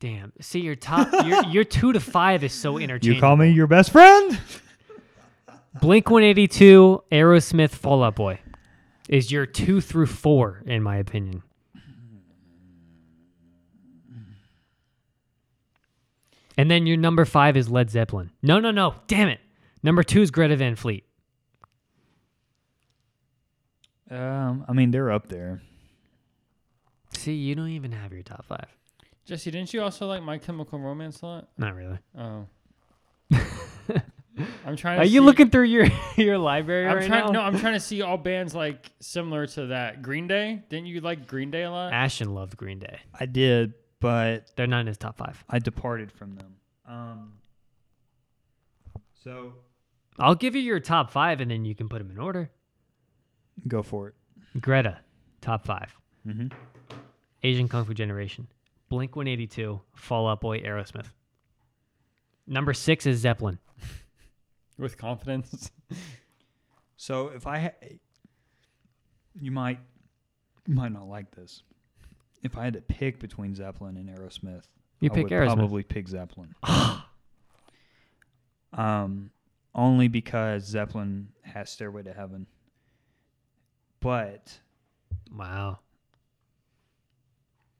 Speaker 2: Damn. See, your top, your, your two to five is so interchangeable.
Speaker 4: You call me your best friend?
Speaker 2: Blink 182, Aerosmith, Fall Out Boy is your two through four, in my opinion. And then your number five is Led Zeppelin. No, no, no. Damn it. Number two is Greta Van Fleet.
Speaker 4: Um, I mean, they're up there.
Speaker 2: See, you don't even have your top five.
Speaker 1: Jesse, didn't you also like My Chemical Romance a lot?
Speaker 2: Not really.
Speaker 1: Oh. I'm trying. To
Speaker 2: Are you
Speaker 1: see-
Speaker 2: looking through your your library
Speaker 1: I'm
Speaker 2: right
Speaker 1: trying. No,
Speaker 2: now?
Speaker 1: I'm trying to see all bands like similar to that. Green Day. Didn't you like Green Day a lot?
Speaker 2: Ashton loved Green Day.
Speaker 4: I did, but
Speaker 2: They're not in his top five.
Speaker 4: I departed from them. Um, so
Speaker 2: I'll give you your top five, and then you can put them in order.
Speaker 4: go for it.
Speaker 2: Greta, top five.
Speaker 4: Mm-hmm.
Speaker 2: Asian Kung Fu Generation, Blink 182, Fall Out Boy, Aerosmith. Number six is Zeppelin.
Speaker 1: With confidence.
Speaker 4: So if I, ha- you might, you might not like this. If I had to pick between Zeppelin and Aerosmith,
Speaker 2: You
Speaker 4: I
Speaker 2: pick
Speaker 4: would
Speaker 2: Aerosmith.
Speaker 4: probably pick Zeppelin. um, only because Zeppelin has Stairway to Heaven. But
Speaker 2: Wow.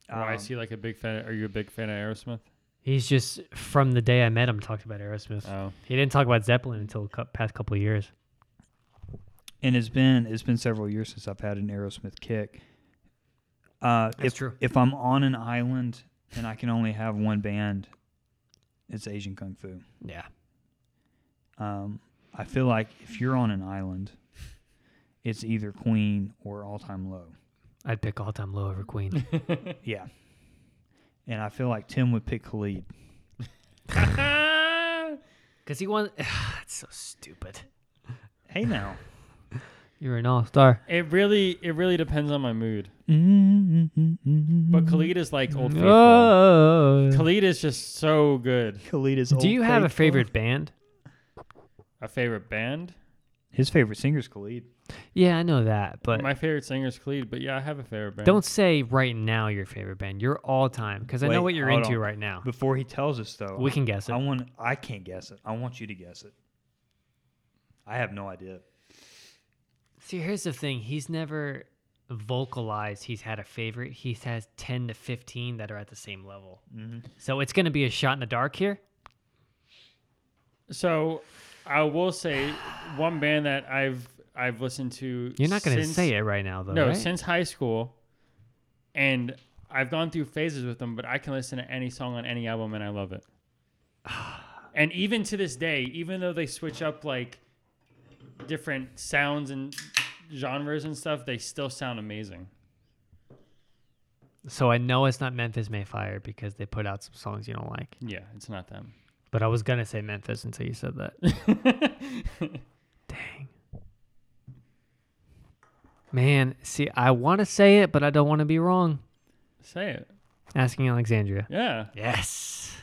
Speaker 1: Oh, I
Speaker 4: um,
Speaker 1: see. Like a big fan. Are you a big fan of Aerosmith?
Speaker 2: He's just from the day I met him talked about Aerosmith.
Speaker 1: Oh,
Speaker 2: he didn't talk about Zeppelin until the cou- past couple of years.
Speaker 4: and it's been it's been several years since I've had an Aerosmith kick. Uh,
Speaker 2: That's
Speaker 4: if,
Speaker 2: true.
Speaker 4: If I'm on an island and I can only have one band, it's Asian Kung Fu.
Speaker 2: Yeah.
Speaker 4: Um, I feel like if you're on an island, it's either Queen or All Time Low.
Speaker 2: I'd pick All Time Low over Queen.
Speaker 4: Yeah. And I feel like Tim would pick Khalid.
Speaker 2: Because he won. That's so stupid.
Speaker 4: Hey now.
Speaker 2: You're an all star.
Speaker 1: it really, it really depends on my mood.
Speaker 4: but
Speaker 2: Mm.
Speaker 1: But Khalid is like old faithful.
Speaker 2: Uh. Do
Speaker 1: Khalid is just so good.
Speaker 4: Khalid is.
Speaker 2: you have a favorite band?
Speaker 1: A favorite band?
Speaker 4: His favorite singer is Khalid.
Speaker 2: Yeah, I know that, but
Speaker 1: my favorite singer is Khalid, but yeah, I have a favorite band.
Speaker 2: don't say right now your favorite band. Your all time, because I know
Speaker 4: Wait,
Speaker 2: what you're
Speaker 4: hold
Speaker 2: into
Speaker 4: on.
Speaker 2: right now.
Speaker 4: Before he tells us though,
Speaker 2: We can guess it.
Speaker 4: I want. I can't guess it. I want you to guess it. I have no idea.
Speaker 2: See, here's the thing. He's never vocalized he's had a favorite. He has 10 to 15 that are at the same level.
Speaker 1: Mm-hmm.
Speaker 2: So it's going to be a shot in the dark here.
Speaker 1: So, I will say one band that I've I've listened to.
Speaker 2: You're not going to
Speaker 1: since-
Speaker 2: say it right now, though.
Speaker 1: No,
Speaker 2: right?
Speaker 1: since high school, and I've gone through phases with them, but I can listen to any song on any album and I love it. and even to this day, even though they switch up like different sounds and genres and stuff, they still sound amazing.
Speaker 2: so I know it's not Memphis Mayfire because they put out some songs you don't like.
Speaker 1: Yeah, it's not them.
Speaker 2: But I was going to say Memphis until you said that. Dang. Man, see, I want to say it, but I don't want to be wrong.
Speaker 1: Say it.
Speaker 2: Asking Alexandria.
Speaker 1: Yeah.
Speaker 2: Yes.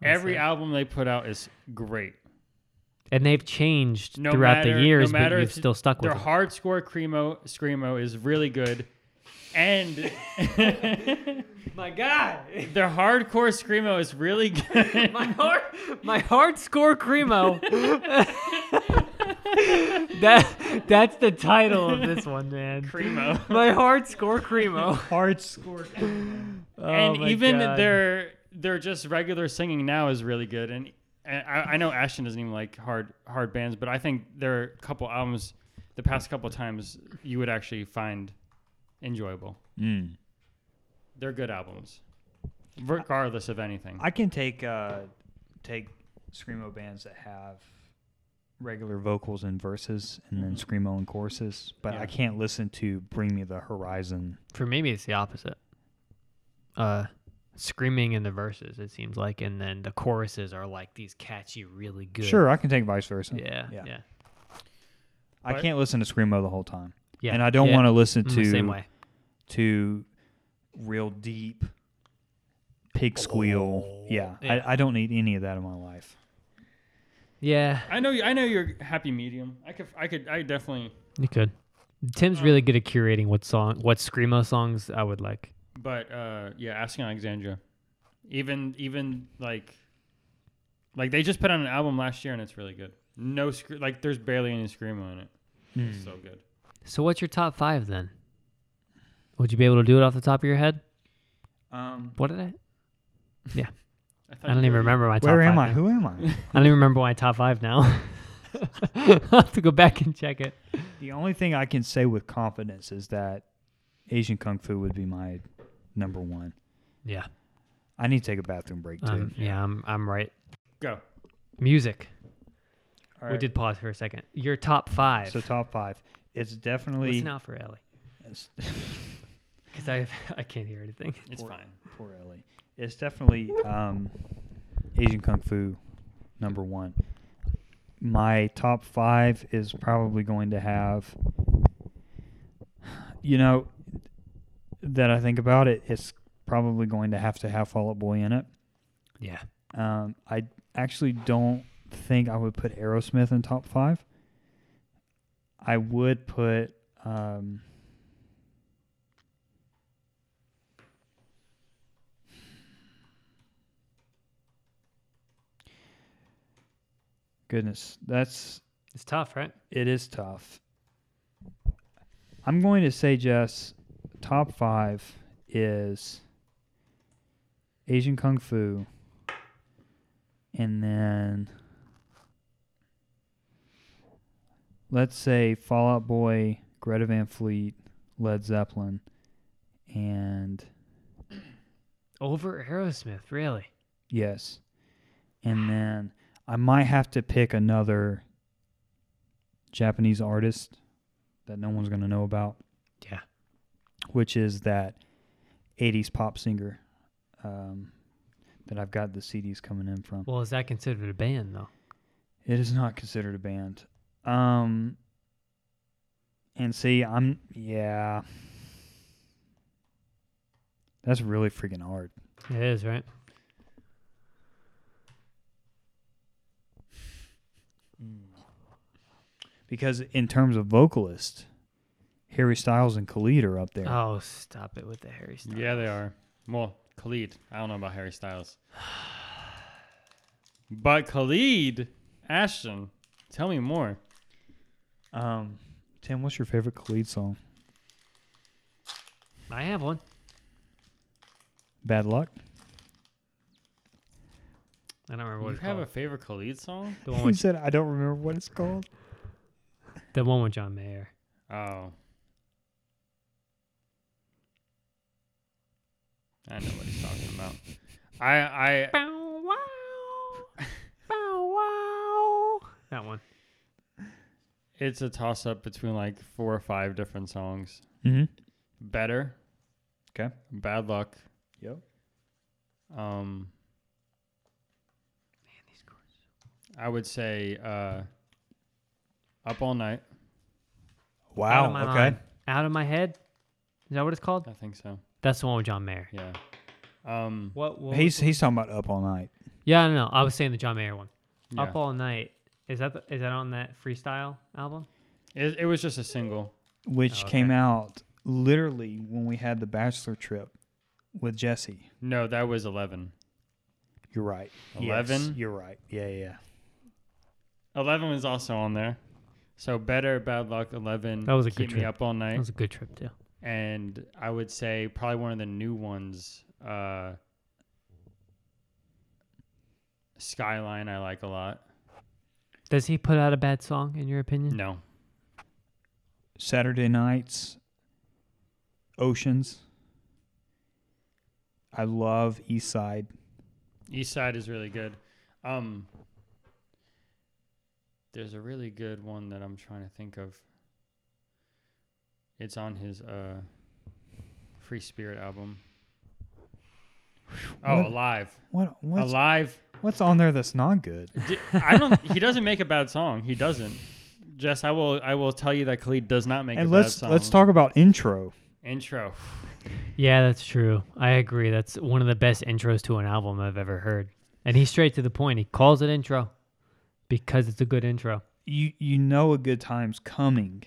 Speaker 1: Every
Speaker 2: it.
Speaker 1: album they put out is great.
Speaker 2: And they've changed
Speaker 1: No
Speaker 2: throughout
Speaker 1: matter-
Speaker 2: the years,
Speaker 1: no matter
Speaker 2: but you've
Speaker 1: if
Speaker 2: still stuck with
Speaker 1: Their
Speaker 2: it.
Speaker 1: hardcore cremo screamo is really good. And
Speaker 2: My God.
Speaker 1: their hardcore screamo is really good.
Speaker 2: my hard, my hardcore cremo. that that's the title of this one, man.
Speaker 1: Cremo.
Speaker 2: My hardcore Oh cremo.
Speaker 4: Hard score.
Speaker 1: and even their their just regular singing now is really good. And, and I, I know Ashton doesn't even like hard hard bands, but I think their couple albums, the past couple times, you would actually find enjoyable.
Speaker 2: Mm.
Speaker 1: They're good albums, regardless of anything.
Speaker 4: I can take uh, take screamo bands that have regular vocals and verses, and then
Speaker 2: Mm-hmm.
Speaker 4: screamo and choruses. But
Speaker 1: Yeah.
Speaker 4: I can't listen to "Bring Me the Horizon."
Speaker 2: for me, it's the opposite. Uh, screaming in the verses, it seems like, and then the choruses are like these catchy, really good.
Speaker 4: Sure, I can take vice versa.
Speaker 2: Yeah.
Speaker 4: Yeah.
Speaker 2: Yeah. Yeah.
Speaker 4: I
Speaker 1: But-
Speaker 4: can't listen to screamo the whole time, and I don't want to listen to
Speaker 2: same way.
Speaker 4: to real deep pig squeal. Oh. yeah,
Speaker 2: Yeah.
Speaker 4: I, I don't need any of that in my life.
Speaker 2: Yeah.
Speaker 1: I know, I know you're happy medium. I could, I could, I definitely,
Speaker 2: You could. Tim's really good at curating what song, what screamo songs I would like.
Speaker 1: but uh, yeah, asking Alexandria, even, even like, like they just put on an album last year and it's really good. No, scre- like there's barely any screamo in it.
Speaker 2: Hmm.
Speaker 1: It's so good.
Speaker 2: So what's your top five then? Would you be able to do it off the top of your head?
Speaker 4: Um,
Speaker 2: What did I?
Speaker 1: thought
Speaker 2: I don't even
Speaker 1: you already-
Speaker 2: remember my top
Speaker 4: where
Speaker 2: five.
Speaker 4: am I?
Speaker 2: now.
Speaker 4: Who am I?
Speaker 2: I don't even remember my top five now. I'll have to go back and check it.
Speaker 4: the only thing I can say with confidence is that Asian Kung Fu would be my number one.
Speaker 2: Yeah.
Speaker 4: I need to take a bathroom break too.
Speaker 2: Um, yeah, I'm, I'm right.
Speaker 1: Go.
Speaker 2: Music.
Speaker 4: All
Speaker 2: We
Speaker 4: right,
Speaker 2: did pause for a second. Your top five.
Speaker 4: so top five. It's definitely
Speaker 2: Listen out for Ellie,
Speaker 4: it's-
Speaker 2: because I I can't hear anything.
Speaker 1: It's
Speaker 4: Poor-
Speaker 1: fine.
Speaker 4: poor Ellie. It's definitely um, Asian Kung Fu number one. My top five is probably going to have, you know, that I think about it, it's probably going to have to have Fall Out Boy in it.
Speaker 2: Yeah.
Speaker 4: Um, I actually don't think I would put Aerosmith in top five. I would put. Um, goodness, that's
Speaker 2: It's tough, right?
Speaker 4: it is tough. I'm going to say, Jess, top five is Asian Kung Fu, and then let's say Fallout Boy, Greta Van Fleet, Led Zeppelin, and
Speaker 2: Over Aerosmith, really?
Speaker 4: yes, and then I might have to pick another Japanese artist that no one's going to know about.
Speaker 2: Yeah.
Speaker 4: which is that 80s pop singer um, that I've got the CDs coming in from.
Speaker 2: Well, is that considered a band though?
Speaker 4: It is not considered a band. Um, and see, I'm, yeah. That's really freaking hard.
Speaker 2: It is, right?
Speaker 4: Because in terms of vocalist, Harry Styles and Khalid are up there.
Speaker 2: Oh, stop it with the Harry stuff.
Speaker 1: Yeah, they are. Well, Khalid. I don't know about Harry Styles. But Khalid, Ashton, tell me more.
Speaker 4: Um, Tim, what's your favorite Khalid song?
Speaker 2: I have one.
Speaker 4: Bad Luck?
Speaker 2: I don't remember what
Speaker 1: You
Speaker 2: it's
Speaker 1: have
Speaker 2: called.
Speaker 1: a favorite Khalid song?
Speaker 2: the one
Speaker 4: he
Speaker 2: with
Speaker 4: said, I don't remember what it's called.
Speaker 2: the one with John Mayer.
Speaker 1: Oh. I know what he's talking about. I I
Speaker 2: Bow wow. Bow wow. That one.
Speaker 1: it's a toss up between like four or five different songs.
Speaker 4: Mm-hmm.
Speaker 1: Better.
Speaker 4: 'Kay.
Speaker 1: Bad luck.
Speaker 4: Yep.
Speaker 1: Um
Speaker 2: Man, these chords.
Speaker 1: I would say uh Up All Night.
Speaker 2: Out of my mind. Out of my head. Is that what it's called?
Speaker 1: I think so.
Speaker 2: That's the one with John Mayer.
Speaker 1: Yeah. Um
Speaker 2: What? what
Speaker 4: He's he's talking about up all night.
Speaker 2: yeah, I don't know. I was saying the John Mayer one.
Speaker 1: yeah.
Speaker 2: Up all night. Is that the, is that on that freestyle album?
Speaker 1: it, it was just a single.
Speaker 4: which
Speaker 2: Oh, okay.
Speaker 4: came out literally when we had the bachelor trip with Jesse.
Speaker 1: No, that was 11.
Speaker 4: You're right. Yes,
Speaker 1: 11?
Speaker 4: you're right. Yeah, yeah.
Speaker 1: 11 was also on there. So better bad luck 11.
Speaker 2: That was a good
Speaker 1: keep me
Speaker 2: trip.
Speaker 1: up all night.
Speaker 2: That was a good trip too.
Speaker 1: and I would say probably one of the new ones. Uh, Skyline, I like a lot.
Speaker 2: Does he put out a bad song in your
Speaker 4: Hmm.
Speaker 2: opinion?
Speaker 1: No,
Speaker 4: Saturday nights, oceans. I love East Side.
Speaker 1: East Side is really good. Um, there's a really good one that I'm trying to think of. It's on his uh, Free Spirit album. Oh,
Speaker 4: What?
Speaker 1: Alive,
Speaker 4: What what's
Speaker 1: Alive.
Speaker 4: what's on there that's not good?
Speaker 1: D- I don't. he doesn't make a bad song. He doesn't. Jess, I will. I will tell you that Khalid does not make a
Speaker 4: and
Speaker 1: bad
Speaker 4: let's
Speaker 1: song.
Speaker 4: let's talk about intro.
Speaker 1: intro.
Speaker 2: Yeah, that's true. I agree. That's one of the best intros to an album I've ever heard. And he's straight to the point. He calls it intro because it's a good intro.
Speaker 4: You you know a good time's coming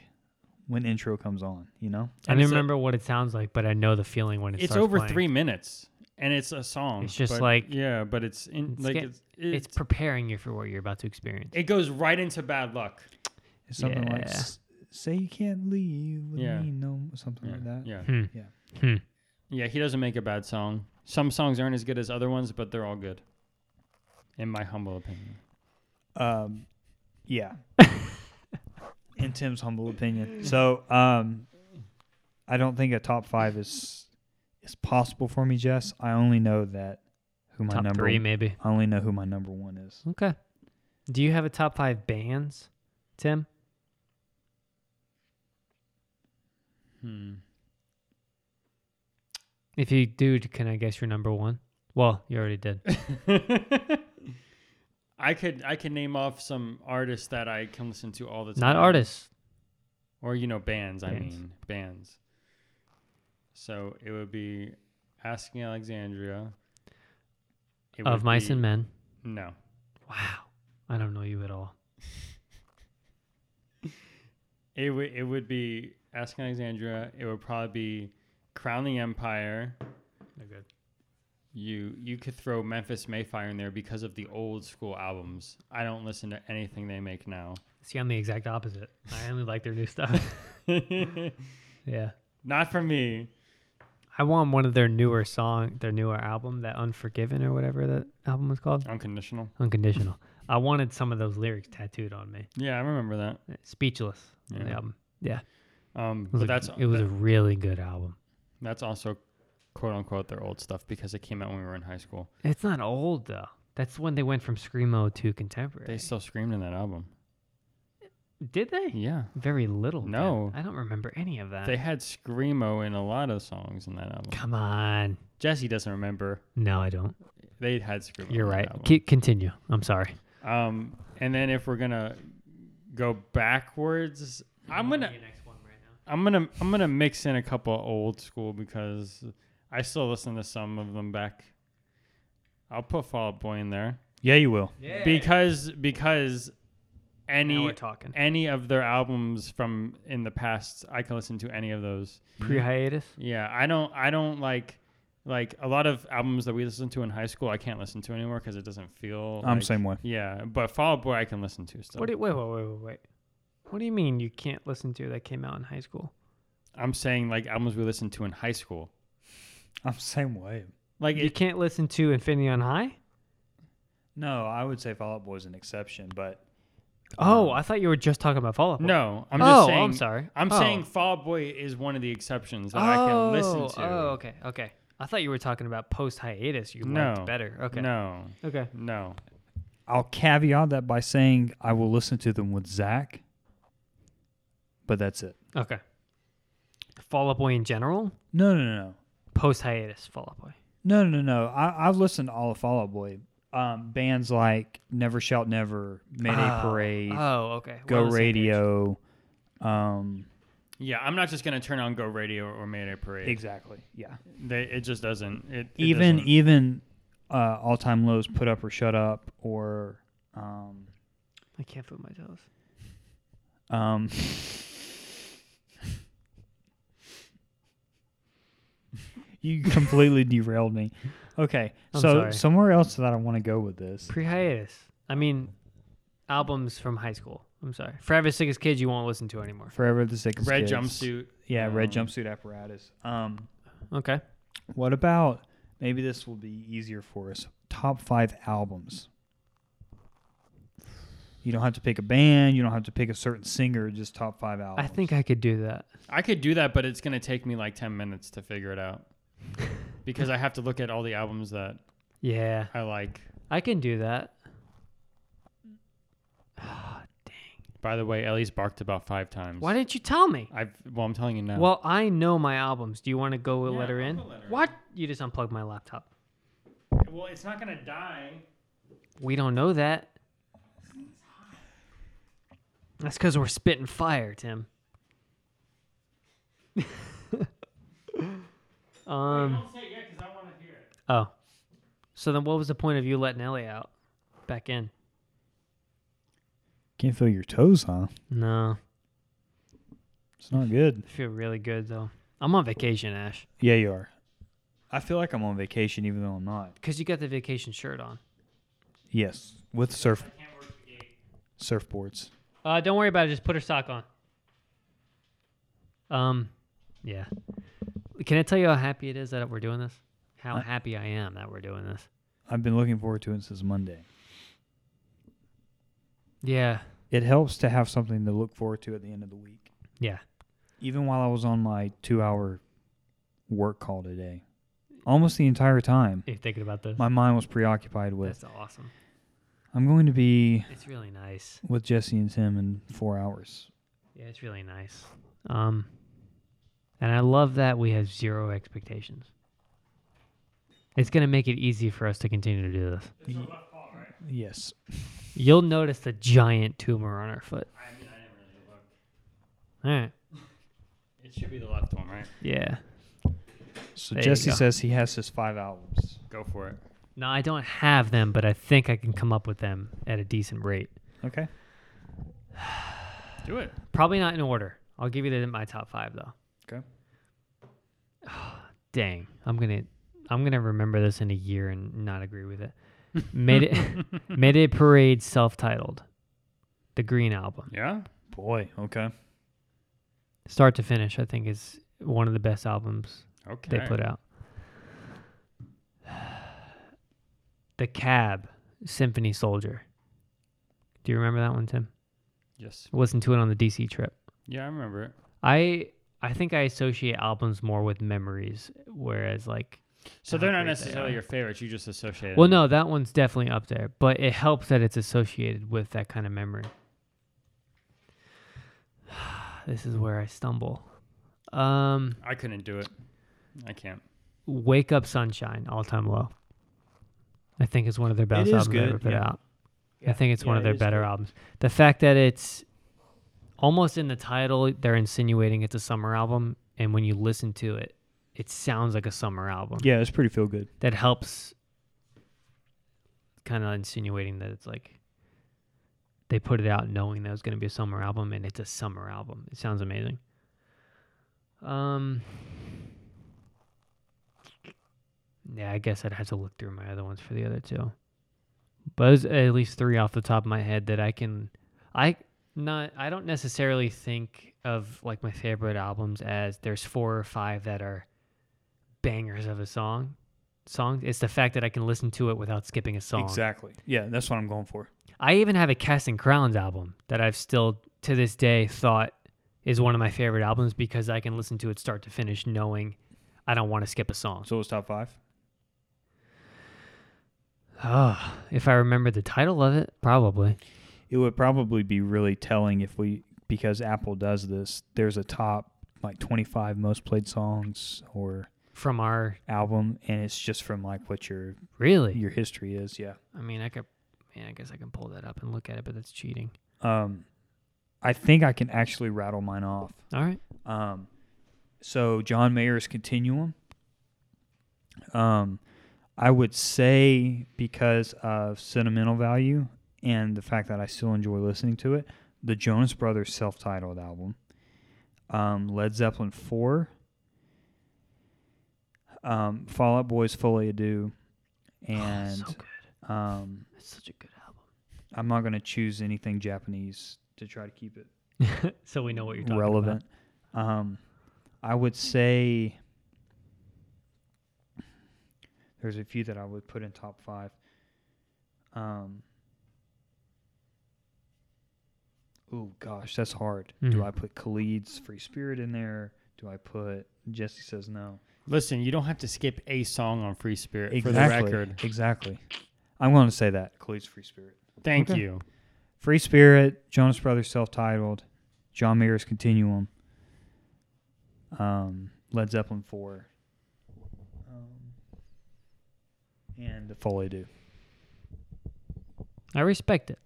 Speaker 4: when intro comes on, you know?
Speaker 2: I
Speaker 1: And
Speaker 2: don't
Speaker 1: it's a-
Speaker 2: remember what it sounds like, but I know the feeling when it
Speaker 1: It's
Speaker 2: starts
Speaker 1: over
Speaker 2: playing.
Speaker 1: three minutes, and it's a song.
Speaker 2: It's just
Speaker 1: but-
Speaker 2: like-
Speaker 1: yeah, but it's in
Speaker 2: It's
Speaker 1: like
Speaker 2: get-
Speaker 1: it's,
Speaker 2: It's
Speaker 1: it's,
Speaker 2: preparing you for what you're about to experience.
Speaker 1: it goes right into bad luck.
Speaker 4: It's something like
Speaker 2: Yeah.
Speaker 4: s- say you can't leave with
Speaker 1: Yeah.
Speaker 4: me no something
Speaker 1: Yeah,
Speaker 4: like that.
Speaker 1: yeah,
Speaker 2: Hmm.
Speaker 4: Yeah.
Speaker 2: Hmm.
Speaker 1: yeah. He doesn't make a bad song. Some songs aren't as good as other ones, but they're all good, in my humble opinion.
Speaker 4: Um, yeah. In Tim's humble opinion. So um, I don't think a top five is is possible for me, Jess. I only know that who my
Speaker 2: top
Speaker 4: number
Speaker 2: three maybe.
Speaker 4: I only know who my number one is.
Speaker 2: Okay. Do you have a top five bands, Tim?
Speaker 1: Hmm.
Speaker 2: If you do, can I guess your number one? Well, you already did.
Speaker 1: I could I could name off some artists that I can listen to all the time.
Speaker 2: Not artists.
Speaker 1: or you know bands. I
Speaker 2: Bands.
Speaker 1: mean bands. So it would be Asking Alexandria. It
Speaker 2: of
Speaker 1: would
Speaker 2: Mice
Speaker 1: be-
Speaker 2: and Men.
Speaker 1: No,
Speaker 2: Wow. I don't know you at all.
Speaker 1: it would it would be Asking Alexandria. It would probably be Crown the Empire.
Speaker 2: They're good.
Speaker 1: You you could throw Memphis Mayfire in there because of the old school albums. I don't listen to anything they make now.
Speaker 2: See, I'm the exact opposite. I only like their new stuff. yeah.
Speaker 1: Not for me.
Speaker 2: I want one of their newer song, their newer album, that Unforgiven or whatever that album was called.
Speaker 1: Unconditional.
Speaker 2: Unconditional. I wanted some of those lyrics tattooed on me.
Speaker 1: Yeah, I remember that.
Speaker 2: Speechless on the
Speaker 1: Yeah.
Speaker 2: album. Yeah.
Speaker 1: Um,
Speaker 2: It was
Speaker 1: but
Speaker 2: a-
Speaker 1: that's
Speaker 2: it was a really good album.
Speaker 1: that's also quote unquote their old stuff because it came out when we were in high school.
Speaker 2: It's not old though. That's when they went from screamo to contemporary.
Speaker 1: They still screamed in that album.
Speaker 2: Did they?
Speaker 1: Yeah,
Speaker 2: Very little. Tim.
Speaker 1: No.
Speaker 2: I don't remember any of that.
Speaker 1: they had screamo in a lot of songs in that album.
Speaker 2: Come on.
Speaker 1: Jesse doesn't remember.
Speaker 2: No, I don't.
Speaker 1: They had screamo.
Speaker 2: You're
Speaker 1: in that
Speaker 2: right.
Speaker 1: album.
Speaker 2: Keep, continue. I'm sorry.
Speaker 1: Um, and then if we're gonna go backwards, I'm gonna I'm gonna I'm gonna mix in a couple of old school because I still listen to some of them back. I'll put Fall Out Boy in there
Speaker 4: Yeah, you will.
Speaker 1: because because
Speaker 2: now we're
Speaker 1: any
Speaker 2: talking.
Speaker 1: any of their albums from in the past i can listen to any of those
Speaker 2: Pre hiatus.
Speaker 1: yeah i don't i don't like like a lot of albums that we listened to in high school i can't listen to anymore because it doesn't feel
Speaker 4: I'm
Speaker 1: like-
Speaker 4: same way.
Speaker 1: yeah but fall Out boy i can listen to still
Speaker 2: What do, wait, wait, wait, wait, wait. What do you mean you can't listen to that came out in high school?
Speaker 1: i'm saying like albums we listened to in high school
Speaker 4: I'm same way.
Speaker 1: like
Speaker 2: You
Speaker 1: it,
Speaker 2: can't listen to Infinity on High?
Speaker 4: No, I would say Fall Out Boy is an exception, but
Speaker 2: Oh, I thought you were just talking about Fallout.
Speaker 1: no i'm
Speaker 2: oh,
Speaker 1: just saying
Speaker 2: I'm sorry.
Speaker 1: i'm
Speaker 2: Oh.
Speaker 1: saying fall Out boy is one of the exceptions that i can listen
Speaker 2: Oh,
Speaker 1: to
Speaker 2: Oh, okay, okay. I thought you were talking about post hiatus. You
Speaker 1: No.
Speaker 2: liked better. Okay.
Speaker 1: no
Speaker 2: Okay.
Speaker 1: no
Speaker 4: I'll caveat that by saying I will listen to them with Zach. But that's it.
Speaker 2: Okay. Fall Out Boy in general,
Speaker 4: No, no, no, no.
Speaker 2: post hiatus Fall Out Boy.
Speaker 4: No, no, no. I, I've listened to all of Fall Out Boy. Um, bands like Never Shout Never, Mayday
Speaker 2: Oh,
Speaker 4: Parade,
Speaker 2: Oh, okay. We're
Speaker 4: Go
Speaker 2: on the same page.
Speaker 4: Radio. Um,
Speaker 1: yeah i'm not just gonna turn on go radio or mayday parade
Speaker 4: exactly. Yeah.
Speaker 1: They, it just doesn't. It, it
Speaker 4: even
Speaker 1: doesn't.
Speaker 4: even uh, all time lows, Put Up or Shut Up, or um,
Speaker 2: I can't foot my toes.
Speaker 4: um, you completely derailed me. Okay,
Speaker 2: I'm
Speaker 4: so
Speaker 2: sorry.
Speaker 4: somewhere else that I want to go with this.
Speaker 2: Pre hiatus. I mean, albums from high school. I'm sorry. Forever Sickest Kid, you won't listen to anymore.
Speaker 4: Forever the sickest
Speaker 1: red
Speaker 4: kids.
Speaker 1: jumpsuit.
Speaker 4: Yeah, red
Speaker 1: um,
Speaker 4: jumpsuit apparatus. Um,
Speaker 2: Okay.
Speaker 4: what about maybe this will be easier for us? Top five albums. You don't have to pick a band. You don't have to pick a certain singer. Just top five albums.
Speaker 2: I think I could do that.
Speaker 1: I could do that, but it's gonna take me like ten minutes to figure it out because I have to look at all the albums that
Speaker 2: Yeah,
Speaker 1: I like.
Speaker 2: I can do that.
Speaker 1: By the way, Ellie's barked about five times.
Speaker 2: Why didn't you tell me?
Speaker 1: I've well, I'm telling you now.
Speaker 2: Well, I know my albums. Do you want to go a
Speaker 1: Yeah,
Speaker 2: let her
Speaker 1: I'll
Speaker 2: in?
Speaker 1: go let her in.
Speaker 2: What? You just unplugged my laptop.
Speaker 1: well, it's not gonna die.
Speaker 2: We don't know that. That's because we're spitting fire, Tim. um.
Speaker 1: Don't say it yet, 'cause I want to hear it.
Speaker 2: Oh. So then, what was the point of you letting Ellie out? Back in?
Speaker 4: Can't feel your toes, huh?
Speaker 2: No.
Speaker 4: It's not good.
Speaker 2: I feel really good though. I'm on vacation, Ash,
Speaker 4: Yeah, you are. I feel like I'm on vacation, even though I'm not.
Speaker 2: because you got the vacation shirt on.
Speaker 4: Yes, with surf surfboards.
Speaker 2: Uh, don't worry about it. Just put her sock on. Um, yeah. Can I tell you how happy it is that we're doing this? How
Speaker 4: Uh,
Speaker 2: happy I am that we're doing this.
Speaker 4: I've been looking forward to it since Monday.
Speaker 2: Yeah,
Speaker 4: It helps to have something to look forward to at the end of the week.
Speaker 2: yeah.
Speaker 4: Even while I was on my two-hour work call today, almost the entire time.
Speaker 2: You're thinking about this.
Speaker 4: My mind was preoccupied with
Speaker 2: That's awesome.
Speaker 4: I'm going to be
Speaker 2: It's really nice.
Speaker 4: with Jesse and Tim in four hours.
Speaker 2: Yeah, it's really nice. Um, and I love that we have zero expectations. It's gonna make it easy for us to continue to do this.
Speaker 4: Yes.
Speaker 2: You'll notice the giant tumor on our foot. All right.
Speaker 1: It should be the left one, right?
Speaker 2: Yeah.
Speaker 4: So
Speaker 2: There you
Speaker 4: Jesse
Speaker 2: go.
Speaker 4: says he has his five albums.
Speaker 1: Go for it.
Speaker 2: No, I don't have them, but I think I can come up with them at a decent rate.
Speaker 4: Okay.
Speaker 1: Do it.
Speaker 2: Probably not in order. I'll give you the, my top five though.
Speaker 4: Okay.
Speaker 2: Dang, I'm gonna I'm gonna remember this in a year and not agree with it. Mayday, Mayday Parade, self-titled, the Green Album,
Speaker 1: Yeah.
Speaker 4: Boy. Okay.
Speaker 2: start to finish. I think is one of the best albums
Speaker 1: Okay.
Speaker 2: they put out. The Cab, Symphony Soldier. Do you remember that one, Tim?
Speaker 1: Yes.
Speaker 2: Listen to it on the DC trip.
Speaker 1: Yeah, I remember it.
Speaker 2: I I think I associate albums more with memories, whereas like
Speaker 1: So
Speaker 2: How
Speaker 1: they're not
Speaker 2: great they
Speaker 1: necessarily
Speaker 2: are.
Speaker 1: your favorites. You just associate.
Speaker 2: well,
Speaker 1: them.
Speaker 2: no, that one's definitely up there, but it helps that it's associated with that kind of memory. this is where I stumble. Um,
Speaker 1: I couldn't do it. I can't.
Speaker 2: Wake Up Sunshine, All Time Low. I think is one of their best
Speaker 4: is
Speaker 2: albums they
Speaker 4: good,
Speaker 2: ever put
Speaker 4: yeah.
Speaker 2: out. I
Speaker 4: Yeah,
Speaker 2: think it's one
Speaker 4: yeah, it
Speaker 2: of their
Speaker 4: is
Speaker 2: better
Speaker 4: good.
Speaker 2: albums. The fact that it's almost in the title, they're insinuating it's a summer album, and when you listen to it, it sounds like a summer album.
Speaker 4: Yeah, it's pretty feel good.
Speaker 2: That helps, kind of insinuating that it's like they put it out knowing that it's going to be a summer album, and it's a summer album. It sounds amazing. Um. Yeah, I guess I'd have to look through my other ones for the other two. But there's at least three off the top of my head that I can I not I don't necessarily think of like my favorite albums as there's four or five that are bangers of a song. Songs. It's the fact that I can listen to it without skipping a song.
Speaker 4: Exactly. Yeah, that's what I'm going for.
Speaker 2: I even have a Cast and Crowns album that I've still to this day thought is one of my favorite albums because I can listen to it start to finish knowing I don't want to skip a song.
Speaker 4: So it's top five.
Speaker 2: Ah, if I remember the title of it, probably.
Speaker 4: It would probably be really telling if we because Apple does this. There's a top like 25 most played songs or
Speaker 2: From our
Speaker 4: album, and it's just from like what your
Speaker 2: really
Speaker 4: your history is. Yeah.
Speaker 2: I mean I could man, I guess I can pull that up and look at it, but that's cheating.
Speaker 4: Um, I think I can actually rattle mine off.
Speaker 2: All right.
Speaker 4: Um, so John Mayer's Continuum. Um, I would say because of sentimental value and the fact that I still enjoy listening to it, the Jonas Brothers self-titled album, um, Led Zeppelin four, um, Fall Out Boys Fully Ado, and
Speaker 2: Oh, so good.
Speaker 4: um,
Speaker 2: That's such a good album.
Speaker 4: I'm not going to choose anything Japanese to try to keep it
Speaker 2: so we know what you're talking
Speaker 4: relevant. Um, I would say there's a few that I would put in top five. Um, oh gosh, that's hard. Do
Speaker 1: Mm-hmm.
Speaker 2: Mhm.
Speaker 4: I put Khalid's Free Spirit in there? Do I put Jesse says no?
Speaker 1: Listen, you don't have to skip a song on Free Spirit for the record.
Speaker 4: Exactly. I'm going to say that Khalid's Free Spirit.
Speaker 1: Thank
Speaker 4: Okay.
Speaker 1: you.
Speaker 4: Free Spirit, Jonas Brothers self-titled, John Mayer's Continuum, um, Led Zeppelin four, um, and Foley Do.
Speaker 2: I respect it.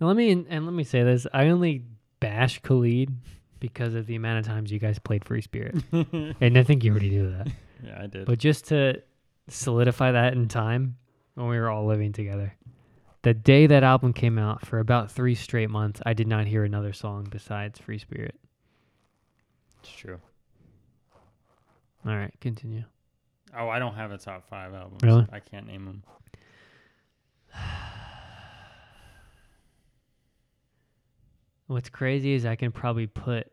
Speaker 2: Now let me and let me say this. I only bash Khalid because of the amount of times you guys played Free Spirit, and I think you already knew that.
Speaker 1: Yeah, I did.
Speaker 2: But just to solidify that in time, when we were all living together, the day that album came out, for about three straight months, I did not hear another song besides Free Spirit.
Speaker 1: it's true.
Speaker 2: All right, continue.
Speaker 1: Oh, I don't have a top five album.
Speaker 2: Really?
Speaker 1: I can't name them.
Speaker 2: What's crazy is I can probably put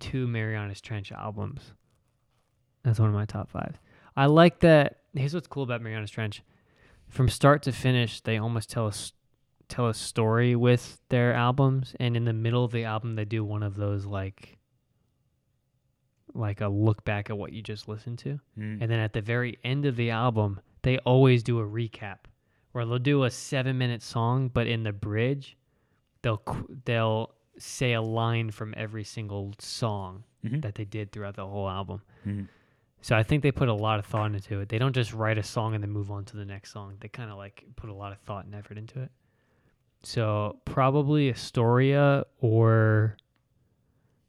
Speaker 2: two Marianas Trench albums. That's one of my top five. I like that. Here's what's cool about Marianas Trench: from start to finish, they almost tell us tell a story with their albums, and in the middle of the album, they do one of those like like a look back at what you just listened to.
Speaker 4: Mm.
Speaker 2: And then at the very end of the album, they always do a recap where they'll do a 7-minute song, but in the bridge, they'll qu- they'll say a line from every single song
Speaker 4: Mhm.
Speaker 2: that they did throughout the whole album.
Speaker 4: Mhm.
Speaker 2: So I think they put a lot of thought into it. They don't just write a song and then move on to the next song. They kind of like put a lot of thought and effort into it. So probably Astoria or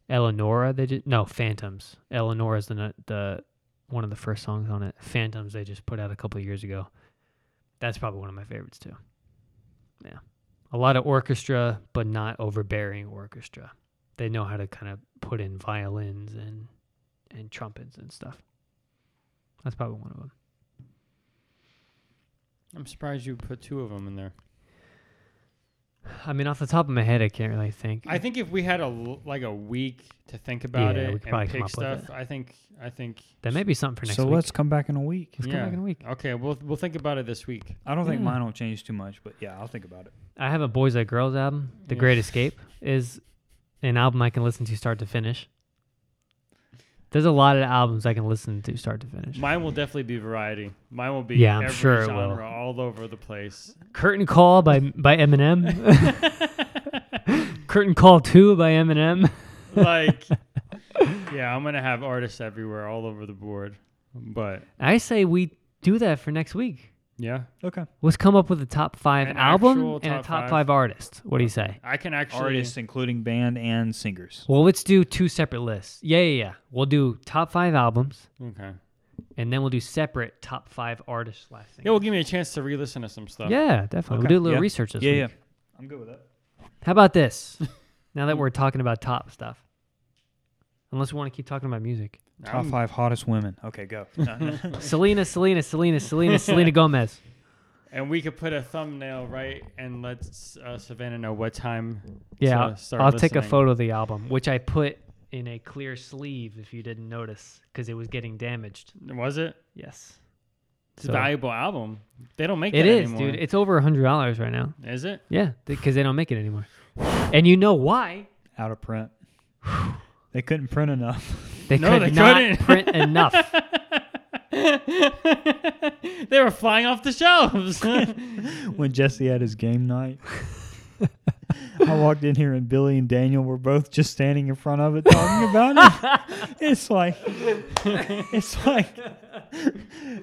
Speaker 2: Eleonora. They did no Phantoms. Eleonora is the nu- the one of the first songs on it. Phantoms they just put out a couple of years ago. That's probably one of my favorites too. Yeah, a lot of orchestra, but not overbearing orchestra. They know how to kind of put in violins and and trumpets and stuff. That's probably one of them.
Speaker 1: I'm surprised you put two of them in there.
Speaker 2: I mean, off the top of my head, I can't really think.
Speaker 1: I think if we had a l- like a week to think about
Speaker 2: Yeah, we
Speaker 1: it
Speaker 2: could probably
Speaker 1: and
Speaker 2: come
Speaker 1: pick
Speaker 2: up with
Speaker 1: stuff, I think I think
Speaker 2: there may be something for next
Speaker 4: so
Speaker 2: week.
Speaker 4: let's come back in a week.
Speaker 2: Let's come back in a week.
Speaker 1: Okay, we'll we'll think about it this week.
Speaker 4: I don't think
Speaker 2: Yeah.
Speaker 4: mine will change too much, but yeah, I'll think about it.
Speaker 2: I have a Boys Like Girls album. The
Speaker 1: Yeah.
Speaker 2: Great Escape is an album I can listen to start to finish. There's a lot of albums I can listen to start to finish.
Speaker 1: Mine will definitely be variety. Mine will be
Speaker 2: Yeah, I'm
Speaker 1: every
Speaker 2: sure it will.
Speaker 1: genre all over the place.
Speaker 2: Curtain Call by by Eminem. Curtain Call 2 by Eminem.
Speaker 1: like yeah, I'm gonna have artists everywhere, all over the board. But
Speaker 2: I say we do that for next week.
Speaker 1: yeah,
Speaker 4: Okay.
Speaker 2: Let's come up with a top 5
Speaker 1: An
Speaker 2: album
Speaker 1: actual
Speaker 2: and a
Speaker 1: top
Speaker 2: top 5,
Speaker 1: five.
Speaker 2: artist. What do you say?
Speaker 1: I can actually
Speaker 4: Artists, including band and singers.
Speaker 2: Well, let's do two separate lists. Yeah, yeah, yeah. We'll do top 5 albums
Speaker 1: Okay.
Speaker 2: and then we'll do separate top 5 artists slash
Speaker 1: Yeah, well, give me a chance to re-listen to some stuff.
Speaker 2: Yeah, definitely.
Speaker 4: Okay.
Speaker 2: We'll do a little
Speaker 4: Yeah.
Speaker 2: research this
Speaker 4: Yeah,
Speaker 2: week.
Speaker 4: yeah. I'm good with that.
Speaker 2: How about this? now that we're talking about top stuff, unless we want to keep talking about music,
Speaker 4: Top
Speaker 1: I'm-
Speaker 4: five hottest women. Okay, go.
Speaker 2: Selena, Selena, Selena, Selena, Selena Gomez.
Speaker 1: And we could put a thumbnail right and let uh, Savannah know what time.
Speaker 2: Yeah,
Speaker 1: to
Speaker 2: I'll,
Speaker 1: start
Speaker 2: I'll take a
Speaker 1: listening.
Speaker 2: photo of the album, which I put in a clear sleeve. If you didn't notice, because it was getting damaged.
Speaker 1: Was it?
Speaker 2: Yes,
Speaker 1: It's
Speaker 2: So-
Speaker 1: a valuable album. They don't make
Speaker 2: it
Speaker 1: that
Speaker 2: is,
Speaker 1: anymore.
Speaker 2: dude. It's over a hundred dollars right now.
Speaker 1: Is it?
Speaker 2: Yeah, because they don't make it anymore. And you know why?
Speaker 4: Out of print. they couldn't print enough.
Speaker 2: They
Speaker 1: No,
Speaker 2: could
Speaker 1: they
Speaker 2: not
Speaker 1: couldn't.
Speaker 2: print enough.
Speaker 1: they were flying off the shelves.
Speaker 4: when Jesse had his game night. I walked in here and Billy and Daniel were both just standing in front of it talking about it. It's like it's like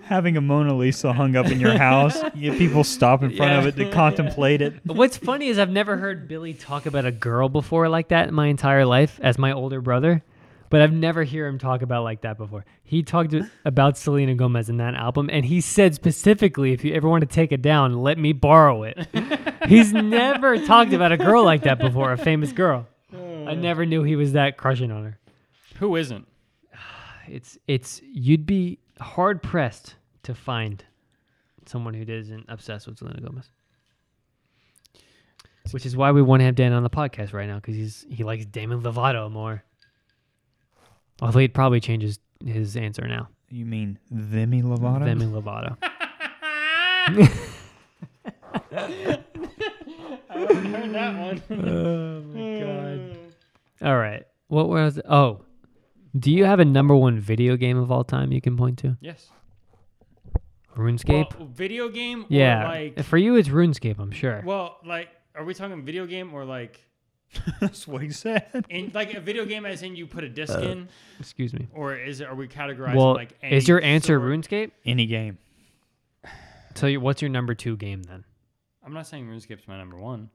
Speaker 4: having a Mona Lisa hung up in your house. You people stop in front of it to contemplate it.
Speaker 2: What's funny is I've never heard Billy talk about a girl before like that in my entire life as my older brother, but I've never hear him talk about like that before. He talked about Selena Gomez in that album, and he said specifically, if you ever want to take it down, let me borrow it. He's never talked about a girl like that before, a famous girl. I never knew he was that crushing on her.
Speaker 1: Who isn't?
Speaker 2: It's it's you'd be hard pressed to find someone who isn't obsessed with Selena Gomez. Which is why we want to have Dan on the podcast right now because he's he likes Damon Lovato more. Although he'd probably change his, his answer now.
Speaker 4: You mean Demi Lovato?
Speaker 2: Damon Lovato.
Speaker 1: Heard that one.
Speaker 2: oh my god. All right. What was oh. Do you have a number one video game of all time you can point to?
Speaker 1: Yes.
Speaker 2: RuneScape?
Speaker 1: Well, video game.
Speaker 2: yeah.
Speaker 1: Or like.
Speaker 2: For you it's RuneScape, I'm sure.
Speaker 1: Well, like, are we talking video game or like,
Speaker 4: That's what he said.
Speaker 1: in like a video game as in you put a disc in,
Speaker 2: Excuse me.
Speaker 1: or is it, are we categorizing
Speaker 2: Uh, Well,
Speaker 1: like? Any
Speaker 2: is your answer
Speaker 1: sort-
Speaker 2: RuneScape?
Speaker 4: Any game.
Speaker 2: So you, what's your number two game then?
Speaker 1: I'm not saying RuneScape's my number one.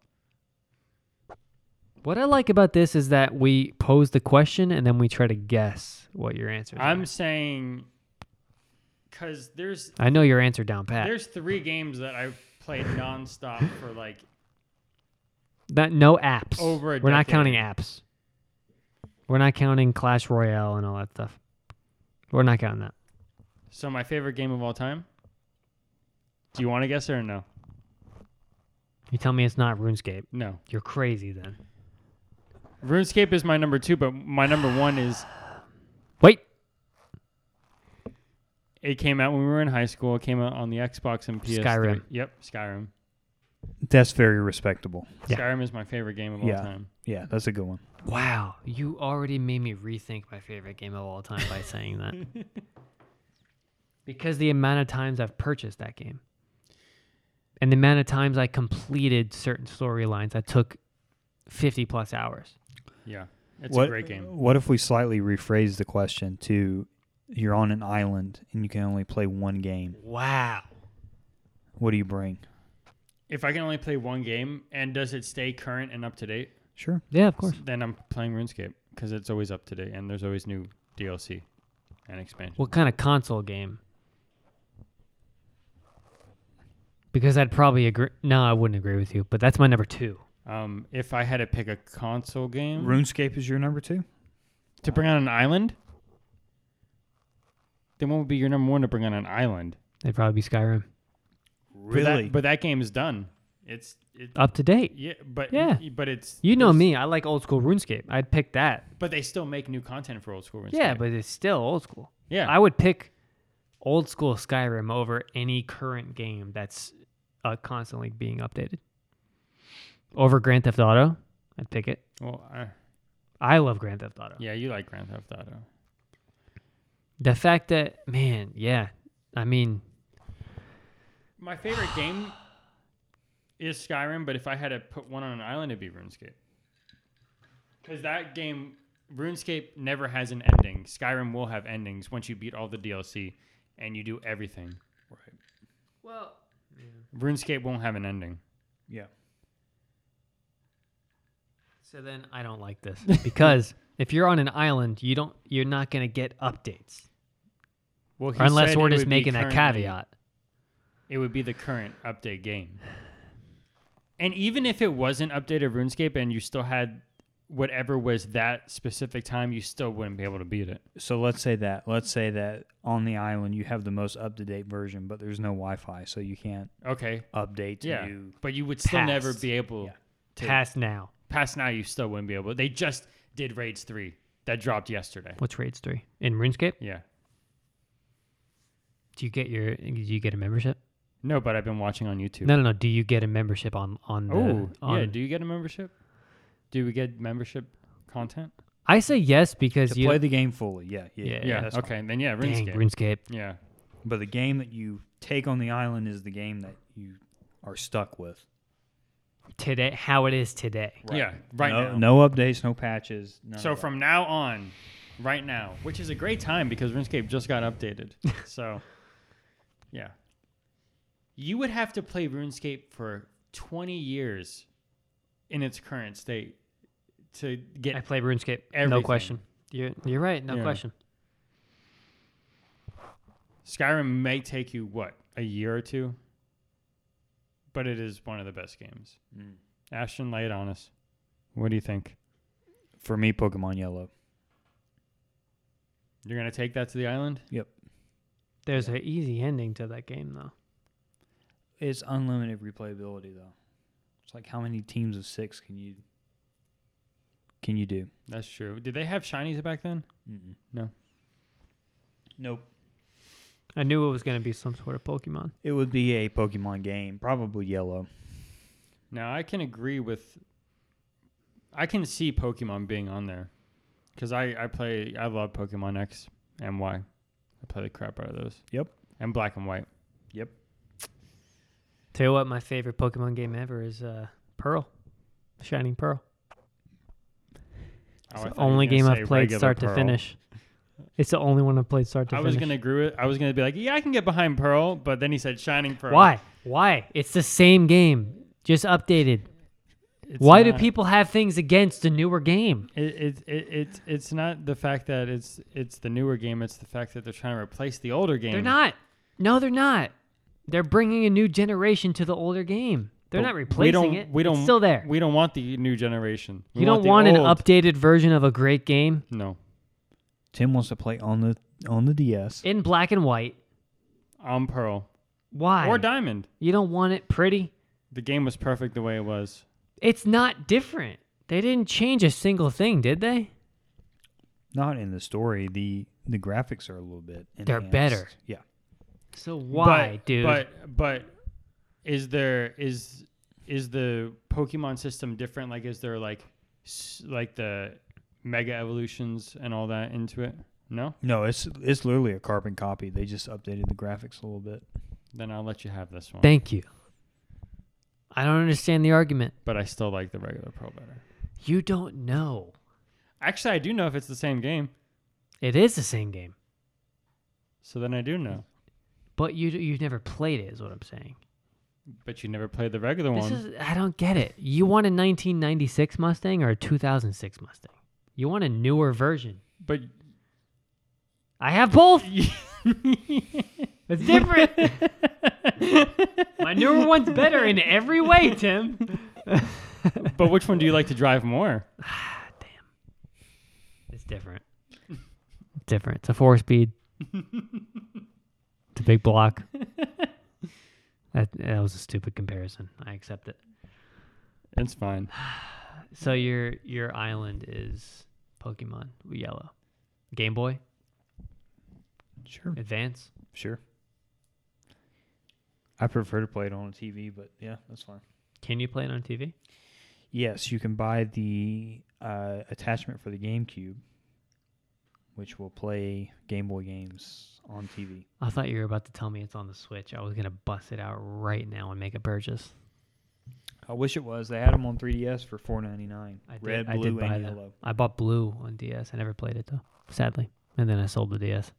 Speaker 2: What I like about this is that we pose the question and then we try to guess what your answer is.
Speaker 1: I'm saying because there's
Speaker 2: I know your answer down pat.
Speaker 1: there's three games that I played nonstop for like
Speaker 2: That no apps.
Speaker 1: Over a
Speaker 2: We're not
Speaker 1: decade.
Speaker 2: counting apps. We're not counting Clash Royale and all that stuff. We're not counting that.
Speaker 1: so my favorite game of all time. Do you want to guess or no?
Speaker 2: You tell me it's not RuneScape.
Speaker 1: No.
Speaker 2: You're crazy then.
Speaker 1: RuneScape is my number two, but my number one is
Speaker 2: Wait.
Speaker 1: it came out when we were in high school. It came out on the Xbox and PS3.
Speaker 2: Skyrim.
Speaker 1: Yep, Skyrim.
Speaker 4: That's very respectable.
Speaker 2: Yeah.
Speaker 1: Skyrim is my favorite game of all
Speaker 4: Yeah.
Speaker 1: time.
Speaker 4: Yeah, that's a good one.
Speaker 2: Wow, you already made me rethink my favorite game of all time by saying that. because the amount of times I've purchased that game and the amount of times I completed certain storylines that took 50 plus hours.
Speaker 1: Yeah, it's
Speaker 4: what,
Speaker 1: a great game.
Speaker 4: What if we slightly rephrase the question to you're on an island and you can only play one game?
Speaker 2: Wow.
Speaker 4: What do you bring?
Speaker 1: If I can only play one game and does it stay current and up to date,
Speaker 4: Sure.
Speaker 2: Yeah, of course.
Speaker 1: then I'm playing RuneScape because it's always up to date and there's always new DLC and expansion.
Speaker 2: What kind of console game? Because I'd probably agree. No, I wouldn't agree with you, but that's my number two.
Speaker 1: Um, if I had to pick a console game
Speaker 4: RuneScape is your number two?
Speaker 1: to bring on an island, then what would be your number one to bring on an island?
Speaker 2: It'd probably be Skyrim.
Speaker 1: But that- But that, game is done. It's it,
Speaker 2: Up to date.
Speaker 1: yeah, but
Speaker 2: Yeah.
Speaker 1: but it's
Speaker 2: You know
Speaker 1: it's-
Speaker 2: me. I like old school RuneScape. I'd pick that.
Speaker 1: But they still make new content for old school. RuneScape.
Speaker 2: Yeah, but it's still old school.
Speaker 1: yeah,
Speaker 2: I would pick old school Skyrim over any current game that's uh, constantly being updated. Over Grand Theft Auto, I'd pick it.
Speaker 1: well, I,
Speaker 2: I love Grand Theft Auto.
Speaker 1: yeah, you like Grand Theft Auto.
Speaker 2: The fact that, man, yeah, I mean,
Speaker 1: My favorite game is Skyrim, but if I had to put one on an island, it'd be RuneScape. Because that game, RuneScape never has an ending. Skyrim will have endings once you beat all the DLC and you do everything.
Speaker 2: well,
Speaker 1: RuneScape won't have an ending.
Speaker 4: Yeah.
Speaker 2: so then I don't like this because if you're on an island, you don't, you're not gonna get updates
Speaker 1: Well,
Speaker 2: Or unless we're just making that caveat.
Speaker 1: It would be the current update game. And even if it wasn't updated RuneScape and you still had whatever was that specific time, you still wouldn't be able to beat it.
Speaker 4: So let's say that. Let's say that on the island you have the most up to date version, but there's no Wi Fi, so you can't
Speaker 1: Okay.
Speaker 4: update to
Speaker 1: Yeah.
Speaker 4: new.
Speaker 1: But you would still never
Speaker 2: Past.
Speaker 1: be able
Speaker 4: Yeah.
Speaker 1: to
Speaker 2: Past now,
Speaker 1: past now you still wouldn't be able. They just did raids 3 that dropped yesterday.
Speaker 2: what's raids three in RuneScape?
Speaker 1: Yeah.
Speaker 2: Do you get your? Do you get a membership?
Speaker 1: No, but I've been watching on YouTube.
Speaker 2: No, no, no. Do you get a membership on on the?
Speaker 1: Oh,
Speaker 2: uh, on,
Speaker 1: yeah, do you get a membership? Do we get membership content?
Speaker 2: I say yes because
Speaker 4: To
Speaker 2: you
Speaker 4: play the game fully, yeah, yeah,
Speaker 2: Yeah,
Speaker 1: Yeah.
Speaker 4: that's fine.
Speaker 1: okay. Then yeah,
Speaker 2: dang,
Speaker 1: RuneScape.
Speaker 2: RuneScape.
Speaker 1: yeah.
Speaker 4: But the game that you take on the island is the game that you are stuck with.
Speaker 2: today how it is today.
Speaker 1: Yeah, right
Speaker 4: no,
Speaker 1: now.
Speaker 4: no updates, no patches. none
Speaker 1: So
Speaker 4: of that.
Speaker 1: from now on, right now, which is a great time because RuneScape just got updated. so, yeah. You would have to play RuneScape for 20 years in its current state to
Speaker 2: I
Speaker 1: get.
Speaker 2: play RuneScape. No
Speaker 1: Everything.
Speaker 2: question. You're you're right. No
Speaker 1: Yeah.
Speaker 2: question.
Speaker 1: Skyrim may take you, what, a year or two? But it is one of the best games.
Speaker 4: Mm.
Speaker 1: Ashton, lay it on us. What do you think?
Speaker 4: for me, Pokemon Yellow.
Speaker 1: You're going to take that to the island?
Speaker 2: There's an easy ending to that game though.
Speaker 4: It's unlimited replayability though. It's like how many teams of six can you can you do?
Speaker 1: That's true. Did they have shinies back then?
Speaker 4: Mm-mm.
Speaker 1: No.
Speaker 4: Nope.
Speaker 2: I knew it was gonna be some sort of Pokemon.
Speaker 4: It would be a Pokemon game, probably Yellow.
Speaker 1: Now I can agree with. I can see Pokemon being on there, because I I play I love Pokemon X and Y. I play the crap out of those.
Speaker 4: Yep.
Speaker 1: And Black and White.
Speaker 2: Tell you what, my favorite Pokemon game ever is uh, Pearl, Shining Pearl.
Speaker 1: Oh, I
Speaker 2: It's the
Speaker 1: Oh, thought you were
Speaker 2: only
Speaker 1: gonna
Speaker 2: game
Speaker 1: say
Speaker 2: I've played
Speaker 1: regular
Speaker 2: start to
Speaker 1: Pearl.
Speaker 2: finish. It's the only one I've played start to
Speaker 1: I
Speaker 2: finish.
Speaker 1: was gonna agree with. I was gonna be like, yeah, I can get behind Pearl, but then he said Shining Pearl.
Speaker 2: Why? Why? It's the same game, just updated.
Speaker 1: It's
Speaker 2: Why do
Speaker 1: not-
Speaker 2: people have things against a newer game?
Speaker 1: It, it, it, it's it's not the fact that it's it's the newer game. It's the fact that they're trying to replace the older game.
Speaker 2: They're not. No, they're not. They're bringing a new generation to the older game. They're
Speaker 1: But
Speaker 2: not
Speaker 1: we
Speaker 2: replacing
Speaker 1: don't-
Speaker 2: it.
Speaker 1: We don't
Speaker 2: it's still there.
Speaker 1: We don't want the new generation. We
Speaker 2: you don't
Speaker 1: the
Speaker 2: want an
Speaker 1: old.
Speaker 2: updated version of a great game
Speaker 1: No,
Speaker 4: Tim wants to play on the on the DS.
Speaker 2: in black and white.
Speaker 1: on Um, Pearl
Speaker 2: Why?
Speaker 1: or Diamond.
Speaker 2: you don't want it pretty.
Speaker 1: The game was perfect the way it was.
Speaker 2: It's not different. They didn't change a single thing, did they?
Speaker 4: Not in the story. The the graphics are a little bit.
Speaker 2: They're
Speaker 4: enhanced.
Speaker 2: better.
Speaker 4: Yeah.
Speaker 2: So why,
Speaker 1: but,
Speaker 2: dude?
Speaker 1: But but is there is is the Pokemon system different? Like, is there like s- like the mega evolutions and all that into it? No,
Speaker 4: No, it's it's literally a carbon copy. They just updated the graphics a little bit.
Speaker 1: then I'll let you have this one.
Speaker 2: Thank you. I don't understand the argument.
Speaker 1: but I still like the regular Pro better.
Speaker 2: You don't know.
Speaker 1: Actually, I do know if it's the same game,
Speaker 2: It is the same game,
Speaker 1: so then I do know.
Speaker 2: but you you've never played it. Is what I'm saying.
Speaker 1: But you never played the regular
Speaker 2: This
Speaker 1: one.
Speaker 2: is I don't get it. You want a 1996 Mustang or a 2006 Mustang? You want a newer version?
Speaker 1: but
Speaker 2: I have both. It's different. My newer one's better in every way, Tim.
Speaker 1: but which one do you like to drive more?
Speaker 2: It's different. It's different. It's a four speed. it's a big block. That, that was a stupid comparison. I accept it.
Speaker 1: It's fine.
Speaker 2: So your your island is Pokemon Yellow, Game Boy
Speaker 4: Sure,
Speaker 2: Advance.
Speaker 4: sure. I prefer to play it on a TV, but yeah, that's fine.
Speaker 2: Can you play it on TV?
Speaker 4: Yes, you can buy the uh, attachment for the GameCube, which will play Game Boy games on TV.
Speaker 2: I thought you were about to tell me it's on the Switch. I was gonna bust it out right now and make a purchase.
Speaker 4: I wish it was. They had them on 3DS for 4.99.
Speaker 2: I did-
Speaker 4: Red,
Speaker 2: I
Speaker 4: blue,
Speaker 2: did buy
Speaker 4: and
Speaker 2: that.
Speaker 4: yellow.
Speaker 2: I bought Blue on DS. I never played it though, sadly. And then I sold the DS.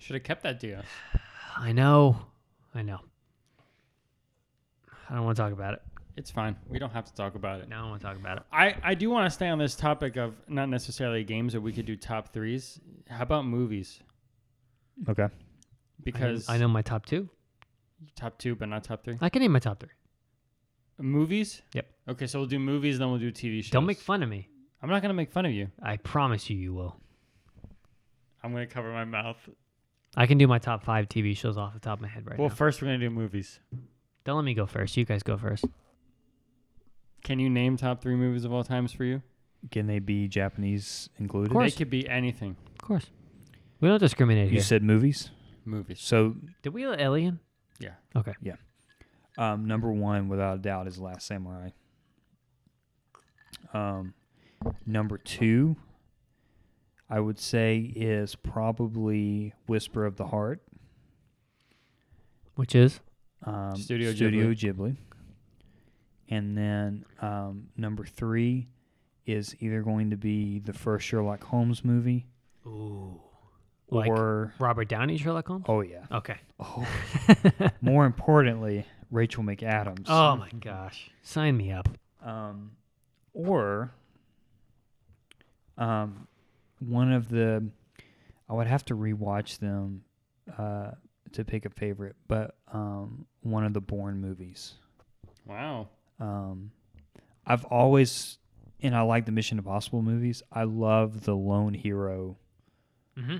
Speaker 1: Should have kept that DS.
Speaker 2: I know, I know. I don't want to talk about it.
Speaker 1: It's fine. We don't have to talk about it.
Speaker 2: No, I don't want to talk about it.
Speaker 1: I, I do want to stay on this topic of not necessarily games, but we could do top threes. How about movies?
Speaker 4: Okay.
Speaker 1: Because
Speaker 2: I know, I know my top two.
Speaker 1: top two, but not top three.
Speaker 2: I can name my top three.
Speaker 1: Movies?
Speaker 2: Yep.
Speaker 1: Okay, so we'll do movies, then we'll do TV shows.
Speaker 2: Don't make fun of me.
Speaker 1: I'm not gonna make fun of you.
Speaker 2: I promise you, you will.
Speaker 1: I'm gonna cover my mouth.
Speaker 2: I can do my top five TV shows off the top of my head right
Speaker 1: well,
Speaker 2: now.
Speaker 1: first we're gonna do movies.
Speaker 2: Don't let me go first. You guys go first.
Speaker 1: Can you name top three movies of all times for you?
Speaker 4: Can they be Japanese included?
Speaker 2: Of course.
Speaker 1: They could be anything.
Speaker 2: Of course, we don't discriminate
Speaker 4: You
Speaker 2: here.
Speaker 4: said movies.
Speaker 1: Movies.
Speaker 4: So
Speaker 2: Did we let Alien?
Speaker 1: Yeah.
Speaker 2: Okay.
Speaker 4: Um, number one, without a doubt, is Last Samurai. Um, number two, I would say, is probably Whisper of the Heart.
Speaker 2: Which is
Speaker 4: Um,
Speaker 1: Studio
Speaker 4: Ghibli. And then um, number three is either going to be the first Sherlock Holmes movie
Speaker 2: ooh, like
Speaker 4: or,
Speaker 2: Robert Downey Sherlock Holmes.
Speaker 4: oh, yeah.
Speaker 2: Okay.
Speaker 4: Oh. More importantly, Rachel McAdams.
Speaker 2: Oh my gosh. Sign me up.
Speaker 4: um, or um, one of the I would have to rewatch them uh, to pick a favorite, but um, one of the Bourne movies.
Speaker 1: Wow.
Speaker 4: Um, I've always and I like the Mission Impossible movies. I love the lone hero
Speaker 2: Mm-hmm.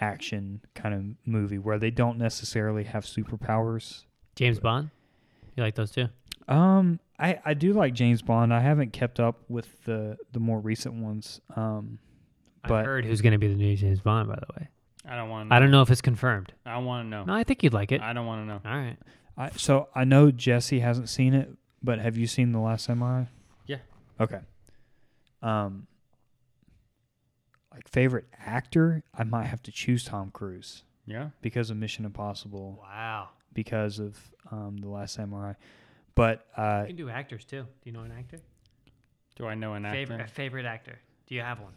Speaker 4: action kind of movie where they don't necessarily have superpowers.
Speaker 2: James Bond. You like those two?
Speaker 4: Um, I I do like James Bond. I haven't kept up with the the more recent ones. Um,
Speaker 2: I
Speaker 4: But-
Speaker 2: heard who's going to be the new James Bond, by the way.
Speaker 1: I don't want.
Speaker 2: I don't know if it's confirmed.
Speaker 1: I don't want to know.
Speaker 2: No, I think you'd like it.
Speaker 1: I don't want to know.
Speaker 2: All right.
Speaker 4: I, so I know Jesse hasn't seen it, but have you seen the last samurai?
Speaker 1: Yeah.
Speaker 4: Okay. Um, like favorite actor, I might have to choose Tom Cruise
Speaker 1: Yeah.
Speaker 4: because of Mission Impossible,
Speaker 2: Wow.
Speaker 4: because of um, the last samurai. But uh,
Speaker 2: You can do actors too. Do you know an actor?
Speaker 1: Do I know an actor?
Speaker 2: Favorite, a favorite actor. Do you have one?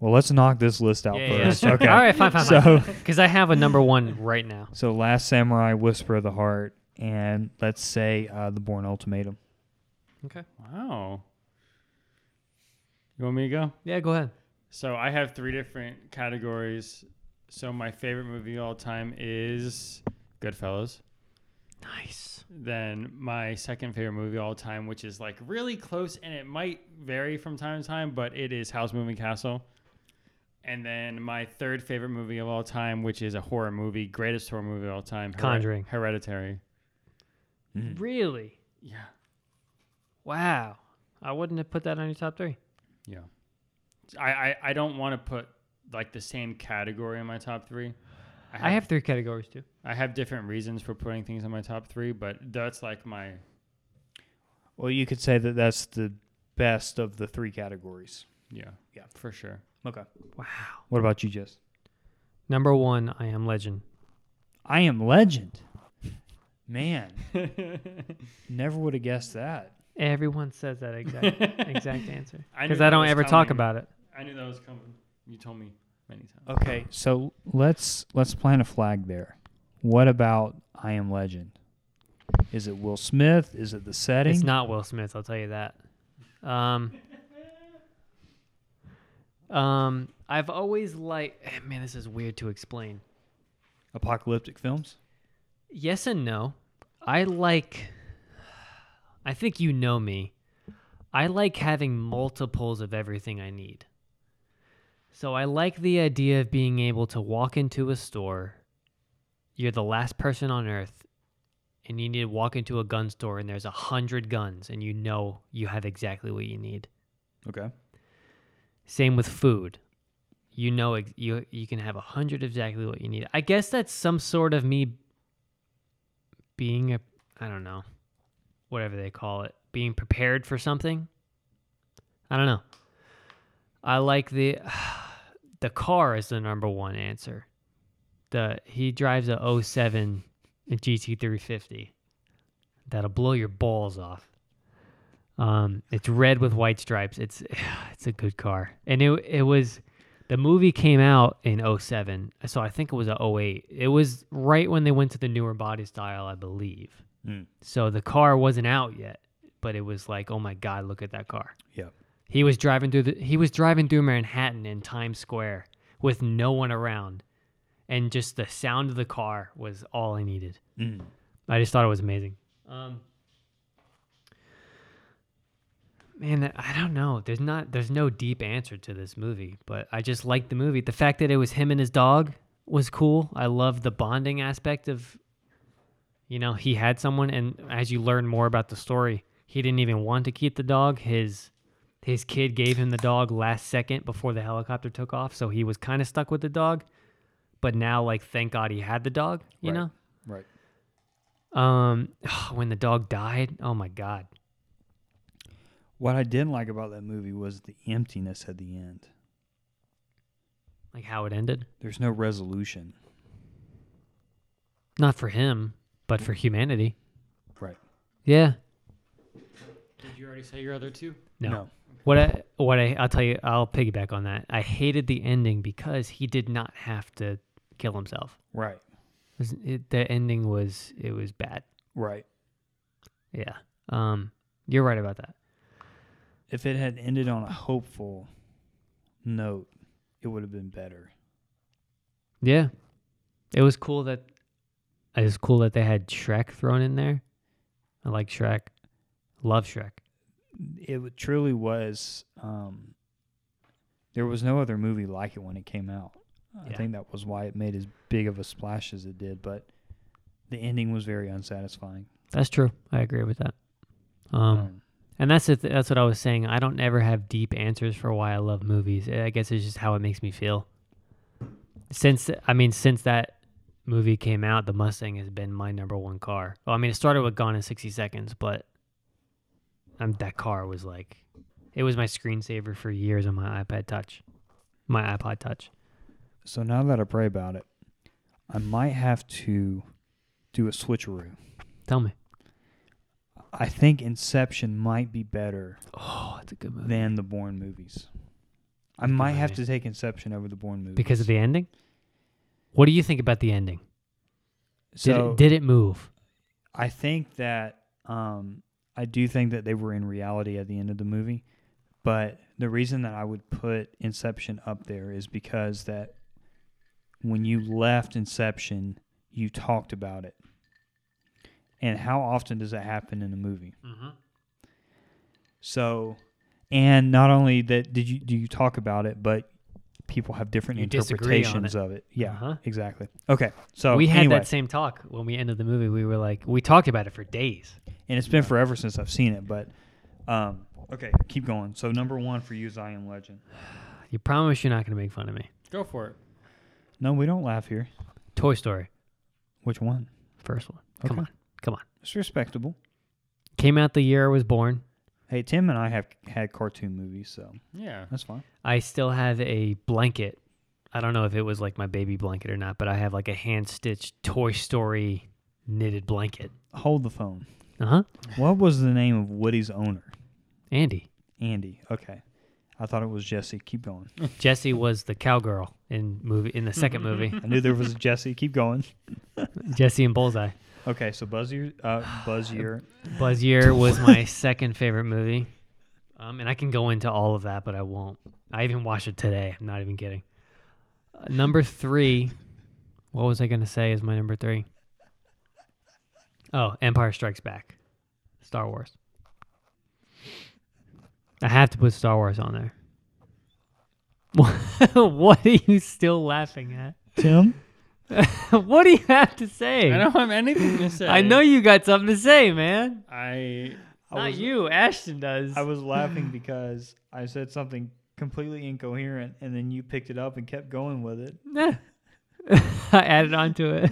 Speaker 4: well, let's knock this list out first. Okay.
Speaker 2: All right, fine, fine, fine.
Speaker 4: So
Speaker 2: Because I have a number one right now.
Speaker 4: so last samurai, Whisper of the Heart, and let's say uh, the Born Ultimatum.
Speaker 2: Okay.
Speaker 1: Wow. You want me to go?
Speaker 2: Yeah, go ahead.
Speaker 1: So I have three different categories. So my favorite movie of all time is Goodfellas.
Speaker 2: Nice.
Speaker 1: Then my second favorite movie of all time, which is like really close and it might vary from time to time, but it is House Moving Castle. And then my third favorite movie of all time, which is a horror movie, greatest horror movie of all time, Hered-
Speaker 2: Conjuring.
Speaker 1: Hereditary. Hmm.
Speaker 2: Really?
Speaker 1: Yeah.
Speaker 2: Wow. I wouldn't have put that on your top three.
Speaker 1: Yeah. I, I, I don't want to put like the same category in my top three.
Speaker 2: I have three categories too.
Speaker 1: I have different reasons for putting things in my top three, but that's like my
Speaker 4: Well, you could say that that's the best of the three categories.
Speaker 1: Yeah.
Speaker 4: Yeah.
Speaker 1: For sure.
Speaker 4: Okay.
Speaker 2: Wow.
Speaker 4: What about you, Jess?
Speaker 2: Number one, I am legend.
Speaker 4: I am legend. Man, never would have guessed that.
Speaker 2: Everyone says that exact exact answer
Speaker 1: I knew
Speaker 2: because
Speaker 1: that
Speaker 2: I don't
Speaker 1: was
Speaker 2: ever talk
Speaker 1: coming.
Speaker 2: about it.
Speaker 1: I knew that was coming. You told me many times.
Speaker 4: Okay, so let's let's plant a flag there. What about I am legend? Is it Will Smith? Is it the setting?
Speaker 2: It's not Will Smith, I'll tell you that. Um, um, I've always like man, this is weird to explain.
Speaker 4: apocalyptic films.
Speaker 2: Yes and no. I like I think you know me. I like having multiples of everything I need. So I like the idea of being able to walk into a store. You're the last person on earth and you need to walk into a gun store and there's a hundred guns and you know you have exactly what you need.
Speaker 4: Okay.
Speaker 2: Same with food. You know, ex- you you can have a hundred exactly what you need. I guess that's some sort of me being a I don't know, whatever they call it, being prepared for something. I don't know. I like the the car is the number one answer. The he drives a 07 GT350 that'll blow your balls off. Um, it's red with white stripes. It's it's a good car. And it it was the movie came out in 07. So I think it was a 08. It was right when they went to the newer body style, I believe.
Speaker 4: Mm.
Speaker 2: So the car wasn't out yet, but it was like, "Oh my god, look at that car."
Speaker 4: Yeah.
Speaker 2: He was driving through the he was driving through Manhattan in Times Square with no one around. And just the sound of the car was all I needed.
Speaker 4: Mm.
Speaker 2: I just thought it was amazing. Um, man, that- I don't know. There's not. There's no deep answer to this movie, but I just liked the movie. The fact that it was him and his dog was cool. I love the bonding aspect of, you know, he had someone, and as you learn more about the story, he didn't even want to keep the dog. His his kid gave him the dog last second before the helicopter took off, so he was kind of stuck with the dog. But now, like, thank God he had the dog. You
Speaker 4: Right.
Speaker 2: know.
Speaker 4: Right.
Speaker 2: Um, when the dog died, oh my god,
Speaker 4: What I didn't like about that movie was the emptiness at the end.
Speaker 2: like how it ended.
Speaker 4: There's no resolution.
Speaker 2: Not for him, but for humanity.
Speaker 4: Right.
Speaker 2: Yeah.
Speaker 1: Did you already say your other two?
Speaker 2: No. What I what I I'll tell you, I'll piggyback on that. I hated the ending because he did not have to kill himself.
Speaker 4: Right.
Speaker 2: It was- it- the ending was it was bad.
Speaker 4: Right.
Speaker 2: Yeah. Um, you're right about that.
Speaker 4: If it had ended on a hopeful note, it would have been better.
Speaker 2: Yeah. It was cool that it was cool that they had Shrek thrown in there. I like Shrek. Love Shrek.
Speaker 4: It wa- truly was. Um, there was no other movie like it when it came out. I
Speaker 2: Yeah.
Speaker 4: think that was why it made as big of a splash as it did. But the ending was very unsatisfying.
Speaker 2: That's true. I agree with that. Um, And that's the th- that's what I was saying. I don't ever have deep answers for why I love movies. I guess it's just how it makes me feel. Since I mean, since that movie came out, the Mustang has been my number one car. Well, I mean, it started with Gone in sixty seconds, but um, that car was like, it was my screensaver for years on my iPad Touch, my iPod Touch.
Speaker 4: So now that I pray about it, I might have to do a switcheroo.
Speaker 2: Tell me,
Speaker 4: I think Inception might be better
Speaker 2: oh, it's a good movie
Speaker 4: than the Bourne movies. I might have
Speaker 2: movie.
Speaker 4: to take Inception over the Bourne movies
Speaker 2: because of the ending. What do you think about the ending? Did
Speaker 4: so
Speaker 2: it, did it move?
Speaker 4: I think that um, I do think that they were in reality at the end of the movie, but the reason that I would put Inception up there is because that when you left Inception, you talked about it, and how often does that happen in a movie?
Speaker 2: Mm-hmm.
Speaker 4: So, and not only that, did you do you talk about it, but people have different
Speaker 2: You disagree on
Speaker 4: interpretations of it. Yeah,
Speaker 2: Uh-huh.
Speaker 4: exactly. Okay, so
Speaker 2: we had
Speaker 4: anyway,
Speaker 2: that same talk when we ended the movie. We were like, we talked about it for days.
Speaker 4: and it's been forever since I've seen it, but um, okay, keep going. So number one for you is I Am Legend.
Speaker 2: You promise you're not going to make fun of me.
Speaker 1: Go for it.
Speaker 4: No, we don't laugh here.
Speaker 2: Toy Story,
Speaker 4: Which one?
Speaker 2: first one. Come
Speaker 4: Okay.
Speaker 2: on, come on.
Speaker 4: It's respectable.
Speaker 2: Came out the year I was born.
Speaker 4: Hey, Tim and I have had cartoon movies, so
Speaker 1: Yeah.
Speaker 4: that's fine.
Speaker 2: I still have a blanket. I don't know if it was like my baby blanket or not, but I have like a hand stitched Toy Story knitted blanket.
Speaker 4: Hold the phone.
Speaker 2: Uh huh.
Speaker 4: What was the name of Woody's owner?
Speaker 2: Andy.
Speaker 4: Andy. Okay. I thought it was Jesse. Keep going.
Speaker 2: Jesse was the cowgirl in movie in the second movie.
Speaker 4: I knew there was a Jesse. Keep going.
Speaker 2: Jesse and Bullseye.
Speaker 4: Okay, so Buzzier, uh, Buzzier.
Speaker 2: Buzzier was my second favorite movie. Um, and I can go into all of that, but I won't. I even watched it today. I'm not even kidding. Uh, number three. What was I going to say is my number three? Oh, Empire Strikes Back. Star Wars. I have to put Star Wars on there. what are you still laughing at?
Speaker 4: Tim.
Speaker 2: what do you have to say?
Speaker 1: I don't have anything to say.
Speaker 2: I know you got something to say, man.
Speaker 1: I
Speaker 2: Not
Speaker 4: was-
Speaker 2: you, Ashton does.
Speaker 4: I was laughing because I said something completely incoherent, and then you picked it up and kept going with it.
Speaker 2: I added on to it.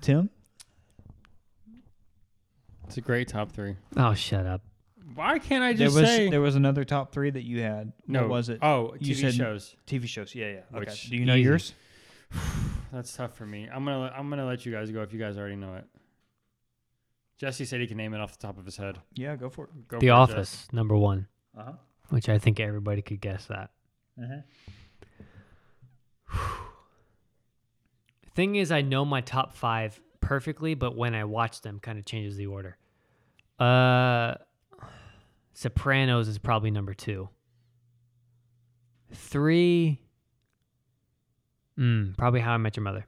Speaker 4: Tim.
Speaker 1: It's a great top three.
Speaker 2: Oh, shut up.
Speaker 1: Why can't I
Speaker 4: There
Speaker 1: just
Speaker 4: was
Speaker 1: say
Speaker 4: there was another top three that you had.
Speaker 1: no?
Speaker 4: what was it?
Speaker 1: Oh, TV
Speaker 4: You said-
Speaker 1: shows.
Speaker 4: TV shows. Yeah, yeah. Okay.
Speaker 1: Which-
Speaker 4: Do you know
Speaker 2: easy.
Speaker 4: yours?
Speaker 1: That's tough for me. I'm gonna let- I'm gonna let you guys go if you guys already know it. Jesse said he can name it off the top of his head.
Speaker 4: Yeah, go for it.
Speaker 1: Go for
Speaker 2: The
Speaker 1: it,
Speaker 2: Office,
Speaker 1: Jess.
Speaker 2: number one,
Speaker 4: Uh huh.
Speaker 2: which I think everybody could guess that.
Speaker 4: Uh-huh.
Speaker 2: Thing is, I know my top five perfectly, but when I watch them, kind of changes the order. Uh, Sopranos is probably number two. Three, mm, probably How I Met Your Mother.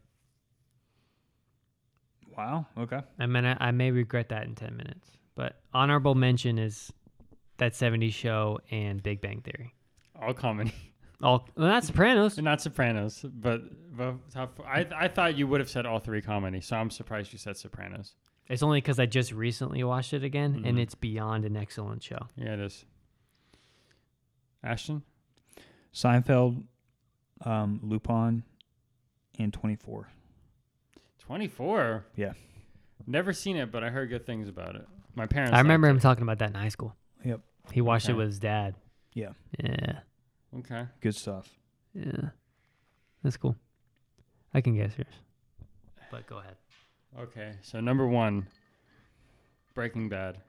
Speaker 4: Wow. Okay.
Speaker 2: I mean, I, I may regret that in 10 minutes, but honorable mention is that 70s show and Big Bang Theory.
Speaker 1: All comedy,
Speaker 2: All well, not Sopranos.
Speaker 1: not Sopranos, but, but top. I I thought you would have said all three comedy, so I'm surprised you said Sopranos.
Speaker 2: It's only because I just recently watched it again, and
Speaker 1: Mhm.
Speaker 2: it's beyond an excellent show.
Speaker 1: Yeah, it is. Ashton,
Speaker 4: Seinfeld, um, Lupin, and Twenty Four.
Speaker 1: 24.
Speaker 4: Yeah.
Speaker 1: Never seen it, but I heard good things about it. My parents.
Speaker 2: I remember him
Speaker 1: liked
Speaker 2: talking about that in high school.
Speaker 4: Yep.
Speaker 2: He watched it
Speaker 1: Okay.
Speaker 2: with his dad.
Speaker 4: Yeah.
Speaker 2: Yeah.
Speaker 1: it. Okay.
Speaker 4: Good stuff.
Speaker 2: Yeah. That's cool. I can guess yours. But go ahead.
Speaker 1: Okay. So number one, Breaking Bad.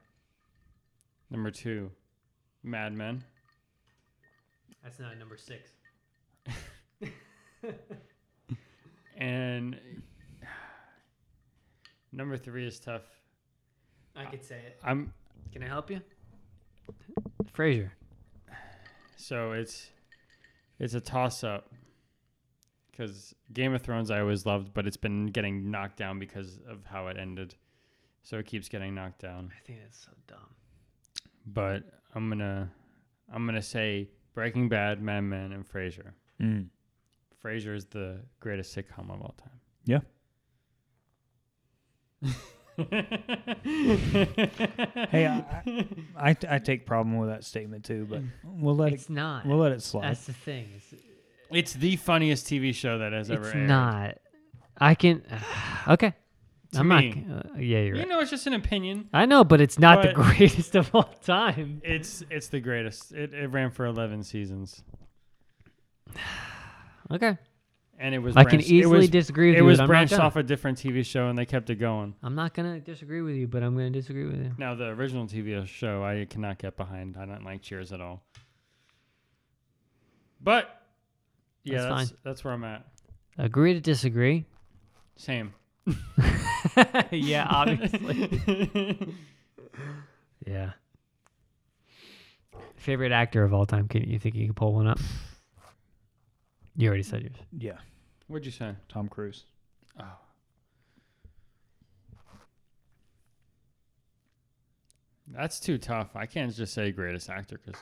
Speaker 1: Number two, Mad Men.
Speaker 2: That's not number six.
Speaker 1: And number three is tough.
Speaker 2: I could say it.
Speaker 1: I'm
Speaker 2: Can I help you? Frasier.
Speaker 1: so it's it's a toss up because Game of Thrones I always loved, but it's been getting knocked down because of how it ended. So it keeps getting knocked down.
Speaker 2: I think that's so dumb.
Speaker 1: but I'm gonna I'm gonna say Breaking Bad, Mad Men, and Frasier.
Speaker 4: Mm.
Speaker 1: Frasier is the greatest sitcom of all time.
Speaker 4: Yeah. Hey, I, I, I take problem with that statement too, but we'll let it
Speaker 2: It's not.
Speaker 4: we'll let it slide.
Speaker 2: That's the thing. It's,
Speaker 1: it's the funniest TV show that has ever
Speaker 2: it's
Speaker 1: aired.
Speaker 2: not. I can. okay.
Speaker 1: To
Speaker 2: I'm
Speaker 1: me.
Speaker 2: not. Uh, yeah, you're
Speaker 1: You
Speaker 2: right.
Speaker 1: know, it's just an opinion.
Speaker 2: I know, but it's not the
Speaker 1: But-
Speaker 2: greatest of all time.
Speaker 1: It's it's the greatest. It, it ran for eleven seasons,
Speaker 2: Okay.
Speaker 1: and it was
Speaker 2: I can
Speaker 1: branched-
Speaker 2: easily
Speaker 1: it was,
Speaker 2: disagree with
Speaker 1: it
Speaker 2: you.
Speaker 1: was
Speaker 2: but I'm not
Speaker 1: branched
Speaker 2: gonna.
Speaker 1: off a different TV show, and they kept it going.
Speaker 2: I'm not gonna disagree with you, but I'm gonna disagree with you.
Speaker 1: Now the original TV show I cannot get behind. I don't like Cheers at all. But yeah,
Speaker 2: That's
Speaker 1: that's that's, where I'm at.
Speaker 2: Agree to disagree.
Speaker 1: Same.
Speaker 2: yeah, obviously. yeah. Favorite actor of all time? Can you think you can pull one up? You already said yours.
Speaker 4: yeah,
Speaker 1: What'd you say?
Speaker 4: Tom Cruise.
Speaker 1: Oh. That's too tough. I can't just say greatest actor because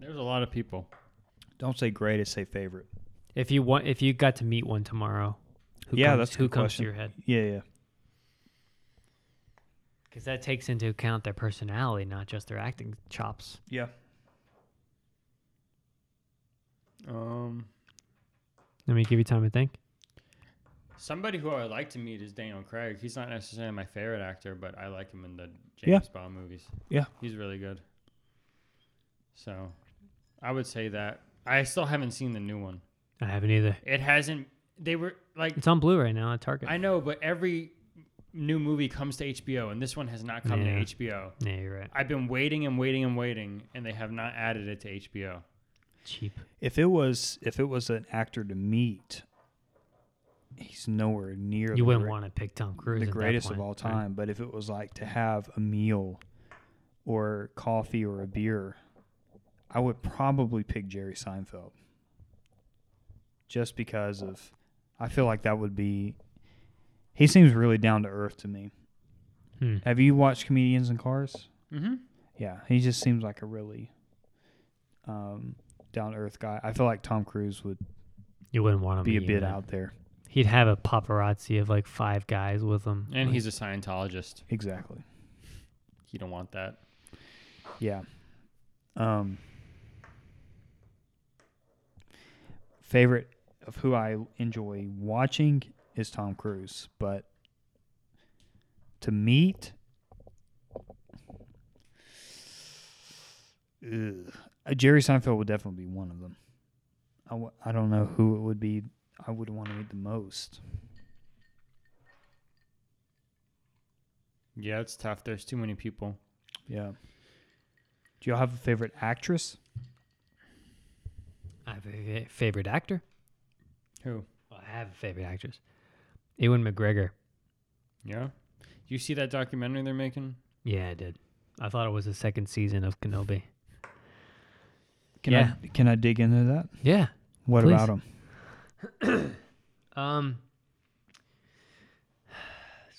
Speaker 1: there's a lot of people.
Speaker 4: Don't say greatest, say favorite.
Speaker 2: If you want, if you got to meet one tomorrow, who
Speaker 4: Yeah,
Speaker 2: comes,
Speaker 4: that's a
Speaker 2: who
Speaker 4: good
Speaker 2: comes
Speaker 4: question.
Speaker 2: to your head?
Speaker 4: Yeah, yeah.
Speaker 2: Because that takes into account their personality, not just their acting chops.
Speaker 4: Yeah.
Speaker 1: Um,
Speaker 2: Let me give you time to think.
Speaker 1: Somebody who I would like to meet is Daniel Craig. He's not necessarily my favorite actor, but I like him in the James
Speaker 4: Yeah.
Speaker 1: Bond movies.
Speaker 4: Yeah.
Speaker 1: He's really good. So I would say that. I still haven't seen the new one.
Speaker 2: I haven't either.
Speaker 1: It hasn't. They were like.
Speaker 2: It's on blue right now at Target.
Speaker 1: I know, but every new movie comes to HBO, and this one has not come
Speaker 2: Yeah.
Speaker 1: to HBO.
Speaker 2: yeah, you're right.
Speaker 1: I've been waiting and waiting and waiting, and they have not added it to HBO.
Speaker 2: Cheap.
Speaker 4: If it was if it was an actor to meet, he's nowhere near.
Speaker 2: You
Speaker 4: the
Speaker 2: wouldn't
Speaker 4: gre-
Speaker 2: want to pick Tom Cruise.
Speaker 4: the
Speaker 2: at that
Speaker 4: greatest
Speaker 2: point,
Speaker 4: of all
Speaker 2: right?
Speaker 4: time. But if it was like to have a meal, or coffee, or a beer, I would probably pick Jerry Seinfeld. Just because of, I feel like that would be. He seems really down to earth to me.
Speaker 2: Hmm.
Speaker 4: Have you watched Comedians in Cars?
Speaker 1: Mm-hmm.
Speaker 4: Yeah, he just seems like a really um, down to earth guy. I feel like Tom Cruise would
Speaker 2: You wouldn't want him.
Speaker 4: be a
Speaker 2: meeting
Speaker 4: bit
Speaker 2: him.
Speaker 4: out there.
Speaker 2: He'd have a paparazzi of like five guys with him.
Speaker 1: And
Speaker 2: Like,
Speaker 1: he's a Scientologist.
Speaker 4: Exactly.
Speaker 1: You don't want that.
Speaker 4: Yeah. Um favorite of who I enjoy watching is Tom Cruise, but to meet Ugh. Uh, Jerry Seinfeld would definitely be one of them. I, w- I don't know who it would be I would want to meet the most.
Speaker 1: Yeah, it's tough. There's too many people.
Speaker 4: Yeah. Do y'all have a favorite actress?
Speaker 2: I have a fa- favorite actor.
Speaker 1: Who?
Speaker 2: Well, I have a favorite actress. Ewan McGregor.
Speaker 1: Yeah. You see that documentary they're making?
Speaker 2: Yeah, I did. I thought it was the second season of Kenobi.
Speaker 4: Can
Speaker 2: Yeah.
Speaker 4: I can I dig into that?
Speaker 2: Yeah.
Speaker 4: What
Speaker 2: Please.
Speaker 4: about him?
Speaker 2: Um.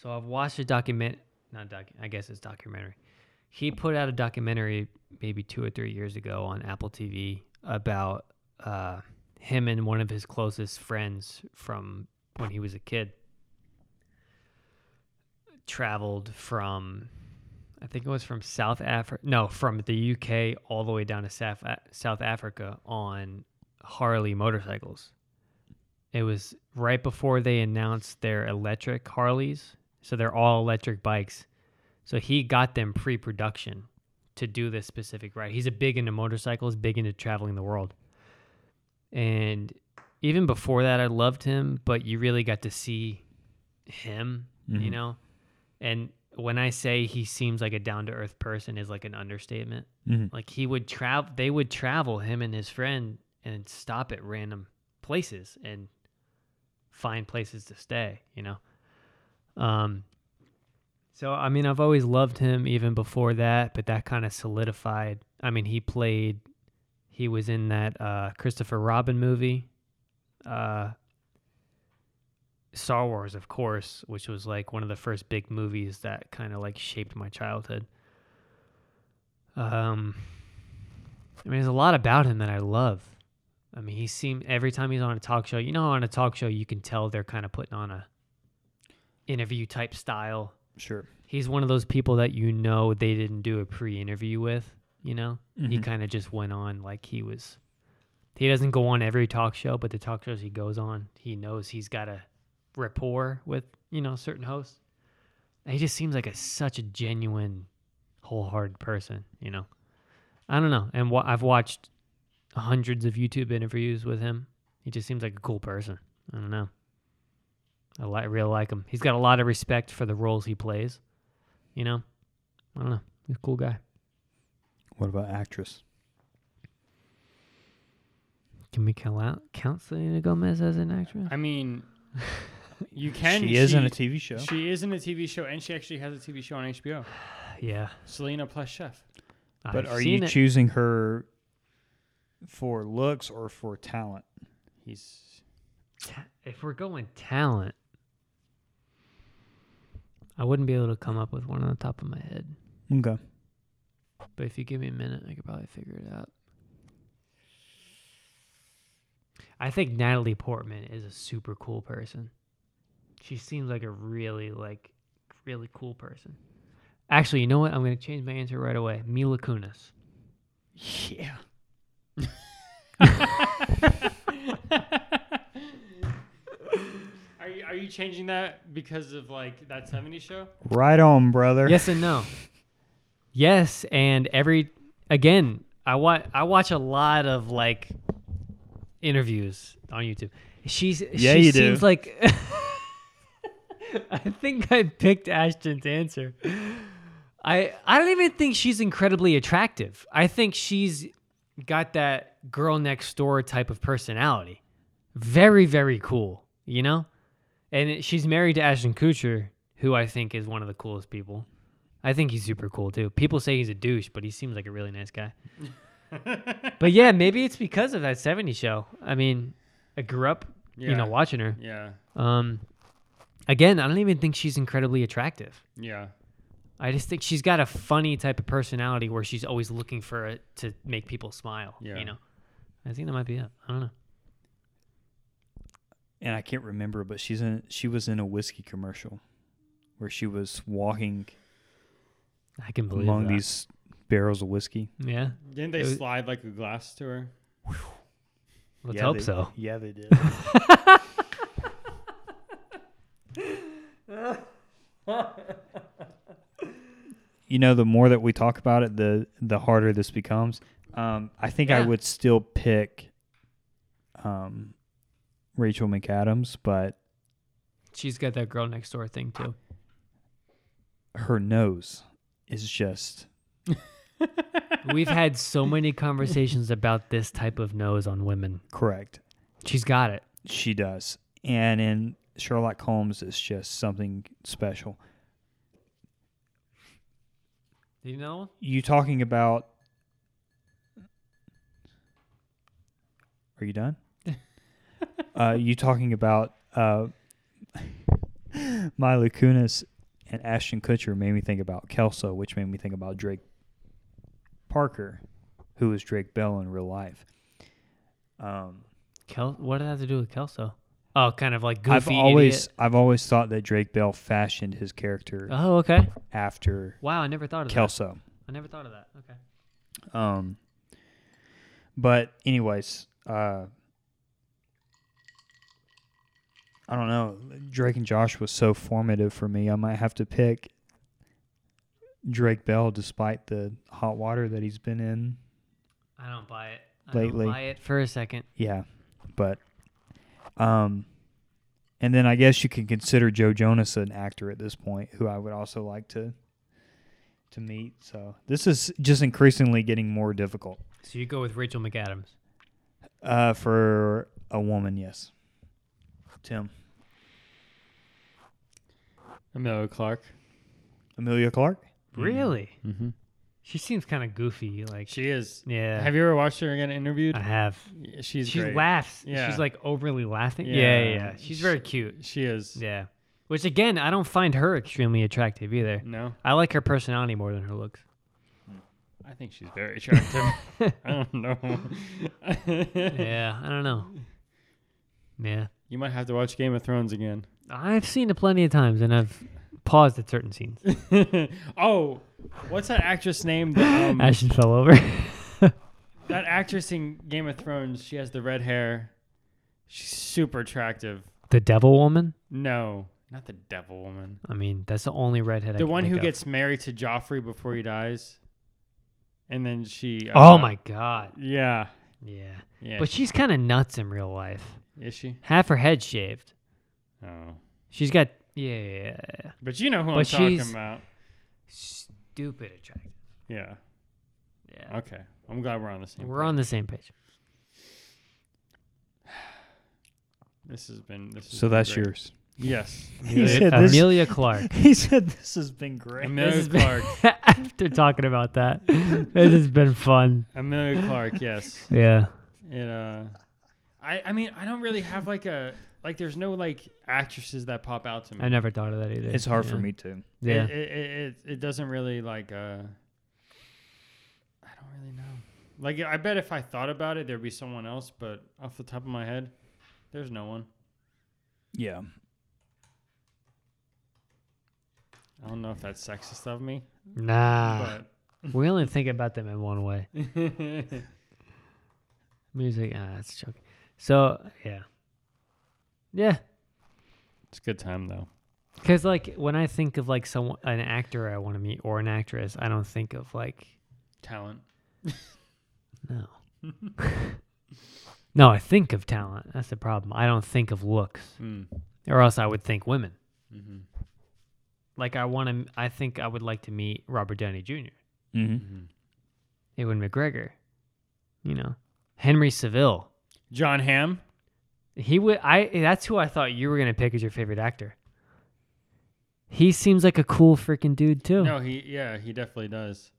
Speaker 2: So I've watched a document, not doc. I guess it's documentary. He put out a documentary maybe two or three years ago on Apple TV about uh, him and one of his closest friends from when he was a kid. Traveled from, I think it was from South Africa. No, from the UK all the way down to South South Africa on Harley motorcycles. It was right before they announced their electric Harleys. So they're all electric bikes. So he got them pre production to do this specific ride. He's a big into motorcycles, big into traveling the world. And even before that, I loved him, but you really got to see him, you
Speaker 4: Mhm.
Speaker 2: know? And when I say he seems like a down to earth person, is like an understatement
Speaker 4: Mhm.
Speaker 2: like he would travel they would travel him and his friend and stop at random places and find places to stay you know um so i mean i've always loved him even before that but that kind of solidified i mean he played he was in that uh christopher robin movie uh star wars of course which was like one of the first big movies that kind of like shaped my childhood um, I mean, there's a lot about him that I love. I mean, he seemed every time he's on a talk show. You know, how on a talk show, you can tell they're kind of putting on a interview type style.
Speaker 4: Sure.
Speaker 2: He's one of those people that you know they didn't do a pre-interview with. You know, he
Speaker 4: Mhm.
Speaker 2: kind of just went on like he was. He doesn't go on every talk show, but the talk shows he goes on, he knows he's got a rapport with you know certain hosts. And He just seems like a such a genuine, wholehearted person. You know, I don't know. And wa- I've watched hundreds of YouTube interviews with him. He just seems like a cool person. I don't know. I li- really like him. He's got a lot of respect for the roles he plays. You know, I don't know. He's a cool guy.
Speaker 4: What about actress?
Speaker 2: Can we count count Selena Gomez as an actress?
Speaker 1: I mean, you can.
Speaker 4: she is in a TV show.
Speaker 1: She is in a TV show, and she actually has a TV show on HBO.
Speaker 2: yeah,
Speaker 1: Selena plus Chef.
Speaker 4: but
Speaker 2: I've
Speaker 4: are
Speaker 2: seen
Speaker 4: you
Speaker 2: it.
Speaker 4: choosing her for looks or for talent?
Speaker 1: He's
Speaker 2: Ta- if we're going talent, I wouldn't be able to come up with one on the top of my head.
Speaker 4: Okay.
Speaker 2: But if you give me a minute, I could probably figure it out. I think Natalie Portman is a super cool person. She seems like a really like really cool person. Actually, you know what? I'm going to change my answer right away. Mila Kunis.
Speaker 4: Yeah.
Speaker 1: I Are you, are you changing that because of like that 70s show?
Speaker 4: Right on, brother.
Speaker 2: Yes and no. Yes, and every again, I watch I watch a lot of like interviews on YouTube. She's
Speaker 4: Yeah,
Speaker 2: she
Speaker 4: you do.
Speaker 2: seems like I think I picked Ashton's answer. I I don't even think she's incredibly attractive. I think she's got that girl next door type of personality. Very very cool, you know? And it- she's married to Ashton Kutcher, who I think is one of the coolest people. I think he's super cool too. People say he's a douche, but he seems like a really nice guy. but yeah, maybe it's because of that 70s show. I mean, I grew up, you
Speaker 1: Yeah.
Speaker 2: know, watching her.
Speaker 1: Yeah.
Speaker 2: Um, again, I don't even think she's incredibly attractive.
Speaker 1: Yeah.
Speaker 2: I just think she's got a funny type of personality where she's always looking for it to make people smile.
Speaker 1: Yeah.
Speaker 2: You know, I think that might be it. I don't know.
Speaker 4: and I can't remember, but she's in. She was in a whiskey commercial where she was walking
Speaker 2: I can believe
Speaker 4: among
Speaker 2: that.
Speaker 4: these barrels of whiskey.
Speaker 2: Yeah,
Speaker 1: Didn't they
Speaker 2: It was-
Speaker 1: slide like a glass to her?
Speaker 2: let's
Speaker 4: yeah,
Speaker 2: hope
Speaker 4: they,
Speaker 2: so.
Speaker 4: Yeah, they did. you know, the more that we talk about it, the the harder this becomes. Um, I think I
Speaker 2: Yeah.
Speaker 4: would still pick um, Rachel McAdams, but
Speaker 2: She's got that girl next door thing too.
Speaker 4: her nose is just
Speaker 2: We've had so many conversations about this type of nose on women.
Speaker 4: correct.
Speaker 2: She's got it.
Speaker 4: She does, and in Sherlock Holmes, it's just something special.
Speaker 2: You know?
Speaker 4: You talking about? Are you done? uh, you talking about uh, Mila Kunis and Ashton Kutcher made me think about Kelso, which made me think about Drake Parker, who is Drake Bell in real life. Um,
Speaker 2: Kel- what did that have to do with Kelso? Oh, kind of like goofy.
Speaker 4: I've always
Speaker 2: idiot.
Speaker 4: I've always thought that Drake Bell fashioned his character
Speaker 2: Oh, okay.
Speaker 4: after
Speaker 2: Wow, I never thought of
Speaker 4: Kelso.
Speaker 2: that. I never thought of that. Okay.
Speaker 4: Um, but anyways, uh, I don't know. Drake and Josh was so formative for me. I might have to pick Drake Bell, despite the hot water that he's been in.
Speaker 2: I don't buy it. I
Speaker 4: Lately.
Speaker 2: don't buy it for a second.
Speaker 4: Yeah, but um, and then I guess you can consider Joe Jonas an actor at this point, who I would also like to to meet. So this is just increasingly getting more difficult.
Speaker 2: So you go with Rachel McAdams.
Speaker 4: Uh, for a woman, yes. Tim,
Speaker 1: Amelia Clark.
Speaker 4: Amelia Clark.
Speaker 2: Really?
Speaker 1: Mm-hmm.
Speaker 2: She seems kind of goofy. Like,
Speaker 1: She is.
Speaker 2: yeah.
Speaker 1: Have you ever watched her again interviewed?
Speaker 2: I have.
Speaker 1: Yeah, She's
Speaker 2: she
Speaker 1: great.
Speaker 2: laughs.
Speaker 1: Yeah.
Speaker 2: She's like overly laughing. Yeah.
Speaker 1: Yeah.
Speaker 2: yeah, yeah. She's very cute.
Speaker 1: She is.
Speaker 2: Yeah. Which again, I don't find her extremely attractive either.
Speaker 1: No,
Speaker 2: I like her personality more than her looks.
Speaker 1: I think she's very attractive. I don't know.
Speaker 2: yeah, I don't know. Yeah.
Speaker 1: You might have to watch Game of Thrones again.
Speaker 2: I've seen it plenty of times and I've paused at certain scenes.
Speaker 1: oh, what's that actress name? that, um,
Speaker 2: Ashton fell over.
Speaker 1: that actress in Game of Thrones. She has the red hair. She's super attractive.
Speaker 2: the devil woman?
Speaker 1: No, not the devil woman.
Speaker 2: I mean, that's the only redhead I
Speaker 1: the
Speaker 2: can
Speaker 1: one
Speaker 2: think
Speaker 1: who
Speaker 2: of.
Speaker 1: gets married to Joffrey before he dies, and then she.
Speaker 2: Oh
Speaker 1: uh,
Speaker 2: my god.
Speaker 1: Yeah.
Speaker 2: Yeah.
Speaker 1: Yeah.
Speaker 2: But she's kind of nuts in real life.
Speaker 1: is she?
Speaker 2: Half her head shaved.
Speaker 1: Oh.
Speaker 2: She's got yeah,
Speaker 1: But you know who I'm
Speaker 2: But
Speaker 1: talking
Speaker 2: she's-
Speaker 1: about.
Speaker 2: stupid attractive.
Speaker 1: Yeah.
Speaker 2: Yeah.
Speaker 1: Okay. I'm glad we're on the same.
Speaker 2: We're on the same page.
Speaker 1: This has been. This has
Speaker 4: So
Speaker 1: been
Speaker 4: that's
Speaker 1: great.
Speaker 4: yours.
Speaker 1: Yes.
Speaker 4: He said this-
Speaker 2: Amelia Clark.
Speaker 4: He said this has been great.
Speaker 1: Amelia
Speaker 2: has been-
Speaker 1: Clark.
Speaker 2: After talking about that, this has been fun.
Speaker 1: Amelia Clark. Yes.
Speaker 2: Yeah.
Speaker 1: It. Uh, I. I mean, I don't really have like a like. There's no like actresses that pop out to me.
Speaker 2: I never thought of that either.
Speaker 4: It's hard for
Speaker 2: Yeah.
Speaker 4: me too.
Speaker 2: Yeah.
Speaker 1: It, it, it, it, it doesn't really like. Uh, I don't really know. Like I bet if I thought about it, there'd be someone else. But off the top of my head, there's no one.
Speaker 4: Yeah.
Speaker 1: I don't know if that's sexist of me,
Speaker 2: nah.
Speaker 1: but
Speaker 2: we only think about them in one way. Music. Ah, that's joking. So yeah. Yeah.
Speaker 1: It's a good time though.
Speaker 2: Because like when I think of like someone, an actor I want to meet or an actress, I don't think of like
Speaker 1: Talent.
Speaker 2: no. no, I think of talent. That's the problem. I don't think of looks,
Speaker 1: Mm.
Speaker 2: or else I would think women.
Speaker 1: hmm
Speaker 2: Like I want to. I think I would like to meet Robert Downey Jr.
Speaker 4: Mm-hmm.
Speaker 1: hmm
Speaker 2: Ewan McGregor. You know, Henry Seville.
Speaker 1: John Hamm.
Speaker 2: He would. I. That's who I thought you were gonna pick as your favorite actor. He seems like a cool freaking dude too.
Speaker 1: No, he yeah, he definitely does.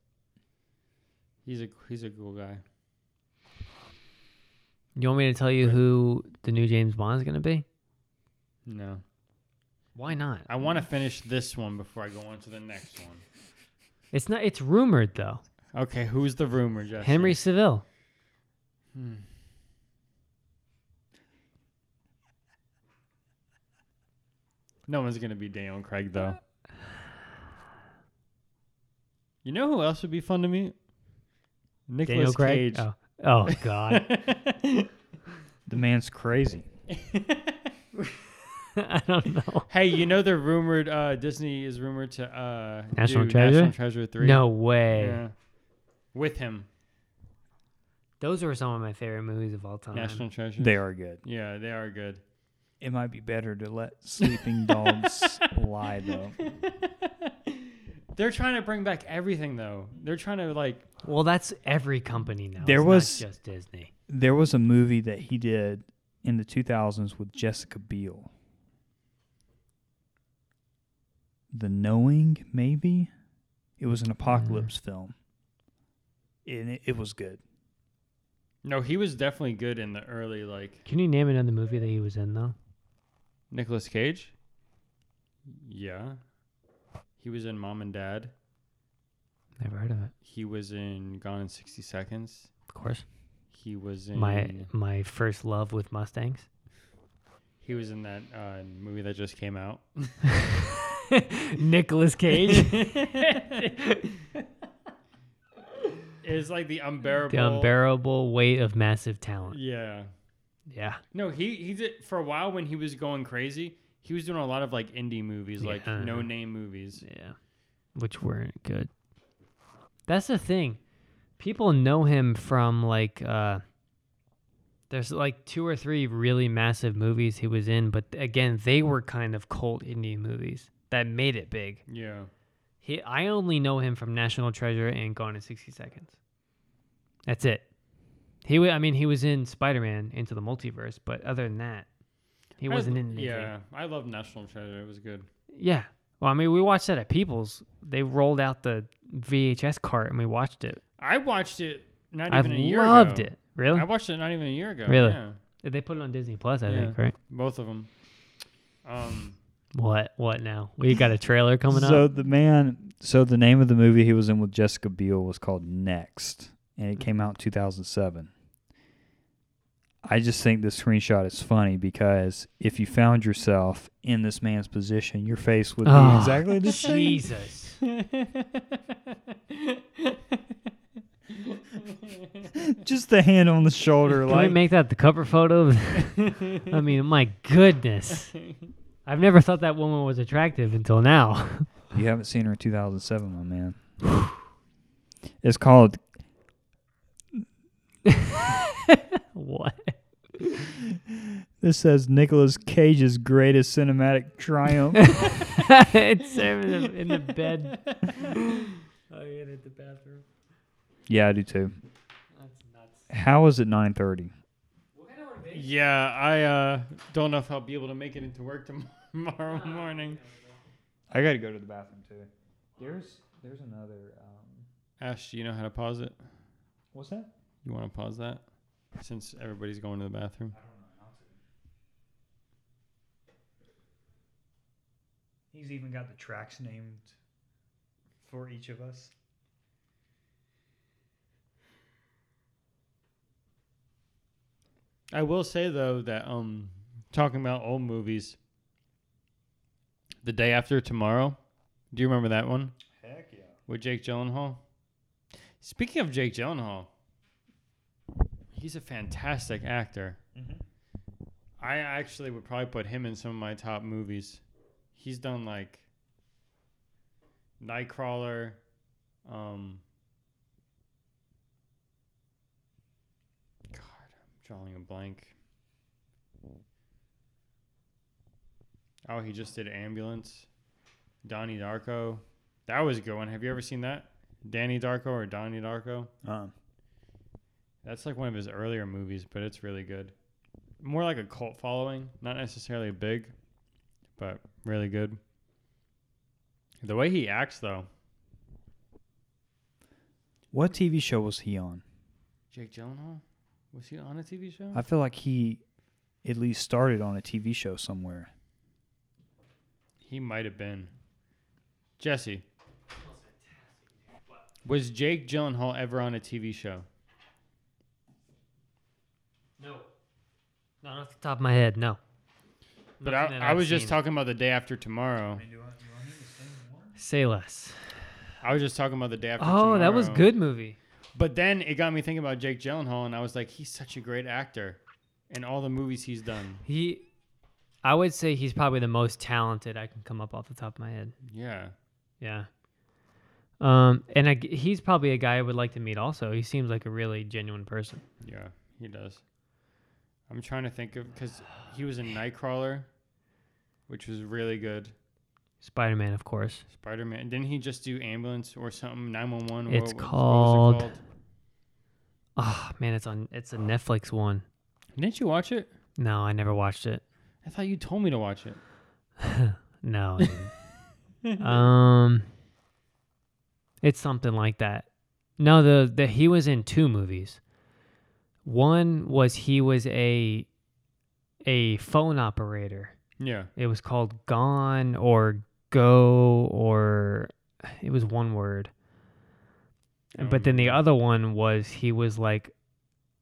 Speaker 1: He's a he's a cool guy.
Speaker 2: You want me to tell you who the new James Bond is gonna be?
Speaker 1: No.
Speaker 2: Why not?
Speaker 1: I want to finish this one before I go on to the next one.
Speaker 2: It's not. It's rumored though.
Speaker 1: Okay, who's the rumor, Jesse?
Speaker 2: Henry Seville.
Speaker 1: Hmm. No one's gonna be Daniel Craig though. You know who else would be fun to meet?
Speaker 2: Daniel
Speaker 1: Nicholas
Speaker 2: Craig.
Speaker 1: Cage.
Speaker 2: Oh. oh God.
Speaker 4: The man's crazy.
Speaker 2: I don't know.
Speaker 1: hey, you know they're rumored. Uh, Disney is rumored to uh,
Speaker 2: National
Speaker 1: do
Speaker 2: Treasure?
Speaker 1: National Treasure three.
Speaker 2: No way.
Speaker 1: Yeah. With him,
Speaker 2: Those were some of my favorite movies of all time.
Speaker 1: National Treasure.
Speaker 4: They are good.
Speaker 1: Yeah, they are good.
Speaker 4: It might be better to let sleeping dogs lie though.
Speaker 1: They're trying to bring back everything though. They're trying to like
Speaker 2: Well, that's every company now.
Speaker 4: There
Speaker 2: It's not
Speaker 4: was-
Speaker 2: just Disney.
Speaker 4: There was a movie that he did in the 2000s with Jessica Biel. The Knowing, maybe? It was an apocalypse film. And it, it was good.
Speaker 1: No, he was definitely good in the early like
Speaker 2: Can you name another movie that he was in though?
Speaker 1: Nicolas Cage. Yeah. He was in Mom and Dad.
Speaker 2: Never heard of it.
Speaker 1: He was in Gone in 60 Seconds.
Speaker 2: Of course.
Speaker 1: He was in
Speaker 2: My my first love with Mustangs.
Speaker 1: He was in that uh, movie that just came out.
Speaker 2: Nicholas Cage.
Speaker 1: It's like the unbearable.
Speaker 2: the unbearable weight of massive talent.
Speaker 1: Yeah.
Speaker 2: Yeah.
Speaker 1: No, he he did for a while when he was going crazy. He was doing a lot of like indie movies, like
Speaker 2: Yeah.
Speaker 1: no name movies.
Speaker 2: Yeah. Which weren't good. That's the thing. People know him from like uh there's like two or three really massive movies he was in, but again, they were kind of cult indie movies that made it big.
Speaker 1: Yeah.
Speaker 2: He I only know him from National Treasure and Gone in 60 Seconds. That's it. He wa- I mean, he was in Spider-Man Into the Multiverse, but other than that, he
Speaker 1: I-
Speaker 2: wasn't in anything.
Speaker 1: Yeah, I love National Treasure. It was good.
Speaker 2: Yeah. Well, I mean, we watched that at People's. They rolled out the VHS cart and we watched it.
Speaker 1: I watched it not
Speaker 2: I
Speaker 1: even a year
Speaker 2: loved
Speaker 1: ago.
Speaker 2: it. Really?
Speaker 1: I watched it not even a year ago.
Speaker 2: Really?
Speaker 1: Yeah,
Speaker 2: they put it on Disney Plus, I
Speaker 1: Yeah.
Speaker 2: think, right?
Speaker 1: both of them. Um,
Speaker 2: What? What now? We got a trailer coming
Speaker 4: so
Speaker 2: up.
Speaker 4: the man, so the name of the movie he was in with Jessica Biel was called Next, and it came out in 2007. I just think this screenshot is funny because if you found yourself in this man's position, your face would be
Speaker 2: Oh,
Speaker 4: exactly the same.
Speaker 2: Jesus.
Speaker 4: Just the hand on the shoulder,
Speaker 2: Can we
Speaker 4: like
Speaker 2: make that the cover photo? I mean, my goodness. I've never thought that woman was attractive until now.
Speaker 4: you haven't seen her in 2007, my man. it's called
Speaker 2: what?
Speaker 4: this says Nicolas Cage's greatest cinematic triumph.
Speaker 2: it's him in the, in the bed. oh, yeah, at the bathroom.
Speaker 4: yeah, I do too.
Speaker 2: That's nuts.
Speaker 4: How is it 9:30?
Speaker 1: yeah, I uh, don't know if I'll be able to make it into work tom- tomorrow morning.
Speaker 4: I gotta go to the bathroom too. There's there's another. Um,
Speaker 1: Ash, do you know how to pause it?
Speaker 4: what's that?
Speaker 1: You want to pause that since everybody's going to the bathroom?
Speaker 4: He's even got the tracks named for each of us.
Speaker 1: I will say though that um talking about old movies The Day After Tomorrow, do you remember that one
Speaker 4: Heck yeah!
Speaker 1: with Jake Gyllenhaal? Speaking of Jake
Speaker 4: Mm-hmm.
Speaker 1: Gyllenhaal, he's a fantastic actor. I actually would probably put him in some of my top movies. He's done like Nightcrawler, um God, I'm drawing a blank. Oh, he just did Ambulance. Donnie Darko. That was a good one. Have you ever seen that? Danny Darko or Donnie Darko?
Speaker 4: Um,
Speaker 1: That's like one of his earlier movies, but it's really good. More like a cult following, not necessarily big, but really good. The way he acts, though,
Speaker 4: what TV show was he on?
Speaker 1: Jake Gyllenhaal was he on a TV show?
Speaker 4: I feel like he at least started on a TV show somewhere.
Speaker 1: he might have been. Jesse, was Jake Gyllenhaal ever on a TV show?
Speaker 2: No. Not off the top of my head, no.
Speaker 1: But
Speaker 2: Nothing
Speaker 1: I,
Speaker 2: that
Speaker 1: I
Speaker 2: I've
Speaker 1: was just
Speaker 2: seen.
Speaker 1: talking about the day after tomorrow.
Speaker 2: Say less.
Speaker 1: I was just talking about the day after.
Speaker 2: Oh, that was
Speaker 1: Tomorrow.
Speaker 2: good movie.
Speaker 1: But then it got me thinking about Jake Gyllenhaal, and I was like, he's such a great actor, in all the movies he's done.
Speaker 2: He, I would say he's probably the most talented I can come up off the top of my head.
Speaker 1: Yeah.
Speaker 2: Yeah. Um, and I g he's probably a guy I would like to meet. Also, he seems like a really genuine person.
Speaker 1: Yeah, he does. I'm trying to think of because he was in Nightcrawler, which was really good.
Speaker 2: Spider Man, of course.
Speaker 1: Spider Man. Didn't he just do ambulance or something? Nine one one.
Speaker 2: It's called- Oh man, it's on. It's a Netflix one.
Speaker 1: Didn't you watch it?
Speaker 2: No, I never watched it.
Speaker 1: I thought you told me to watch it.
Speaker 2: No. I didn't. um, it's something like that. No, the the he was in two movies. One was he was a a phone operator.
Speaker 1: Yeah.
Speaker 2: It was called Gone or Go or it was one word. Uh,
Speaker 1: Um,
Speaker 2: but then the other one was he was like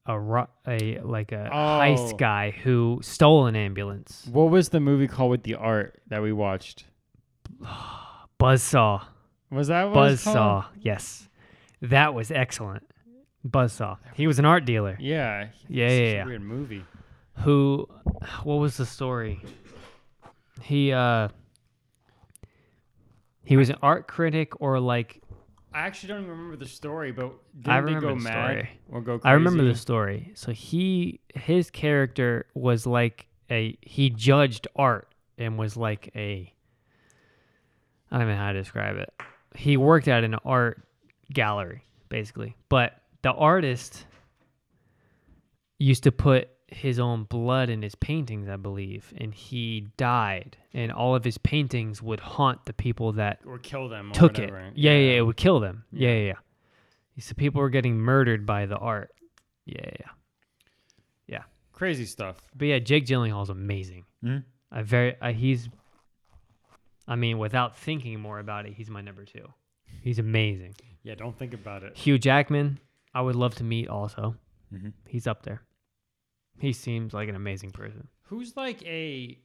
Speaker 2: a ro- a like a
Speaker 1: Oh.
Speaker 2: heist guy who stole an ambulance.
Speaker 1: What was the movie called with the art that we watched?
Speaker 2: Buzzsaw.
Speaker 1: Was that what it's called?
Speaker 2: Buzzsaw. Yes. That was excellent. Buzzsaw. He was an art dealer
Speaker 1: Yeah.
Speaker 2: Yeah,
Speaker 1: It's
Speaker 2: yeah,
Speaker 1: such a
Speaker 2: yeah.
Speaker 1: Weird movie.
Speaker 2: who what was the story? He uh he was an art critic or like
Speaker 1: I actually don't even remember the story, but did
Speaker 2: I
Speaker 1: they
Speaker 2: remember
Speaker 1: go
Speaker 2: the
Speaker 1: mad
Speaker 2: story.
Speaker 1: or go crazy?
Speaker 2: I remember the story. So he his character was like a he judged art and was like a I don't even know how to describe it. He worked at an art gallery basically, but the artist used to put his own blood in his paintings, I believe, and he died, and all of his paintings would haunt the people that
Speaker 1: or kill them. Or
Speaker 2: took it.
Speaker 1: whatever.
Speaker 2: Yeah, yeah, it would kill them. Yeah, yeah, yeah. So people were getting murdered by the art. Yeah, yeah. yeah.
Speaker 1: Crazy stuff.
Speaker 2: But yeah, Jake Gyllenhaal's amazing.
Speaker 4: Mhm.
Speaker 2: I very, I, he's. I mean, without thinking more about it, he's my number two. He's amazing.
Speaker 1: Yeah, don't think about it.
Speaker 2: Hugh Jackman, I would love to meet. Also,
Speaker 1: Mm-hmm.
Speaker 4: Mhm.
Speaker 2: he's up there. He seems like an amazing person.
Speaker 1: Who's like a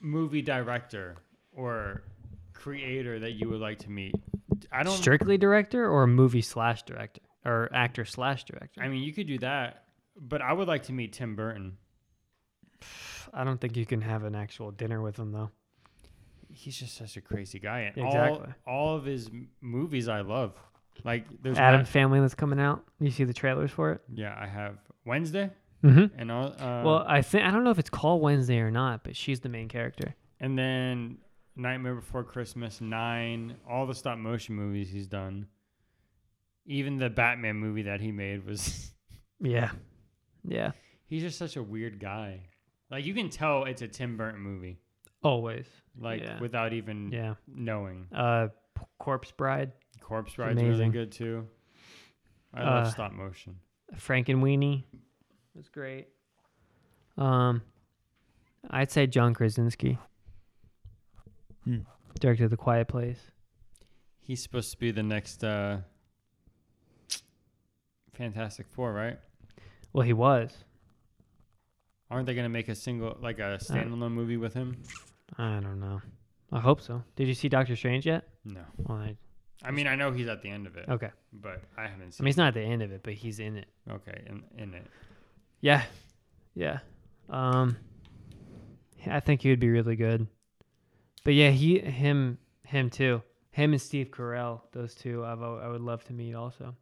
Speaker 1: movie director or creator that you would like to meet? I don't.
Speaker 2: Strictly director or movie slash director or actor slash director.
Speaker 1: I mean, you could do that, but I would like to meet Tim Burton.
Speaker 2: I don't think you can have an actual dinner with him though.
Speaker 1: He's just such a crazy guy, and
Speaker 2: Exactly.
Speaker 1: all all of his m- movies I love. Like there's
Speaker 2: Adam's
Speaker 1: not-
Speaker 2: Family that's coming out. You see the trailers for it?
Speaker 1: yeah, I have Wednesday
Speaker 2: Mm-hmm.
Speaker 1: and all. Uh,
Speaker 2: well, I think I don't know if it's called Wednesday or not, but she's the main character.
Speaker 1: And then Nightmare Before Christmas, Nine, all the stop motion movies he's done. Even the Batman movie that he made was.
Speaker 2: Yeah, yeah,
Speaker 1: he's just such a weird guy. Like you can tell it's a Tim Burton movie,
Speaker 2: always.
Speaker 1: like
Speaker 2: Yeah.
Speaker 1: without even
Speaker 2: Yeah,
Speaker 1: knowing.
Speaker 2: uh, P- Corpse Bride,
Speaker 1: Corpse Ride's really
Speaker 2: amazing.
Speaker 1: good too. I
Speaker 2: Uh,
Speaker 1: love stop motion.
Speaker 2: Frankenweenie was great. Um, I'd say John Krasinski
Speaker 4: Hmm.
Speaker 2: directed The Quiet Place.
Speaker 1: He's supposed to be the next uh Fantastic Four, right?
Speaker 2: Well, he was.
Speaker 1: Aren't they gonna make a single like
Speaker 2: Uh.
Speaker 1: a standalone movie with him?
Speaker 2: I don't know. I hope so. Did you see Doctor Strange yet?
Speaker 1: No.
Speaker 2: Well, I,
Speaker 1: I mean I know he's at the end of it,
Speaker 2: okay.
Speaker 1: but I haven't
Speaker 2: I
Speaker 1: seen
Speaker 2: mean, it's not at the end of it, but he's in it.
Speaker 1: okay, in in it.
Speaker 2: Yeah, yeah. Um, I think he would be really good. But yeah, he, him, him too. Him and Steve Carell, those two, I've, al- I would love to meet also.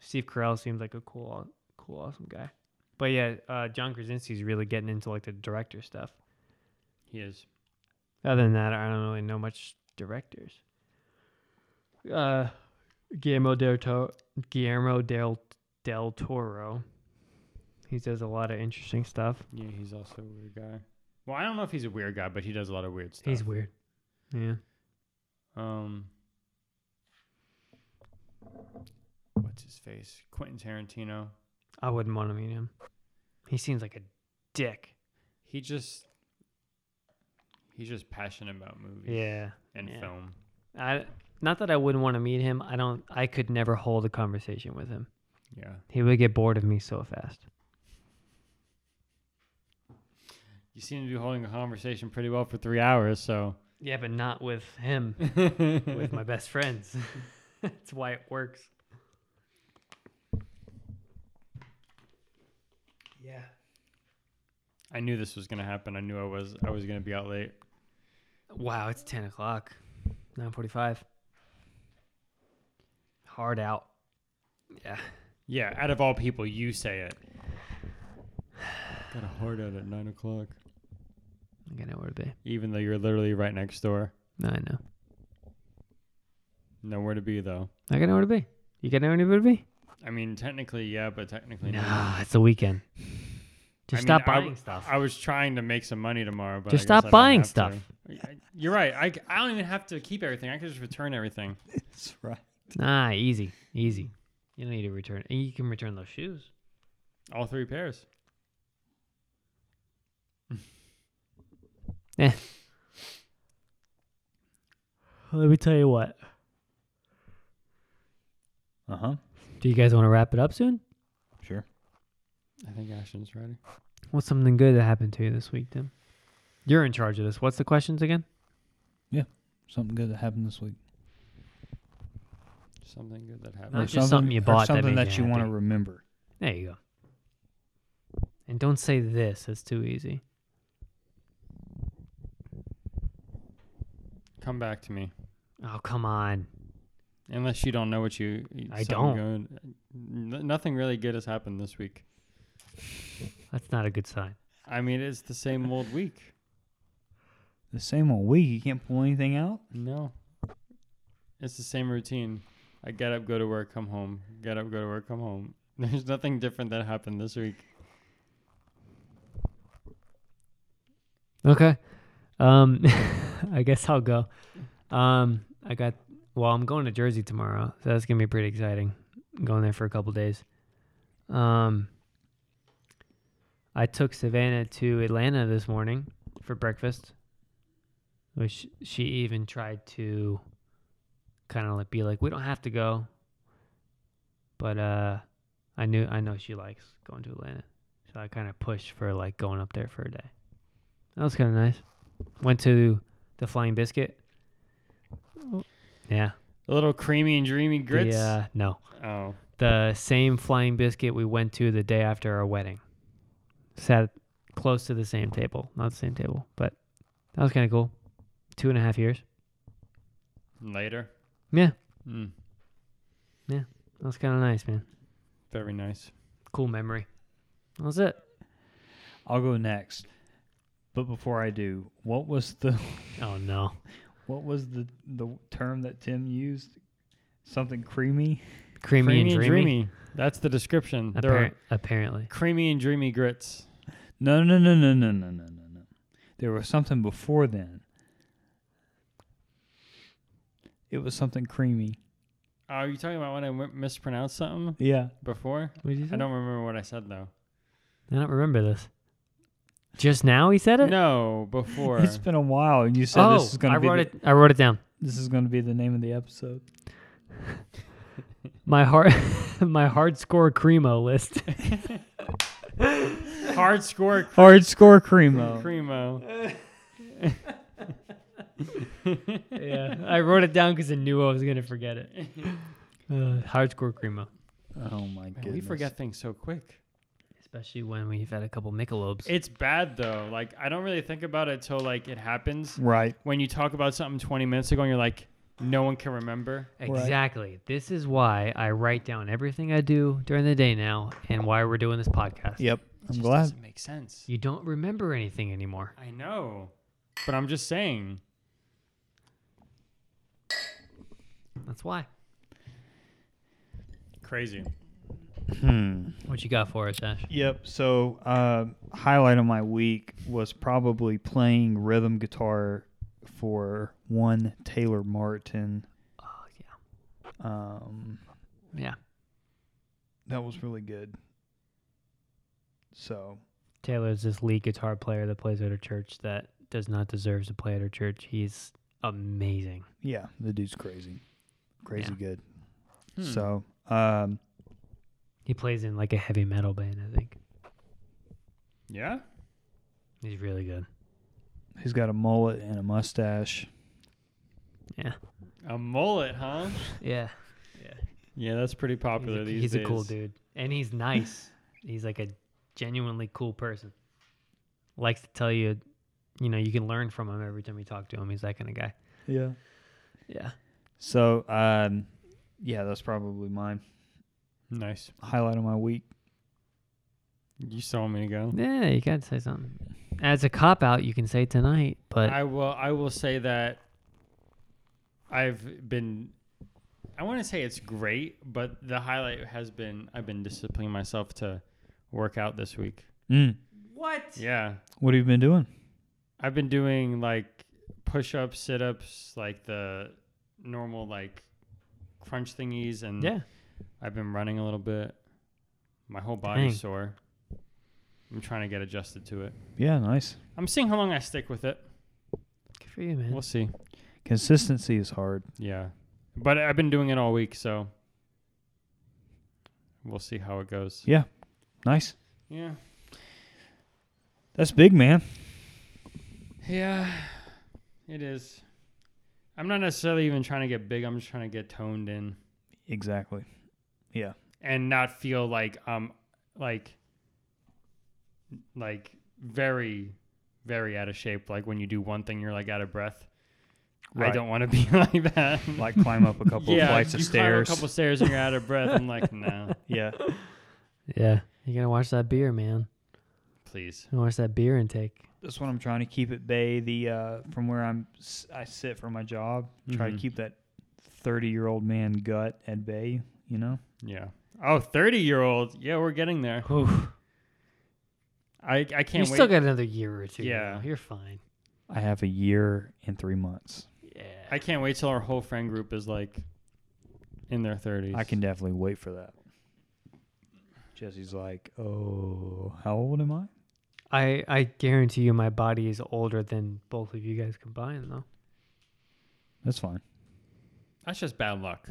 Speaker 2: Steve Carell seems like a cool, cool, awesome guy. But yeah, uh, John Krasinski's really getting into like the director stuff.
Speaker 1: He is.
Speaker 2: Other than that, I don't really know much directors. Uh, Guillermo del Toro, Guillermo del del Toro. He does a lot of interesting stuff.
Speaker 1: Yeah, he's also a weird guy. Well, I don't know if he's a weird guy, but he does a lot of weird stuff.
Speaker 2: He's weird. Yeah.
Speaker 1: Um, what's his face? Quentin Tarantino.
Speaker 2: I wouldn't want to meet him. He seems like a dick.
Speaker 1: He just he's just passionate about movies
Speaker 2: Yeah.
Speaker 1: and
Speaker 2: yeah.
Speaker 1: film.
Speaker 2: I not that I wouldn't want to meet him. I don't I could never hold a conversation with him.
Speaker 1: Yeah.
Speaker 2: He would get bored of me so fast.
Speaker 1: You seem to be holding a conversation pretty well for three hours, so
Speaker 2: Yeah, but not with him. with my best friends. That's why it works. Yeah.
Speaker 1: I knew this was gonna happen. I knew I was I was gonna be out late.
Speaker 2: Wow, it's ten o'clock. Nine forty-five. Hard out. Yeah.
Speaker 1: Yeah, out of all people, you say it. Got a hard out at nine o'clock.
Speaker 2: I know where to be.
Speaker 1: Even though you're literally right next door.
Speaker 2: No, I know.
Speaker 1: Nowhere to be though.
Speaker 2: I got nowhere to be. You got nowhere to be?
Speaker 1: I mean, technically, yeah, but technically not.
Speaker 2: Nah, it's the weekend. Just
Speaker 1: I mean,
Speaker 2: stop
Speaker 1: I-
Speaker 2: buying stuff.
Speaker 1: I was trying to make some money tomorrow, but I
Speaker 2: Just
Speaker 1: guess
Speaker 2: stop
Speaker 1: I don't
Speaker 2: buying
Speaker 1: have to.
Speaker 2: stuff.
Speaker 1: I- You're right. I, c- I don't even have to keep everything. I can just return everything.
Speaker 4: That's right.
Speaker 2: nah, easy, easy. You don't need to return. and You can return those shoes.
Speaker 1: All three pairs.
Speaker 2: Let me tell you what.
Speaker 4: Uh huh.
Speaker 2: Do you guys want to wrap it up soon?
Speaker 4: Sure.
Speaker 1: I think Ashton's ready.
Speaker 2: What's something good that happened to you this week, Tim? You're in charge of this. What's the questions again?
Speaker 4: Something good that happened this week.
Speaker 1: Something good that
Speaker 2: Not
Speaker 1: happened.
Speaker 2: just something you
Speaker 4: or
Speaker 2: bought that
Speaker 4: Something
Speaker 2: made
Speaker 4: that,
Speaker 2: you
Speaker 4: you want to
Speaker 2: happy.
Speaker 4: remember.
Speaker 2: There you go. And don't say this. That's too easy.
Speaker 1: Come back to me.
Speaker 2: Oh, come on.
Speaker 1: Unless you don't know what you.
Speaker 2: I
Speaker 1: something good- n- nothing really good has happened this week.
Speaker 2: That's not a good sign.
Speaker 1: I mean, it's the same old week.
Speaker 4: The same old week. You can't pull anything out.
Speaker 1: No. It's the same routine. I get up, go to work, come home. Get up, go to work, come home. There's nothing different that happened this week.
Speaker 2: Okay. Um, I guess I'll go. Um, I got. Well, I'm going to Jersey tomorrow, so that's gonna be pretty exciting. I'm going there for a couple days. Um, I took Savannah to Atlanta this morning for breakfast, which she even tried to kind of like be like, "We don't have to go," but uh, I knew I know she likes going to Atlanta, so I kind of pushed for like going up there for a day. That was kind of nice. Went to the Flying Biscuit. Yeah.
Speaker 1: A little creamy and dreamy grits.
Speaker 2: The, uh, no.
Speaker 1: Oh.
Speaker 2: The same Flying Biscuit we went to the day after our wedding. Sat close to the same table. Not the same table, but that was kind of cool. Two and a half years.
Speaker 1: Later.
Speaker 2: Yeah.
Speaker 1: Mm,
Speaker 2: That was kind of nice, man.
Speaker 1: very nice.
Speaker 2: Cool memory. That was it.
Speaker 4: I'll go next. But before I do, what was the
Speaker 2: Oh, no.
Speaker 4: what was the the term that Tim used? Something creamy.
Speaker 2: Creamy, and dreamy.
Speaker 1: That's the description. There
Speaker 2: Appar-
Speaker 1: are
Speaker 2: apparently.
Speaker 1: creamy and dreamy grits.
Speaker 4: No, no, no, no, no, no, no, no, no. There was something before then. It was something creamy.
Speaker 1: Oh, are you talking about when I w- mispronounced something
Speaker 4: Yeah.
Speaker 1: before?
Speaker 2: What did you
Speaker 1: I
Speaker 2: say?
Speaker 1: don't remember what I said though.
Speaker 2: I don't remember this. Just now he said it?
Speaker 1: No, before.
Speaker 4: It's been a while, and you said
Speaker 2: oh,
Speaker 4: this is going
Speaker 2: I
Speaker 4: to be
Speaker 2: wrote
Speaker 4: the,
Speaker 2: it. I wrote it down.
Speaker 4: this is going to be the name of the episode.
Speaker 2: My hard, my hardcore cremo list.
Speaker 1: Hard score cre-
Speaker 4: Hardcore Cremo.
Speaker 1: cremo.
Speaker 2: yeah, I wrote it down because I knew I was gonna forget it. Uh, hardcore cremo.
Speaker 4: Oh my
Speaker 1: Man,
Speaker 4: goodness.
Speaker 1: we forget things so quick.
Speaker 2: It's especially when we've had a couple Michelobes.
Speaker 1: It's bad though. Like I don't really think about it till like it happens.
Speaker 4: Right.
Speaker 1: When you talk about something 20 minutes ago and you're like, no one can remember.
Speaker 2: exactly. This is why I write down everything I do during the day now, and why we're doing this podcast.
Speaker 4: Yep.
Speaker 1: It
Speaker 4: I'm
Speaker 1: just
Speaker 4: glad.
Speaker 1: doesn't make sense.
Speaker 2: You don't remember anything anymore.
Speaker 1: I know, but I'm just saying.
Speaker 2: That's why.
Speaker 1: Crazy.
Speaker 4: Hmm.
Speaker 2: What you got for us, Ash?
Speaker 4: Yep. So, uh, highlight of my week was probably playing rhythm guitar for one Taylor Martin.
Speaker 2: Oh yeah,
Speaker 4: Um,
Speaker 2: yeah.
Speaker 4: that was really good. So,
Speaker 2: Taylor's this lead guitar player that plays at her church that does not deserve to play at her church. He's amazing.
Speaker 4: yeah, the dude's crazy, crazy
Speaker 2: Yeah.
Speaker 4: good.
Speaker 1: Hmm.
Speaker 4: So, um,
Speaker 2: He plays in like a heavy metal band, I think.
Speaker 1: Yeah.
Speaker 2: He's really good.
Speaker 4: he's got a mullet and a mustache.
Speaker 1: A mullet, huh?
Speaker 2: Yeah.
Speaker 1: Yeah, that's pretty
Speaker 2: He's,
Speaker 1: popular
Speaker 2: a,
Speaker 1: these
Speaker 2: he's
Speaker 1: days.
Speaker 2: a cool dude. And he's nice. he's like a genuinely cool person. Likes to tell you, you know, you can learn from him every time you talk to him. He's that kind of guy.
Speaker 4: Yeah.
Speaker 2: Yeah.
Speaker 4: So, um, yeah, that's probably my
Speaker 1: Nice.
Speaker 4: highlight of my week.
Speaker 1: You saw me go.
Speaker 2: Yeah, you got to say something. As a cop out, you can say tonight, but
Speaker 1: I will. I will say that I've been. I want to say it's great, but the highlight has been I've been disciplining myself to work out this week.
Speaker 2: what?
Speaker 1: Yeah,
Speaker 4: Hmm, What have you been doing?
Speaker 1: I've been doing like push-ups, sit-ups, like the normal like crunch thingies, and
Speaker 2: Yeah.
Speaker 1: I've been running a little bit. My whole body's
Speaker 2: Dang.
Speaker 1: sore. I'm trying to get adjusted to it.
Speaker 4: Yeah, nice.
Speaker 1: I'm seeing how long I stick with it.
Speaker 2: Good for you, man.
Speaker 1: We'll see.
Speaker 4: Consistency is hard.
Speaker 1: Yeah. But I've been doing it all week, so we'll see how it goes.
Speaker 4: Yeah. Nice.
Speaker 1: Yeah.
Speaker 4: That's big, man.
Speaker 1: Yeah. It is. I'm not necessarily even trying to get big. I'm just trying to get toned in
Speaker 4: Exactly.
Speaker 1: and not feel like I'm like like very very out of shape like when you do one thing you're like out of breath. I
Speaker 4: Right.
Speaker 1: don't want to be like that.
Speaker 4: Like climb up a couple of
Speaker 1: yeah,
Speaker 4: flights of
Speaker 1: you climb
Speaker 4: stairs.
Speaker 1: a couple stairs and you're out of breath. I'm like, no,
Speaker 4: yeah.
Speaker 2: Yeah. You got to watch that beer, man.
Speaker 1: please.
Speaker 2: You gotta watch that beer intake.
Speaker 4: That's what I'm trying to keep at bay. The uh, from where I'm, s- I sit for my job. Try to
Speaker 1: Mhm.
Speaker 4: keep that thirty-year-old man gut at bay. You know.
Speaker 1: Yeah. Oh, 30 year old. Yeah, we're getting there. I, I can't
Speaker 2: you
Speaker 1: wait.
Speaker 2: still got another year or two.
Speaker 1: Yeah.
Speaker 2: though. You're fine.
Speaker 4: I have a year and three months.
Speaker 2: Yeah.
Speaker 1: I can't wait till our whole friend group is like in their 30s.
Speaker 4: I can definitely wait for that. Jesse's like, oh, how old am I?
Speaker 2: I, I guarantee you my body is older than both of you guys combined, though.
Speaker 4: That's fine.
Speaker 1: That's just bad luck.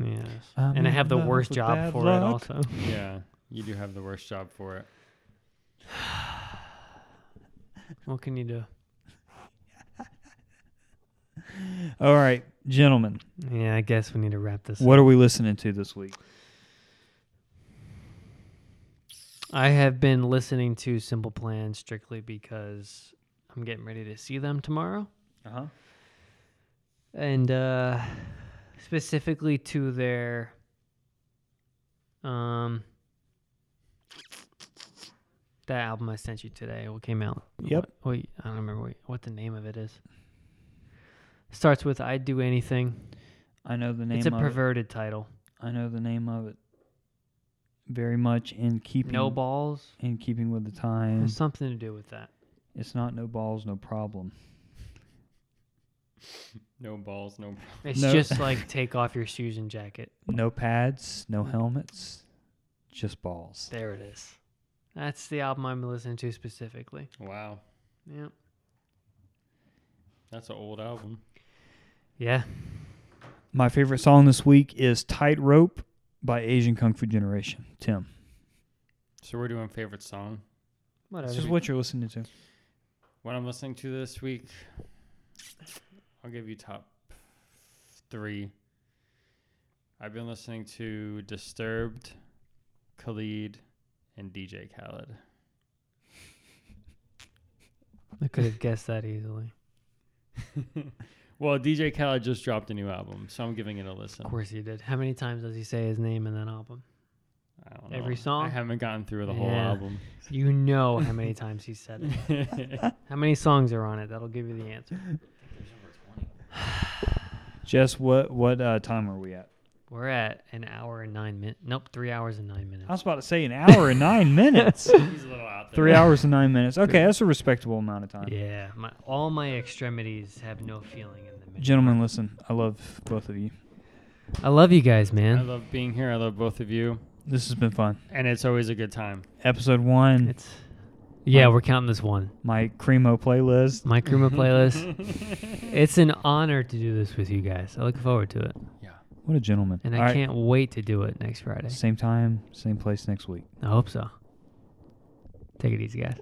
Speaker 2: Yes.
Speaker 4: I'm
Speaker 2: and I have the
Speaker 4: in love
Speaker 2: worst
Speaker 4: with
Speaker 2: job
Speaker 4: bad
Speaker 2: for it
Speaker 4: luck.
Speaker 2: also.
Speaker 1: Yeah. You do have the worst job for it.
Speaker 2: What can you do?
Speaker 4: All right, gentlemen.
Speaker 2: Yeah, I guess we need to wrap this up.
Speaker 4: What are we listening to this week?
Speaker 2: I have been listening to Simple Plan strictly because I'm getting ready to see them tomorrow.
Speaker 4: Uh huh.
Speaker 2: and uh specifically to their um that album I sent you today, what came out?
Speaker 4: Yep.
Speaker 2: What, what- I don't remember what, what the name of it is. Starts with "I'd Do Anything."
Speaker 4: I know the name.
Speaker 2: it's a
Speaker 4: of
Speaker 2: perverted title.
Speaker 4: It. I know the name of it. Very much in keeping.
Speaker 2: No balls.
Speaker 4: In keeping with the time.
Speaker 2: There's something to do with that.
Speaker 4: It's not no balls, no problem.
Speaker 1: No balls, no.
Speaker 2: It's
Speaker 4: No.
Speaker 2: just like take off your shoes and jacket.
Speaker 4: No pads, no helmets, just balls.
Speaker 2: There it is. That's the album I'm listening to specifically.
Speaker 1: Wow.
Speaker 2: Yeah.
Speaker 1: That's an old album.
Speaker 2: Yeah.
Speaker 4: My favorite song this week is "Tightrope" by Asian Kung Fu Generation. Tim,
Speaker 1: So we're doing favorite song.
Speaker 2: Whatever.
Speaker 4: this is what you're listening to.
Speaker 1: What I'm listening to this week, I'll give you top three. I've been listening to Disturbed, Khalid, and DJ Khaled.
Speaker 2: I could have guessed that easily.
Speaker 1: Well, DJ Khaled just dropped a new album, so I'm giving it a listen.
Speaker 2: Of course he did. How many times does he say his name in that album?
Speaker 1: I don't
Speaker 2: Every
Speaker 1: know.
Speaker 2: song?
Speaker 1: I haven't gotten through the whole
Speaker 2: Yeah.
Speaker 1: album.
Speaker 2: You know how many times he said it. How many songs are on it? That'll give you the answer.
Speaker 4: Jess, what what uh, time are we at?
Speaker 2: We're at an hour and nine minutes. Nope, three hours and nine minutes.
Speaker 4: I was about to say an hour and nine minutes.
Speaker 1: He's a little out there.
Speaker 4: Three hours and nine minutes. Okay, that's a respectable amount of time.
Speaker 2: Yeah, my, all my extremities have no feeling in them. anymore.
Speaker 4: Gentlemen, listen, I love both of you.
Speaker 2: I love you guys,
Speaker 1: I
Speaker 2: man.
Speaker 1: love being here. I love both of you,
Speaker 4: This has been fun.
Speaker 1: and it's always a good time.
Speaker 4: Episode one,
Speaker 2: It's yeah,
Speaker 4: Um,
Speaker 2: we're counting this one.
Speaker 4: my Cremo playlist.
Speaker 2: My Kruma playlist. It's an honor to do this with you guys. I look forward to it,
Speaker 1: Yeah.
Speaker 4: What a gentleman.
Speaker 2: and I
Speaker 4: All right,
Speaker 2: can't wait to do it next Friday.
Speaker 4: Same time, same place next week.
Speaker 2: I hope so. Take it easy, guys.